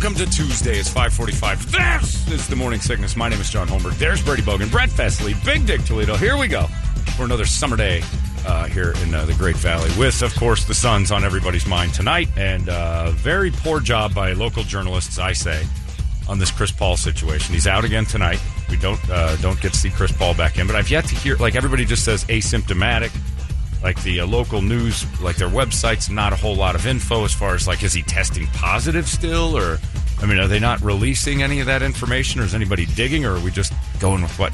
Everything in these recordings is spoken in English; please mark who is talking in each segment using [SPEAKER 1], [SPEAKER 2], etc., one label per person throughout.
[SPEAKER 1] Tuesday. It's 545. This is the Morning Sickness. My name is John Holmberg. There's Brady Bogan, Brett Festley, Big Dick Toledo. Here we go for another summer day uh, here in uh, the Great Valley with, of course, the sun's on everybody's mind tonight. And uh, very poor job by local journalists, I say, on this Chris Paul situation. He's out again tonight. We don't uh, don't get to see Chris Paul back in, but I've yet to hear. Like everybody just says, asymptomatic. Like the uh, local news, like their websites, not a whole lot of info as far as like is he testing positive still, or I mean, are they not releasing any of that information, or is anybody digging, or are we just going with what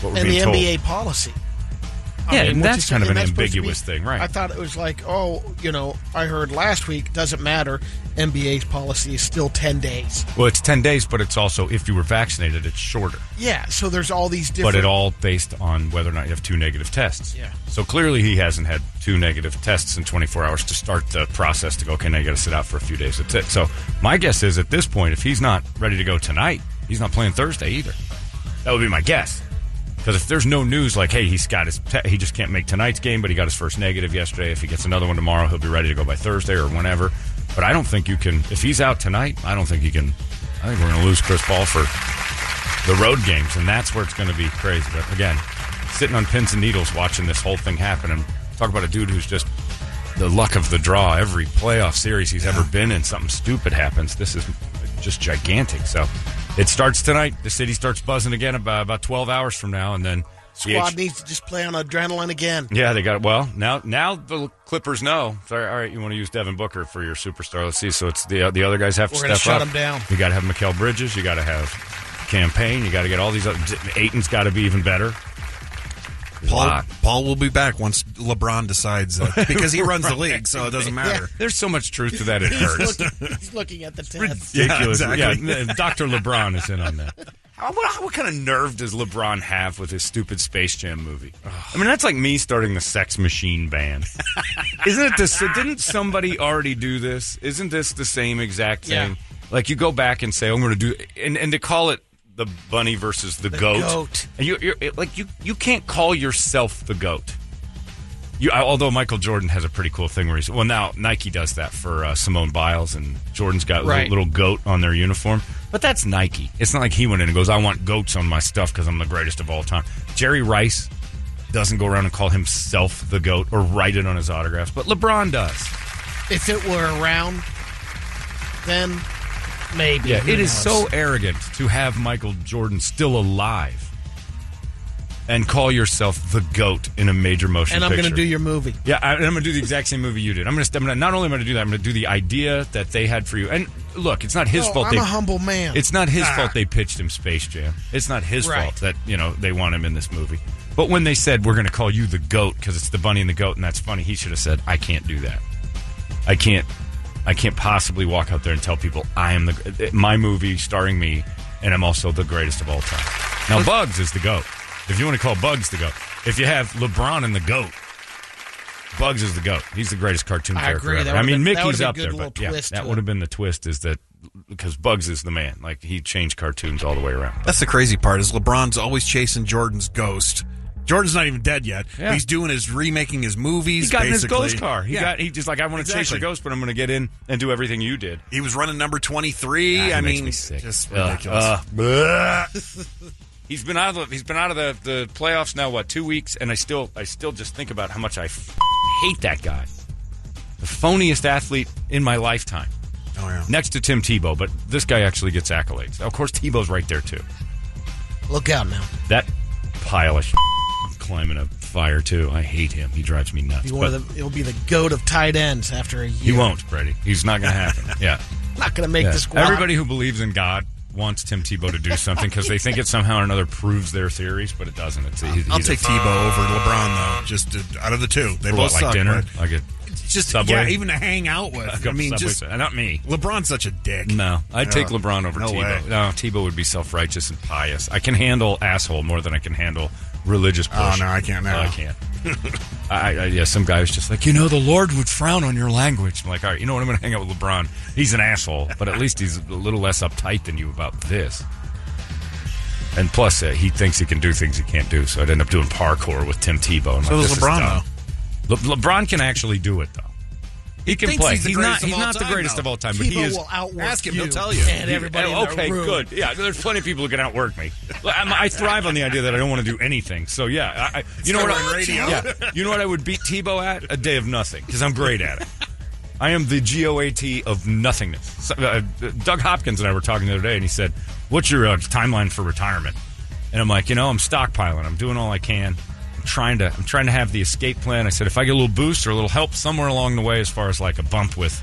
[SPEAKER 1] what we're
[SPEAKER 2] and the
[SPEAKER 1] being told?
[SPEAKER 2] NBA policy.
[SPEAKER 1] Yeah, and
[SPEAKER 2] what's
[SPEAKER 1] that's
[SPEAKER 2] it-
[SPEAKER 1] kind of an
[SPEAKER 2] that's supposed to
[SPEAKER 1] ambiguous thing, right.
[SPEAKER 2] I thought it was like, oh, you know, I heard last week doesn't matter. NBA's policy is still ten days.
[SPEAKER 1] Well, it's ten days, but it's also if you were vaccinated, it's shorter.
[SPEAKER 2] Yeah, so there's all these different.
[SPEAKER 1] But it all based on whether or not you have two negative tests.
[SPEAKER 2] Yeah.
[SPEAKER 1] So clearly he hasn't had two negative tests in 24 hours to start the process to go, okay, now you got to sit out for a few days. That's it. So my guess is at this point, if he's not ready to go tonight, he's not playing Thursday either. That would be my guess. Because if there's no news like, hey, he's got his, te- he just can't make tonight's game, but he got his first negative yesterday. If he gets another one tomorrow, he'll be ready to go by Thursday or whenever. But I don't think you can, if he's out tonight, I don't think you can, I think we're going to lose Chris Paul for the road games, and that's where it's going to be crazy. But again, sitting on pins and needles watching this whole thing happen, and talk about a dude who's just the luck of the draw. Every playoff series he's ever been in, something stupid happens. This is just gigantic. So it starts tonight. The city starts buzzing again about about twelve hours from now, and then the
[SPEAKER 2] Squad
[SPEAKER 1] H-
[SPEAKER 2] needs to just play on adrenaline again.
[SPEAKER 1] yeah, they got it. Well, now now the Clippers know. Sorry, all right, you want to use Devin Booker for your superstar. Let's see. So it's the the other guys have to step
[SPEAKER 2] We're gonna shut
[SPEAKER 1] up.
[SPEAKER 2] him down.
[SPEAKER 1] You got to have Mikael Bridges. You got to have campaign. You got to get all these. Other, Aiton's got to be even better. There's a
[SPEAKER 3] Paul,
[SPEAKER 1] lot.
[SPEAKER 3] Paul will be back once LeBron decides that because he runs the league, so it doesn't matter.
[SPEAKER 1] There's so much truth to that. It
[SPEAKER 2] He's
[SPEAKER 1] hurts.
[SPEAKER 2] looking, he's looking at the test.
[SPEAKER 1] Ridiculous.
[SPEAKER 3] Yeah,
[SPEAKER 1] Yeah,
[SPEAKER 3] exactly.
[SPEAKER 1] Dr. LeBron is in on that. How- What, what kind of nerve does LeBron have with his stupid Space Jam movie? I mean, that's like me starting the Sex Machine band. Isn't it this? Didn't somebody already do this? Isn't this the same exact thing?
[SPEAKER 2] Yeah.
[SPEAKER 1] Like you go back and say, "I'm going to do," and, and to call it the bunny versus the, goat.
[SPEAKER 2] goat.
[SPEAKER 1] And you, you're it- like you, you can't call yourself the goat. You, I- although Michael Jordan has a pretty cool thing where he's well now Nike does that for uh, Simone Biles and Jordan's got
[SPEAKER 2] Right.
[SPEAKER 1] little, little goat on their uniform, but that's Nike. It's not like he went in and goes, "I want goats on my stuff because I'm the greatest of all time." Jerry Rice doesn't go around and call himself the goat or write it on his autographs, but LeBron does.
[SPEAKER 2] If it were around, then maybe.
[SPEAKER 1] Yeah,
[SPEAKER 2] Who
[SPEAKER 1] it is
[SPEAKER 2] knows?
[SPEAKER 1] so arrogant to have Michael Jordan still alive and call yourself the goat in a major motion
[SPEAKER 2] And I'm
[SPEAKER 1] picture.
[SPEAKER 2] going to do your movie.
[SPEAKER 1] Yeah, I, and I'm going to do the exact same movie you did. I'm going to. I'm gonna, not only am I going to do that, I'm going to do the idea that they had for you. And look, it's not his
[SPEAKER 2] No,
[SPEAKER 1] fault.
[SPEAKER 2] Oh, I'm
[SPEAKER 1] they,
[SPEAKER 2] a humble man.
[SPEAKER 1] It's not his
[SPEAKER 2] Ah.
[SPEAKER 1] fault they pitched him Space Jam. It's not his
[SPEAKER 2] Right.
[SPEAKER 1] fault that you know they want him in this movie. But when they said we're going to call you the goat because it's the bunny and the goat, and that's funny, he should have said, "I can't do that. I can't. I can't possibly walk out there and tell people I am the my movie starring me, and I'm also the greatest of all time." Now, Bugs is the goat. If you want to call Bugs the goat, if you have LeBron and the goat. Bugs is the goat. He's the greatest cartoon
[SPEAKER 2] I
[SPEAKER 1] character
[SPEAKER 2] agree.
[SPEAKER 1] ever.
[SPEAKER 2] That
[SPEAKER 1] I mean,
[SPEAKER 2] would've been- that
[SPEAKER 1] Mickey's
[SPEAKER 2] would've
[SPEAKER 1] up
[SPEAKER 2] been a
[SPEAKER 1] there,
[SPEAKER 2] good
[SPEAKER 1] but
[SPEAKER 2] little
[SPEAKER 1] yeah,
[SPEAKER 2] twist
[SPEAKER 1] that
[SPEAKER 2] to
[SPEAKER 1] would
[SPEAKER 2] it.
[SPEAKER 1] have been the twist is that because Bugs is the man. Like he changed cartoons all the way around.
[SPEAKER 3] That's the crazy part is LeBron's always chasing Jordan's ghost. Jordan's not even dead yet.
[SPEAKER 1] Yeah.
[SPEAKER 3] He's doing his remaking his movies.
[SPEAKER 1] He got in his
[SPEAKER 3] basically.
[SPEAKER 1] ghost car. He
[SPEAKER 3] Yeah.
[SPEAKER 1] got. He just like I want to chase
[SPEAKER 3] Exactly.
[SPEAKER 1] your ghost, but I'm going to get in and do everything you did.
[SPEAKER 3] He was running number twenty three.
[SPEAKER 1] Ah, he
[SPEAKER 3] I
[SPEAKER 1] makes
[SPEAKER 3] mean,
[SPEAKER 1] me sick.
[SPEAKER 3] just
[SPEAKER 1] Ugh.
[SPEAKER 3] ridiculous.
[SPEAKER 1] Ugh. Bleh. he's been out of the, he's been out of the, the playoffs now what two weeks, and I still I still just think about how much I f- hate that guy, the phoniest athlete in my lifetime,
[SPEAKER 3] oh, yeah.
[SPEAKER 1] next to Tim Tebow. But this guy actually gets accolades. Of course, Tebow's right there too.
[SPEAKER 2] Look out now.
[SPEAKER 1] That pile of climbing a fire too. I hate him. He drives me nuts.
[SPEAKER 2] Be one
[SPEAKER 1] But
[SPEAKER 2] of the, it'll be the goat of tight ends after a
[SPEAKER 1] he
[SPEAKER 2] year.
[SPEAKER 1] won't, Brady. He's not going to happen. Yeah.
[SPEAKER 2] Not going to make
[SPEAKER 1] Yeah.
[SPEAKER 2] the squad.
[SPEAKER 1] Everybody who believes in God wants Tim Tebow to do something because they think it somehow or another proves their theories, but it doesn't. It's, he's,
[SPEAKER 3] I'll
[SPEAKER 1] he's
[SPEAKER 3] take
[SPEAKER 1] a,
[SPEAKER 3] Tebow over LeBron though. Just uh, out of the two, they
[SPEAKER 1] for what,
[SPEAKER 3] both
[SPEAKER 1] like
[SPEAKER 3] suck,
[SPEAKER 1] dinner,
[SPEAKER 3] but-
[SPEAKER 1] like a
[SPEAKER 3] Just
[SPEAKER 1] Subway?
[SPEAKER 3] yeah, even to hang out with.
[SPEAKER 1] a
[SPEAKER 3] I mean, just
[SPEAKER 1] not me.
[SPEAKER 3] LeBron's such a dick.
[SPEAKER 1] No, I'd
[SPEAKER 3] Yeah.
[SPEAKER 1] take LeBron over
[SPEAKER 3] No
[SPEAKER 1] Tebow.
[SPEAKER 3] way.
[SPEAKER 1] No, Tebow would be self-righteous and pious. I can handle asshole more than I can handle religious. Push.
[SPEAKER 3] Oh, no, I can't now.
[SPEAKER 1] I can't. I, I, yeah, some guy was just like, you know, the Lord would frown on your language. I'm like, all right, you know what? I'm going to hang out with LeBron. He's an asshole, but at least he's a little less uptight than you about this. And plus, uh, he thinks he can do things he can't do, so I'd end up doing parkour with Tim Tebow. I'm
[SPEAKER 3] So
[SPEAKER 1] like,
[SPEAKER 3] does
[SPEAKER 1] this is
[SPEAKER 3] LeBron
[SPEAKER 1] dumb.
[SPEAKER 3] though.
[SPEAKER 1] Le- LeBron can actually do it though. He can
[SPEAKER 3] thinks
[SPEAKER 1] play.
[SPEAKER 3] he's the
[SPEAKER 1] not.
[SPEAKER 3] greatest of
[SPEAKER 1] He's
[SPEAKER 3] all
[SPEAKER 1] not the
[SPEAKER 3] time,
[SPEAKER 1] greatest
[SPEAKER 3] though.
[SPEAKER 1] of all time, but he
[SPEAKER 2] Tebow
[SPEAKER 1] is.
[SPEAKER 2] will outwork
[SPEAKER 3] ask him,
[SPEAKER 2] you.
[SPEAKER 3] he'll tell you.
[SPEAKER 2] And everybody
[SPEAKER 1] Oh,
[SPEAKER 2] in the
[SPEAKER 1] okay,
[SPEAKER 2] room.
[SPEAKER 1] good. Yeah, there's plenty of people who can outwork me. Look, I'm, I thrive on the idea that I don't want to do anything. So yeah, I, I, you know what?
[SPEAKER 3] Still
[SPEAKER 1] I,
[SPEAKER 3] on radio.
[SPEAKER 1] Yeah, you know what I would beat Tebow at a day of nothing because I'm great at it. I am the GOAT of nothingness. So, uh, Doug Hopkins and I were talking the other day, and he said, "What's your uh, timeline for retirement?" And I'm like, "You know, I'm stockpiling. I'm doing all I can. I'm trying to. I'm trying to have the escape plan." I said, "If I get a little boost or a little help somewhere along the way, as far as like a bump with."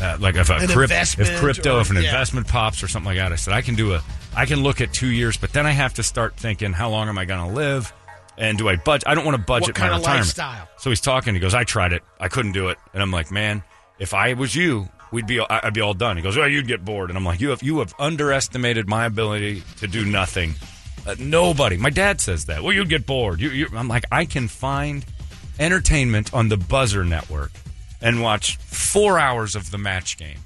[SPEAKER 1] Uh, like if a
[SPEAKER 2] An
[SPEAKER 1] crypt-
[SPEAKER 2] investment
[SPEAKER 1] if crypto,
[SPEAKER 2] or-
[SPEAKER 1] if an
[SPEAKER 2] yeah.
[SPEAKER 1] investment pops or something like that, I said I can do a, I can look at two years, but then I have to start thinking how long am I going to live, and do I budget? I don't want to budget
[SPEAKER 2] What kind
[SPEAKER 1] my
[SPEAKER 2] of
[SPEAKER 1] retirement.
[SPEAKER 2] lifestyle?
[SPEAKER 1] So he's talking. He goes, "I tried it. I couldn't do it." And I'm like, "Man, if I was you, we'd be I- I'd be all done." He goes, "Well, you'd get bored." And I'm like, "You have you have underestimated my ability to do nothing. Uh, nobody. My dad says that. Well, you'd get bored. You, you, I'm like, I can find entertainment on the Buzzer Network and watch four hours of the match game."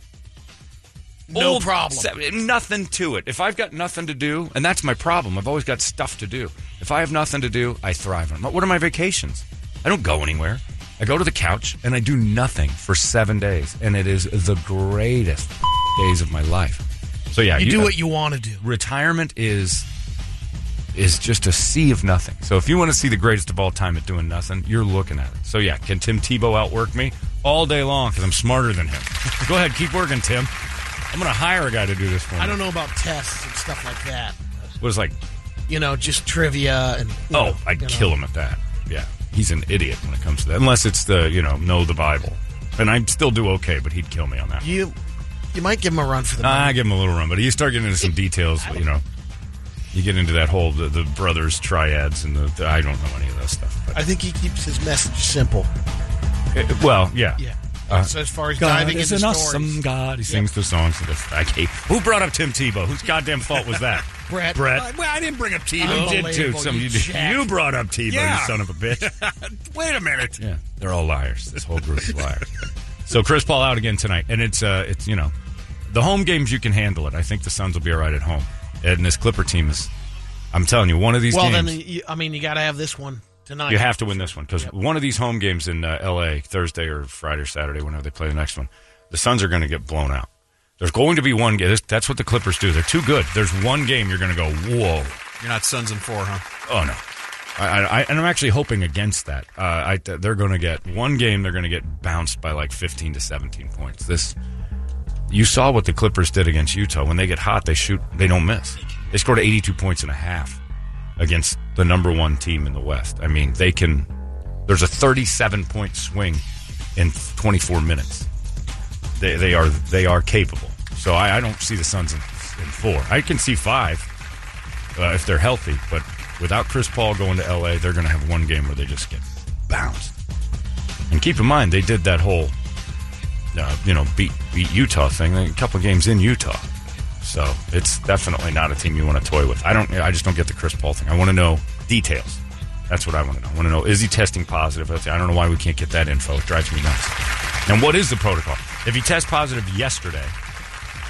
[SPEAKER 2] No
[SPEAKER 1] Old
[SPEAKER 2] problem.
[SPEAKER 1] se- nothing to it. If I've got nothing to do, and that's my problem, I've always got stuff to do. If I have nothing to do, I thrive on it. What are my vacations? I don't go anywhere. I go to the couch and I do nothing for seven days, and it is the greatest days of my life. So yeah,
[SPEAKER 2] You do what you want to do.
[SPEAKER 1] retirement is is just a sea of nothing. So if you want to see the greatest of all time at doing nothing, you're looking at it. So yeah, can Tim Tebow outwork me all day long because I'm smarter than him? Go ahead, keep working, Tim. I'm going to hire a guy to do this for me.
[SPEAKER 2] I don't know about tests and stuff like that.
[SPEAKER 1] Was like,
[SPEAKER 2] You know, just trivia and. you
[SPEAKER 1] oh,
[SPEAKER 2] know,
[SPEAKER 1] I'd
[SPEAKER 2] you know.
[SPEAKER 1] kill him at that. Yeah, he's an idiot when it comes to that. Unless it's the you know know the Bible, and I'd still do okay, but he'd kill me on that.
[SPEAKER 2] You, you might give him a run for the money.
[SPEAKER 1] Nah, I give him a little run, but you start getting into some details, you know. You get into that whole the, the brothers triads and the, the- I don't know any of that stuff. But
[SPEAKER 2] I think he keeps his message simple.
[SPEAKER 1] Uh, well, yeah,
[SPEAKER 2] Yeah.
[SPEAKER 1] Uh,
[SPEAKER 2] so as far as
[SPEAKER 1] God
[SPEAKER 2] diving
[SPEAKER 1] is
[SPEAKER 2] into
[SPEAKER 1] an
[SPEAKER 2] stories,
[SPEAKER 1] awesome God. He sings the songs. And this, I hate- who brought up Tim Tebow? Whose goddamn fault was that?
[SPEAKER 2] Brett.
[SPEAKER 1] Brett.
[SPEAKER 3] Uh, Well, I didn't bring up
[SPEAKER 1] You
[SPEAKER 3] Tebow.
[SPEAKER 1] did too.
[SPEAKER 2] Unbelievable,
[SPEAKER 1] Some
[SPEAKER 2] you
[SPEAKER 1] you, did.
[SPEAKER 2] jack.
[SPEAKER 1] you brought up Tebow,
[SPEAKER 3] Yeah.
[SPEAKER 1] you son of a bitch.
[SPEAKER 3] Wait a minute.
[SPEAKER 1] Yeah, they're all liars. This whole group is liars. so Chris Paul out again tonight, and it's uh, it's you know, the home games you can handle it. I think the Suns will be all right at home, and this Clipper team is. I'm telling you, one of these
[SPEAKER 2] well,
[SPEAKER 1] games,
[SPEAKER 2] then you, I mean, you got to have this one tonight.
[SPEAKER 1] you have to win this one because one of these home games in uh, L.A. Thursday or Friday or Saturday, whenever they play the next one, the Suns are going to get blown out. There's going to be one game. this- That's what the Clippers do. They're too good. There's one game you're going to go, whoa.
[SPEAKER 3] You're not sons and four, huh?
[SPEAKER 1] Oh no. I, I, I- and I'm actually hoping against that. Uh, I, th- they're going to get one game. They're going to get bounced by like 15 to 17 points. This, you saw what the Clippers did against Utah. When they get hot, they shoot. They don't miss. They scored 82 points and a half against the number one team in the West. I mean, they can. There's a 37 point swing in 24 minutes. They, they are they are capable. So I, I don't see the Suns in, in four. I can see five uh, if they're healthy. But without Chris Paul going to LA, they're going to have one game where they just get bounced. And keep in mind, they did that whole, uh, you know, beat beat Utah thing. A couple games in Utah, so it's definitely not a team you want to toy with. I don't. I just don't get the Chris Paul thing. I want to know details. That's what I want to know. I want to know is he testing positive? That's- I don't know why we can't get that info. It drives me nuts. And what is the protocol? If he tests positive yesterday,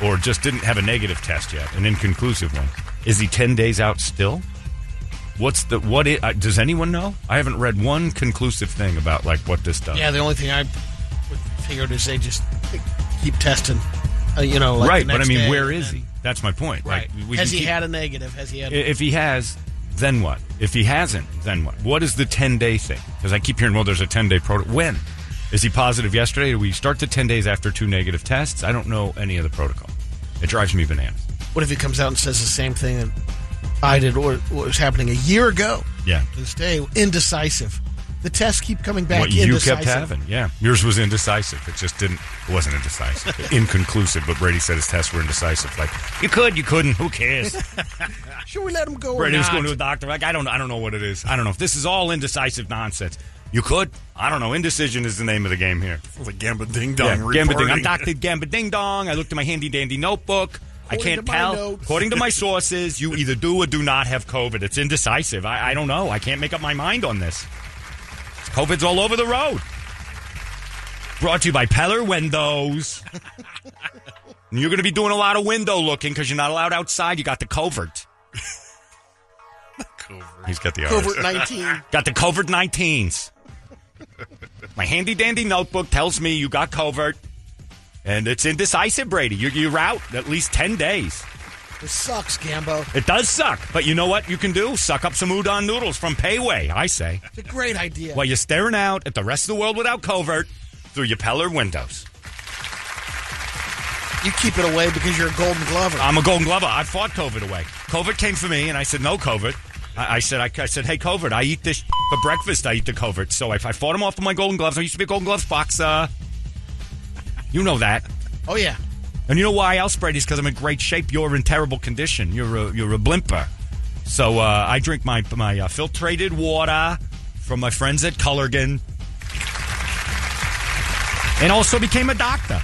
[SPEAKER 1] or just didn't have a negative test yet, an inconclusive one. Is he ten days out still? What's the what? It, uh, does anyone know? I haven't read one conclusive thing about like what this does.
[SPEAKER 2] Yeah, the only thing I would figured is they just keep testing. Uh, you know, like
[SPEAKER 1] right.
[SPEAKER 2] the
[SPEAKER 1] But I
[SPEAKER 2] next
[SPEAKER 1] mean,
[SPEAKER 2] day
[SPEAKER 1] where
[SPEAKER 2] and
[SPEAKER 1] is
[SPEAKER 2] then-
[SPEAKER 1] he? That's my point.
[SPEAKER 2] Right.
[SPEAKER 1] Like, we
[SPEAKER 2] Has
[SPEAKER 1] can
[SPEAKER 2] he
[SPEAKER 1] keep-
[SPEAKER 2] had a negative? Has he had?
[SPEAKER 1] i- If he has, then what? If he hasn't, then what? What is the ten day thing? Because I keep hearing, well, there's a ten day protocol. When is he positive yesterday? Do we start the ten days after two negative tests? I don't know any of the protocol. It drives me bananas.
[SPEAKER 2] What if he comes out and says the same thing that I did, or what was happening a year ago?
[SPEAKER 1] Yeah.
[SPEAKER 2] To this day, indecisive. The tests keep coming back.
[SPEAKER 1] what you
[SPEAKER 2] indecisive.
[SPEAKER 1] kept having. Yeah, yours was indecisive. It just didn't. It wasn't indecisive. inconclusive. But Brady said his tests were indecisive. Like you could, you couldn't. Who cares?
[SPEAKER 2] Should we let him go?
[SPEAKER 1] Brady
[SPEAKER 2] or
[SPEAKER 1] was
[SPEAKER 2] not?
[SPEAKER 1] going to a doctor. Like I don't. I don't know what it is. I don't know if this is all indecisive nonsense. You could. I don't know. Indecision is the name of the game here.
[SPEAKER 3] It's a gamba ding dong.
[SPEAKER 1] Gamba Ding. I'm Doctor Gamba Ding Dong. I looked at my handy dandy notebook. I
[SPEAKER 2] According
[SPEAKER 1] can't
[SPEAKER 2] to my
[SPEAKER 1] tell.
[SPEAKER 2] notes.
[SPEAKER 1] According to my sources, you either do or do not have COVID. It's indecisive. I, I don't know. I can't make up my mind on this. COVID's all over the road. Brought to you by Peller Windows. And you're going to be doing a lot of window looking because you're not allowed outside. You got the covert. He's got the
[SPEAKER 2] Covert nineteen.
[SPEAKER 1] Got the covert 19s. My handy dandy notebook tells me you got covert, and it's indecisive, Brady. You're, you're out at least 10 days.
[SPEAKER 2] This sucks, Gambo.
[SPEAKER 1] It does suck, but you know what you can do? Suck up some udon noodles from Payway, I say.
[SPEAKER 2] It's a great idea.
[SPEAKER 1] While you're staring out at the rest of the world without covert through your Peller windows.
[SPEAKER 2] You keep it away because you're a golden glover.
[SPEAKER 1] I'm a Golden Glover. I fought COVID away. COVID came for me, and I said no COVID. I, I said I, I said hey COVID. I eat this for breakfast. I eat the COVID. So if I fought him off with my Golden Gloves, I used to be a Golden Gloves boxer. You know that,
[SPEAKER 2] oh, yeah.
[SPEAKER 1] and you know why else, Brady's because I'm in great shape. You're in terrible condition. You're a, you're a blimper. So uh, I drink my my uh, filtrated water from my friends at Culligan, and also became a doctor.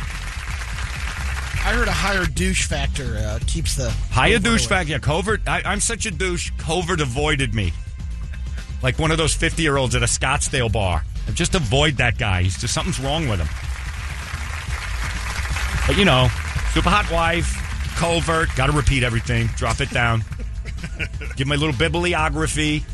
[SPEAKER 2] I heard a higher douche factor uh, keeps the.
[SPEAKER 1] Higher
[SPEAKER 2] covert
[SPEAKER 1] douche
[SPEAKER 2] away.
[SPEAKER 1] bag. Yeah, covert. I, I'm such a douche. Covert avoided me. Like one of those 50 year olds at a Scottsdale bar. Just avoid that guy. He's just something's wrong with him. But you know, super hot wife, covert. Got to repeat everything. Drop it down. Give my little bibliography.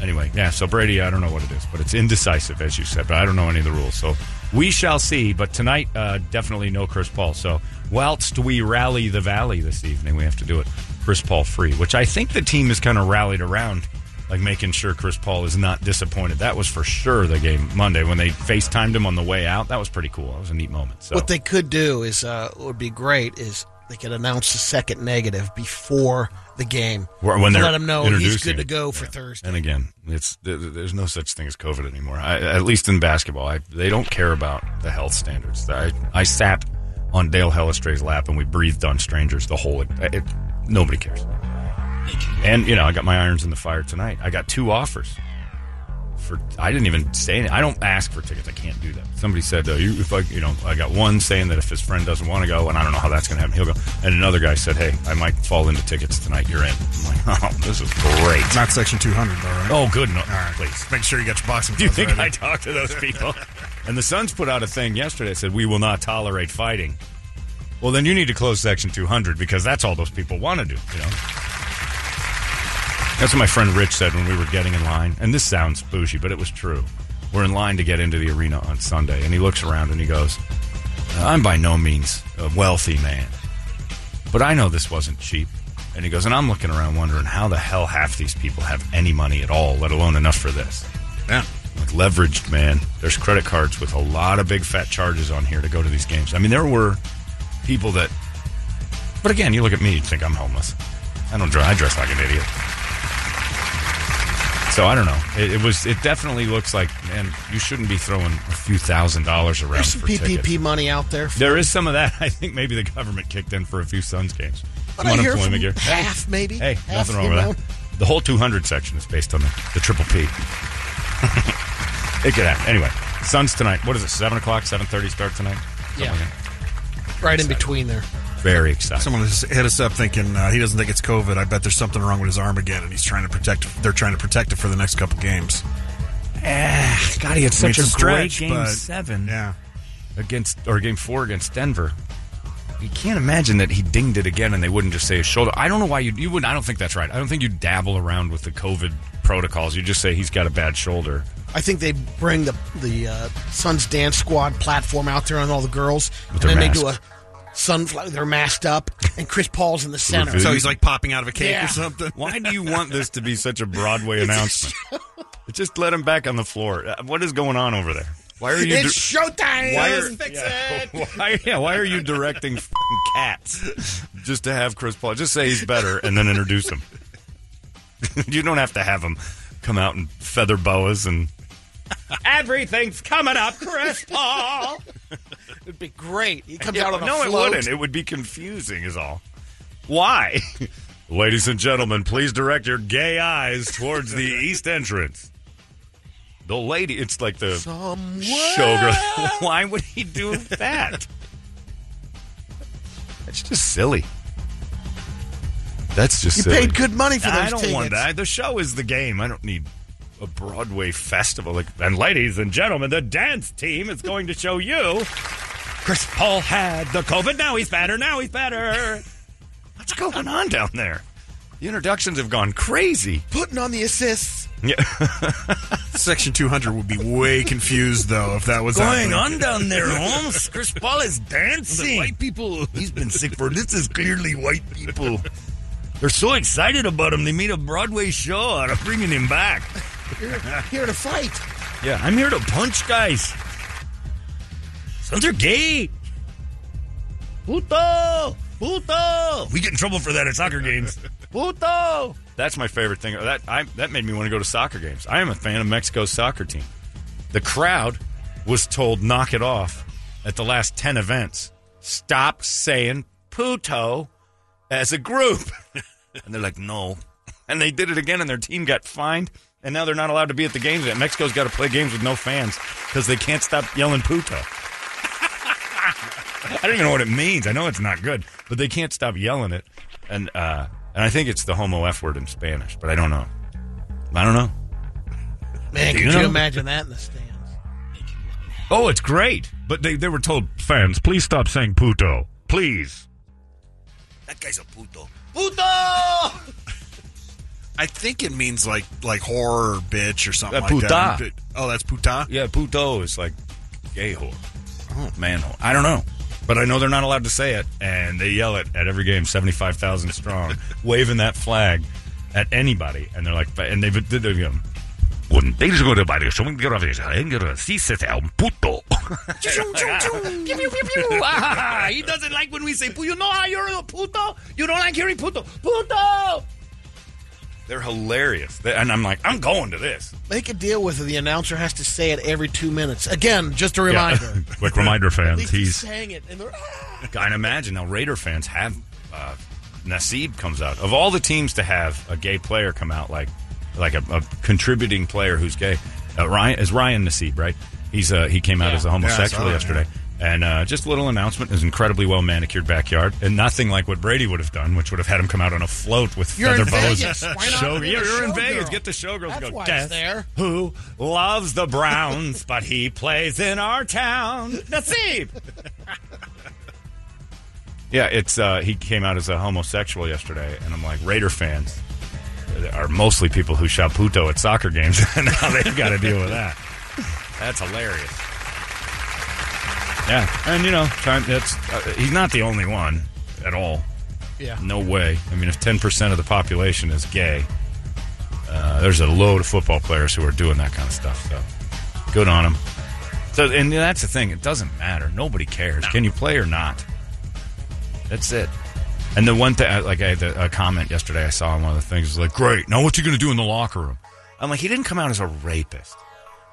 [SPEAKER 1] Anyway, yeah. So Brady, I don't know what it is, but it's indecisive, as you said. But I don't know any of the rules, so we shall see. But tonight, uh, definitely no Chris Paul. So whilst we rally the valley this evening, we have to do it Chris Paul free, which I think the team is kind of rallied around, like making sure Chris Paul is not disappointed. That was for sure the game Monday when they FaceTimed him on the way out. That was pretty cool. That was a neat moment. So
[SPEAKER 2] What they could do is, uh, what would be great is they could announce the second negative before the game.
[SPEAKER 1] Wh- when
[SPEAKER 2] to
[SPEAKER 1] they're
[SPEAKER 2] let him know he's
[SPEAKER 1] introducing
[SPEAKER 2] good to
[SPEAKER 1] it.
[SPEAKER 2] go for
[SPEAKER 1] Yeah.
[SPEAKER 2] Thursday.
[SPEAKER 1] And again, it's th- th- there's no such thing as COVID anymore. I, at least in basketball, I, they don't care about the health standards. I, I sat on Dale Hellestray's lap and we breathed on strangers the whole. It, it, nobody cares. And you know, I got my irons in the fire tonight. I got two offers. For I didn't even say any, I don't ask for tickets. I can't do that. Somebody said, uh, you, "If I, you know, I got one saying that if his friend doesn't want to go, and I don't know how that's going to happen, he'll go." And another guy said, "Hey, I might fall into tickets tonight. You're in." I'm like, "Oh, this is great."
[SPEAKER 3] Not section 200, though, right?
[SPEAKER 1] Oh, good. No,
[SPEAKER 3] All right,
[SPEAKER 1] please.
[SPEAKER 3] please. Make sure you got your boxing
[SPEAKER 1] Do you
[SPEAKER 3] gloves
[SPEAKER 1] think I
[SPEAKER 3] ready.
[SPEAKER 1] talk to those people? and the Suns put out a thing yesterday that said, we will not tolerate fighting. Well, then you need to close Section 200 because that's all those people want to do, you know? That's what my friend Rich said when we were getting in line. And this sounds bougie, but it was true. We're in line to get into the arena on Sunday. And he looks around and he goes, "Uh, I'm by no means a wealthy man, but I know this wasn't cheap. And he goes, and I'm looking around wondering how the hell half these people have any money at all, let alone enough for this.
[SPEAKER 3] Yeah.
[SPEAKER 1] Like leveraged, man. There's credit cards with a lot of big fat charges on here to go to these games. I mean, there were people that. But again, you look at me, you'd think I'm homeless. I don't dress. I dress like an idiot. So I don't know. It, it was. It definitely looks like, man, you shouldn't be throwing a few thousand dollars around
[SPEAKER 2] There's some
[SPEAKER 1] for
[SPEAKER 2] PPP
[SPEAKER 1] tickets.
[SPEAKER 2] money out there. For,
[SPEAKER 1] There is some of that. I think maybe the government kicked in for a few Suns games.
[SPEAKER 2] but
[SPEAKER 1] Some
[SPEAKER 2] I hear from
[SPEAKER 1] unemployment here.
[SPEAKER 2] half, maybe.
[SPEAKER 1] Hey,
[SPEAKER 2] half
[SPEAKER 1] nothing
[SPEAKER 2] the
[SPEAKER 1] wrong with
[SPEAKER 2] amount.
[SPEAKER 1] that. The whole 200 section is based on the, the triple P. it could happen. Anyway, Suns tonight. What is it? Seven o'clock, seven thirty start tonight. Something
[SPEAKER 2] Yeah.
[SPEAKER 1] like that.
[SPEAKER 2] Right in between there.
[SPEAKER 1] very exciting.
[SPEAKER 3] Someone has hit us up thinking uh, he doesn't think it's COVID. I bet there's something wrong with his arm again, and he's trying to protect. They're trying to protect it for the next couple games.
[SPEAKER 1] ah, God, he had
[SPEAKER 3] I mean, it's stretch, but- Yeah,
[SPEAKER 1] against or game four against Denver. You can't imagine that he dinged it again, and they wouldn't just say his shoulder. I don't know why you you would. I don't think that's right. I don't think you dabble around with the COVID protocols. You just say he's got a bad shoulder.
[SPEAKER 2] I think they bring the the uh, Suns dance squad platform out there on all the girls, and
[SPEAKER 1] their
[SPEAKER 2] then they
[SPEAKER 1] mask.
[SPEAKER 2] do a sunflower. They're masked up, and Chris Paul's in the center.
[SPEAKER 1] Reveal.
[SPEAKER 3] so he's like popping out of a cake
[SPEAKER 2] Yeah.
[SPEAKER 3] or something.
[SPEAKER 1] Why do you want this to be such a Broadway announcement? Just let him back on the floor. Uh, What is going on over there? Why are you?
[SPEAKER 2] it's showtime.
[SPEAKER 1] why are, yeah, Why, yeah, why are you directing f***ing cats just to have Chris Paul? Just say he's better and then introduce him. you don't have to have him come out in feather boas and everything's coming up, Chris Paul.
[SPEAKER 2] It'd be great. He comes
[SPEAKER 1] Yeah,
[SPEAKER 2] out on a
[SPEAKER 1] no, it
[SPEAKER 2] float.
[SPEAKER 1] wouldn't. It would be confusing, is all. Why? Ladies and gentlemen, please direct your gay eyes towards the east entrance. The lady, it's like the
[SPEAKER 2] Somewhere.
[SPEAKER 1] showgirl. Why would he do that? That's just silly. That's just
[SPEAKER 2] You
[SPEAKER 1] silly.
[SPEAKER 2] paid good money for those
[SPEAKER 1] I don't
[SPEAKER 2] tickets.
[SPEAKER 1] want that. The show is the game. I don't need a Broadway festival. Like, and ladies and gentlemen, the dance team is going to show you. Chris Paul had the COVID. Now he's better. Now he's better. What's going on down there? The introductions have gone crazy.
[SPEAKER 2] Putting on the assists.
[SPEAKER 1] Yeah.
[SPEAKER 3] Section 200 would be way confused though if that was
[SPEAKER 4] going
[SPEAKER 3] happening.
[SPEAKER 4] on down there, Holmes? Chris Paul is dancing.
[SPEAKER 5] The white people.
[SPEAKER 4] He's been sick for this is clearly white people. They're so excited about him. They made a Broadway show out of bringing him back.
[SPEAKER 2] You're here to fight.
[SPEAKER 4] Yeah, I'm here to punch guys. Sons are gay. Puto, puto. We get in trouble for that at soccer games. Puto.
[SPEAKER 1] That's my favorite thing. That I, that made me want to go to soccer games. I am a fan of Mexico's soccer team. The crowd was told knock it off at the last 10 events. Stop saying puto as a group. and they're like, "No." And they did it again and their team got fined and now they're not allowed to be at the games. Mexico's got to play games with no fans cuz they can't stop yelling puto. I don't even know what it means. I know it's not good, but they can't stop yelling it. And uh, and I think it's the homo f word in Spanish, but I don't know. I don't know.
[SPEAKER 2] Man,
[SPEAKER 1] Do
[SPEAKER 2] could
[SPEAKER 1] you
[SPEAKER 2] you,
[SPEAKER 1] know-
[SPEAKER 2] imagine that in the stands?
[SPEAKER 1] Oh, it's great. But they, they were told fans, please stop saying puto. Please.
[SPEAKER 4] That guy's a puto. Puto.
[SPEAKER 3] I think it means like like horror or bitch or something
[SPEAKER 1] That
[SPEAKER 3] like that.
[SPEAKER 1] puta.
[SPEAKER 3] Oh, that's puta.
[SPEAKER 1] Yeah, puto is like gay whore. Oh, man whore. I don't know. But I know they're not allowed to say it, and they yell it at every game, 75,000 strong, waving that flag at anybody. And they're like, and they've, they've, they've um,
[SPEAKER 5] When things go to Barrio, someone get off this. I ain't gonna see this un puto.
[SPEAKER 4] Ah, he doesn't like when we say puto. You know how you're a puto? You don't like hearing puto. Puto.
[SPEAKER 1] they're hilarious. They- and I'm like, I'm going to this.
[SPEAKER 2] Make a deal with it. The announcer has to say it every two minutes. Again, just a reminder.
[SPEAKER 1] Quick reminder,
[SPEAKER 2] At
[SPEAKER 1] fans.
[SPEAKER 2] least he's saying it, and they're ah!
[SPEAKER 1] I can imagine now Raider fans have uh, Nasib comes out of all the teams to have a gay player come out like like a, a contributing player who's gay. Uh, Ryan is Ryan Nasib, right? He's uh, he came out as a homosexual
[SPEAKER 3] Yeah, I saw that,
[SPEAKER 1] yesterday. And uh, just a little announcement his incredibly well manicured backyard, and nothing like what Brady would have done, which would have had him come out on a float with
[SPEAKER 2] You're
[SPEAKER 1] feather
[SPEAKER 2] in
[SPEAKER 1] bows.
[SPEAKER 2] Vegas. Why not
[SPEAKER 1] Show-
[SPEAKER 2] be a
[SPEAKER 1] yeah, you're in
[SPEAKER 2] showgirl?
[SPEAKER 1] Vegas. Get the showgirls
[SPEAKER 2] That's
[SPEAKER 1] go.
[SPEAKER 2] why it's
[SPEAKER 1] Guess
[SPEAKER 2] there."
[SPEAKER 1] who loves the Browns, but he plays in our town. Nasib. Yeah, it's uh, he came out as a homosexual yesterday, and I'm like Raider fans are mostly people who shout puto at soccer games, and now they've got to deal with that. That's hilarious. Yeah, and you know, time, that's uh, he's not the only one at all.
[SPEAKER 2] Yeah.
[SPEAKER 1] No way. I mean, if 10 percent of the population is gay, uh, there's a load of football players who are doing that kind of stuff. So good on them. So, and that's the thing. It doesn't matter. Nobody cares. Can you play or not? That's it. And the one thing, like I had the, a comment yesterday I saw on one of the things was like, "Great, now what you going to do in the locker room?" I'm like, he didn't come out as a rapist.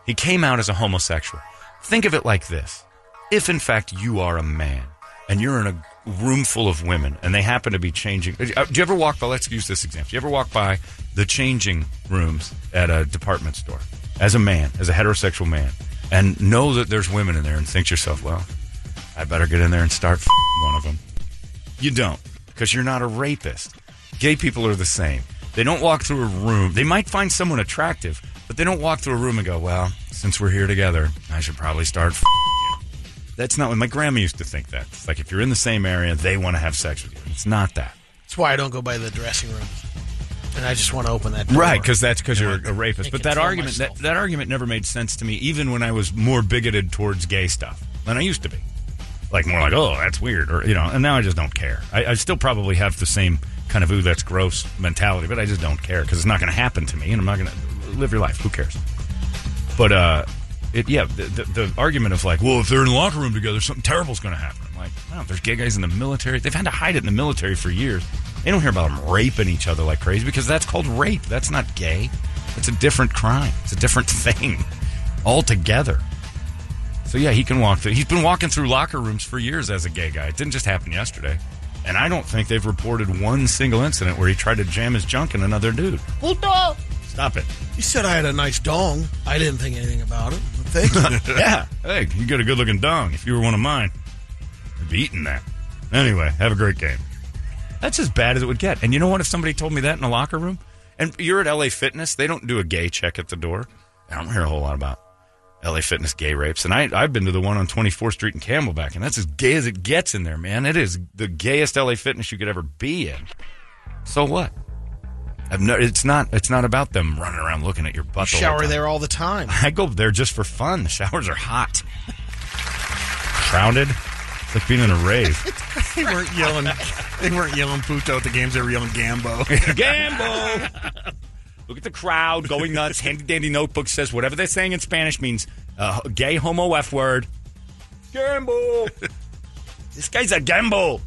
[SPEAKER 1] He came out as a homosexual. Think of it like this: if in fact you are a man and you're in a room full of women and they happen to be changing, uh, do you ever walk by? Let's use this example. Do you ever walk by the changing rooms at a department store as a man, as a heterosexual man, and know that there's women in there and think to yourself, "Well, I better get in there and start f- one of them." You don't, because you're not a rapist. Gay people are the same. They don't walk through a room. They might find someone attractive, but they don't walk through a room and go, well, since we're here together, I should probably start f- you. That's not what my grandma used to think that. It's like if you're in the same area, they want to have sex with you. It's not that.
[SPEAKER 2] That's why I don't go by the dressing room, and I just want to open that. Door.
[SPEAKER 1] Right, because that's because you're a rapist.
[SPEAKER 2] I
[SPEAKER 1] But that
[SPEAKER 2] control
[SPEAKER 1] argument, that,
[SPEAKER 2] myself.
[SPEAKER 1] that argument never made sense to me, even when I was more bigoted towards gay stuff than I used to be. Like more like, oh, that's weird, or you know. And now I just don't care. I, I still probably have the same kind of ooh, that's gross mentality, but I just don't care because it's not going to happen to me, and I'm not going to live your life. Who cares? But uh, it yeah, the, the, the argument of like, well, if they're in the locker room together, something terrible's going to happen. I'm like, no, there's gay guys in the military. They've had to hide it in the military for years. They don't hear about them raping each other like crazy because that's called rape. That's not gay. It's a different crime. It's a different thing altogether. So yeah, he can walk through. He's been walking through locker rooms for years as a gay guy. It didn't just happen yesterday. And I don't think they've reported one single incident where he tried to jam his junk in another dude.
[SPEAKER 4] Puto.
[SPEAKER 1] Stop it.
[SPEAKER 2] You said I had a nice dong. I didn't think anything about it. but Thank you.
[SPEAKER 1] yeah. Hey, you got a good looking dong. If you were one of mine, I'd be eating that. Anyway, have a great game. That's as bad as it would get. And you know what? If somebody told me that in a locker room, and you're at LA Fitness, they don't do a gay check at the door. I don't hear a whole lot about LA Fitness gay rapes. And I, I've been to the one on 24th Street in Camelback, and that's as gay as it gets in there, man. It is the gayest LA Fitness you could ever be in. So what? I've no, it's not. It's not about them running around looking at your butt. the whole
[SPEAKER 2] Shower
[SPEAKER 1] time.
[SPEAKER 2] there all the time.
[SPEAKER 1] I go there just for fun. The showers are hot, crowded. It's like being in a rave.
[SPEAKER 3] They weren't yelling. They weren't yelling Puto at the games. They were yelling Gambo.
[SPEAKER 1] Gambo. Look at the crowd going nuts. Handy dandy notebook says whatever they're saying in Spanish means uh, gay homo f word. Gambo. this guy's a gambo.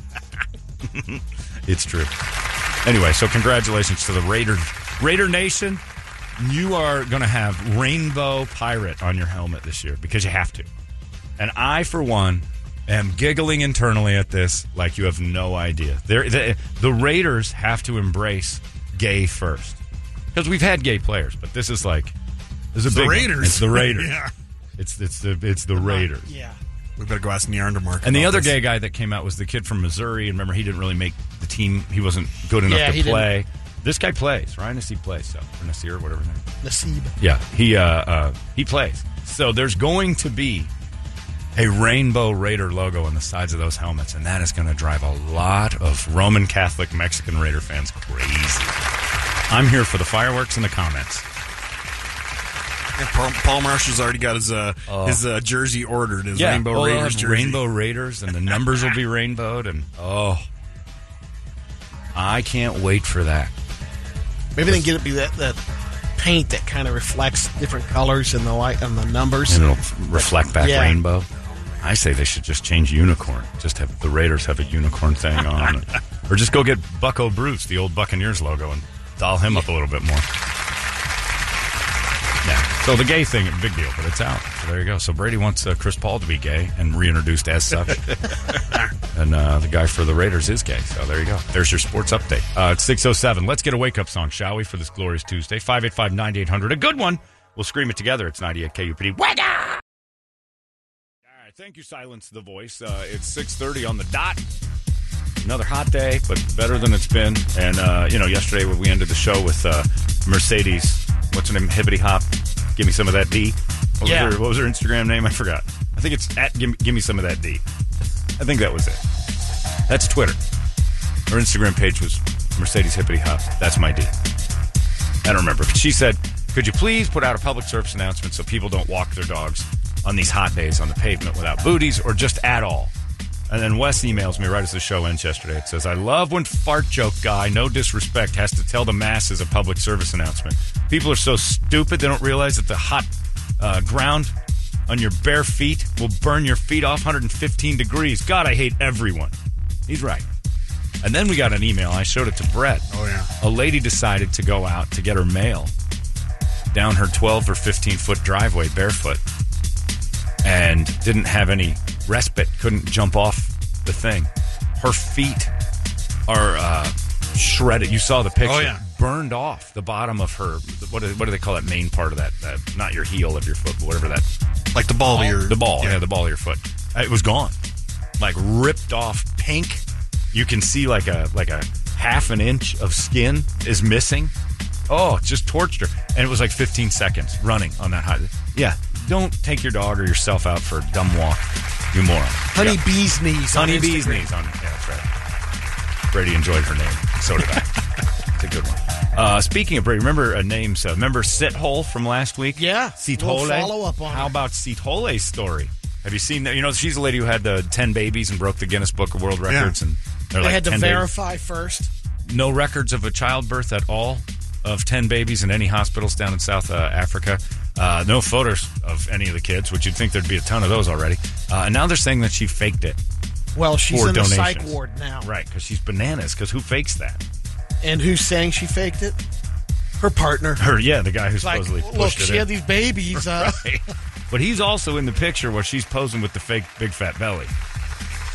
[SPEAKER 1] it's true. Anyway, so congratulations to the Raider Raider Nation. You are going to have rainbow pirate on your helmet this year because you have to. And I, for one, am giggling internally at this like you have no idea. They're, the- the Raiders have to embrace gay first because we've had gay players, but this is like this is a
[SPEAKER 3] The
[SPEAKER 1] big one.
[SPEAKER 3] Raiders.
[SPEAKER 1] It's the Raiders.
[SPEAKER 3] yeah.
[SPEAKER 1] It's it's the it's the Raiders.
[SPEAKER 2] Yeah.
[SPEAKER 3] We better go ask Near Undermark.
[SPEAKER 1] And the
[SPEAKER 3] about
[SPEAKER 1] other
[SPEAKER 3] this.
[SPEAKER 1] gay guy that came out was the kid from Missouri. And remember, he didn't really make the team. He wasn't good enough
[SPEAKER 2] Yeah,
[SPEAKER 1] to
[SPEAKER 2] he
[SPEAKER 1] play. This guy plays. Ryan Nasir plays. So or Nasir, whatever his name. is.
[SPEAKER 2] Nasib.
[SPEAKER 1] Yeah, he uh, uh, he plays. So there's going to be a rainbow Raider logo on the sides of those helmets, and that is going to drive a lot of Roman Catholic Mexican Raider fans crazy. I'm here for the fireworks and the comments.
[SPEAKER 3] Yeah, Paul, Paul Marshall's already got his uh, his uh, jersey ordered. His Rainbow
[SPEAKER 1] oh, they'll
[SPEAKER 3] Raiders
[SPEAKER 1] have
[SPEAKER 3] jersey.
[SPEAKER 1] Rainbow Raiders, and the numbers will be rainbowed, and oh, I can't wait for that.
[SPEAKER 2] Maybe they can get it be that, that paint that kind of reflects different colors and the light and the numbers.
[SPEAKER 1] and it'll f- reflect back
[SPEAKER 2] Yeah.
[SPEAKER 1] rainbow. I say they should just change unicorn. Just have the Raiders have a unicorn thing on, or just go get Bucko Bruce, the old Buccaneers logo, and doll him up a little bit more. Yeah. So the gay thing, big deal, but it's out. So there you go. So Brady wants uh, Chris Paul to be gay and reintroduced as such, and uh, the guy for the Raiders is gay. So there you go. There's your sports update. Uh, it's six oh seven. Let's get a wake up song, shall we, for this glorious Tuesday? 585-9800. A good one. We'll scream it together. It's ninety eight KUPD. Wake up! All right, thank you, Silence the Voice. Uh, it's six thirty on the dot. Another hot day, but better than it's been. And uh, you know, yesterday we ended the show with uh, Mercedes. What's her name? Hibbity Hop. Give me some of that D. What was,
[SPEAKER 2] Yeah.
[SPEAKER 1] her, what was her Instagram name? I forgot. I think it's at give, give me some of that D. I think that was it. That's Twitter. Her Instagram page was Mercedes Hippity Hop. That's my D. I don't remember. But she said, could you please put out a public service announcement so people don't walk their dogs on these hot days on the pavement without booties or just at all? And then Wes emails me right as the show ends yesterday. It says, I love when fart joke guy, no disrespect, has to tell the masses a public service announcement. People are so stupid they don't realize that the hot uh, ground on your bare feet will burn your feet off 115 degrees. God, I hate everyone. He's right. And then we got an email. I showed it to Brett.
[SPEAKER 3] Oh, yeah.
[SPEAKER 1] A lady decided to go out to get her mail down her 12 or 15 foot driveway barefoot and didn't have any respite, couldn't jump off the thing. Her feet are uh, shredded. You saw the picture.
[SPEAKER 3] Oh, yeah.
[SPEAKER 1] Burned off the bottom of her, what do, what do they call that main part of that? Uh, not your heel of your foot, but whatever that
[SPEAKER 3] like the ball, of your
[SPEAKER 1] Oh, the ball, yeah.
[SPEAKER 3] Yeah,
[SPEAKER 1] the ball of your foot. Uh, It was gone, like ripped off, pink. You can see like a like a half an inch of skin is missing. Oh, it just torched her, and it was like 15 seconds running on that high. Yeah, don't take your dog or yourself out for a dumb walk, you moron.
[SPEAKER 2] Honey bees knees. on
[SPEAKER 1] Honey
[SPEAKER 2] Instagram.
[SPEAKER 1] Bee's knees on. Yeah, that's right. Brady enjoyed her name. So did I. it's a good one. Uh, speaking of Brady, remember uh, names? Uh, remember Sithole from last week?
[SPEAKER 2] Yeah.
[SPEAKER 1] Sithole.
[SPEAKER 2] We'll follow up on
[SPEAKER 1] How
[SPEAKER 2] her.
[SPEAKER 1] about Sithole's story? Have you seen that? You know, she's the lady who had the ten babies and broke the Guinness Book of World Records, and they're
[SPEAKER 2] They
[SPEAKER 1] like
[SPEAKER 2] had to
[SPEAKER 1] 10 babies.
[SPEAKER 2] verify first.
[SPEAKER 1] no records of a childbirth at all of 10 babies in any hospitals down in South uh, Africa. Uh, no photos of any of the kids, which you'd think there'd be a ton of those already. Uh, and now they're saying that she faked it.
[SPEAKER 2] Well, she's
[SPEAKER 1] For
[SPEAKER 2] in the psych
[SPEAKER 1] donations.
[SPEAKER 2] ward now.
[SPEAKER 1] Right, because she's bananas. Because who fakes that?
[SPEAKER 2] And who's saying she faked it? Her partner.
[SPEAKER 1] Her, yeah, the guy who
[SPEAKER 2] Like,
[SPEAKER 1] supposedly
[SPEAKER 2] look,
[SPEAKER 1] pushed it.
[SPEAKER 2] she
[SPEAKER 1] in.
[SPEAKER 2] had these babies. Uh,
[SPEAKER 1] but he's also in the picture where she's posing with the fake big fat belly.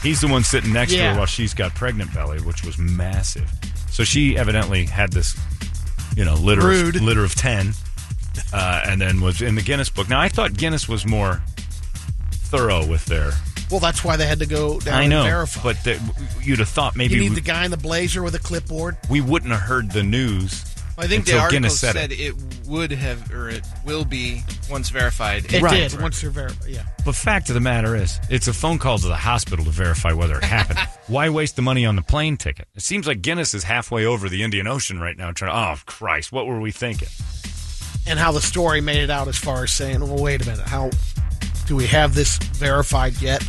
[SPEAKER 1] He's the one sitting next to
[SPEAKER 2] Yeah.
[SPEAKER 1] her while she's got pregnant belly, which was massive. So she evidently had this, you know, litter
[SPEAKER 2] Brood.
[SPEAKER 1] of, litter of ten, uh, and then was in the Guinness book. Now I thought Guinness was more thorough with their.
[SPEAKER 2] Well, that's why they had to go down
[SPEAKER 1] I know,
[SPEAKER 2] and verify.
[SPEAKER 1] but the, you'd have thought maybe
[SPEAKER 2] you need
[SPEAKER 1] we-
[SPEAKER 2] the guy in the blazer with a clipboard.
[SPEAKER 1] we wouldn't have heard the news
[SPEAKER 6] I think the
[SPEAKER 1] Until
[SPEAKER 6] article
[SPEAKER 1] Guinness said
[SPEAKER 6] said, it would have or it will be once verified.
[SPEAKER 2] It
[SPEAKER 1] Right.
[SPEAKER 2] did once they're ver- yeah.
[SPEAKER 1] But fact of the matter is, it's a phone call to the hospital to verify whether it happened. Why waste the money on the plane ticket? It seems like Guinness is halfway over the Indian Ocean right now. Trying, to, oh Christ, what were we thinking?
[SPEAKER 2] And how the story made it out as far as saying, well, wait a minute, how do we have this verified yet?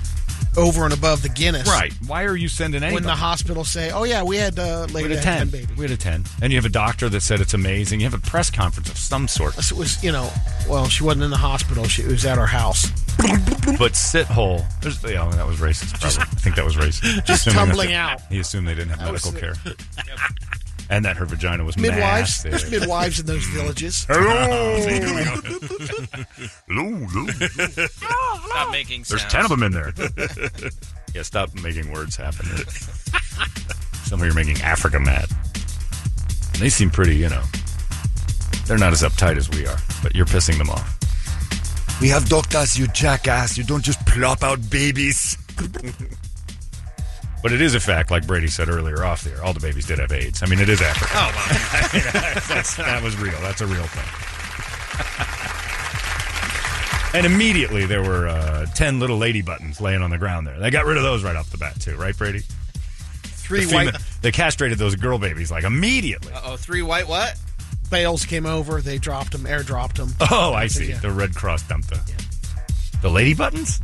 [SPEAKER 2] Over and above the Guinness,
[SPEAKER 1] Right? Why are you sending anybody?
[SPEAKER 2] When the hospital say, "Oh yeah, we had uh,
[SPEAKER 1] we
[SPEAKER 2] lady
[SPEAKER 1] had a
[SPEAKER 2] that
[SPEAKER 1] ten.
[SPEAKER 2] had baby,"
[SPEAKER 1] We had a ten, and you have a doctor that said it's amazing. You have a press conference of some sort.
[SPEAKER 2] So it was you know, well, she wasn't in the hospital; she was at our house,
[SPEAKER 1] But sithole, there's, yeah, that was racist. Probably. I think that was racist. Just
[SPEAKER 2] tumbling out.
[SPEAKER 1] He assumed they didn't have medical
[SPEAKER 2] was
[SPEAKER 1] care, and that her vagina was
[SPEAKER 2] midwives.
[SPEAKER 1] massive.
[SPEAKER 2] There's midwives in those villages.
[SPEAKER 5] Lou, Lou.
[SPEAKER 6] Stop making
[SPEAKER 5] There's
[SPEAKER 6] sounds.
[SPEAKER 5] 10 of them in there.
[SPEAKER 1] Yeah, stop making words happen. Some of you are making Africa mad. And they seem pretty, you know. They're not as uptight as we are, but you're pissing them off.
[SPEAKER 4] We have doctors, you jackass. You don't just plop out babies.
[SPEAKER 1] But it is a fact, like Brady said earlier off there, all the babies did have AIDS. I mean, it is Africa. Oh, that was real. That's a real thing. and immediately there were uh, 10 little lady buttons laying on the ground there. They got rid of those right off the bat, too, right, Brady?
[SPEAKER 2] Three
[SPEAKER 1] The
[SPEAKER 2] white
[SPEAKER 1] fema- they castrated those girl babies, like, immediately.
[SPEAKER 6] Oh, three white what?
[SPEAKER 2] bales came over. They dropped them, airdropped them.
[SPEAKER 1] Oh, I see.
[SPEAKER 2] Yeah.
[SPEAKER 1] The Red Cross dumped the the lady buttons.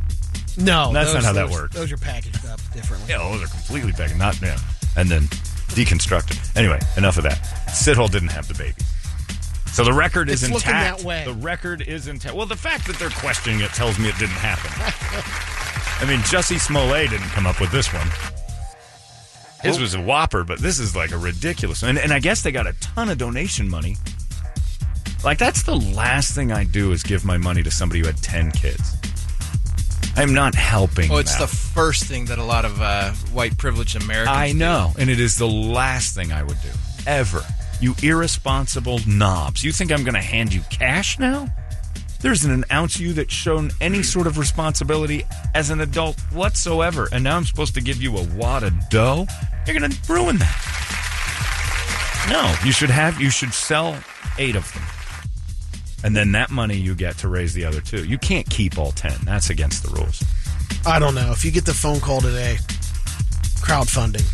[SPEAKER 2] No,
[SPEAKER 1] That's not
[SPEAKER 2] those-
[SPEAKER 1] how that
[SPEAKER 2] those-
[SPEAKER 1] works.
[SPEAKER 2] Those are packaged up differently.
[SPEAKER 1] Yeah, those are completely back, not yeah. and then deconstructed. Anyway, enough of that. Sithole didn't have the baby, so the record is
[SPEAKER 2] It's looking
[SPEAKER 1] intact.
[SPEAKER 2] that way.
[SPEAKER 1] The record is intact. Well, the fact that they're questioning it tells me it didn't happen. I mean, Jussie Smollett didn't come up with this one. His was a whopper, but this is like a ridiculous. And, and I guess they got a ton of donation money. Like that's the last thing I do is give my money to somebody who had ten kids. I'm not helping.
[SPEAKER 6] Oh, it's
[SPEAKER 1] them
[SPEAKER 6] the
[SPEAKER 1] out.
[SPEAKER 6] first thing that a lot of uh, white privileged Americans.
[SPEAKER 1] I know, and it is the last thing I would do ever. You irresponsible knobs! You think I'm going to hand you cash now? There isn't an ounce of you that's shown any sort of responsibility as an adult whatsoever, and now I'm supposed to give you a wad of dough? You're going to ruin that. No, you should have. You should sell eight of them, and then that money you get to raise the other two. You can't keep all ten. That's against the rules.
[SPEAKER 2] I don't know. If you get the phone call today, crowdfunding,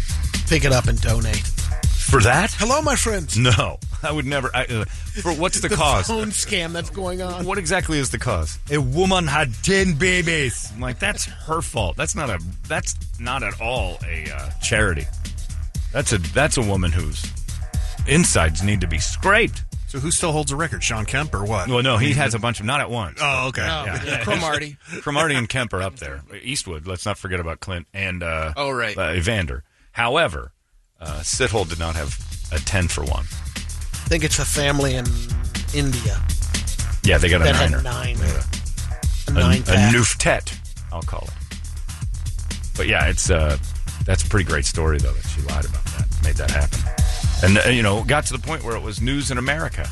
[SPEAKER 2] pick it up and donate.
[SPEAKER 1] For that?
[SPEAKER 2] Hello, my friends.
[SPEAKER 1] No, I would never. I, uh, for what's the,
[SPEAKER 2] The
[SPEAKER 1] cause?
[SPEAKER 2] phone scam that's going on.
[SPEAKER 1] What exactly is the cause? A woman had ten babies. I'm like, that's her fault. That's not a. That's not at all a uh, charity. That's a. That's a woman whose insides need to be scraped.
[SPEAKER 3] So who still holds the record? Sean Kemp or what?
[SPEAKER 1] Well, no, he has a bunch of not at once.
[SPEAKER 3] Oh, okay.
[SPEAKER 6] Cromarty.
[SPEAKER 1] Cromarty and Kemp are up there. Eastwood. Let's not forget about Clint and. Uh,
[SPEAKER 6] Oh, right.
[SPEAKER 1] Uh, Evander. However, uh, Sithole did not have a ten for one.
[SPEAKER 2] I think it's a family in India
[SPEAKER 1] Yeah, they got a
[SPEAKER 2] that
[SPEAKER 1] niner.
[SPEAKER 2] had nine. A
[SPEAKER 1] a,
[SPEAKER 2] nine
[SPEAKER 1] a
[SPEAKER 2] pack.
[SPEAKER 1] nooftet, I'll call it. But yeah, it's uh, that's a pretty great story though that she lied about that, made that happen, and uh, you know it got to the point where it was news in America,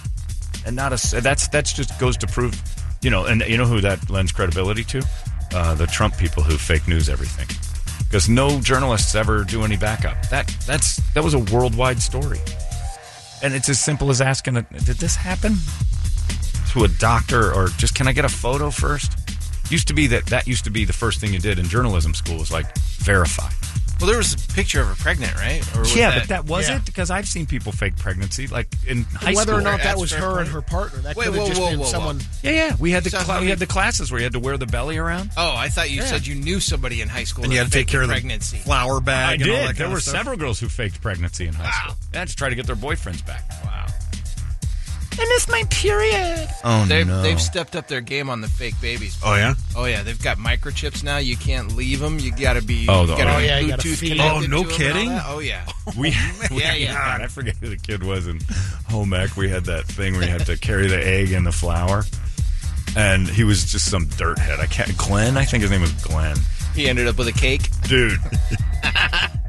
[SPEAKER 1] and not a s- that's that's just goes to prove, you know, and you know who that lends credibility to, uh, the Trump people who fake news everything, because no journalists ever do any backup. That that's that was a worldwide story, and it's as simple as asking, did this happen? to a doctor or just can I get a photo first? Used to be that that used to be the first thing you did in journalism school was like verify.
[SPEAKER 6] Well, there was a picture of her pregnant, right? Or was that,
[SPEAKER 1] was it because I've seen people fake pregnancy like in high
[SPEAKER 2] Whether or
[SPEAKER 1] school.
[SPEAKER 2] not that
[SPEAKER 6] That's
[SPEAKER 2] was
[SPEAKER 6] fair
[SPEAKER 2] her
[SPEAKER 6] point.
[SPEAKER 2] and her partner, that
[SPEAKER 6] Wait,
[SPEAKER 2] could have
[SPEAKER 6] whoa,
[SPEAKER 2] just
[SPEAKER 6] whoa,
[SPEAKER 2] been
[SPEAKER 6] whoa, whoa.
[SPEAKER 2] someone.
[SPEAKER 1] yeah, yeah, we had the
[SPEAKER 6] So
[SPEAKER 1] cla-
[SPEAKER 6] how
[SPEAKER 1] we
[SPEAKER 6] many-
[SPEAKER 1] had the classes where you had to wear the belly around.
[SPEAKER 6] Oh, I thought you said you knew somebody in high school
[SPEAKER 3] And you
[SPEAKER 6] that
[SPEAKER 3] had to take
[SPEAKER 6] faked
[SPEAKER 3] care of the
[SPEAKER 6] pregnancy.
[SPEAKER 3] flower bag. and all that
[SPEAKER 1] There
[SPEAKER 3] kind
[SPEAKER 1] were
[SPEAKER 3] of stuff.
[SPEAKER 1] several girls who faked pregnancy in high school. Yeah, to try to get their boyfriends back.
[SPEAKER 6] wow.
[SPEAKER 1] I missed my period. Oh
[SPEAKER 6] They've,
[SPEAKER 1] no!
[SPEAKER 6] they've stepped up their game on the fake babies.
[SPEAKER 3] Oh yeah.
[SPEAKER 6] Oh yeah, they've got microchips now. You can't leave them. You got to be.
[SPEAKER 1] Oh, the-
[SPEAKER 6] you gotta
[SPEAKER 1] oh,
[SPEAKER 6] be
[SPEAKER 2] yeah, you gotta
[SPEAKER 6] Bluetooth
[SPEAKER 2] feed 'em.
[SPEAKER 6] connected
[SPEAKER 3] Oh, no
[SPEAKER 6] to 'em and all
[SPEAKER 3] kidding?
[SPEAKER 6] that. Oh yeah.
[SPEAKER 1] We,
[SPEAKER 6] Yeah, yeah.
[SPEAKER 1] God, I forget who the kid was in home ec. We had that thing where you had to carry the egg and the flour, and he was just some dirthead. I can't. Glenn, I think his name was Glenn.
[SPEAKER 6] He ended up with a cake.
[SPEAKER 1] Dude,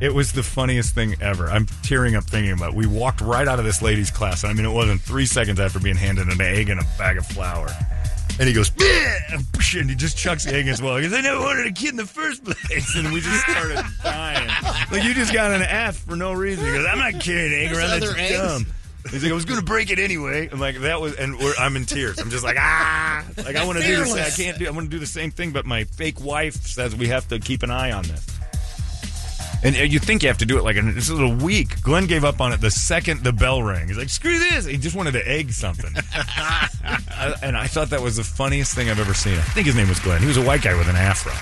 [SPEAKER 1] it was the funniest thing ever. I'm tearing up thinking about. It. We walked right out of this lady's class. and I mean, it wasn't three seconds after being handed an egg and a bag of flour. And he goes, "Bleh!" and he just chucks the egg as well. He goes, I never wanted a kid in the first place. And we just started dying. Like, you just got an F for no reason. He goes, I'm not carrying an egg
[SPEAKER 6] There's
[SPEAKER 1] around.
[SPEAKER 6] other
[SPEAKER 1] That's
[SPEAKER 6] eggs?
[SPEAKER 1] dumb. He's like, I was going to break it anyway. I'm like, that was, and we're, I'm in tears. I'm just like, ah, like I want to do this. I can't do. I want to do the same thing, but my fake wife says we have to keep an eye on this. And uh, you think you have to do it like in- this is a week. Glenn gave up on it the second the bell rang. He's like, screw this. He just wanted to egg something. I- and I thought that was the funniest thing I've ever seen. I think his name was Glenn. He was a white guy with an afro.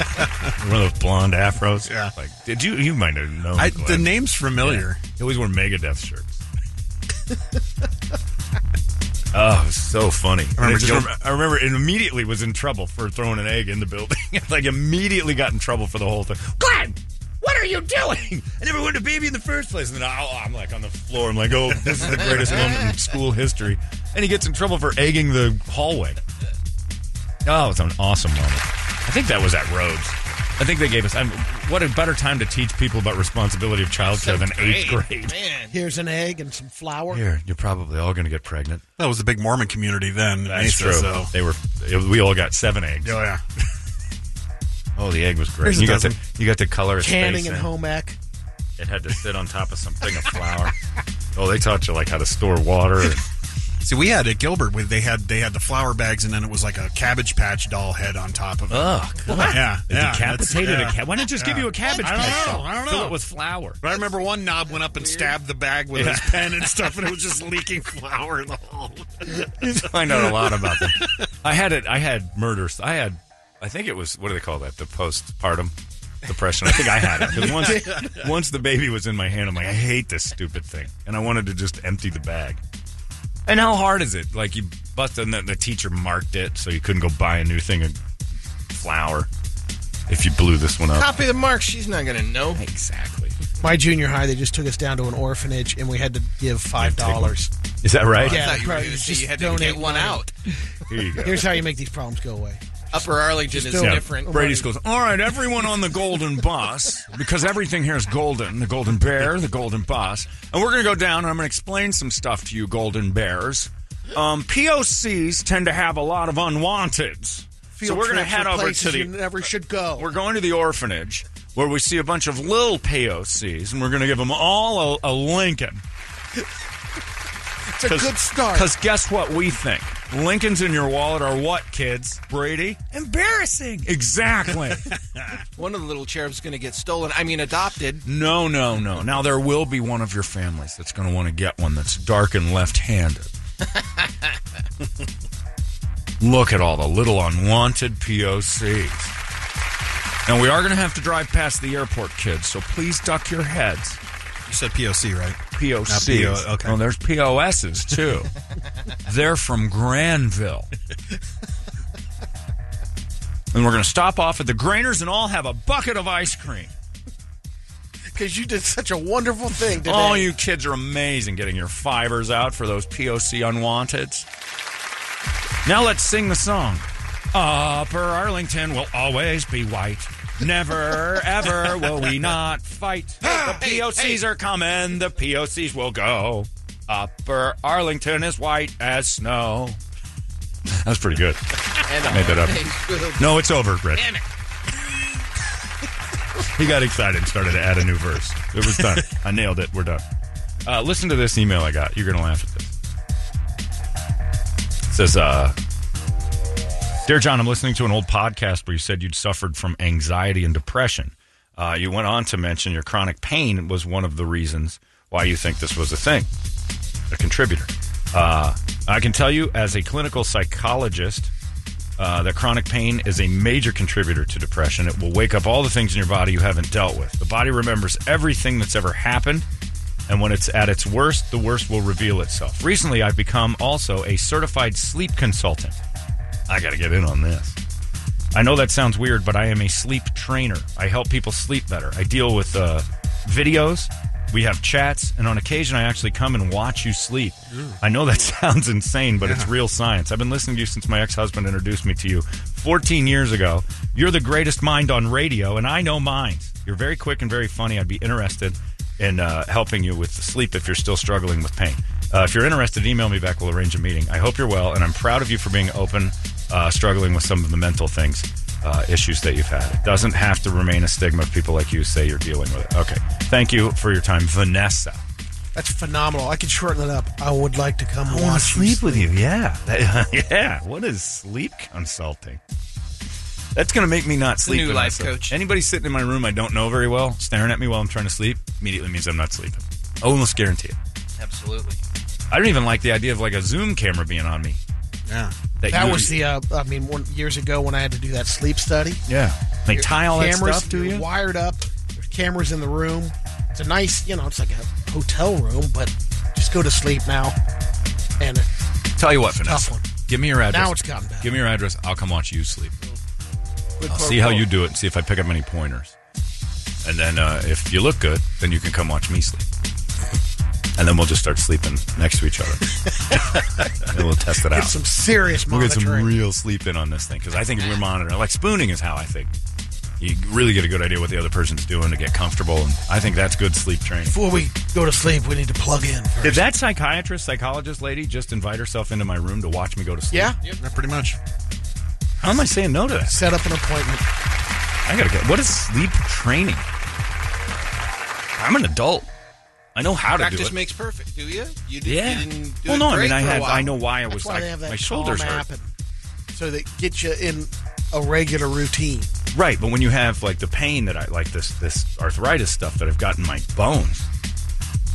[SPEAKER 1] One of those blonde afros.
[SPEAKER 3] Yeah.
[SPEAKER 1] Like, did you? You might have known.
[SPEAKER 3] I,
[SPEAKER 1] Glenn.
[SPEAKER 3] the name's familiar.
[SPEAKER 1] He always wore Megadeth shirts. oh, it was so funny. I
[SPEAKER 3] remember
[SPEAKER 1] remember,
[SPEAKER 3] just-
[SPEAKER 1] I remember it immediately was in trouble for throwing an egg in the building. like, immediately got in trouble for the whole thing. Glenn! What are you doing? I never wanted a baby in the first place. And then I, I'm like on the floor. I'm like, oh, this is the greatest moment in school history. And he gets in trouble for egging the hallway. Oh, it's an awesome moment. I think that was at Rhodes. I think they gave us. I'm, what a better time to teach people about responsibility of childcare than eighth grade.
[SPEAKER 6] Man.
[SPEAKER 2] Here's an egg and some flour.
[SPEAKER 1] Here, you're probably all going to get pregnant.
[SPEAKER 3] That was the big Mormon community then. in Mesa, so-
[SPEAKER 1] They were. it- we all got seven eggs.
[SPEAKER 3] Oh yeah.
[SPEAKER 1] Oh, the egg was great.
[SPEAKER 3] Here's a
[SPEAKER 1] You got, to,
[SPEAKER 3] dozen.
[SPEAKER 1] you got to color its
[SPEAKER 2] Canning
[SPEAKER 1] face
[SPEAKER 2] and
[SPEAKER 1] in.
[SPEAKER 2] home ec.
[SPEAKER 1] It had to sit on top of something of flour. oh, they taught you like how to store water. And,
[SPEAKER 3] See, we had at Gilbert. We, they had they had the flour bags, and then it was like a cabbage patch doll head on top of it.
[SPEAKER 1] oh,
[SPEAKER 3] Yeah,
[SPEAKER 1] They
[SPEAKER 3] yeah,
[SPEAKER 1] decapitated
[SPEAKER 3] that's-
[SPEAKER 1] a cat. Why not just give you a cabbage?
[SPEAKER 3] I don't
[SPEAKER 1] patch
[SPEAKER 3] know,
[SPEAKER 1] doll?
[SPEAKER 3] I don't
[SPEAKER 1] Fill
[SPEAKER 3] know.
[SPEAKER 1] it with flour.
[SPEAKER 3] But I remember one knob went up and stabbed the bag with his pen and stuff, and it was just leaking flour in the hole.
[SPEAKER 1] You find out a lot about them. I had it. I had murders. I had. I think it was. What do they call that? The postpartum depression. I think I had it 'Cause once once the baby was in my hand, I'm like, I hate this stupid thing, and I wanted to just empty the bag. And how hard is it? Like you busted, and the, the teacher marked it, so you couldn't go buy a new thing of flour if you blew this one up.
[SPEAKER 6] Copy the mark. She's not going to know.
[SPEAKER 1] Exactly.
[SPEAKER 2] My junior high, they just took us down to an orphanage and we had to give five
[SPEAKER 1] take one.
[SPEAKER 2] dollars.
[SPEAKER 1] Is that right?
[SPEAKER 2] Yeah,
[SPEAKER 6] I thought you were
[SPEAKER 2] right,
[SPEAKER 6] going to
[SPEAKER 2] just
[SPEAKER 6] say you had to
[SPEAKER 2] donate
[SPEAKER 6] get one
[SPEAKER 2] money.
[SPEAKER 6] out.
[SPEAKER 1] Here you go.
[SPEAKER 2] Here's how you make these problems go away.
[SPEAKER 6] Upper Arlington is
[SPEAKER 2] don't-
[SPEAKER 6] different.
[SPEAKER 1] Brady's goes, all right, everyone on the golden bus, because everything here is golden, the golden bear, the golden bus. And we're going to go down and I'm going to explain some stuff to you, golden bears. Um, POCs tend to have a lot of unwanteds. so we're going to
[SPEAKER 2] trips
[SPEAKER 1] head
[SPEAKER 2] are
[SPEAKER 1] over to
[SPEAKER 2] places
[SPEAKER 1] the
[SPEAKER 2] you never should go.
[SPEAKER 1] we're going to the orphanage where we see a bunch of little POCs, and we're going to give them all a, a Lincoln. it's a
[SPEAKER 2] good start.
[SPEAKER 1] Because guess what we think? Lincolns in your wallet are what, kids? Brady? Embarrassing. Exactly.
[SPEAKER 6] One of the little cherubs going to get stolen. I mean, adopted.
[SPEAKER 1] no, no, no. Now, there will be one of your families that's going to want to get one that's dark and left handed. Look at all the little unwanted POCs. And we are going to have to drive past the airport, kids, so please duck your heads.
[SPEAKER 3] You said POC, right?
[SPEAKER 1] POCs.
[SPEAKER 3] Not PO, okay.
[SPEAKER 1] Oh, there's POSs, too. They're from Granville. and we're going to stop off at the Grainers and all have a bucket of ice cream.
[SPEAKER 2] Because you did such a wonderful thing today.
[SPEAKER 1] All Oh, you kids are amazing getting your fivers out for those POC unwanteds. Now let's sing the song. Upper Arlington will always be white. Never, ever will we not fight. The POCs are coming, the POCs will go. Upper Arlington is white as snow. That's pretty good.
[SPEAKER 6] And
[SPEAKER 1] Made that up.
[SPEAKER 6] up.
[SPEAKER 1] No, it's over, Brett.
[SPEAKER 6] Damn it.
[SPEAKER 1] He got excited and started to add a new verse. It was done. I nailed it. We're done. Uh, listen to this email I got. You're going to laugh at this. It says, uh, Dear John, I'm listening to an old podcast where you said you'd suffered from anxiety and depression. Uh, you went on to mention your chronic pain was one of the reasons why you think this was a thing, a contributor. Uh, I can tell you, as a clinical psychologist, uh, that chronic pain is a major contributor to depression. It will wake up all the things in your body you haven't dealt with. The body remembers everything that's ever happened, and when it's at its worst, the worst will reveal itself. Recently, I've become also a certified sleep consultant. I got to get in on this. I know that sounds weird, but I am a sleep trainer. I help people sleep better. I deal with uh, videos. We have chats, and on occasion, I actually come and watch you sleep. I know that sounds insane, but it's real science. I've been listening to you since my ex husband introduced me to you 14 years ago. You're the greatest mind on radio, and I know minds. You're very quick and very funny. I'd be interested in uh, helping you with the sleep if you're still struggling with pain. Uh, if you're interested, email me back. We'll arrange a meeting. I hope you're well, and I'm proud of you for being open, uh, struggling with some of the mental things, uh, issues that you've had. It doesn't have to remain a stigma if people like you say you're dealing with it. Okay. Thank you for your time, Vanessa.
[SPEAKER 2] That's phenomenal. I could shorten it up. I would like to come watch you
[SPEAKER 1] with you. Yeah. yeah. What is sleep consulting? That's going to make me not sleep.
[SPEAKER 6] new
[SPEAKER 1] with
[SPEAKER 6] life
[SPEAKER 1] myself.
[SPEAKER 6] coach.
[SPEAKER 1] Anybody sitting in my room I don't know very well, staring at me while I'm trying to sleep, immediately means I'm not sleeping. Almost guarantee it.
[SPEAKER 6] Absolutely.
[SPEAKER 1] I don't even like the idea of like a Zoom camera being on me.
[SPEAKER 3] Yeah.
[SPEAKER 2] That
[SPEAKER 1] you-
[SPEAKER 2] was the, uh, I mean, one, years ago when I had to do that sleep study.
[SPEAKER 1] yeah. They tie all that
[SPEAKER 2] cameras
[SPEAKER 1] stuff to
[SPEAKER 2] you're
[SPEAKER 1] you.
[SPEAKER 2] wired up. There's cameras in the room. It's a nice, you know, it's like a hotel room, but just go to sleep now. And
[SPEAKER 1] Tell you what, Vanessa,
[SPEAKER 2] one.
[SPEAKER 1] give me your address.
[SPEAKER 2] Now it's gotten better.
[SPEAKER 1] Give me your address. I'll come watch you sleep.
[SPEAKER 6] Quid
[SPEAKER 1] I'll
[SPEAKER 6] pro
[SPEAKER 1] see how
[SPEAKER 6] quo.
[SPEAKER 1] you do it and see if I pick up any pointers. And then uh, if you look good, then you can come watch me sleep. And then we'll just start sleeping next to each other. and we'll test it
[SPEAKER 2] get
[SPEAKER 1] out.
[SPEAKER 2] some serious
[SPEAKER 1] we'll get
[SPEAKER 2] monitoring.
[SPEAKER 1] some real sleep in on this thing because I think we're monitoring. Like spooning is how I think. You really get a good idea what the other person's doing to get comfortable. And I think that's good sleep training.
[SPEAKER 2] Before we go to sleep, we need to plug in first.
[SPEAKER 1] Did that psychiatrist, psychologist lady just invite herself into my room to watch me go to sleep?
[SPEAKER 2] Yeah?
[SPEAKER 3] Yeah, pretty much.
[SPEAKER 1] How am I saying no to that?
[SPEAKER 2] Set up an appointment.
[SPEAKER 1] I gotta get. What is sleep training? I'm an adult. I know how to do
[SPEAKER 6] Practice
[SPEAKER 1] it.
[SPEAKER 6] makes perfect, do you? You, did,
[SPEAKER 1] yeah.
[SPEAKER 6] you didn't do
[SPEAKER 1] well,
[SPEAKER 6] it
[SPEAKER 1] no. I
[SPEAKER 6] great
[SPEAKER 1] mean, I
[SPEAKER 6] for a
[SPEAKER 1] had.
[SPEAKER 6] while.
[SPEAKER 1] I know why I was
[SPEAKER 2] That's why
[SPEAKER 1] like
[SPEAKER 2] they have that
[SPEAKER 1] my shoulders
[SPEAKER 2] calm app
[SPEAKER 1] hurt.
[SPEAKER 2] and, so that get you in a regular routine.
[SPEAKER 1] Right, but when you have like the pain that I like this this arthritis stuff that I've got in my bones,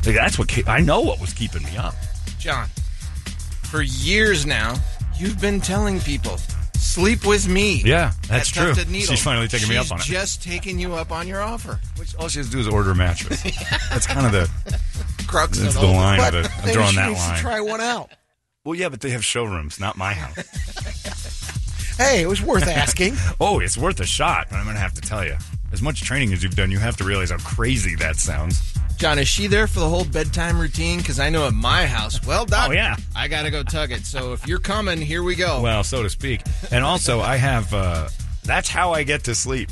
[SPEAKER 1] like, that's what ke- I know what was keeping me up.
[SPEAKER 6] John, for years now, you've been telling people, sleep with me.
[SPEAKER 1] Yeah,
[SPEAKER 6] At
[SPEAKER 1] that's true.
[SPEAKER 6] Tufted Needle.
[SPEAKER 1] She's finally taking me up on it.
[SPEAKER 6] She's just taking you up on your offer.
[SPEAKER 1] Which all she has to do is order a mattress. that's kind of the
[SPEAKER 6] Crux
[SPEAKER 1] that's
[SPEAKER 6] of
[SPEAKER 1] the
[SPEAKER 6] all.
[SPEAKER 1] line
[SPEAKER 2] But
[SPEAKER 1] of it. I'm
[SPEAKER 2] maybe
[SPEAKER 1] drawing
[SPEAKER 2] she
[SPEAKER 1] that
[SPEAKER 2] needs to
[SPEAKER 1] line.
[SPEAKER 2] try one out.
[SPEAKER 1] well, yeah, but they have showrooms, not my house.
[SPEAKER 2] Hey, it was worth asking.
[SPEAKER 1] Oh, it's worth a shot, but I'm going to have to tell you. As much training as you've done, you have to realize how crazy that sounds.
[SPEAKER 6] John, is she there for the whole bedtime routine? Because I know at my house, well, Doc,
[SPEAKER 1] Oh, yeah.
[SPEAKER 6] I got to go tug it. So if you're coming, here we go.
[SPEAKER 1] Well, so to speak. And also, I have uh, that's how I get to sleep.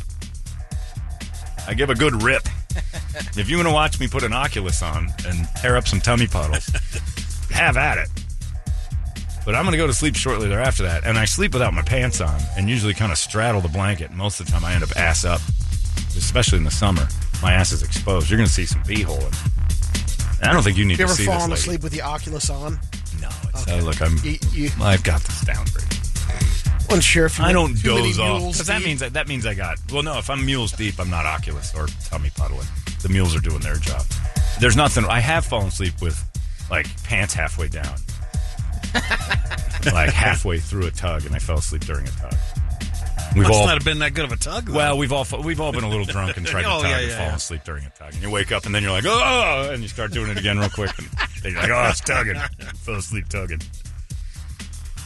[SPEAKER 1] I give a good rip. If you want to watch me put an Oculus on and tear up some tummy puddles, have at it. But I'm going to go to sleep shortly thereafter that. And I sleep without my pants on and usually kind of straddle the blanket. Most of the time, I end up ass up, especially in the summer. My ass is exposed. You're going to see some pee hole in it. And I don't think you need
[SPEAKER 2] you ever
[SPEAKER 1] to see this.
[SPEAKER 2] fallen
[SPEAKER 1] lady.
[SPEAKER 2] asleep with the Oculus on?
[SPEAKER 1] No, it's, uh, look, I'm,
[SPEAKER 2] You, you
[SPEAKER 1] I've got this down, Brady.
[SPEAKER 2] wasn't sure if you
[SPEAKER 1] I
[SPEAKER 2] were
[SPEAKER 1] don't
[SPEAKER 2] too many
[SPEAKER 1] doze off
[SPEAKER 2] mules
[SPEAKER 1] because that
[SPEAKER 2] deep.
[SPEAKER 1] means that, that means I got. Well, no, if I'm mules deep, I'm not Oculus or tummy puddling. The mules are doing their job. There's nothing. I have fallen asleep with like pants halfway down, like halfway through a tug, and I fell asleep during a tug. We've
[SPEAKER 3] Must
[SPEAKER 1] all
[SPEAKER 3] not have been that good of a tug. Though.
[SPEAKER 1] well, we've all fa- we've all been a little drunk and tried to
[SPEAKER 3] Oh,
[SPEAKER 1] tug
[SPEAKER 3] yeah,
[SPEAKER 1] and
[SPEAKER 3] yeah,
[SPEAKER 1] fall
[SPEAKER 3] yeah.
[SPEAKER 1] asleep during a tug, and you wake up and then you're like, oh, and you start doing it again real quick, and then you're like, oh, it's tugging, fell asleep tugging.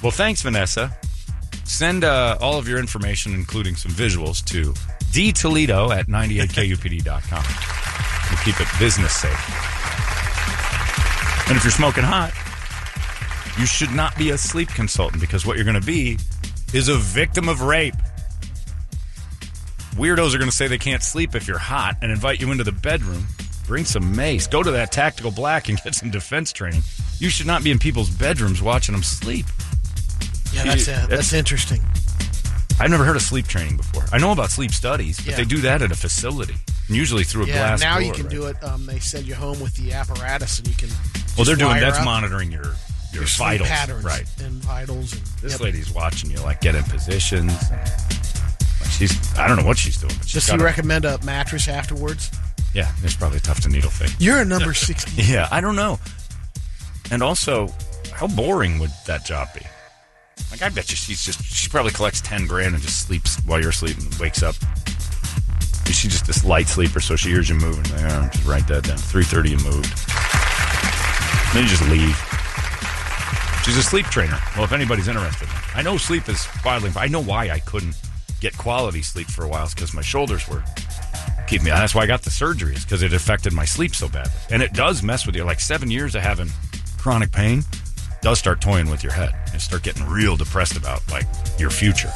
[SPEAKER 1] Well, thanks, Vanessa. Send uh, all of your information, including some visuals, to dtoledo at 98kupd.com. We'll keep it business safe. And if you're smoking hot, you should not be a sleep consultant because what you're going to be is a victim of rape. Weirdos are going to say they can't sleep if you're hot and invite you into the bedroom. Bring some mace. Go to that tactical black and get some defense training. You should not be in people's bedrooms watching them sleep.
[SPEAKER 2] Yeah, that's uh, that's interesting.
[SPEAKER 1] I've never heard of sleep training before. I know about sleep studies, but
[SPEAKER 2] Yeah.
[SPEAKER 1] they do that at a facility, and usually through a
[SPEAKER 2] Yeah,
[SPEAKER 1] glass.
[SPEAKER 2] now you
[SPEAKER 1] door,
[SPEAKER 2] can
[SPEAKER 1] right?
[SPEAKER 2] do it. Um, they send you home with the apparatus, and you can.
[SPEAKER 1] Well, they're doing
[SPEAKER 2] wire
[SPEAKER 1] that's
[SPEAKER 2] up
[SPEAKER 1] monitoring your your,
[SPEAKER 2] your sleep
[SPEAKER 1] vitals,
[SPEAKER 2] patterns,
[SPEAKER 1] right?
[SPEAKER 2] And vitals, and
[SPEAKER 1] This
[SPEAKER 2] yep.
[SPEAKER 1] lady's watching you, like get in positions. And, like she's I don't know what she's doing, but she's
[SPEAKER 2] Does he
[SPEAKER 1] got a-
[SPEAKER 2] recommend a mattress afterwards?
[SPEAKER 1] yeah, it's probably a tough to needle thing.
[SPEAKER 2] You're a number sixty.
[SPEAKER 1] Yeah, I don't know. And also, how boring would that job be? Like, I bet you she's just, she probably collects 10 grand and just sleeps while you're sleeping and wakes up. Is she just this light sleeper, so she hears you moving. Like, oh, just write that down. 3.30 you moved. Then you just leave. She's a sleep trainer. Well, if anybody's interested. I know sleep is bottling. I know why I couldn't get quality sleep for a while. It's because my shoulders were keep me. That's why I got the surgery is because it affected my sleep so badly, and it does mess with you. Like seven years of having chronic pain does start toying with your head and start getting real depressed about like your future.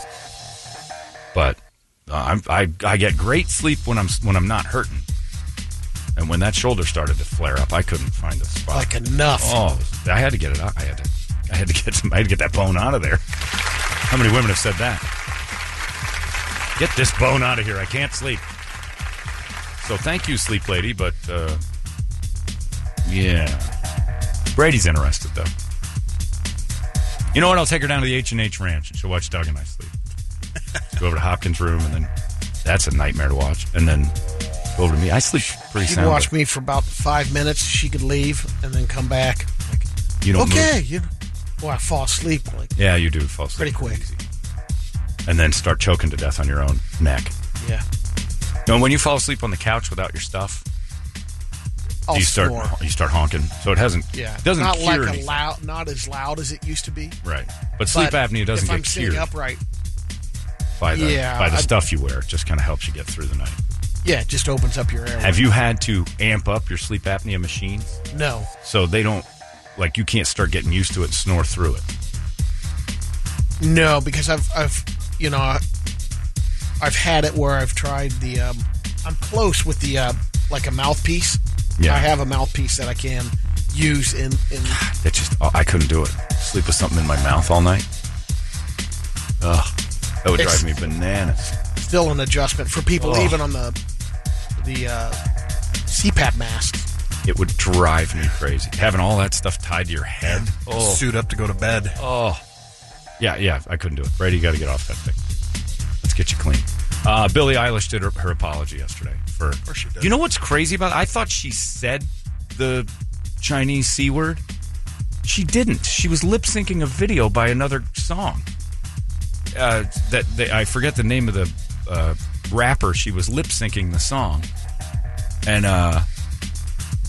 [SPEAKER 1] But uh, I'm, I I get great sleep when I'm when I'm not hurting, and when that shoulder started to flare up, I couldn't find a spot.
[SPEAKER 2] like enough.
[SPEAKER 1] Oh, I had to get it out. I had to, I had to get, some, I had to get that bone out of there. How many women have said that? Get this bone out of here. I can't sleep. So thank you, sleep lady, but uh, Yeah. Brady's interested though. You know what? I'll take her down to the H and H Ranch and she'll watch Doug and I sleep. Just go over to Hopkins' room and then that's a nightmare to watch. And then go over to me. I sleep pretty
[SPEAKER 2] She'd
[SPEAKER 1] soundly.
[SPEAKER 2] watch me for about five minutes. She could leave and then come back. Like,
[SPEAKER 1] You don't move.
[SPEAKER 2] okay. You, well, I fall asleep. Like,
[SPEAKER 1] Yeah, you do fall asleep
[SPEAKER 2] Pretty quick.
[SPEAKER 1] easy. and then start choking to death on your own neck.
[SPEAKER 2] yeah.
[SPEAKER 1] No, when you fall asleep on the couch without your stuff,
[SPEAKER 2] I'll
[SPEAKER 1] you start
[SPEAKER 2] snore.
[SPEAKER 1] you start honking. So it hasn't
[SPEAKER 2] Yeah.
[SPEAKER 1] it doesn't
[SPEAKER 2] not
[SPEAKER 1] cure
[SPEAKER 2] like
[SPEAKER 1] anything.
[SPEAKER 2] a loud, not as loud as it used to be.
[SPEAKER 1] right. But sleep
[SPEAKER 2] But
[SPEAKER 1] apnea doesn't
[SPEAKER 2] If
[SPEAKER 1] get
[SPEAKER 2] I'm sitting
[SPEAKER 1] cured
[SPEAKER 2] upright,
[SPEAKER 1] by the
[SPEAKER 2] Yeah,
[SPEAKER 1] by the
[SPEAKER 2] I-
[SPEAKER 1] stuff you wear. It just kind of helps you get through the night.
[SPEAKER 2] yeah, it just opens up your airway.
[SPEAKER 1] Have you had to amp up your sleep apnea machines
[SPEAKER 2] No.
[SPEAKER 1] so they don't like you can't start getting used to it and snore through it?
[SPEAKER 2] No, because I've, I've, you know, I- I've had it where I've tried the. Um, I'm close with the uh, like a mouthpiece.
[SPEAKER 1] Yeah.
[SPEAKER 2] I have a mouthpiece that I can use in in.
[SPEAKER 1] That just oh, I couldn't do it. Sleep with something in my mouth all night. Ugh, that would
[SPEAKER 2] It's-
[SPEAKER 1] drive me bananas.
[SPEAKER 2] Still an adjustment for people,
[SPEAKER 1] Oh.
[SPEAKER 2] even on the the uh, CPAP masks.
[SPEAKER 1] It would drive me crazy. Having all that stuff tied to your head. Oh,
[SPEAKER 3] Suit up to go to bed.
[SPEAKER 1] oh. Yeah, yeah, I couldn't do it. Brady, you got to get off that thing. Let's get you clean. Uh, Billie Eilish did her, her apology yesterday for.
[SPEAKER 3] course she did.
[SPEAKER 1] You know what's crazy about? It? I thought she said the Chinese c word. She didn't. She was lip syncing a video by another song. Uh, that they, I forget the name of the uh, rapper. She was lip syncing the song, and uh,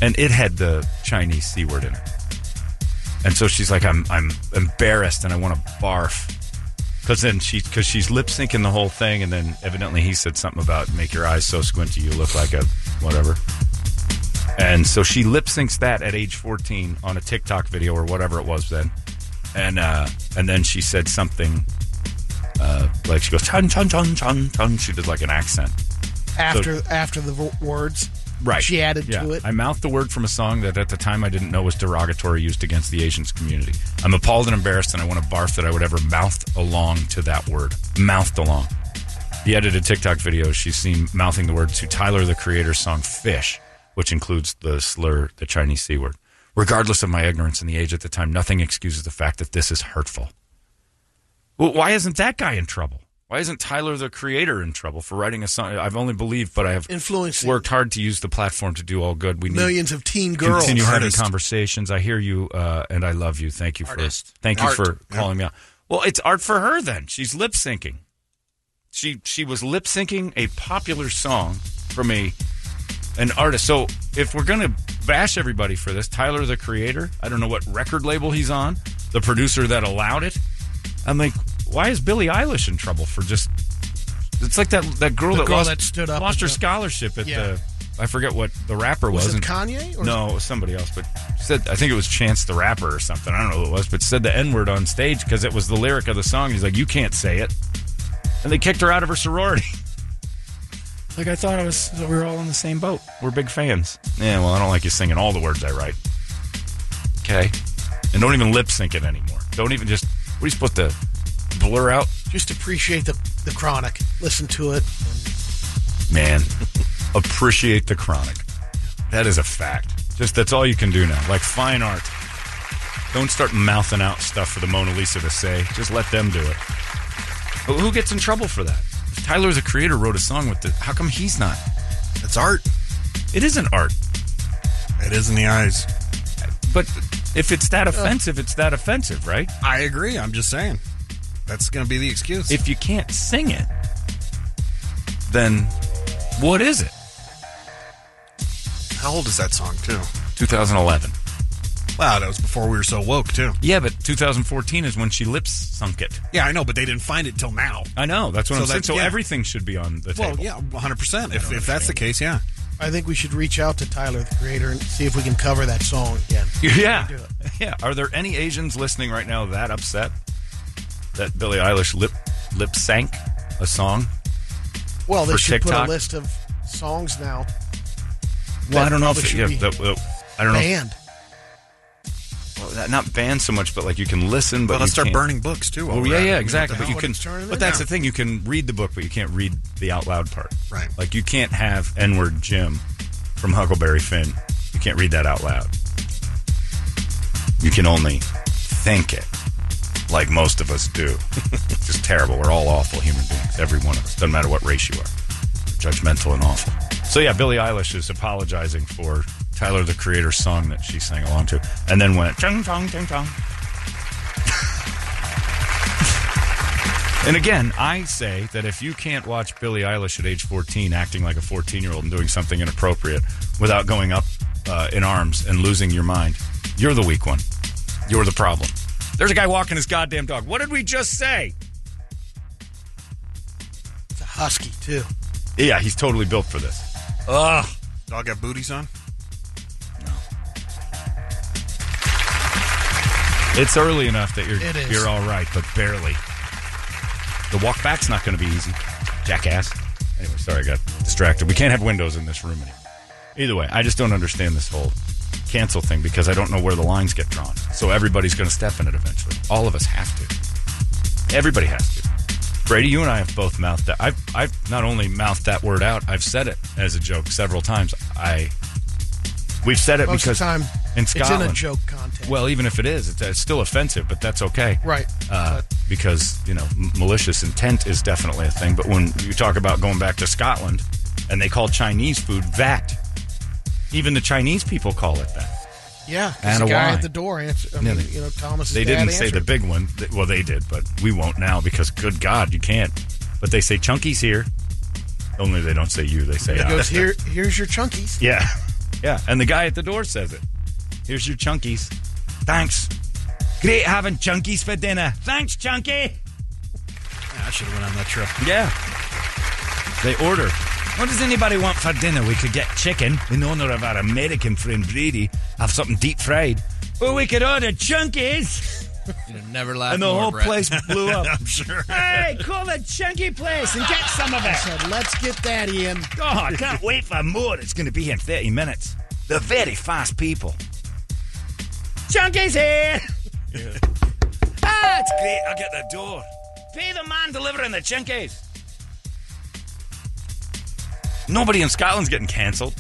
[SPEAKER 1] and it had the Chinese c word in it. And so she's like, I'm I'm embarrassed and I want to barf. Because then she, because she's lip syncing the whole thing, and then evidently he said something about make your eyes so squinty you look like a whatever. And so she lip syncs that at age 14 on a TikTok video or whatever it was then, and uh, and then she said something uh, like she goes chun chun chun chun chun. She did like an accent,
[SPEAKER 2] After after the vo- words,
[SPEAKER 1] right?
[SPEAKER 2] She added
[SPEAKER 1] Yeah.
[SPEAKER 2] to it.
[SPEAKER 1] I mouthed the word from a song that at the time I didn't know was derogatory used against the Asians community. I'm appalled and embarrassed, and I want to barf that I would ever mouth along to that word. Mouthed along. The edited TikTok video, she's seen mouthing the word to Tyler, the creator's song Fish, which includes the slur, the Chinese C word. Regardless of my ignorance and the age at the time, nothing excuses the fact that this is hurtful. Well, why isn't that guy in trouble? Why isn't Tyler, the creator, in trouble for writing a song? I've only believed, but I have
[SPEAKER 2] Influencing.
[SPEAKER 1] worked hard to use the platform to do all good. We need
[SPEAKER 2] millions of teen girls.
[SPEAKER 1] continue having
[SPEAKER 3] Artist.
[SPEAKER 1] conversations. I hear you, uh, and I love you. Thank you
[SPEAKER 6] Artist.
[SPEAKER 1] for thank you
[SPEAKER 6] Art.
[SPEAKER 1] for calling me out. Well, it's art for her then. She's lip syncing. She she was lip syncing a popular song from a an artist. So if we're gonna bash everybody for this, Tyler the creator, I don't know what record label he's on, the producer that allowed it. I'm like, why is Billie Eilish in trouble for just? It's like that that girl,
[SPEAKER 2] The
[SPEAKER 1] that,
[SPEAKER 2] girl
[SPEAKER 1] lost,
[SPEAKER 2] that stood up
[SPEAKER 1] lost her
[SPEAKER 2] with the-
[SPEAKER 1] scholarship at
[SPEAKER 2] Yeah.
[SPEAKER 1] the. I forget what the rapper was.
[SPEAKER 2] Was it
[SPEAKER 1] and-
[SPEAKER 2] Kanye? Or
[SPEAKER 1] no, it was somebody else, but said I think it was Chance the Rapper or something. I don't know who it was, but said the N word on stage because it was the lyric of the song. He's like, "You can't say it," and they kicked her out of her sorority. like I thought I was, we were all in the same boat. We're big fans. Yeah, well, I don't like you singing all the words I write. Okay, and don't even lip sync it anymore. Don't even just. What are you supposed to blur out?
[SPEAKER 2] Just appreciate the the chronic. Listen to it.
[SPEAKER 1] man, appreciate the chronic. That is a fact. Just that's all you can do now. Like fine art. Don't start mouthing out stuff for the Mona Lisa to say. Just let them do it. But who gets in trouble for that? Tyler, the creator, wrote a song with it. How come he's not?
[SPEAKER 3] It's art.
[SPEAKER 1] It isn't art.
[SPEAKER 3] It is in the eyes.
[SPEAKER 1] But if it's that offensive, it's that offensive, right?
[SPEAKER 3] I agree. I'm just saying. That's going to be the excuse.
[SPEAKER 1] If you can't sing it, then what is it?
[SPEAKER 3] How old is that song, too?
[SPEAKER 1] 2011.
[SPEAKER 3] Wow, that was before we were so woke, too.
[SPEAKER 1] Yeah, but 2014 is when she lips sunk it.
[SPEAKER 3] Yeah, I know, but they didn't find it till now.
[SPEAKER 1] I know. That's what
[SPEAKER 3] So
[SPEAKER 1] I'm saying.
[SPEAKER 3] that-
[SPEAKER 1] So
[SPEAKER 3] yeah.
[SPEAKER 1] everything should be on the
[SPEAKER 3] Well,
[SPEAKER 1] table.
[SPEAKER 3] yeah, 100%. If, if that's the case, yeah.
[SPEAKER 2] I think we should reach out to Tyler, the creator, and see if we can cover that song again.
[SPEAKER 1] Yeah.
[SPEAKER 2] do it.
[SPEAKER 1] Yeah. Are there any Asians listening right now that upset that Billie Eilish lip lip sank a song?
[SPEAKER 2] Well, they
[SPEAKER 1] For
[SPEAKER 2] should put
[SPEAKER 1] TikTok?
[SPEAKER 2] a list of songs now.
[SPEAKER 1] Well, I don't know
[SPEAKER 2] probably
[SPEAKER 1] if
[SPEAKER 2] should
[SPEAKER 1] yeah,
[SPEAKER 2] be
[SPEAKER 1] that, well, I don't know. If,
[SPEAKER 2] banned.
[SPEAKER 1] well, that- not banned so much, but like you can listen. But
[SPEAKER 3] Well, let's
[SPEAKER 1] you
[SPEAKER 3] start
[SPEAKER 1] can't-
[SPEAKER 3] burning books, too. while
[SPEAKER 1] Oh
[SPEAKER 3] we're
[SPEAKER 1] yeah,
[SPEAKER 3] at it.
[SPEAKER 1] yeah,
[SPEAKER 3] I mean,
[SPEAKER 1] exactly.
[SPEAKER 3] what
[SPEAKER 1] But
[SPEAKER 3] the
[SPEAKER 1] you
[SPEAKER 3] hell?
[SPEAKER 1] can,
[SPEAKER 2] Let's turn it
[SPEAKER 1] but
[SPEAKER 2] in
[SPEAKER 1] that's
[SPEAKER 2] now.
[SPEAKER 1] the thing. You can read the book, but you can't read the out loud part.
[SPEAKER 3] Right.
[SPEAKER 1] Like you can't have N word Jim from Huckleberry Finn. You can't read that out loud. You can only think it, like most of us do. it's just terrible. We're all awful human beings, every one of us. Doesn't matter what race you are. We're judgmental and awful. So yeah, Billie Eilish is apologizing for Tyler the Creator's song that she sang along to, and then went ching chong ching chong. And again, I say that if you can't watch Billie Eilish at age 14 acting like a 14 year old and doing something inappropriate without going up uh, in arms and losing your mind, you're the weak one. You're the problem. There's a guy walking his goddamn dog. What did we just say?
[SPEAKER 2] It's a husky too.
[SPEAKER 1] Yeah, he's totally built for this.
[SPEAKER 3] Dog got booties on.
[SPEAKER 1] It's early enough that you're
[SPEAKER 2] It is.
[SPEAKER 1] you're all right, but barely. The walk back's not going to be easy, jackass. Anyway, sorry, I got distracted. We can't have windows in this room anymore. Either way, I just don't understand this whole cancel thing because I don't know where the lines get drawn. So everybody's going to step in it eventually. All of us have to. Everybody has to. Brady, you and I have both mouthed that. I've, I've not only mouthed that word out, I've said it as a joke several times. I we've said it
[SPEAKER 2] Most
[SPEAKER 1] because
[SPEAKER 2] of the time,
[SPEAKER 1] in
[SPEAKER 2] it's
[SPEAKER 1] Scotland,
[SPEAKER 2] in a joke context.
[SPEAKER 1] well, even if it is, it's, it's still offensive, but that's okay.
[SPEAKER 2] Right.
[SPEAKER 1] Uh, because, you know, m- malicious intent is definitely a thing. But when you talk about going back to Scotland and they call Chinese food that, even the Chinese people call it that.
[SPEAKER 2] yeah, 'cause
[SPEAKER 1] and
[SPEAKER 2] the
[SPEAKER 1] a
[SPEAKER 2] guy
[SPEAKER 1] wine.
[SPEAKER 2] at the door answered. I
[SPEAKER 1] Yeah,
[SPEAKER 2] mean,
[SPEAKER 1] they-
[SPEAKER 2] you know, Thomas.
[SPEAKER 1] They didn't say the big one. Th- Well, they did, but we won't now because, good God, you can't. But they say chunky's here. Only they don't say you, they say
[SPEAKER 2] He
[SPEAKER 1] us.
[SPEAKER 2] goes here. Here's your chunkies.
[SPEAKER 1] Yeah. Yeah. And the guy at the door says it. Here's your chunkies. Thanks. Great having chunkies for dinner. Thanks, chunky.
[SPEAKER 3] Yeah, I should have went on that trip.
[SPEAKER 1] Yeah. They order. What does anybody want for dinner? We could get chicken in honor of our American friend Brady. Have something deep fried. Or we could order chunkies.
[SPEAKER 6] You know, never laugh
[SPEAKER 1] And the
[SPEAKER 6] more,
[SPEAKER 1] whole
[SPEAKER 6] Brett.
[SPEAKER 1] place blew up.
[SPEAKER 3] I'm sure.
[SPEAKER 1] hey, call the chunky place and get some of it.
[SPEAKER 2] Said, let's get that in.
[SPEAKER 1] Oh, I can't wait for more. It's going to be here in 30 minutes. They're very fast people. Chunky's here. ah, it's great. I'll get the door. Pay the man delivering the chunkies. Nobody in Scotland's getting cancelled.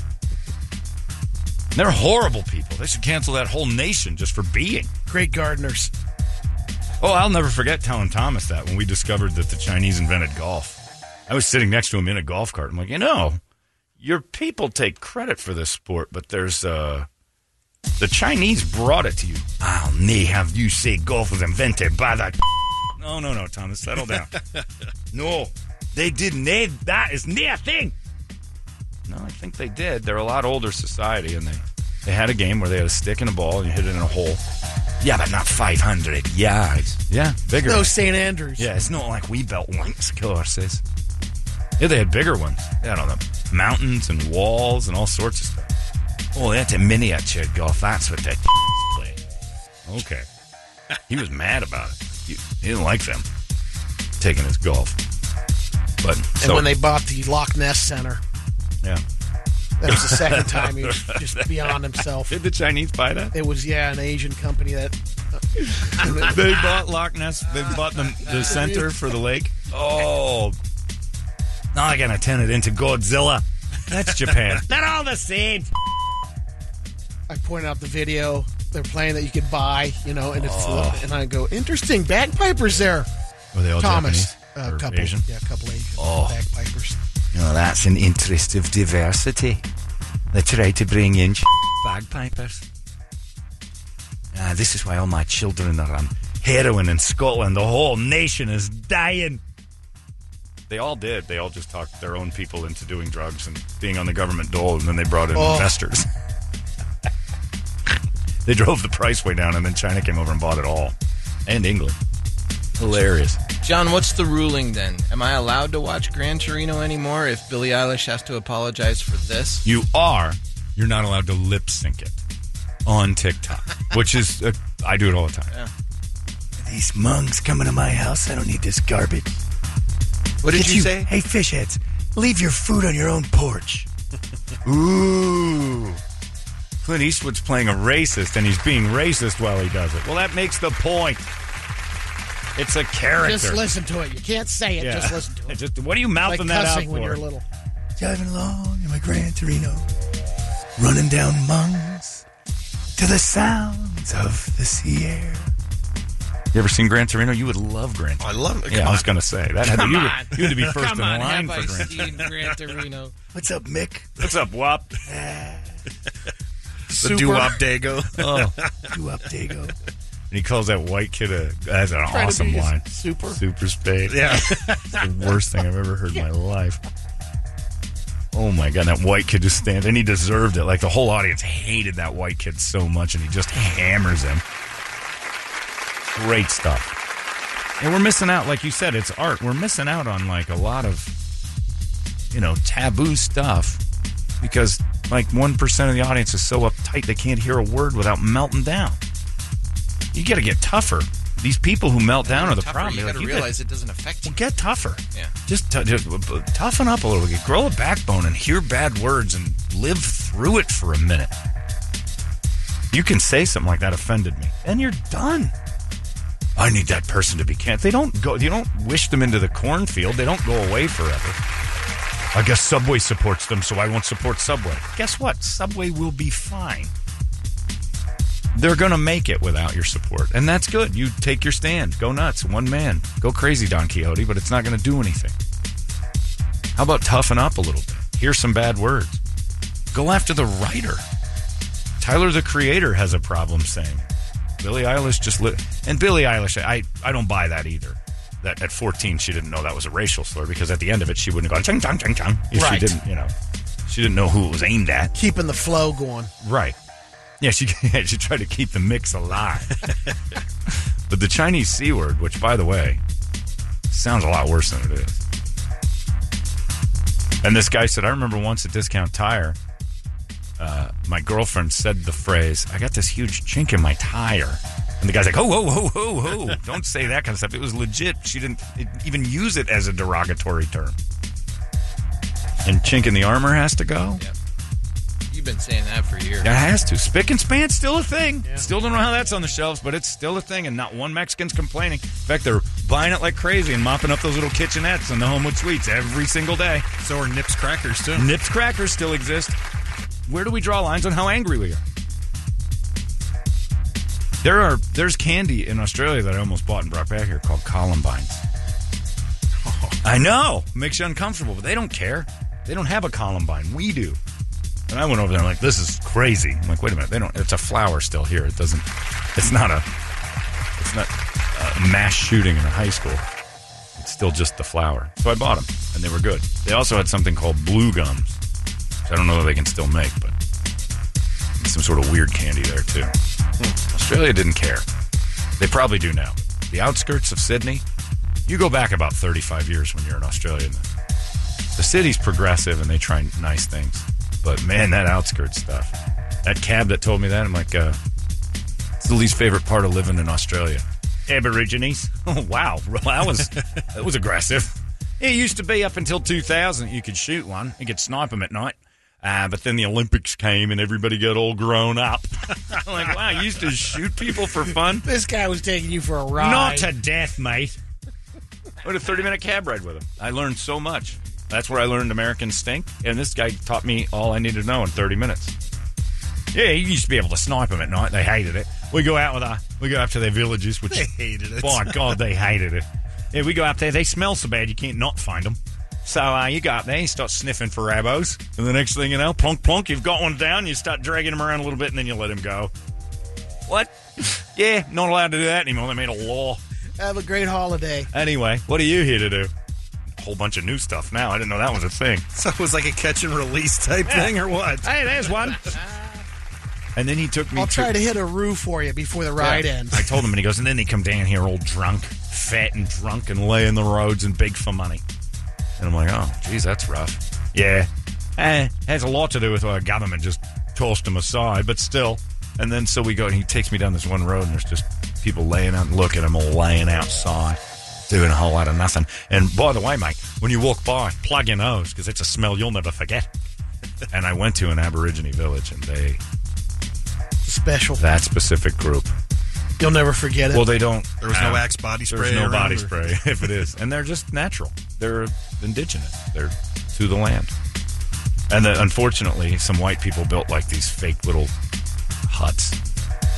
[SPEAKER 1] They're horrible people. They should cancel that whole nation just for being.
[SPEAKER 2] Great gardeners.
[SPEAKER 1] Oh, I'll never forget telling Thomas that when we discovered that the Chinese invented golf. I was sitting next to him in a golf cart. I'm like, you know, your people take credit for this sport, but there's uh the Chinese brought it to you. I'll nay have you say golf was invented by the No no no, Thomas, settle down. no. They did nay that is nay a thing. No, I think they did. They're a lot older society and they they had a game where they had a stick and a ball and you hit it in a hole. Yeah, but not 500 yards. Yeah, bigger.
[SPEAKER 2] No St. Andrews.
[SPEAKER 1] Yeah, it's not like we built links courses. Yeah, they had bigger ones. They had all the mountains and walls and all sorts of stuff. Oh, that's a miniature golf. That's what that play. Okay. He was mad about it. He, he didn't like them taking his golf. But
[SPEAKER 2] And
[SPEAKER 1] so,
[SPEAKER 2] when they bought the Loch Ness Center,
[SPEAKER 1] yeah.
[SPEAKER 2] that was the second time he was just beyond himself.
[SPEAKER 1] Did the Chinese buy that?
[SPEAKER 2] It was yeah, an Asian company that
[SPEAKER 1] they bought Loch Ness. They bought the, the center for the lake. Oh, now they're gonna turn it into Godzilla. That's Japan. They're all the same.
[SPEAKER 2] I pointed out the video they're playing that you could buy, you know, and it's
[SPEAKER 1] Oh.
[SPEAKER 2] and I go interesting bagpipers there,
[SPEAKER 1] Were they all
[SPEAKER 2] Thomas.
[SPEAKER 1] Japanese
[SPEAKER 2] uh,
[SPEAKER 1] or
[SPEAKER 2] couple,
[SPEAKER 1] Asian? Oh.
[SPEAKER 2] yeah, couple Asian bagpipers.
[SPEAKER 1] You know, that's an interest of diversity. They try to bring in bagpipers. Ah, this is why all my children are on heroin in Scotland. The whole nation is dying. They all did. They all just talked their own people into doing drugs and being on the government dole, and then they brought in
[SPEAKER 2] Oh.
[SPEAKER 1] investors. they drove the price way down, and then China came over and bought it all. And England. Hilarious.
[SPEAKER 6] John, what's the ruling then? Am I allowed to watch Gran Torino anymore if Billie Eilish has to apologize for this?
[SPEAKER 1] you are, you're not allowed to lip sync it on TikTok, which is, uh, I do it all the time. These monks coming to my house, I don't need this garbage.
[SPEAKER 6] What did
[SPEAKER 1] Get
[SPEAKER 6] you, say?
[SPEAKER 1] Hey, fish heads, leave your food on your own porch. Ooh. Clint Eastwood's playing a racist, and he's being racist while he does it. Well, that makes the point. It's a character.
[SPEAKER 2] Just listen to it. You can't say it.
[SPEAKER 1] Yeah.
[SPEAKER 2] Just listen to it.
[SPEAKER 1] Just- what are you
[SPEAKER 2] Like
[SPEAKER 1] mouthing that out
[SPEAKER 2] cussing
[SPEAKER 1] for?
[SPEAKER 2] when you're little.
[SPEAKER 7] driving along in my Gran Torino, running down monks to the sounds depths of the sea air.
[SPEAKER 1] You ever seen Gran Torino? You would love Gran
[SPEAKER 4] I
[SPEAKER 1] Torino.
[SPEAKER 4] love it.
[SPEAKER 1] Yeah, I was going to say that. had to- you,
[SPEAKER 6] on.
[SPEAKER 1] would, you would be first
[SPEAKER 6] Come
[SPEAKER 1] in
[SPEAKER 6] on,
[SPEAKER 1] line for
[SPEAKER 6] have I
[SPEAKER 1] Gran Torino.
[SPEAKER 6] seen Gran Torino?
[SPEAKER 7] What's up, Mick?
[SPEAKER 1] What's up, Wop?
[SPEAKER 3] The doo wop dago.
[SPEAKER 7] You up, Dago?
[SPEAKER 1] And he calls that white kid a. That's an awesome line.
[SPEAKER 2] Super.
[SPEAKER 1] Super spade.
[SPEAKER 3] yeah.
[SPEAKER 1] the worst thing I've ever heard in my life. Oh my god, that white kid just stands and he deserved it. Like the whole audience hated that white kid so much and he just hammers him. Great stuff. And we're missing out, like you said, it's art. We're missing out on like a lot of you know, taboo stuff because like one percent of the audience is so uptight they can't hear a word without melting down. You gotta get tougher. These people who melt down are the
[SPEAKER 6] Tougher,
[SPEAKER 1] problem.
[SPEAKER 6] You
[SPEAKER 1] You're
[SPEAKER 6] got to
[SPEAKER 1] like, you gotta-
[SPEAKER 6] realize it doesn't affect you.
[SPEAKER 1] well, get tougher.
[SPEAKER 6] Yeah.
[SPEAKER 1] Just, t- just uh, toughen up a little bit. Grow a backbone and hear bad words and live through it for a minute. You can say something like that offended me, and you're done. I need that person to be canceled. They don't go. You don't wish them into the cornfield. They don't go away forever. I guess Subway supports them, so I won't support Subway. Guess what? Subway will be fine they're going to make it without your support. And that's good. You take your stand. Go nuts. One man. Go crazy, Don Quixote, but it's not going to do anything. How about toughen up a little bit? Hear some bad words. Go after the writer. Tyler the creator has a problem saying. Billie Eilish just li- and Billie Eilish, I, I don't buy that either. That at 14 she didn't know that was a racial slur because at the end of it she wouldn't have gone ching chong ching chong if she
[SPEAKER 2] Right.
[SPEAKER 1] didn't, you know. She didn't know who it was aimed at.
[SPEAKER 2] Keeping the flow going.
[SPEAKER 1] Right. Yeah, she she tried to keep the mix alive. but the Chinese C word, which by the way, sounds a lot worse than it is. And this guy said, I remember once at Discount Tire, uh, my girlfriend said the phrase, I got this huge chink in my tire. And the guy's like, oh, whoa, whoa, whoa, whoa. Don't say that kind of stuff. It was legit. She didn't even use it as a derogatory term. And chink in the armor has to go?
[SPEAKER 6] You've been saying that for years.
[SPEAKER 1] That has to. Spick and span's still a thing. Still don't know how that's on the shelves, but it's still a thing, and not one Mexican's complaining. In fact, they're buying it like crazy and mopping up those little kitchenettes in the Homewood Suites every single day.
[SPEAKER 3] So are Nips crackers too.
[SPEAKER 1] Nips crackers still exist. Where do we draw lines on how angry we are? There are there's candy in Australia that I almost bought and brought back here called columbines.
[SPEAKER 3] Oh.
[SPEAKER 1] I know makes you uncomfortable, but they don't care. They don't have a columbine. We do. And I went over there. I'm like, this is crazy. I'm like, wait a minute. They don't. It's a flower still here. It doesn't. It's not a. It's not a mass shooting in a high school. It's still just the flower. So I bought them, and they were good. They also had something called blue gums. which I don't know if they can still make, but some sort of weird candy there too. Australia didn't care. They probably do now. The outskirts of Sydney. You go back about 35 years when you're in Australia. And the, the city's progressive and they try nice things. But man, that outskirts stuff. That cab that told me that, I'm like, uh, it's the least favorite part of living in Australia. Aborigines. Oh, wow. Well, that was that was aggressive. It used to be up until 2000 you could shoot one. You could snipe them at night. Uh, but then the Olympics came and everybody got all grown up. I'm like, wow, you used to shoot people for fun?
[SPEAKER 2] This guy was taking you for a ride.
[SPEAKER 1] Not to death, mate. I had a 30 minute cab ride with him. I learned so much. That's where I learned Americans stink. And this guy taught me all I needed to know in 30 minutes. Yeah, you used to be able to snipe them at night. They hated it. We go out with our, we go up to their villages, which
[SPEAKER 3] They hated it.
[SPEAKER 1] my God, they hated it. Yeah, we go up there. They smell so bad you can't not find them. So uh, you go up there, you start sniffing for rabos, and the next thing you know, plonk plonk, you've got one down. You start dragging him around a little bit, and then you let him go. What? yeah, not allowed to do that anymore. They made a law.
[SPEAKER 2] Have a great holiday.
[SPEAKER 1] Anyway, what are you here to do? A whole bunch of new stuff now. I didn't know that was a thing.
[SPEAKER 3] So it was like a catch and release type thing or what?
[SPEAKER 1] Hey, there's one. and then he took me
[SPEAKER 2] I'll try to hit a roof for you before the ride ends.
[SPEAKER 1] I told him, and he goes, and then they come down here all drunk, fat and drunk, and lay in the roads and beg for money. And I'm like, oh, geez, that's rough. Yeah. Eh, has a lot to do with our government just tossed him aside, but still. And then so we go, and he takes me down this one road, and there's just people laying out and looking, I'm all laying outside, doing a whole lot of nothing. And by the way, mate, when you walk by, plug your nose, because it's a smell you'll never forget. and I went to an Aborigine village, and they,
[SPEAKER 2] Special.
[SPEAKER 1] that specific group,
[SPEAKER 2] You'll never forget it.
[SPEAKER 1] well, they don't.
[SPEAKER 3] There was no
[SPEAKER 1] Uh,
[SPEAKER 3] Axe body spray.
[SPEAKER 1] There's no
[SPEAKER 3] around,
[SPEAKER 1] body
[SPEAKER 3] or-
[SPEAKER 1] spray if it is, and they're just natural. They're indigenous. They're to the land. And then, unfortunately, some white people built like these fake little huts,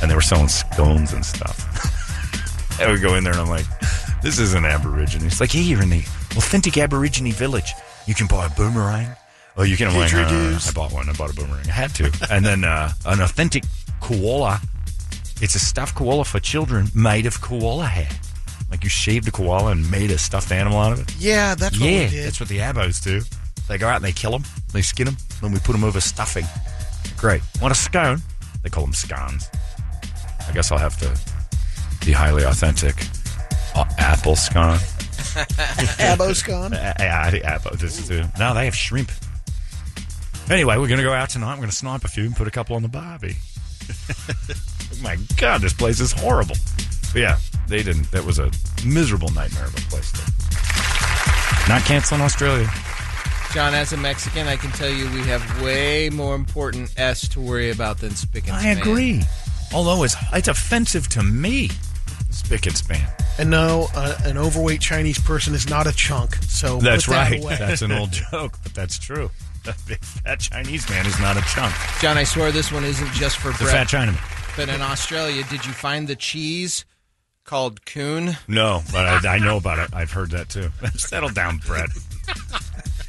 [SPEAKER 1] and they were selling scones and stuff. I would go in there and I'm like, this is an Aborigine. It's like, hey, you're in the authentic Aborigine village. You can buy a boomerang. Oh, you can. I'm like, "No, no, no, no." I bought one. I bought a boomerang. I had to. and then uh, an authentic koala. It's a stuffed koala for children made of koala hair. Like you shaved a koala and made a stuffed animal out of it.
[SPEAKER 2] Yeah, that's what
[SPEAKER 1] yeah,
[SPEAKER 2] we did.
[SPEAKER 1] that's what the abos do. They go out and they kill them, they skin them, then we put them over stuffing. Great. Want a scone? They call them scones. I guess I'll have to the highly authentic uh, apple scone.
[SPEAKER 2] Abbo's gone.
[SPEAKER 1] Uh, yeah, the apple. This is the- no, they have shrimp. Anyway, we're going to go out tonight. I'm going to snipe a few and put a couple on the barbie. oh my God, this place is horrible. But yeah, they didn't. That was a miserable nightmare of a place. To... Not canceling Australia.
[SPEAKER 6] John, as a Mexican, I can tell you we have way more important S to worry about than spick and
[SPEAKER 1] I
[SPEAKER 6] span.
[SPEAKER 1] agree. Although it's it's offensive to me. Spick and span.
[SPEAKER 2] And no, uh, an overweight Chinese person is not a chunk. So
[SPEAKER 1] That's
[SPEAKER 2] put that
[SPEAKER 1] right.
[SPEAKER 2] away.
[SPEAKER 1] That's an old joke, but that's true. That big fat Chinese man is not a chunk.
[SPEAKER 6] John, I swear this one isn't just for
[SPEAKER 1] The fat
[SPEAKER 6] bread.
[SPEAKER 1] Chinaman.
[SPEAKER 6] But in Australia, did you find the cheese called coon?
[SPEAKER 1] No, but I, I know about it. I've heard that too. Settle down, Brett.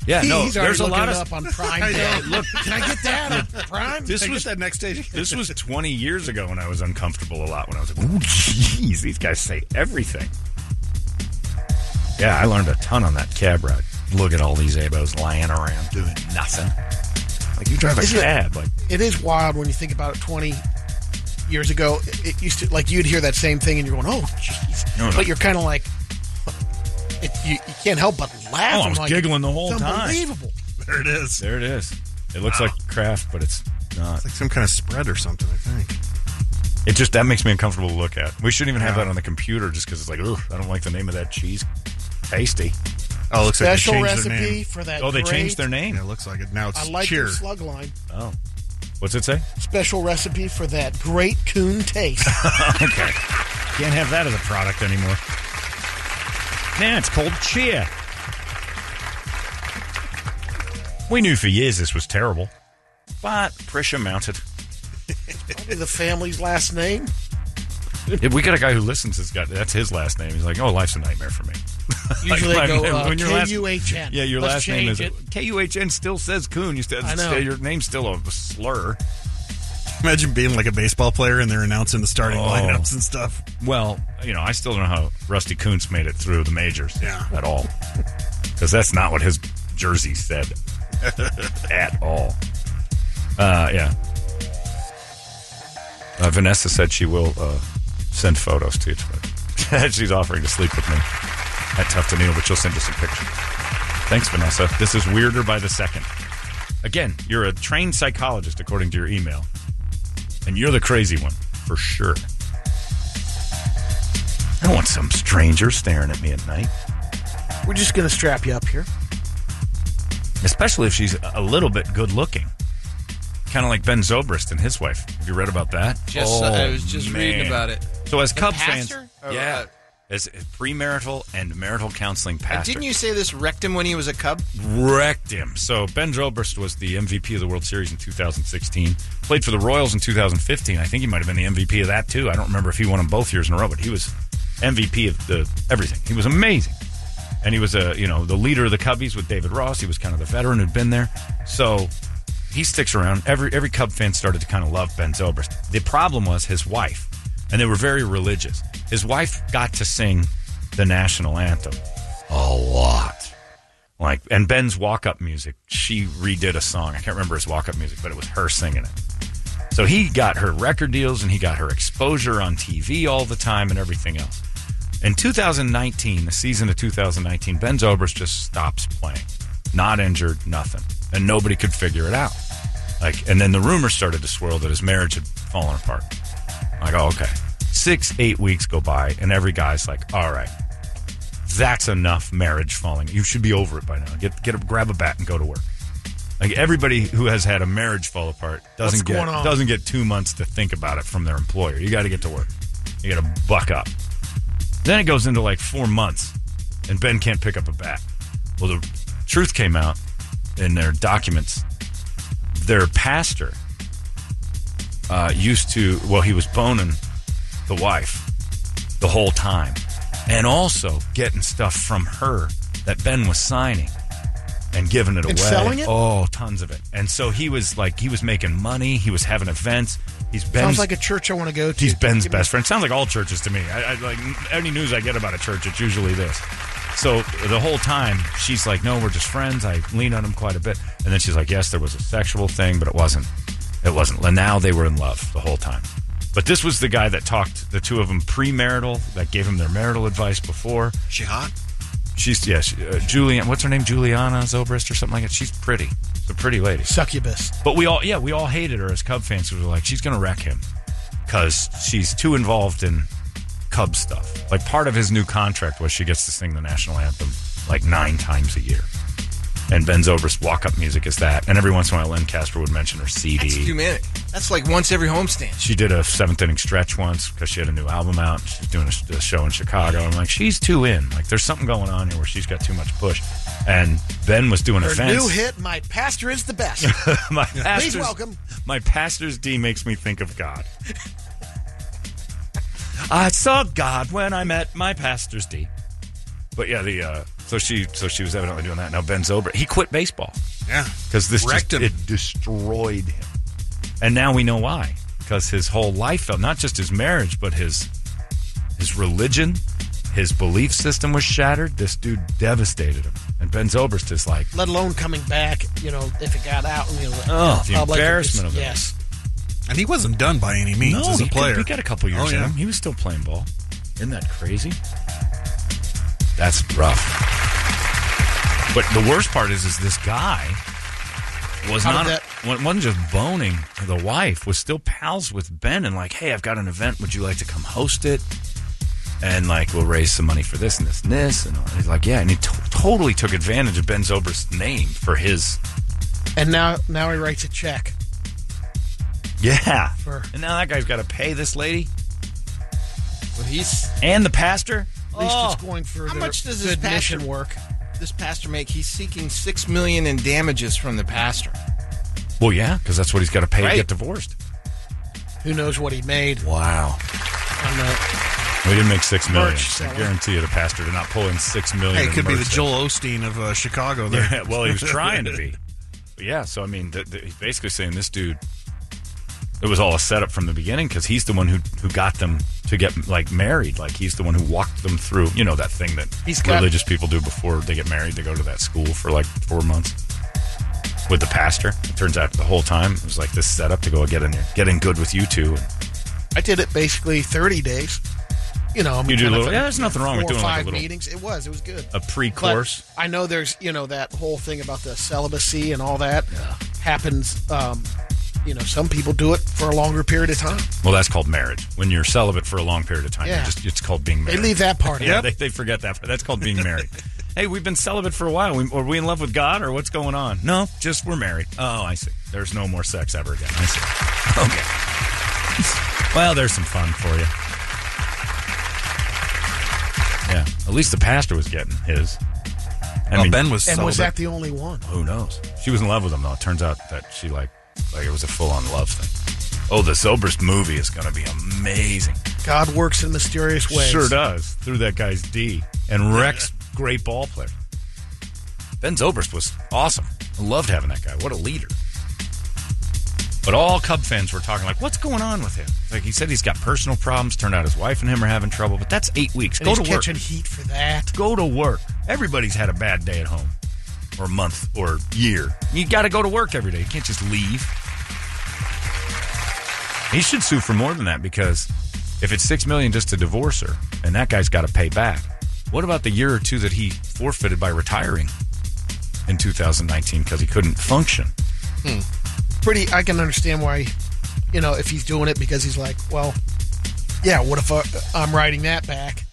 [SPEAKER 1] Yeah,
[SPEAKER 2] He's
[SPEAKER 1] no.
[SPEAKER 2] already
[SPEAKER 1] There's a
[SPEAKER 2] looking
[SPEAKER 1] lot
[SPEAKER 2] it
[SPEAKER 1] of
[SPEAKER 2] up on Prime Day. Look, can I get that on Prime?
[SPEAKER 1] this was
[SPEAKER 3] that next station.
[SPEAKER 1] this was 20 years ago, and I was uncomfortable a lot when I was like, "Ooh, jeez, these guys say everything." Yeah, I learned a ton on that cab ride. Look at all these abos lying around doing nothing. Like you drive a
[SPEAKER 2] Isn't it-
[SPEAKER 1] cab, like
[SPEAKER 2] It is wild when you think about it. Twenty years ago, it, it used to like you'd hear that same thing, and you're going, "Oh, jeez,"
[SPEAKER 1] No, no.
[SPEAKER 2] but you're kind of like, it, you, you can't help but laugh.
[SPEAKER 1] Oh, I
[SPEAKER 2] I'm
[SPEAKER 1] was
[SPEAKER 2] like,
[SPEAKER 1] giggling the whole
[SPEAKER 2] it's
[SPEAKER 1] time.
[SPEAKER 2] Unbelievable.
[SPEAKER 3] There it is.
[SPEAKER 1] There it is. It looks like craft, but it's not.
[SPEAKER 3] It's like some kind of spread or something, I think.
[SPEAKER 1] It just that makes me uncomfortable to look at. We shouldn't even have that on the computer just because it's like, ugh, I don't like the name of that cheese. Tasty.
[SPEAKER 3] Oh, it looks
[SPEAKER 2] Special
[SPEAKER 3] like they changed Their
[SPEAKER 2] recipe
[SPEAKER 3] name.
[SPEAKER 2] for that.
[SPEAKER 1] oh, they
[SPEAKER 2] great-
[SPEAKER 1] changed their name.
[SPEAKER 3] Yeah, it looks like it. Now it's
[SPEAKER 2] I like
[SPEAKER 3] cheer.
[SPEAKER 2] your slug line.
[SPEAKER 1] Oh, what's it say?
[SPEAKER 2] Special recipe for that great coon taste.
[SPEAKER 1] okay, can't have that as a product anymore. Man, it's called cheer. We knew for years this was terrible, but pressure mounted.
[SPEAKER 2] Probably the family's last name.
[SPEAKER 1] If we got a guy who listens. Has got that's his last name. He's like, oh, life's a nightmare for me.
[SPEAKER 2] Usually
[SPEAKER 1] my-
[SPEAKER 2] they go uh,
[SPEAKER 1] when your last-
[SPEAKER 2] K-U-H-N.
[SPEAKER 1] Yeah, your
[SPEAKER 2] Let's
[SPEAKER 1] last name
[SPEAKER 2] change
[SPEAKER 1] is K U H N. Still says Coon. You still,
[SPEAKER 2] I know.
[SPEAKER 1] still- your name's still a slur.
[SPEAKER 3] Imagine being like a baseball player and they're announcing the starting
[SPEAKER 1] Oh.
[SPEAKER 3] lineups and stuff.
[SPEAKER 1] Well, you know, I still don't know how Rusty Kuntz made it through the majors
[SPEAKER 3] Yeah.
[SPEAKER 1] at all. Because that's not what his jersey said at all. Uh, yeah. Uh, Vanessa said she will uh, send photos to you tonight. She's offering to sleep with me at Tough to Kneel, but she'll send you some pictures. Thanks, Vanessa. This is weirder by the second. Again, you're a trained psychologist, according to your email, and you're the crazy one for sure. I don't want some stranger staring at me at night,
[SPEAKER 2] We're just gonna strap you up here.
[SPEAKER 1] especially if she's a little bit good looking. Kind of like Ben Zobrist and his wife. Have you read about that?
[SPEAKER 6] Just uh,
[SPEAKER 1] Oh,
[SPEAKER 6] I was just reading
[SPEAKER 1] man.
[SPEAKER 6] about it.
[SPEAKER 1] So as Cubs
[SPEAKER 6] pastor?
[SPEAKER 1] fans,
[SPEAKER 6] Oh,
[SPEAKER 1] yeah,
[SPEAKER 6] uh,
[SPEAKER 1] as premarital and marital counseling
[SPEAKER 6] And
[SPEAKER 1] pastor.
[SPEAKER 6] didn't you say this wrecked him when he was a cub?
[SPEAKER 1] wrecked him. So Ben Zobrist was the MVP of the World Series in 2016. Played for the Royals in 2015. I think he might have been the MVP of that too. I don't remember if he won them both years in a row, but he was MVP of the everything. He was amazing, and he was a you know the leader of the Cubbies with David Ross. He was kind of the veteran who'd been there. So he sticks around. Every every Cub fan started to kind of love Ben Zobrist. The problem was his wife, and they were very religious. His wife got to sing the national anthem a lot. Like and Ben's walk up music, she redid a song. I can't remember his walk up music, but it was her singing it. So he got her record deals and he got her exposure on TV all the time and everything else. In 2019, the season of 2019, Ben Zobrist just stops playing. Not injured, nothing. And nobody could figure it out. Like and then the rumors started to swirl that his marriage had fallen apart. Like, oh, okay. Six, eight weeks go by, and every guy's like, all right, that's enough marriage falling. You should be over it by now. Get get a, grab a bat and go to work. Like everybody who has had a marriage fall apart doesn't
[SPEAKER 2] What's
[SPEAKER 1] get
[SPEAKER 2] going on?
[SPEAKER 1] doesn't get two months to think about it from their employer. You got to get to work. You got to buck up. Then it goes into like four months, and Ben can't pick up a bat. Well, the truth came out in their documents. Their pastor uh, used to, well, he was boning the wife the whole time and also getting stuff from her that Ben was signing and giving it
[SPEAKER 2] And
[SPEAKER 1] away.
[SPEAKER 2] selling it?
[SPEAKER 1] Oh, tons of it. And so he was like, he was making money, he was having events. He's Ben's
[SPEAKER 2] Sounds like a church I want to go to.
[SPEAKER 1] He's Ben's
[SPEAKER 2] Give me-
[SPEAKER 1] best friend. Sounds like all churches to me. I, I like any news I get about a church, it's usually this. So the whole time she's like, "No, we're just friends." I lean on him quite a bit, and then she's like, "Yes, there was a sexual thing, but it wasn't. It wasn't." And now they were in love the whole time. But this was the guy that talked the two of them premarital, that gave him their marital advice before.
[SPEAKER 3] She hot?
[SPEAKER 1] She's yes, uh, Julian. What's her name? Juliana Zobrist or something like that. She's pretty. She's a pretty lady.
[SPEAKER 2] Succubus.
[SPEAKER 1] But we all, yeah, we all hated her as Cub fans. 'cause We were like, she's going to wreck him because she's too involved in Cub stuff. Like part of his new contract was she gets to sing the national anthem like nine times a year. And Ben Zobrist walk up music is that. And every once in a while, Lynn Casper would mention her
[SPEAKER 6] That's too
[SPEAKER 1] CD.
[SPEAKER 6] many. That's like once every homestand.
[SPEAKER 1] She did a seventh inning stretch once because she had a new album out. and She's doing a, a show in Chicago. I'm like, she's too in. Like, there's something going on here where she's got too much push. And Ben was doing
[SPEAKER 2] Her
[SPEAKER 1] events.
[SPEAKER 2] new hit, My Pastor is the Best.
[SPEAKER 1] my pastor's,
[SPEAKER 2] welcome.
[SPEAKER 1] My pastor's D makes me think of God. I saw God when I met my pastor's D. But yeah, the uh, so she so she was evidently doing that. Now Ben Zobrist he quit baseball
[SPEAKER 3] Yeah.
[SPEAKER 1] because this
[SPEAKER 3] Wrecked
[SPEAKER 1] just,
[SPEAKER 3] him.
[SPEAKER 1] it destroyed him, and now we know why. Because his whole life fell not just his marriage, but his his religion, his belief system was shattered. This dude devastated him, and Ben Zobrist is like,
[SPEAKER 2] Let alone coming back, you know, if it got out. You know,
[SPEAKER 1] oh,
[SPEAKER 2] in
[SPEAKER 1] the
[SPEAKER 2] public,
[SPEAKER 1] embarrassment
[SPEAKER 2] it's-
[SPEAKER 1] of it.
[SPEAKER 2] Yes.
[SPEAKER 3] And he wasn't done by any means as a
[SPEAKER 1] he could-
[SPEAKER 3] player.
[SPEAKER 1] he got a couple years
[SPEAKER 3] Oh, yeah.
[SPEAKER 1] in him. He was still playing ball. Isn't that crazy? That's rough. But the worst part is, is this guy was
[SPEAKER 2] How
[SPEAKER 1] not
[SPEAKER 2] did
[SPEAKER 1] wa- wasn't just boning the wife. Was still pals with Ben and like, hey, I've got an event. Would you like to come host it? And like, we'll raise some money for this and this and this. And all- he's like, yeah. And he to- totally took advantage of Ben Zobrist's name for his
[SPEAKER 2] And now, now he writes a check.
[SPEAKER 1] yeah.
[SPEAKER 2] For-
[SPEAKER 1] And now that guy's got to pay this lady
[SPEAKER 6] Well, he's
[SPEAKER 1] and the pastor.
[SPEAKER 2] At least
[SPEAKER 1] Oh.
[SPEAKER 2] it's going for
[SPEAKER 6] How
[SPEAKER 2] their
[SPEAKER 6] much does his
[SPEAKER 2] good
[SPEAKER 6] pastor-
[SPEAKER 2] mission work.
[SPEAKER 6] this pastor make. He's seeking six million in damages from the pastor.
[SPEAKER 1] Well, yeah, because that's what he's got to pay to
[SPEAKER 6] Right.
[SPEAKER 1] get divorced.
[SPEAKER 2] Who knows what he made
[SPEAKER 1] Wow,
[SPEAKER 2] on the
[SPEAKER 1] we didn't make six million.
[SPEAKER 2] Merch seller.
[SPEAKER 1] I guarantee you, the pastor did not pull in six million.
[SPEAKER 3] Hey, it
[SPEAKER 1] in
[SPEAKER 3] could be the
[SPEAKER 1] merch
[SPEAKER 3] Joel Osteen of uh, Chicago
[SPEAKER 1] sales.
[SPEAKER 3] there.
[SPEAKER 1] Yeah, well, he was trying to be. But yeah, so I mean, th- th- he's basically saying this dude. It was all a setup from the beginning because he's the one who who got them to get like married. Like he's the one who walked them through. You know that thing that
[SPEAKER 2] He's got-
[SPEAKER 1] religious people do before they get married. They go to that school for like four months with the pastor. It turns out the whole time it was like this setup to go get in there, get in good with you two. And,
[SPEAKER 2] I did it basically 30 days. You know, I mean,
[SPEAKER 1] You do a
[SPEAKER 2] kind of
[SPEAKER 1] little- yeah, there's nothing wrong
[SPEAKER 2] four
[SPEAKER 1] with doing,
[SPEAKER 2] or
[SPEAKER 1] like, a
[SPEAKER 2] five
[SPEAKER 1] little-
[SPEAKER 2] meetings. It was, it was good.
[SPEAKER 1] a
[SPEAKER 2] But
[SPEAKER 1] pre-course.
[SPEAKER 2] I know there's you know that whole thing about the celibacy and all that happens. Um, you know, some people do it for a longer period of time.
[SPEAKER 1] Well, that's called marriage. When you're celibate for a long period of time,
[SPEAKER 2] Yeah.
[SPEAKER 1] you're just, it's called being
[SPEAKER 2] They
[SPEAKER 1] married.
[SPEAKER 2] leave that part
[SPEAKER 1] Yeah,
[SPEAKER 2] out.
[SPEAKER 1] they, they forget that. That's called being married. hey, we've been celibate for a while. We, are we in love with God or what's going on? No, just we're married. Oh, I see. There's no more sex ever again. I see. Okay. well, there's some fun for you. Yeah. At least the pastor was getting his. I
[SPEAKER 3] Well,
[SPEAKER 1] mean,
[SPEAKER 3] ben was
[SPEAKER 2] And
[SPEAKER 3] celibate.
[SPEAKER 2] was that the only one?
[SPEAKER 1] who knows? She was in love with him though. It turns out that she like like it was a full on love thing. Oh, the Soberst movie is going to be amazing.
[SPEAKER 2] God works in mysterious ways.
[SPEAKER 1] Sure does. Through that guy's D and Rex, great ball player. Ben Zobrist was awesome. I loved having that guy. What a leader. But all Cub fans were talking like, "What's going on with him?" Like he said, he's got personal problems. Turned out his wife and him are having trouble. But that's eight weeks.
[SPEAKER 2] And
[SPEAKER 1] Go
[SPEAKER 2] he's
[SPEAKER 1] to work
[SPEAKER 2] catching heat for that.
[SPEAKER 1] go to work. Everybody's had a bad day at home, or month, or year. You got to go to work every day. You can't just leave. He should sue for more than that because if it's six million just to divorce her, and that guy's got to pay back. What about the year or two that he forfeited by retiring in 2019 because he couldn't function?
[SPEAKER 2] Pretty. I can understand why. You know, if he's doing it because he's like, well, yeah. What if I, I'm writing that back?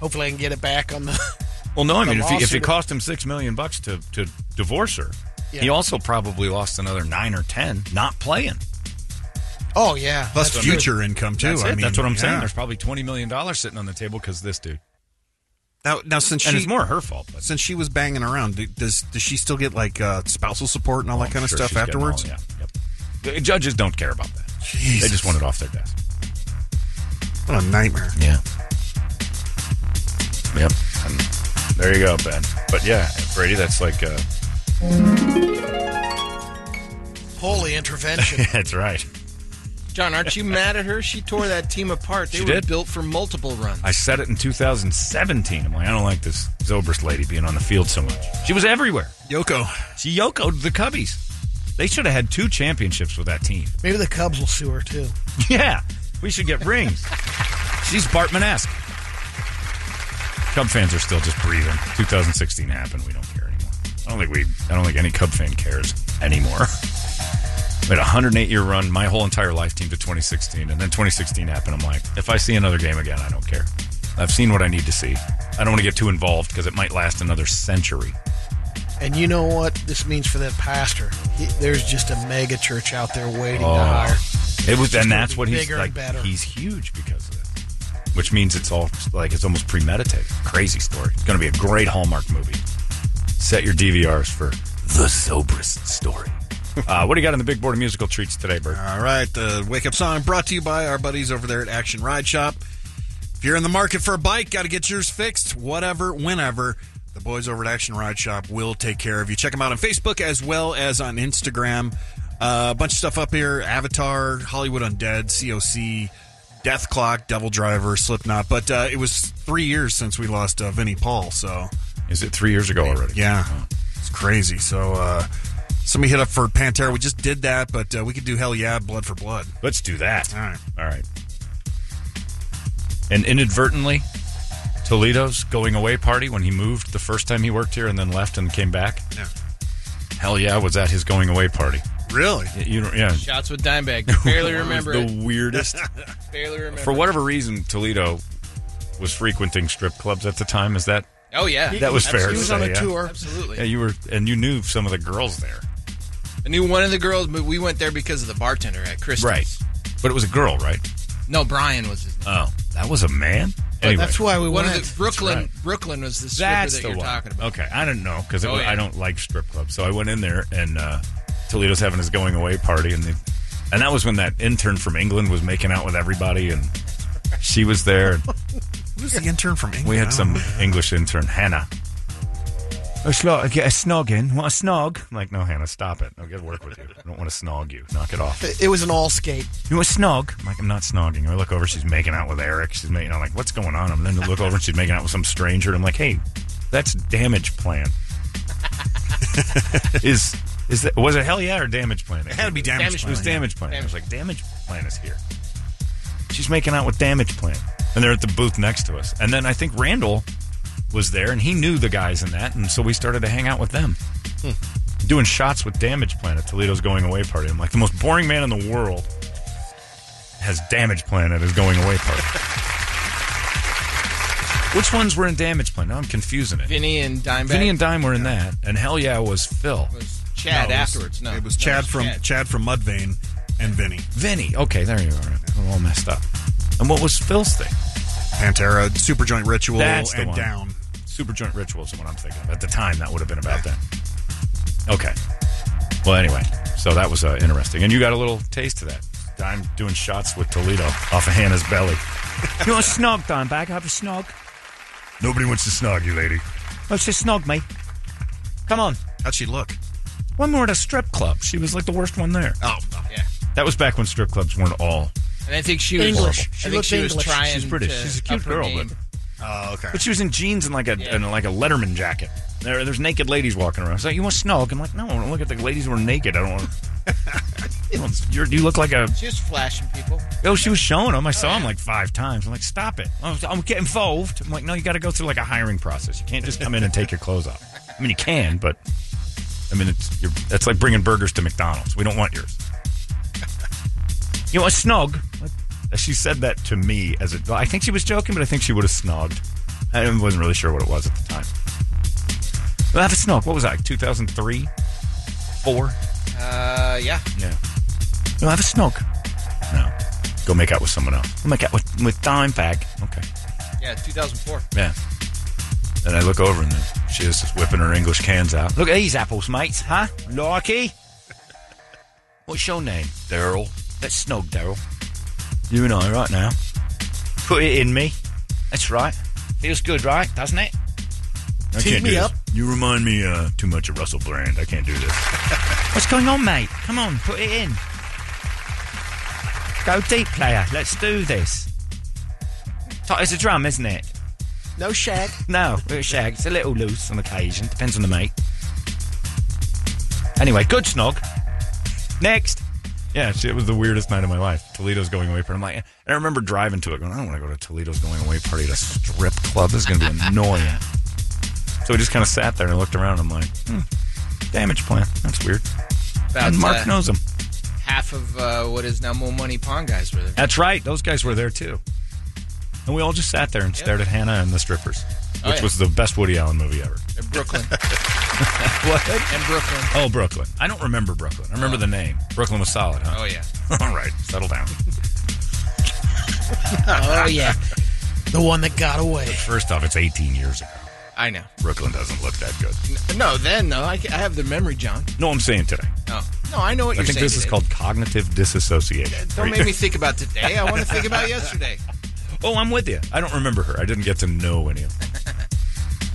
[SPEAKER 2] Hopefully, I can get it back on the.
[SPEAKER 1] Well, no, I
[SPEAKER 2] The
[SPEAKER 1] mean, if, he, if it
[SPEAKER 2] lawsuit-
[SPEAKER 1] cost him six million bucks to to divorce her, he
[SPEAKER 2] Yeah.
[SPEAKER 1] also probably lost another nine or ten not playing.
[SPEAKER 2] Oh yeah.
[SPEAKER 3] Plus
[SPEAKER 2] that's true.
[SPEAKER 3] future income, too.
[SPEAKER 1] That's,
[SPEAKER 3] I
[SPEAKER 1] it.
[SPEAKER 3] mean,
[SPEAKER 1] That's what I'm saying.
[SPEAKER 3] yeah.
[SPEAKER 1] There's probably twenty million dollars sitting on the table because this dude.
[SPEAKER 3] Now, now, since
[SPEAKER 1] and
[SPEAKER 3] she
[SPEAKER 1] it's more her fault. But
[SPEAKER 3] since she was banging around, do- does does she still get like uh, spousal support and all that kind
[SPEAKER 1] I'm
[SPEAKER 3] of
[SPEAKER 1] Oh, sure
[SPEAKER 3] stuff
[SPEAKER 1] she's getting
[SPEAKER 3] afterwards?
[SPEAKER 1] all- yeah, yep. The judges don't care about that.
[SPEAKER 3] Jesus.
[SPEAKER 1] They just want it off their desk.
[SPEAKER 3] What a nightmare.
[SPEAKER 6] Yeah.
[SPEAKER 1] Yep. And there you go, Ben. But yeah, Brady, that's like uh,
[SPEAKER 2] Holy intervention.
[SPEAKER 1] that's right.
[SPEAKER 6] John, aren't you mad at her? She tore that team apart. They
[SPEAKER 1] She
[SPEAKER 6] were
[SPEAKER 1] did.
[SPEAKER 6] built for multiple runs.
[SPEAKER 1] I said it in 2017. I'm like, I don't like this Zobrist lady being on the field so much. She was everywhere.
[SPEAKER 3] Yoko.
[SPEAKER 1] She yokoed the Cubbies. They should have had two championships with that team.
[SPEAKER 2] Maybe the Cubs will sue her too.
[SPEAKER 1] Yeah, we should get rings. She's Bartman-esque. Cub fans are still just breathing. 2016 happened. We don't care anymore. I don't think we. I don't think any Cub fan cares anymore. We had a 108 year run, my whole entire life team to 2016, and then 2016 happened. I'm like, if I see another game again, I don't care. I've seen what I need to see. I don't want to get too involved because it might last another century.
[SPEAKER 2] And you know what this means for that pastor? He, there's just a mega church out there waiting
[SPEAKER 1] Oh.
[SPEAKER 2] to hire.
[SPEAKER 1] It was,
[SPEAKER 2] Just
[SPEAKER 1] and
[SPEAKER 2] gonna
[SPEAKER 1] that's
[SPEAKER 2] be
[SPEAKER 1] what he's
[SPEAKER 2] bigger and
[SPEAKER 1] like.
[SPEAKER 2] better.
[SPEAKER 1] He's huge because of it, which means it's all like it's almost premeditated. Crazy story. It's going to be a great Hallmark movie. Set your DVRs for the soberest story. uh, what do you got on the big board of musical treats today, Bert?
[SPEAKER 3] All right, the wake up song brought to you by our buddies over there at Action Ride Shop. If you're in the market for a bike, got to get yours fixed, whatever, whenever. The boys over at Action Ride Shop will take care of you. Check them out on Facebook as well as on Instagram. Uh, a bunch of stuff up here Avatar, Hollywood Undead, COC, Death Clock, Devil Driver, Slipknot. But uh, it was three years since we lost uh, Vinnie Paul, so
[SPEAKER 1] Is it three years ago already?
[SPEAKER 3] yeah, it's crazy. So uh, somebody hit up for Pantera. We just did that, but uh, we could do Hell Yeah, Blood for Blood.
[SPEAKER 1] Let's do that.
[SPEAKER 3] All right.
[SPEAKER 1] All right. And inadvertently, Toledo's going away party when he moved the first time he worked here and then left and came back.
[SPEAKER 3] Yeah.
[SPEAKER 1] Hell yeah, was at his going away party.
[SPEAKER 3] Really?
[SPEAKER 1] You know, yeah.
[SPEAKER 6] Shots with Dimebag. Barely remember
[SPEAKER 1] the
[SPEAKER 6] it.
[SPEAKER 1] weirdest
[SPEAKER 6] Barely remember.
[SPEAKER 1] for whatever reason, Toledo was frequenting strip clubs at the time. Is that
[SPEAKER 6] Oh yeah,
[SPEAKER 1] that was fair?
[SPEAKER 2] He was
[SPEAKER 1] to
[SPEAKER 2] on
[SPEAKER 1] say,
[SPEAKER 2] a
[SPEAKER 1] yeah?
[SPEAKER 2] tour.
[SPEAKER 6] absolutely.
[SPEAKER 1] Yeah, you were, and you knew some of the girls there,
[SPEAKER 6] I knew one of the girls, but we went there because of the bartender at Christie's.
[SPEAKER 1] But it was a girl, right?
[SPEAKER 6] No, Brian was his name.
[SPEAKER 1] Oh, that was a man. Anyway,
[SPEAKER 2] That's why we
[SPEAKER 6] One
[SPEAKER 2] went.
[SPEAKER 6] of the Brooklyn.
[SPEAKER 1] right.
[SPEAKER 6] Brooklyn was the stripper
[SPEAKER 1] that's
[SPEAKER 6] that
[SPEAKER 1] the
[SPEAKER 6] you're
[SPEAKER 1] one.
[SPEAKER 6] talking about.
[SPEAKER 1] Okay, I didn't know because
[SPEAKER 6] Oh, yeah.
[SPEAKER 1] I don't like strip clubs, so I went in there and uh, Toledo's having his going away party, and the, and that was when that intern from England was making out with everybody, and she was there. and
[SPEAKER 3] Who's the intern from England?
[SPEAKER 1] We
[SPEAKER 3] I
[SPEAKER 1] had
[SPEAKER 3] don't
[SPEAKER 1] some
[SPEAKER 3] know.
[SPEAKER 1] English intern, Hannah. It's like I get a snog in. What a snog? I'm like, no, Hannah, stop it. I'll get to work with you. I don't want to snog you. Knock it off.
[SPEAKER 2] It was an all skate.
[SPEAKER 1] You want a snog? I'm like, I'm not snogging. I look over, she's making out with Eric. She's making, I'm like, what's going on? I'm then to look over and she's making out with some stranger. And I'm like, hey, that's damage plan. is is that was it hell yeah or damage plan? It
[SPEAKER 3] had to be damage
[SPEAKER 1] It was
[SPEAKER 3] plan,
[SPEAKER 1] damage plan. I was like, damage plan is here. She's making out with damage plan, and they're at the booth next to us. And then I think Randall was there, and he knew the guys in that, and so we started to hang out with them.
[SPEAKER 6] Hmm.
[SPEAKER 1] Doing shots with Damage Plan at Toledo's going away party. I'm like, the most boring man in the world has Damage Plan at his going away party. Which ones were in Damage Plan? Now I'm confusing it.
[SPEAKER 6] Vinny and Dimebag.
[SPEAKER 1] Vinny and Dime were in that, and hell yeah was Phil.
[SPEAKER 6] was Chad
[SPEAKER 3] No, it was-
[SPEAKER 6] afterwards. No,
[SPEAKER 3] it was
[SPEAKER 6] No,
[SPEAKER 3] Chad from Chad. from Mudvayne and Vinny
[SPEAKER 1] Vinny, okay, there you are. I'm all messed up. And what was Phil's thing?
[SPEAKER 3] Pantera, Superjoint Ritual,
[SPEAKER 1] That's the
[SPEAKER 3] and
[SPEAKER 1] one.
[SPEAKER 3] Down.
[SPEAKER 1] Superjoint Rituals is what I'm thinking of. At the time, that would have been about that. Okay. Well, anyway, so that was uh, interesting. And you got a little taste of that. I'm doing shots with Toledo off of Hannah's belly.
[SPEAKER 8] You want a snog, Dimebag? Have a snog.
[SPEAKER 1] Nobody wants to snog you, lady.
[SPEAKER 8] Let's just snog, mate. Come on.
[SPEAKER 3] How'd she look?
[SPEAKER 1] One more at a strip club. She was like the worst one there.
[SPEAKER 3] Oh, no.
[SPEAKER 6] Yeah,
[SPEAKER 1] That was horrible. She's a strip clubs weren't all.
[SPEAKER 6] and I think she was
[SPEAKER 2] English.
[SPEAKER 6] I
[SPEAKER 2] She
[SPEAKER 6] think
[SPEAKER 2] looked
[SPEAKER 6] she was
[SPEAKER 2] English.
[SPEAKER 6] trying.
[SPEAKER 1] She's British.
[SPEAKER 6] To
[SPEAKER 1] She's a cute
[SPEAKER 6] up her
[SPEAKER 1] girl,
[SPEAKER 6] game.
[SPEAKER 1] but-
[SPEAKER 3] Oh, okay.
[SPEAKER 1] But she was in jeans and like a and like a Letterman jacket. There, there's naked ladies walking around. She's like, "You want snog?" I'm like, "No, I want to look at the ladies who are naked. I don't want." to You're, you look like a
[SPEAKER 6] she was flashing people.
[SPEAKER 1] Oh, she was showing him. I saw him like five times. I'm like, stop it. I'm, I'm get involved. I'm like, no, you got to go through like a hiring process. You can't just come in and take your clothes off. I mean, you can, but I mean, it's you're, that's like bringing burgers to McDonald's. We don't want yours. You want a snog? Like, she said that to me as a. I think she was joking, but I think she would have snogged. I wasn't really sure what it was at the time. Well, have a snog. What was that? 2003, four.
[SPEAKER 6] Uh, yeah.
[SPEAKER 1] Yeah. You'll have a snog. No. Go make out with someone else. We'll make out with, with dime bag. Okay.
[SPEAKER 6] Yeah, 2004.
[SPEAKER 1] Yeah. And I look over and there she is just whipping her English cans out. Look at these apples, mates, huh? Likey? What's your name? Daryl.
[SPEAKER 9] Let's snog, Daryl. You and I, right now. Put it in me. That's right. Feels good, right? Doesn't it?
[SPEAKER 1] I
[SPEAKER 2] Tee
[SPEAKER 1] can't
[SPEAKER 2] me
[SPEAKER 1] do this.
[SPEAKER 2] up.
[SPEAKER 1] You remind me uh, too much of Russell Brand. I can't do this.
[SPEAKER 9] What's going on, mate? Come on, put it in. Go deep, player. Let's do this. Tight as a drum, isn't it?
[SPEAKER 2] No shag.
[SPEAKER 9] No, it's shag. It's a little loose on occasion. Depends on the mate. Anyway, good snog. Next.
[SPEAKER 1] Yeah, see, it was the weirdest night of my life. Toledo's going away party. I'm like, and I remember driving to it going, I don't want to go to Toledo's going away party at a strip club. This is going to be annoying. so we just kind of sat there and I looked around. I'm like, hmm, damage plan. That's weird.
[SPEAKER 6] About
[SPEAKER 1] and Mark
[SPEAKER 6] uh,
[SPEAKER 1] knows him.
[SPEAKER 6] half of uh, what is now Mo Money Pond guys were there.
[SPEAKER 1] That's right. Those guys were there too. And we all just sat there and stared at Hannah and the strippers,
[SPEAKER 6] Oh,
[SPEAKER 1] which
[SPEAKER 6] yeah.
[SPEAKER 1] was the best Woody Allen movie ever.
[SPEAKER 6] In Brooklyn. In Brooklyn.
[SPEAKER 1] Oh, Brooklyn. I don't remember Brooklyn. I remember the name. Brooklyn was solid, huh?
[SPEAKER 6] Oh, yeah.
[SPEAKER 1] All right, settle down.
[SPEAKER 2] Oh yeah, the one that got away.
[SPEAKER 1] First off, it's 18 years ago.
[SPEAKER 6] I know.
[SPEAKER 1] Brooklyn doesn't look that good.
[SPEAKER 6] N- No, then, though, I, ca- I have the memory, John.
[SPEAKER 1] No, I'm saying today.
[SPEAKER 6] No. No, I know what
[SPEAKER 1] Oh. I
[SPEAKER 6] you're
[SPEAKER 1] think
[SPEAKER 6] saying.
[SPEAKER 1] this is
[SPEAKER 6] today.
[SPEAKER 1] called cognitive disassociation.
[SPEAKER 6] Don't make me think about today. I want to think about yesterday.
[SPEAKER 1] Oh, I'm with you. I don't remember her. I didn't get to know any of them.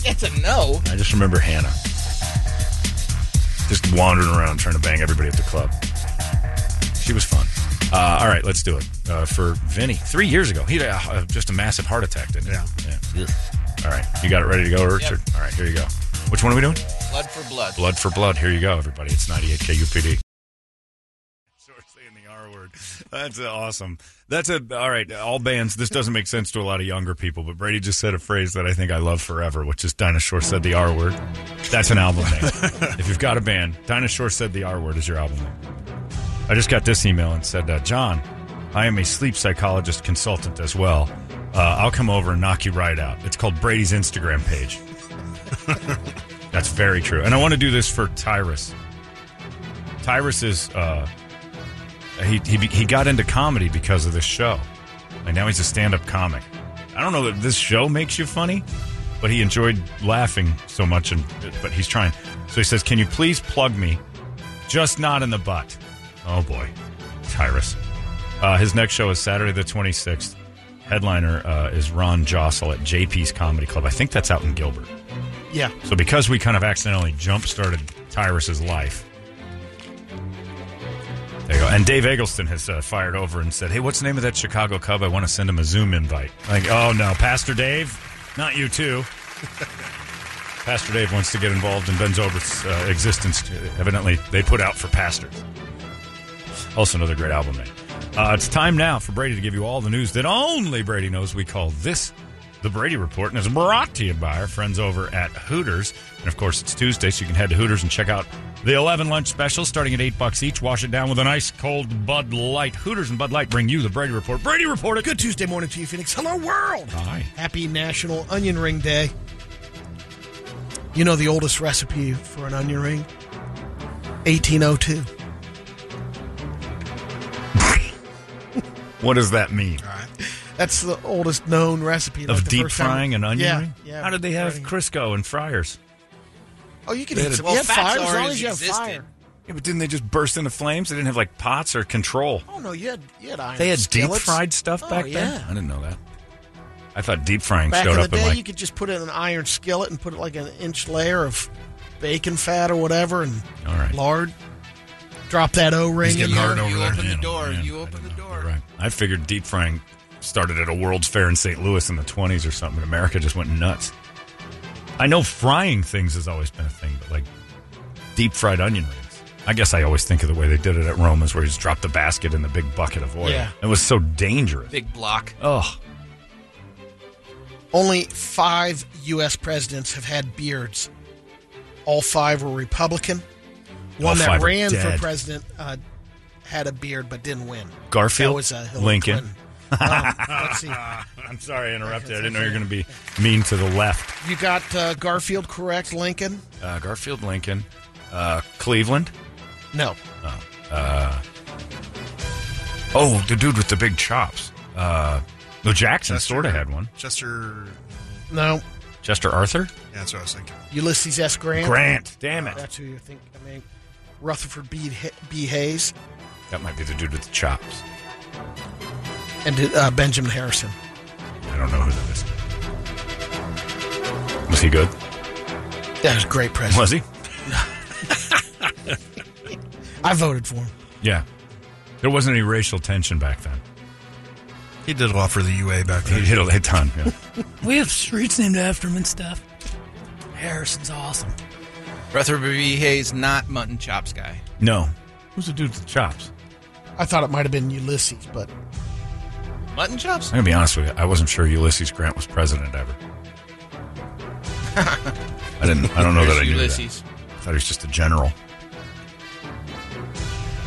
[SPEAKER 6] It's a no.
[SPEAKER 1] I just remember Hannah. Just wandering around trying to bang everybody at the club. She was fun. Uh, all right, let's do it. Uh, for Vinny, three years ago, he had a, uh, just a massive heart attack, didn't he?
[SPEAKER 3] Yeah.
[SPEAKER 1] yeah. All right, you got it ready to go, Richard? All right, here you go. Which one are we doing?
[SPEAKER 6] Blood for blood.
[SPEAKER 1] Blood for blood. Here you go, everybody. It's 98 KUPD. Short saying the R word. That's awesome. That's a all right. All bands. This doesn't make sense to a lot of younger people, but Brady just said a phrase that I think I love forever, which is Dinosaur said the R word. That's an album name. if you've got a band, Dinosaur said the R word is your album name. I just got this email and said, uh, John, I am a sleep psychologist consultant as well. Uh, I'll come over and knock you right out. It's called Brady's Instagram page. That's very true. And I want to do this for Tyrus. Tyrus is uh, he, he he got into comedy because of this show, and now he's a stand-up comic. I don't know that this show makes you funny, but he enjoyed laughing so much, and but he's trying. So he says, "Can you please plug me? Just not in the butt." Oh boy, Tyrus. Uh, his next show is Saturday the twenty sixth. Headliner uh, is Ron Jossel at JP's Comedy Club. I think that's out in Gilbert.
[SPEAKER 2] Yeah,
[SPEAKER 1] So because we kind of accidentally jump started Tyrus's life. There you go. And Dave Eggleston has uh, fired over and said, "Hey, what's the name of that Chicago Cub? I want to send him a Zoom invite." Like, oh no, Pastor Dave, not you too. Pastor Dave wants to get involved in Ben Zobrist's uh, existence. Evidently, they put out for pastors. Also, another great album name. Uh, it's time now for Brady to give you all the news that only Brady knows. We call this the Brady Report, and it's brought to you by our friends over at Hooters. And of course, it's Tuesday, so you can head to Hooters and check out the 11 lunch specials starting at 8 bucks each. Wash it down with an ice cold Bud Light. Hooters and Bud Light bring you the Brady Report. Brady Report.
[SPEAKER 2] good Tuesday morning to you, Phoenix. Hello, world.
[SPEAKER 1] Hi.
[SPEAKER 2] Happy National Onion Ring Day. You know the oldest recipe for an onion ring? 1802.
[SPEAKER 1] What does that mean?
[SPEAKER 3] All right.
[SPEAKER 2] That's the oldest known recipe. like
[SPEAKER 1] Of
[SPEAKER 2] the
[SPEAKER 1] deep
[SPEAKER 2] first time-
[SPEAKER 1] frying an onion
[SPEAKER 2] yeah,
[SPEAKER 1] ring?
[SPEAKER 2] Yeah.
[SPEAKER 1] How did they have
[SPEAKER 2] frying.
[SPEAKER 1] Crisco and fryers?
[SPEAKER 2] Oh, you can
[SPEAKER 1] They
[SPEAKER 2] eat
[SPEAKER 1] had
[SPEAKER 2] some.
[SPEAKER 1] a-
[SPEAKER 2] you have
[SPEAKER 6] Well,
[SPEAKER 2] fire
[SPEAKER 6] fats
[SPEAKER 2] as long
[SPEAKER 6] already
[SPEAKER 2] as you have
[SPEAKER 6] existed.
[SPEAKER 2] fire.
[SPEAKER 1] Yeah, but didn't they just burst into flames? They didn't have like pots or control.
[SPEAKER 2] Oh no, you had you had iron.
[SPEAKER 1] They had deep
[SPEAKER 2] skillets.
[SPEAKER 1] fried stuff
[SPEAKER 2] Oh,
[SPEAKER 1] back then.
[SPEAKER 2] yeah.
[SPEAKER 1] I didn't know that. I thought deep frying
[SPEAKER 2] Back
[SPEAKER 1] showed
[SPEAKER 2] in the
[SPEAKER 1] up
[SPEAKER 2] day,
[SPEAKER 1] in
[SPEAKER 2] you
[SPEAKER 1] like
[SPEAKER 2] could just put it in an iron skillet and put it like an inch layer of bacon fat or whatever and
[SPEAKER 1] all right.
[SPEAKER 2] lard. Drop that O ring in
[SPEAKER 3] getting
[SPEAKER 2] there.
[SPEAKER 3] hard over
[SPEAKER 6] you
[SPEAKER 3] there.
[SPEAKER 6] open
[SPEAKER 1] Yeah,
[SPEAKER 6] the door.
[SPEAKER 1] man,
[SPEAKER 6] you
[SPEAKER 1] I
[SPEAKER 6] open
[SPEAKER 1] don't
[SPEAKER 6] the
[SPEAKER 1] know.
[SPEAKER 6] door.
[SPEAKER 1] You're Right. I figured deep frying started at a World's Fair in St. Louis in the 20s or something. and America just went nuts. I know frying things has always been a thing, but like deep fried onion rings. I guess I always think of the way they did it at Roma's, where you just dropped the basket in the big bucket of oil.
[SPEAKER 2] Yeah.
[SPEAKER 1] It was so dangerous.
[SPEAKER 6] Big block.
[SPEAKER 1] Ugh.
[SPEAKER 2] Only five U.S. presidents have had beards. All five were Republican.
[SPEAKER 1] All
[SPEAKER 2] One that
[SPEAKER 1] five are
[SPEAKER 2] ran for
[SPEAKER 1] dead.
[SPEAKER 2] president uh, had a beard but didn't win.
[SPEAKER 1] Garfield,
[SPEAKER 2] That was uh, Hillary
[SPEAKER 1] Lincoln.
[SPEAKER 2] Clinton. Um, let's see.
[SPEAKER 1] I'm sorry I interrupted. I didn't know you were going to be mean to the left.
[SPEAKER 2] You got uh, Garfield correct, Lincoln?
[SPEAKER 1] Uh, Garfield, Lincoln, uh, Cleveland.
[SPEAKER 2] No.
[SPEAKER 1] Oh, the dude with the big chops. Uh, no, Jackson
[SPEAKER 3] Chester-
[SPEAKER 1] sort of had one.
[SPEAKER 3] Chester.
[SPEAKER 2] No.
[SPEAKER 1] Chester Arthur?
[SPEAKER 3] Yeah, that's what I was thinking.
[SPEAKER 2] Ulysses S. Grant?
[SPEAKER 1] Grant. Damn it.
[SPEAKER 2] That's who you think. I mean, Rutherford B. H- B. Hayes.
[SPEAKER 1] That might be the dude with the chops.
[SPEAKER 2] And uh, Benjamin Harrison.
[SPEAKER 1] I don't know who that is. Was he good?
[SPEAKER 2] That was a great president.
[SPEAKER 1] he?
[SPEAKER 2] I voted for him.
[SPEAKER 1] Yeah. There wasn't any racial tension back then.
[SPEAKER 3] He did a lot for the UA back
[SPEAKER 1] He
[SPEAKER 3] then.
[SPEAKER 1] hit a, a ton. Yeah.
[SPEAKER 10] We have streets named after him and stuff. Harrison's awesome.
[SPEAKER 6] Rutherford B. Hayes, not mutton chops guy.
[SPEAKER 1] no. Who's the dude with the chops?
[SPEAKER 2] I thought it might have been Ulysses, but
[SPEAKER 6] Mutton chops?
[SPEAKER 1] I'm going to be honest with you. I wasn't sure Ulysses Grant was president ever. I didn't. I don't know that I
[SPEAKER 6] There's
[SPEAKER 1] knew
[SPEAKER 6] Ulysses.
[SPEAKER 1] that. I thought he was just a general.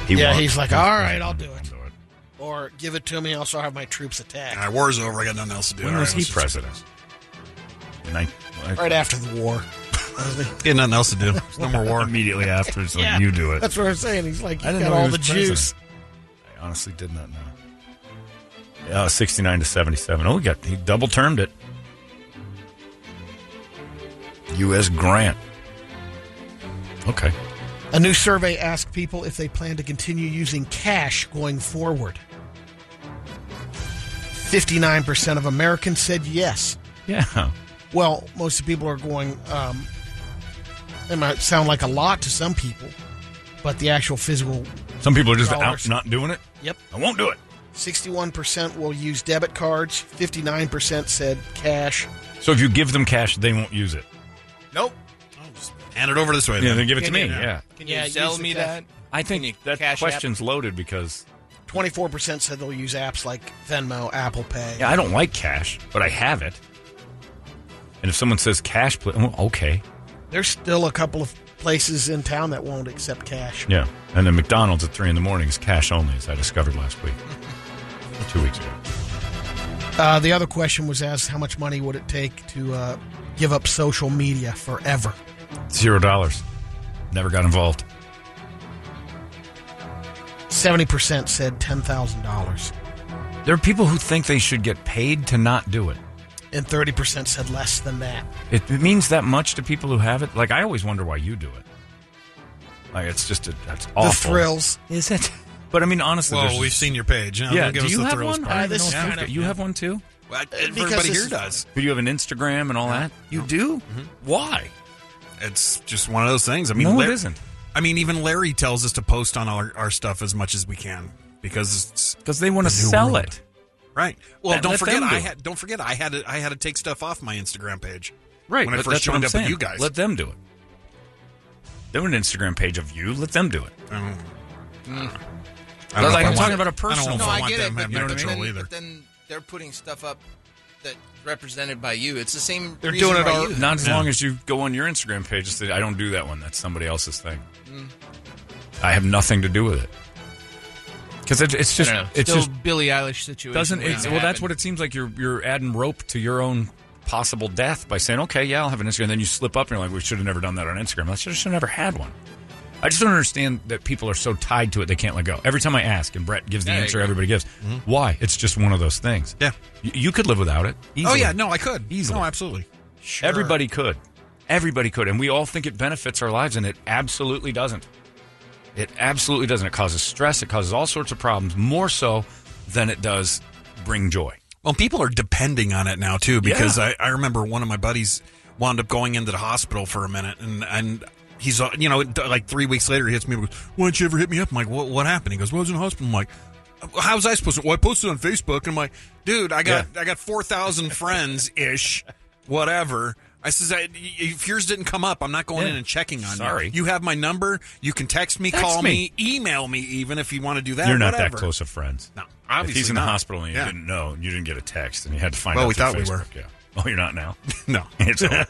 [SPEAKER 1] He
[SPEAKER 2] yeah,
[SPEAKER 1] won.
[SPEAKER 2] he's like, all right, I'll do
[SPEAKER 1] I'll
[SPEAKER 2] it. Or give it to me, I'll still have my troops attacked.
[SPEAKER 3] All right, war's over. I got nothing else to do.
[SPEAKER 1] When
[SPEAKER 3] All
[SPEAKER 1] was
[SPEAKER 3] right,
[SPEAKER 1] he
[SPEAKER 3] let's just-
[SPEAKER 1] president? And I,
[SPEAKER 2] Right after the war.
[SPEAKER 3] He had nothing else to do. There's no more war.
[SPEAKER 1] immediately after, it's like
[SPEAKER 2] Yeah.
[SPEAKER 1] you do it.
[SPEAKER 2] That's what I'm saying. He's like,
[SPEAKER 1] I
[SPEAKER 2] you
[SPEAKER 1] didn't
[SPEAKER 2] got
[SPEAKER 1] know he
[SPEAKER 2] all
[SPEAKER 1] was
[SPEAKER 2] the juice.
[SPEAKER 1] I honestly did not know. Yeah, 69 to 77. Oh, he got he double termed it. U.S. Grant. Okay.
[SPEAKER 2] A new survey asked people if they plan to continue using cash going forward. 59% of Americans said yes.
[SPEAKER 1] Yeah.
[SPEAKER 2] Well, most people are going, um, it might sound like a lot to some people, but the actual physical,
[SPEAKER 1] Some people are just out
[SPEAKER 2] Dollars.
[SPEAKER 1] not doing it.
[SPEAKER 2] yep.
[SPEAKER 1] I won't do it.
[SPEAKER 2] 61% will use debit cards, 59% said cash.
[SPEAKER 1] So if you give them cash, they won't use it.
[SPEAKER 6] Nope.
[SPEAKER 3] Hand it over this way.
[SPEAKER 1] Yeah,
[SPEAKER 3] then.
[SPEAKER 1] then give it to
[SPEAKER 2] Can
[SPEAKER 1] me.
[SPEAKER 2] you-
[SPEAKER 1] Yeah.
[SPEAKER 6] Can
[SPEAKER 2] Yeah,
[SPEAKER 6] you sell
[SPEAKER 2] use the
[SPEAKER 6] me
[SPEAKER 2] cash.
[SPEAKER 6] that?
[SPEAKER 1] I
[SPEAKER 6] Can you
[SPEAKER 1] think that
[SPEAKER 6] cash app?
[SPEAKER 1] question's loaded because
[SPEAKER 2] 24% said they'll use apps like Venmo, Apple Pay.
[SPEAKER 1] yeah, I don't like cash, but I have it. And if someone says cash, pl- oh, okay.
[SPEAKER 2] There's still a couple of places in town that won't accept cash.
[SPEAKER 1] Yeah. And then McDonald's at 3 in the morning is cash only, as I discovered last week. Two weeks ago.
[SPEAKER 2] Uh, the other question was asked how much money would it take to uh, give up social media forever?
[SPEAKER 1] Zero dollars. Never got involved.
[SPEAKER 2] 70% said $10,000,
[SPEAKER 1] There are people who think they should get paid to not do it.
[SPEAKER 2] and 30% said less than that.
[SPEAKER 1] It, it means that much to people who have it. Like I always wonder why you do it. Like it's just a, that's awful.
[SPEAKER 2] The thrills.
[SPEAKER 1] is it? But I mean, honestly,
[SPEAKER 3] Well,
[SPEAKER 1] there's
[SPEAKER 3] we've
[SPEAKER 1] just-
[SPEAKER 3] seen your page. No,
[SPEAKER 1] Yeah,
[SPEAKER 3] don't give
[SPEAKER 1] do
[SPEAKER 3] us
[SPEAKER 1] you
[SPEAKER 3] the
[SPEAKER 1] have
[SPEAKER 3] thrills
[SPEAKER 1] one?
[SPEAKER 3] part.
[SPEAKER 1] I don't
[SPEAKER 2] this
[SPEAKER 1] know.
[SPEAKER 2] is
[SPEAKER 1] if
[SPEAKER 2] kind
[SPEAKER 1] you-
[SPEAKER 2] of-
[SPEAKER 1] you have one too.
[SPEAKER 3] Well,
[SPEAKER 2] because
[SPEAKER 3] everybody
[SPEAKER 2] this
[SPEAKER 3] here
[SPEAKER 2] is-
[SPEAKER 3] does.
[SPEAKER 1] But you have an Instagram and all that. You do? Mm-hmm. Why?
[SPEAKER 3] It's just one of those things. I mean,
[SPEAKER 1] no,
[SPEAKER 3] Larry-
[SPEAKER 1] it isn't.
[SPEAKER 3] I mean, even Larry tells us to post on our, our stuff as much as we can because it's
[SPEAKER 1] Because they want to
[SPEAKER 3] new
[SPEAKER 1] sell
[SPEAKER 3] world.
[SPEAKER 1] it.
[SPEAKER 3] right. Well,
[SPEAKER 1] Let-
[SPEAKER 3] don't
[SPEAKER 1] let
[SPEAKER 3] forget,
[SPEAKER 1] them do
[SPEAKER 3] I
[SPEAKER 1] it.
[SPEAKER 3] had don't forget, I had to, I had to take stuff off my Instagram page.
[SPEAKER 1] Right.
[SPEAKER 3] When I
[SPEAKER 1] but
[SPEAKER 3] first
[SPEAKER 1] that's what
[SPEAKER 3] joined
[SPEAKER 1] I'm
[SPEAKER 3] up with
[SPEAKER 1] saying.
[SPEAKER 3] you guys.
[SPEAKER 1] let them do it. They have an Instagram page of you. Let them do it.
[SPEAKER 3] Um,
[SPEAKER 1] Like,
[SPEAKER 3] if I
[SPEAKER 1] I'm
[SPEAKER 3] want
[SPEAKER 1] talking
[SPEAKER 3] it.
[SPEAKER 1] about a
[SPEAKER 3] I don't
[SPEAKER 1] personal one.
[SPEAKER 3] know if
[SPEAKER 6] No,
[SPEAKER 3] I
[SPEAKER 6] I
[SPEAKER 3] want
[SPEAKER 6] get it,
[SPEAKER 3] them
[SPEAKER 6] but,
[SPEAKER 3] having no
[SPEAKER 6] but
[SPEAKER 3] control
[SPEAKER 6] then,
[SPEAKER 3] either.
[SPEAKER 6] but then they're putting stuff up that's represented by you. It's the same.
[SPEAKER 2] They're
[SPEAKER 6] reason
[SPEAKER 2] doing it
[SPEAKER 6] why
[SPEAKER 2] all-
[SPEAKER 6] you-
[SPEAKER 1] Not as
[SPEAKER 3] Yeah.
[SPEAKER 1] long as you go on your Instagram page and say, I don't do that one. That's somebody else's thing.
[SPEAKER 6] Mm.
[SPEAKER 1] I have nothing to do with it. Because it, it's just,
[SPEAKER 6] I don't know.
[SPEAKER 1] it's
[SPEAKER 6] Still
[SPEAKER 1] just
[SPEAKER 6] Billie Eilish situation.
[SPEAKER 1] doesn't.
[SPEAKER 6] waiting
[SPEAKER 1] It's,
[SPEAKER 6] to
[SPEAKER 1] well, that's
[SPEAKER 6] happen.
[SPEAKER 1] what it seems like. You're you're adding rope to your own possible death by saying, okay, yeah, I'll have an Instagram. And then you slip up and you're like, we should have never done that on Instagram. I should have never had one. I just don't understand that people are so tied to it they can't let go. Every time I ask, and Brett gives the
[SPEAKER 6] Yeah, I
[SPEAKER 1] answer
[SPEAKER 6] agree.
[SPEAKER 1] everybody gives, why? It's just one of those things.
[SPEAKER 3] Yeah.
[SPEAKER 1] Y- you could live without it.
[SPEAKER 3] Oh
[SPEAKER 1] easily.
[SPEAKER 3] yeah, no, I could
[SPEAKER 1] Easily.
[SPEAKER 3] No, absolutely. Sure.
[SPEAKER 1] Everybody could. Everybody could. And we all think it benefits our lives, and it absolutely doesn't. It absolutely doesn't. It causes stress, it causes all sorts of problems, more so than it does bring joy.
[SPEAKER 3] Well, people are depending on it now too because I, I remember one of my buddies wound up going into the hospital for a minute and and he's uh, you know it- like three weeks later he hits me and goes why don't you ever hit me up I'm like what what happened he goes well, I was in the hospital I'm like how was I supposed to well I posted on Facebook and I'm like dude I got I got four thousand friends ish whatever. I says, I, if yours didn't come up, I'm not going
[SPEAKER 1] Yeah.
[SPEAKER 3] in and checking on
[SPEAKER 1] Sorry.
[SPEAKER 3] you. You have my number. You can text me,
[SPEAKER 1] Text
[SPEAKER 3] call
[SPEAKER 1] me.
[SPEAKER 3] me. email me, even if you want to do that.
[SPEAKER 1] You're not
[SPEAKER 3] whatever.
[SPEAKER 1] that close of friends.
[SPEAKER 3] No,
[SPEAKER 1] If he's
[SPEAKER 3] obviously
[SPEAKER 1] in the
[SPEAKER 3] not.
[SPEAKER 1] hospital and you
[SPEAKER 3] Yeah.
[SPEAKER 1] didn't know, and you didn't get a text, and you had to find
[SPEAKER 3] Well,
[SPEAKER 1] out.
[SPEAKER 3] we
[SPEAKER 1] through
[SPEAKER 3] thought we were.
[SPEAKER 1] Facebook, Yeah. Oh, you're not now.
[SPEAKER 3] No.
[SPEAKER 1] It's over.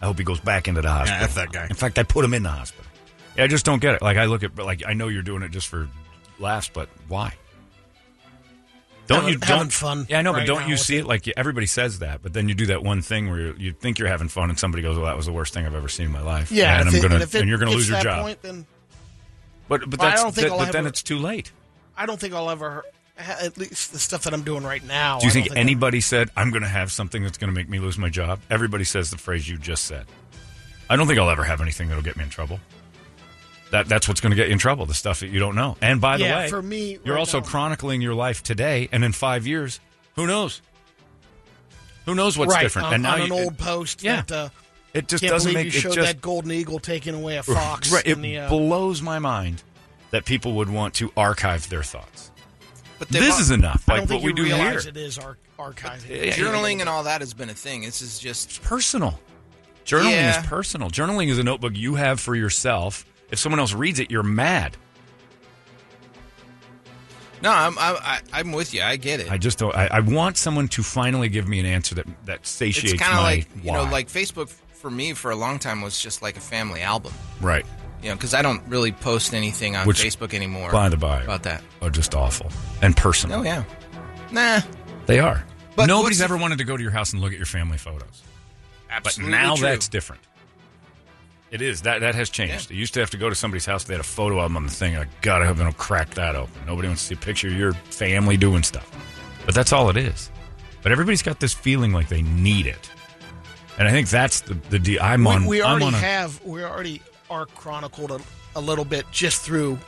[SPEAKER 1] I hope he goes back into the hospital.
[SPEAKER 3] F that guy.
[SPEAKER 1] In fact, I put him in the hospital. Yeah, I just don't get it. Like I look at, but like I know you're doing it just for laughs, but why? Don't
[SPEAKER 2] Having-
[SPEAKER 1] you don't,
[SPEAKER 2] having fun
[SPEAKER 1] Yeah, I know, but
[SPEAKER 2] right
[SPEAKER 1] don't
[SPEAKER 2] now
[SPEAKER 1] you
[SPEAKER 2] with
[SPEAKER 1] see it like everybody says that, but then you do that one thing where you, you think you're having fun, and somebody goes, "Well, that was the worst thing I've ever seen in my life."
[SPEAKER 2] Yeah,
[SPEAKER 1] and
[SPEAKER 2] if
[SPEAKER 1] I'm
[SPEAKER 2] it-
[SPEAKER 1] gonna
[SPEAKER 2] if it
[SPEAKER 1] and you're gonna
[SPEAKER 2] gets
[SPEAKER 1] lose your
[SPEAKER 2] that
[SPEAKER 1] job.
[SPEAKER 2] Point, then
[SPEAKER 1] but but
[SPEAKER 2] Well, I
[SPEAKER 1] that's
[SPEAKER 2] don't think
[SPEAKER 1] that-
[SPEAKER 2] I'll
[SPEAKER 1] but then
[SPEAKER 2] ever-
[SPEAKER 1] it's too late.
[SPEAKER 2] I don't think I'll ever, ha- at least the stuff that I'm doing right now.
[SPEAKER 1] Do you
[SPEAKER 2] I don't
[SPEAKER 1] think anybody said, I'm going to have something that's going to make me lose my job? Everybody says the phrase you just said. I don't think I'll ever have anything that'll get me in trouble. That that's what's going to get you in trouble. The stuff that you don't know. And by the
[SPEAKER 2] Yeah,
[SPEAKER 1] way,
[SPEAKER 2] for me,
[SPEAKER 1] you're
[SPEAKER 2] right
[SPEAKER 1] also
[SPEAKER 2] now-
[SPEAKER 1] chronicling your life today, and in five years, who knows? Who knows what's
[SPEAKER 2] right,
[SPEAKER 1] different?
[SPEAKER 2] On,
[SPEAKER 1] and now
[SPEAKER 2] on
[SPEAKER 1] you-
[SPEAKER 2] an old post
[SPEAKER 1] yeah.
[SPEAKER 2] that uh,
[SPEAKER 1] it just
[SPEAKER 2] can't
[SPEAKER 1] doesn't
[SPEAKER 2] believe
[SPEAKER 1] make
[SPEAKER 2] you
[SPEAKER 1] it
[SPEAKER 2] showed
[SPEAKER 1] just
[SPEAKER 2] that golden eagle taking away a fox.
[SPEAKER 1] Right, it
[SPEAKER 2] in the, uh,
[SPEAKER 1] blows my mind that people would want to archive their thoughts.
[SPEAKER 6] But they've
[SPEAKER 1] This
[SPEAKER 6] al-
[SPEAKER 1] is enough.
[SPEAKER 2] I
[SPEAKER 1] Like
[SPEAKER 2] don't
[SPEAKER 1] what
[SPEAKER 2] think
[SPEAKER 1] we
[SPEAKER 2] you
[SPEAKER 1] do here,
[SPEAKER 2] realize it is ar- archived.
[SPEAKER 1] Yeah, yeah.
[SPEAKER 6] journaling and all that has been a thing. This is just
[SPEAKER 1] personal. Journaling
[SPEAKER 6] Yeah.
[SPEAKER 1] is personal. Journaling is a notebook you have for yourself. If someone else reads it, you're mad.
[SPEAKER 6] no. I'm I, I, I'm with you. I get it.
[SPEAKER 1] I just don't. I, I want someone to finally give me an answer that that satiates
[SPEAKER 6] it's kind
[SPEAKER 1] my
[SPEAKER 6] of like you know,
[SPEAKER 1] why.
[SPEAKER 6] like Facebook for me for a long time was just like a family album.
[SPEAKER 1] right.
[SPEAKER 6] You know, because I don't really post anything on
[SPEAKER 1] Which-
[SPEAKER 6] Facebook anymore.
[SPEAKER 1] By the by,
[SPEAKER 6] about that.
[SPEAKER 1] are just awful and personal.
[SPEAKER 6] Oh yeah. Nah.
[SPEAKER 1] They are.
[SPEAKER 6] But
[SPEAKER 1] nobody's
[SPEAKER 6] what's-
[SPEAKER 1] ever wanted to go to your house and look at your family photos. But
[SPEAKER 6] Absolutely
[SPEAKER 1] now
[SPEAKER 6] true.
[SPEAKER 1] that's different. It is that that has changed. You used to have to go to somebody's house. They had a photo album on the thing. Like, God, I hope they don't crack that open. Nobody wants to see a picture of your family doing stuff. But that's all it is. But everybody's got this feeling like they need it, and I think that's the the. De- I'm
[SPEAKER 2] we,
[SPEAKER 1] on.
[SPEAKER 2] we
[SPEAKER 1] I'm
[SPEAKER 2] already
[SPEAKER 1] on a-
[SPEAKER 2] have. We already are chronicled a, a little bit just through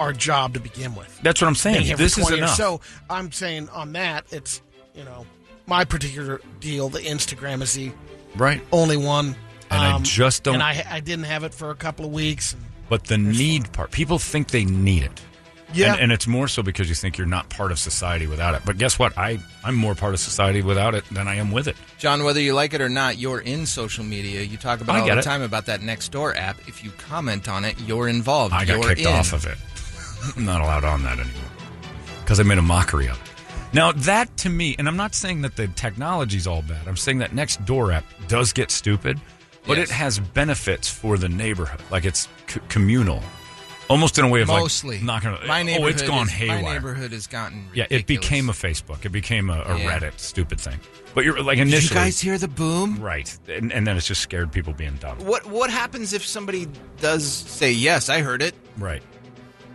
[SPEAKER 2] our job to begin with.
[SPEAKER 1] That's what I'm
[SPEAKER 2] Being
[SPEAKER 1] saying.
[SPEAKER 2] here for
[SPEAKER 1] This is
[SPEAKER 2] 20 years.
[SPEAKER 1] enough.
[SPEAKER 2] So I'm saying on that, it's you know my particular deal. The Instagram is the
[SPEAKER 1] right.
[SPEAKER 2] only one. Um,
[SPEAKER 1] And I just don't-
[SPEAKER 2] And I, I didn't have it for a couple of weeks. And,
[SPEAKER 1] But the need part, people think they need it.
[SPEAKER 2] yeah,
[SPEAKER 1] And, and it's more so because you think you're not part of society without it. But guess what? I, I'm more part of society without it than I am with it.
[SPEAKER 6] John, whether you like it or not, you're in social media. You talk about
[SPEAKER 1] I
[SPEAKER 6] all
[SPEAKER 1] get
[SPEAKER 6] the
[SPEAKER 1] it.
[SPEAKER 6] time about that next door app. If you comment on it, you're involved.
[SPEAKER 1] I got
[SPEAKER 6] you're
[SPEAKER 1] kicked
[SPEAKER 6] in.
[SPEAKER 1] off of it. I'm not allowed on that anymore because I made a mockery of it. Now, that to me, and I'm not saying that the technology's all bad, I'm saying that next door app does get stupid, but
[SPEAKER 6] Yes.
[SPEAKER 1] it has benefits for the neighborhood. Like it's c- communal, almost in a way of
[SPEAKER 6] Mostly.
[SPEAKER 1] like not gonna,
[SPEAKER 6] my
[SPEAKER 1] oh,
[SPEAKER 6] neighborhood
[SPEAKER 1] it's gone
[SPEAKER 6] is,
[SPEAKER 1] haywire.
[SPEAKER 6] My neighborhood has gotten
[SPEAKER 1] Yeah,
[SPEAKER 6] ridiculous.
[SPEAKER 1] it became a Facebook. It became a, a
[SPEAKER 6] Yeah.
[SPEAKER 1] Reddit stupid thing. But you're like
[SPEAKER 6] Did
[SPEAKER 1] initially
[SPEAKER 6] you guys hear the boom?
[SPEAKER 1] right, and, and then it's just scared people being dumb.
[SPEAKER 6] What What happens if somebody does say yes? I heard it.
[SPEAKER 1] Right,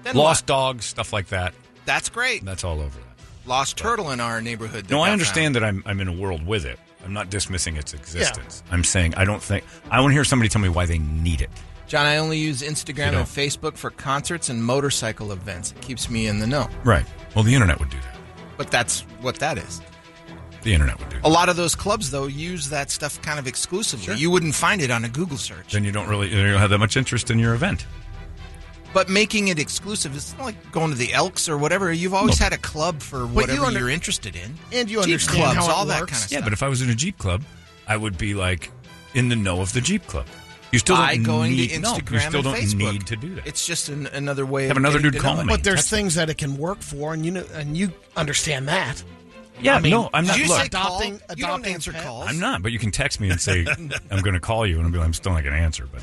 [SPEAKER 6] Then
[SPEAKER 1] lost
[SPEAKER 6] what?
[SPEAKER 1] dogs, stuff like that.
[SPEAKER 6] That's great.
[SPEAKER 1] That's all over that.
[SPEAKER 6] Lost turtle in our neighborhood. that
[SPEAKER 1] No, I
[SPEAKER 6] got
[SPEAKER 1] understand that
[SPEAKER 6] found.
[SPEAKER 1] I'm I'm in a world with it. I'm not dismissing its existence. I'm saying I don't think I want to hear somebody tell me why they need it.
[SPEAKER 6] John, I only use Instagram
[SPEAKER 1] You
[SPEAKER 6] and Facebook for concerts and motorcycle events. It keeps me in the know.
[SPEAKER 1] Right. Well, the internet would do that.
[SPEAKER 6] But that's what that is.
[SPEAKER 1] The internet would do
[SPEAKER 6] A
[SPEAKER 1] that.
[SPEAKER 6] lot of those clubs, though, use that stuff kind of exclusively. You wouldn't find it on a Google search.
[SPEAKER 1] Then you don't really you don't have that much interest in your event.
[SPEAKER 6] But making it exclusive, it's not like going to the Elks or whatever. You've always had a club for whatever you
[SPEAKER 2] under-
[SPEAKER 6] are interested in.
[SPEAKER 2] and you
[SPEAKER 6] Jeep
[SPEAKER 2] understand
[SPEAKER 6] clubs,
[SPEAKER 2] how it
[SPEAKER 6] all that
[SPEAKER 2] works.
[SPEAKER 6] kind of
[SPEAKER 1] Yeah,
[SPEAKER 6] stuff.
[SPEAKER 1] but if I was in a Jeep club, I would be like in the know of the Jeep club. You still
[SPEAKER 6] by
[SPEAKER 1] don't
[SPEAKER 6] going
[SPEAKER 1] need,
[SPEAKER 6] to Instagram
[SPEAKER 1] no, you still
[SPEAKER 6] and
[SPEAKER 1] don't
[SPEAKER 6] Facebook.
[SPEAKER 1] need to do that.
[SPEAKER 6] It's just an, another way.
[SPEAKER 1] Have
[SPEAKER 6] of
[SPEAKER 1] another
[SPEAKER 6] getting
[SPEAKER 1] dude
[SPEAKER 6] to know
[SPEAKER 1] call
[SPEAKER 6] it.
[SPEAKER 1] me.
[SPEAKER 2] but there's
[SPEAKER 1] That's-
[SPEAKER 2] things that it can work for, and you know, and you understand that.
[SPEAKER 1] yeah,
[SPEAKER 2] I mean,
[SPEAKER 1] no, I'm
[SPEAKER 6] Did
[SPEAKER 1] not.
[SPEAKER 6] you
[SPEAKER 1] look,
[SPEAKER 6] say call?
[SPEAKER 2] adopting-
[SPEAKER 6] you don't
[SPEAKER 2] adopting
[SPEAKER 6] answer
[SPEAKER 2] pets.
[SPEAKER 6] calls.
[SPEAKER 1] I'm not, but you can text me and say I'm going to call you, and I'll be like, I'm still not going to answer. But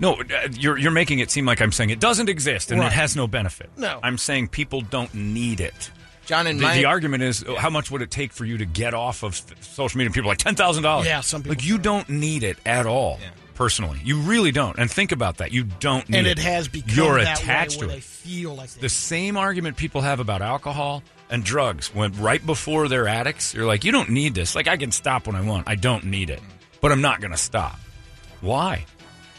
[SPEAKER 1] no, uh, you're you're making it seem like I'm saying it doesn't exist and
[SPEAKER 2] Right.
[SPEAKER 1] it has no benefit.
[SPEAKER 2] No.
[SPEAKER 1] I'm saying people don't need it.
[SPEAKER 6] John
[SPEAKER 1] The,
[SPEAKER 6] and my
[SPEAKER 1] the argument is, oh, how much would it take for you to get off of th- social media? People are like ten thousand dollars.
[SPEAKER 2] Yeah, some people
[SPEAKER 1] like you don't need it at all. Personally, you really don't. And think about that. You don't need
[SPEAKER 2] And
[SPEAKER 1] it.
[SPEAKER 2] it has become
[SPEAKER 1] you're
[SPEAKER 2] that
[SPEAKER 1] attached
[SPEAKER 2] way where
[SPEAKER 1] to it
[SPEAKER 2] they feel like they
[SPEAKER 1] the same argument people have about alcohol and drugs when right before they're addicts you're like you don't need this like i can stop when i want i don't need it but i'm not going to stop why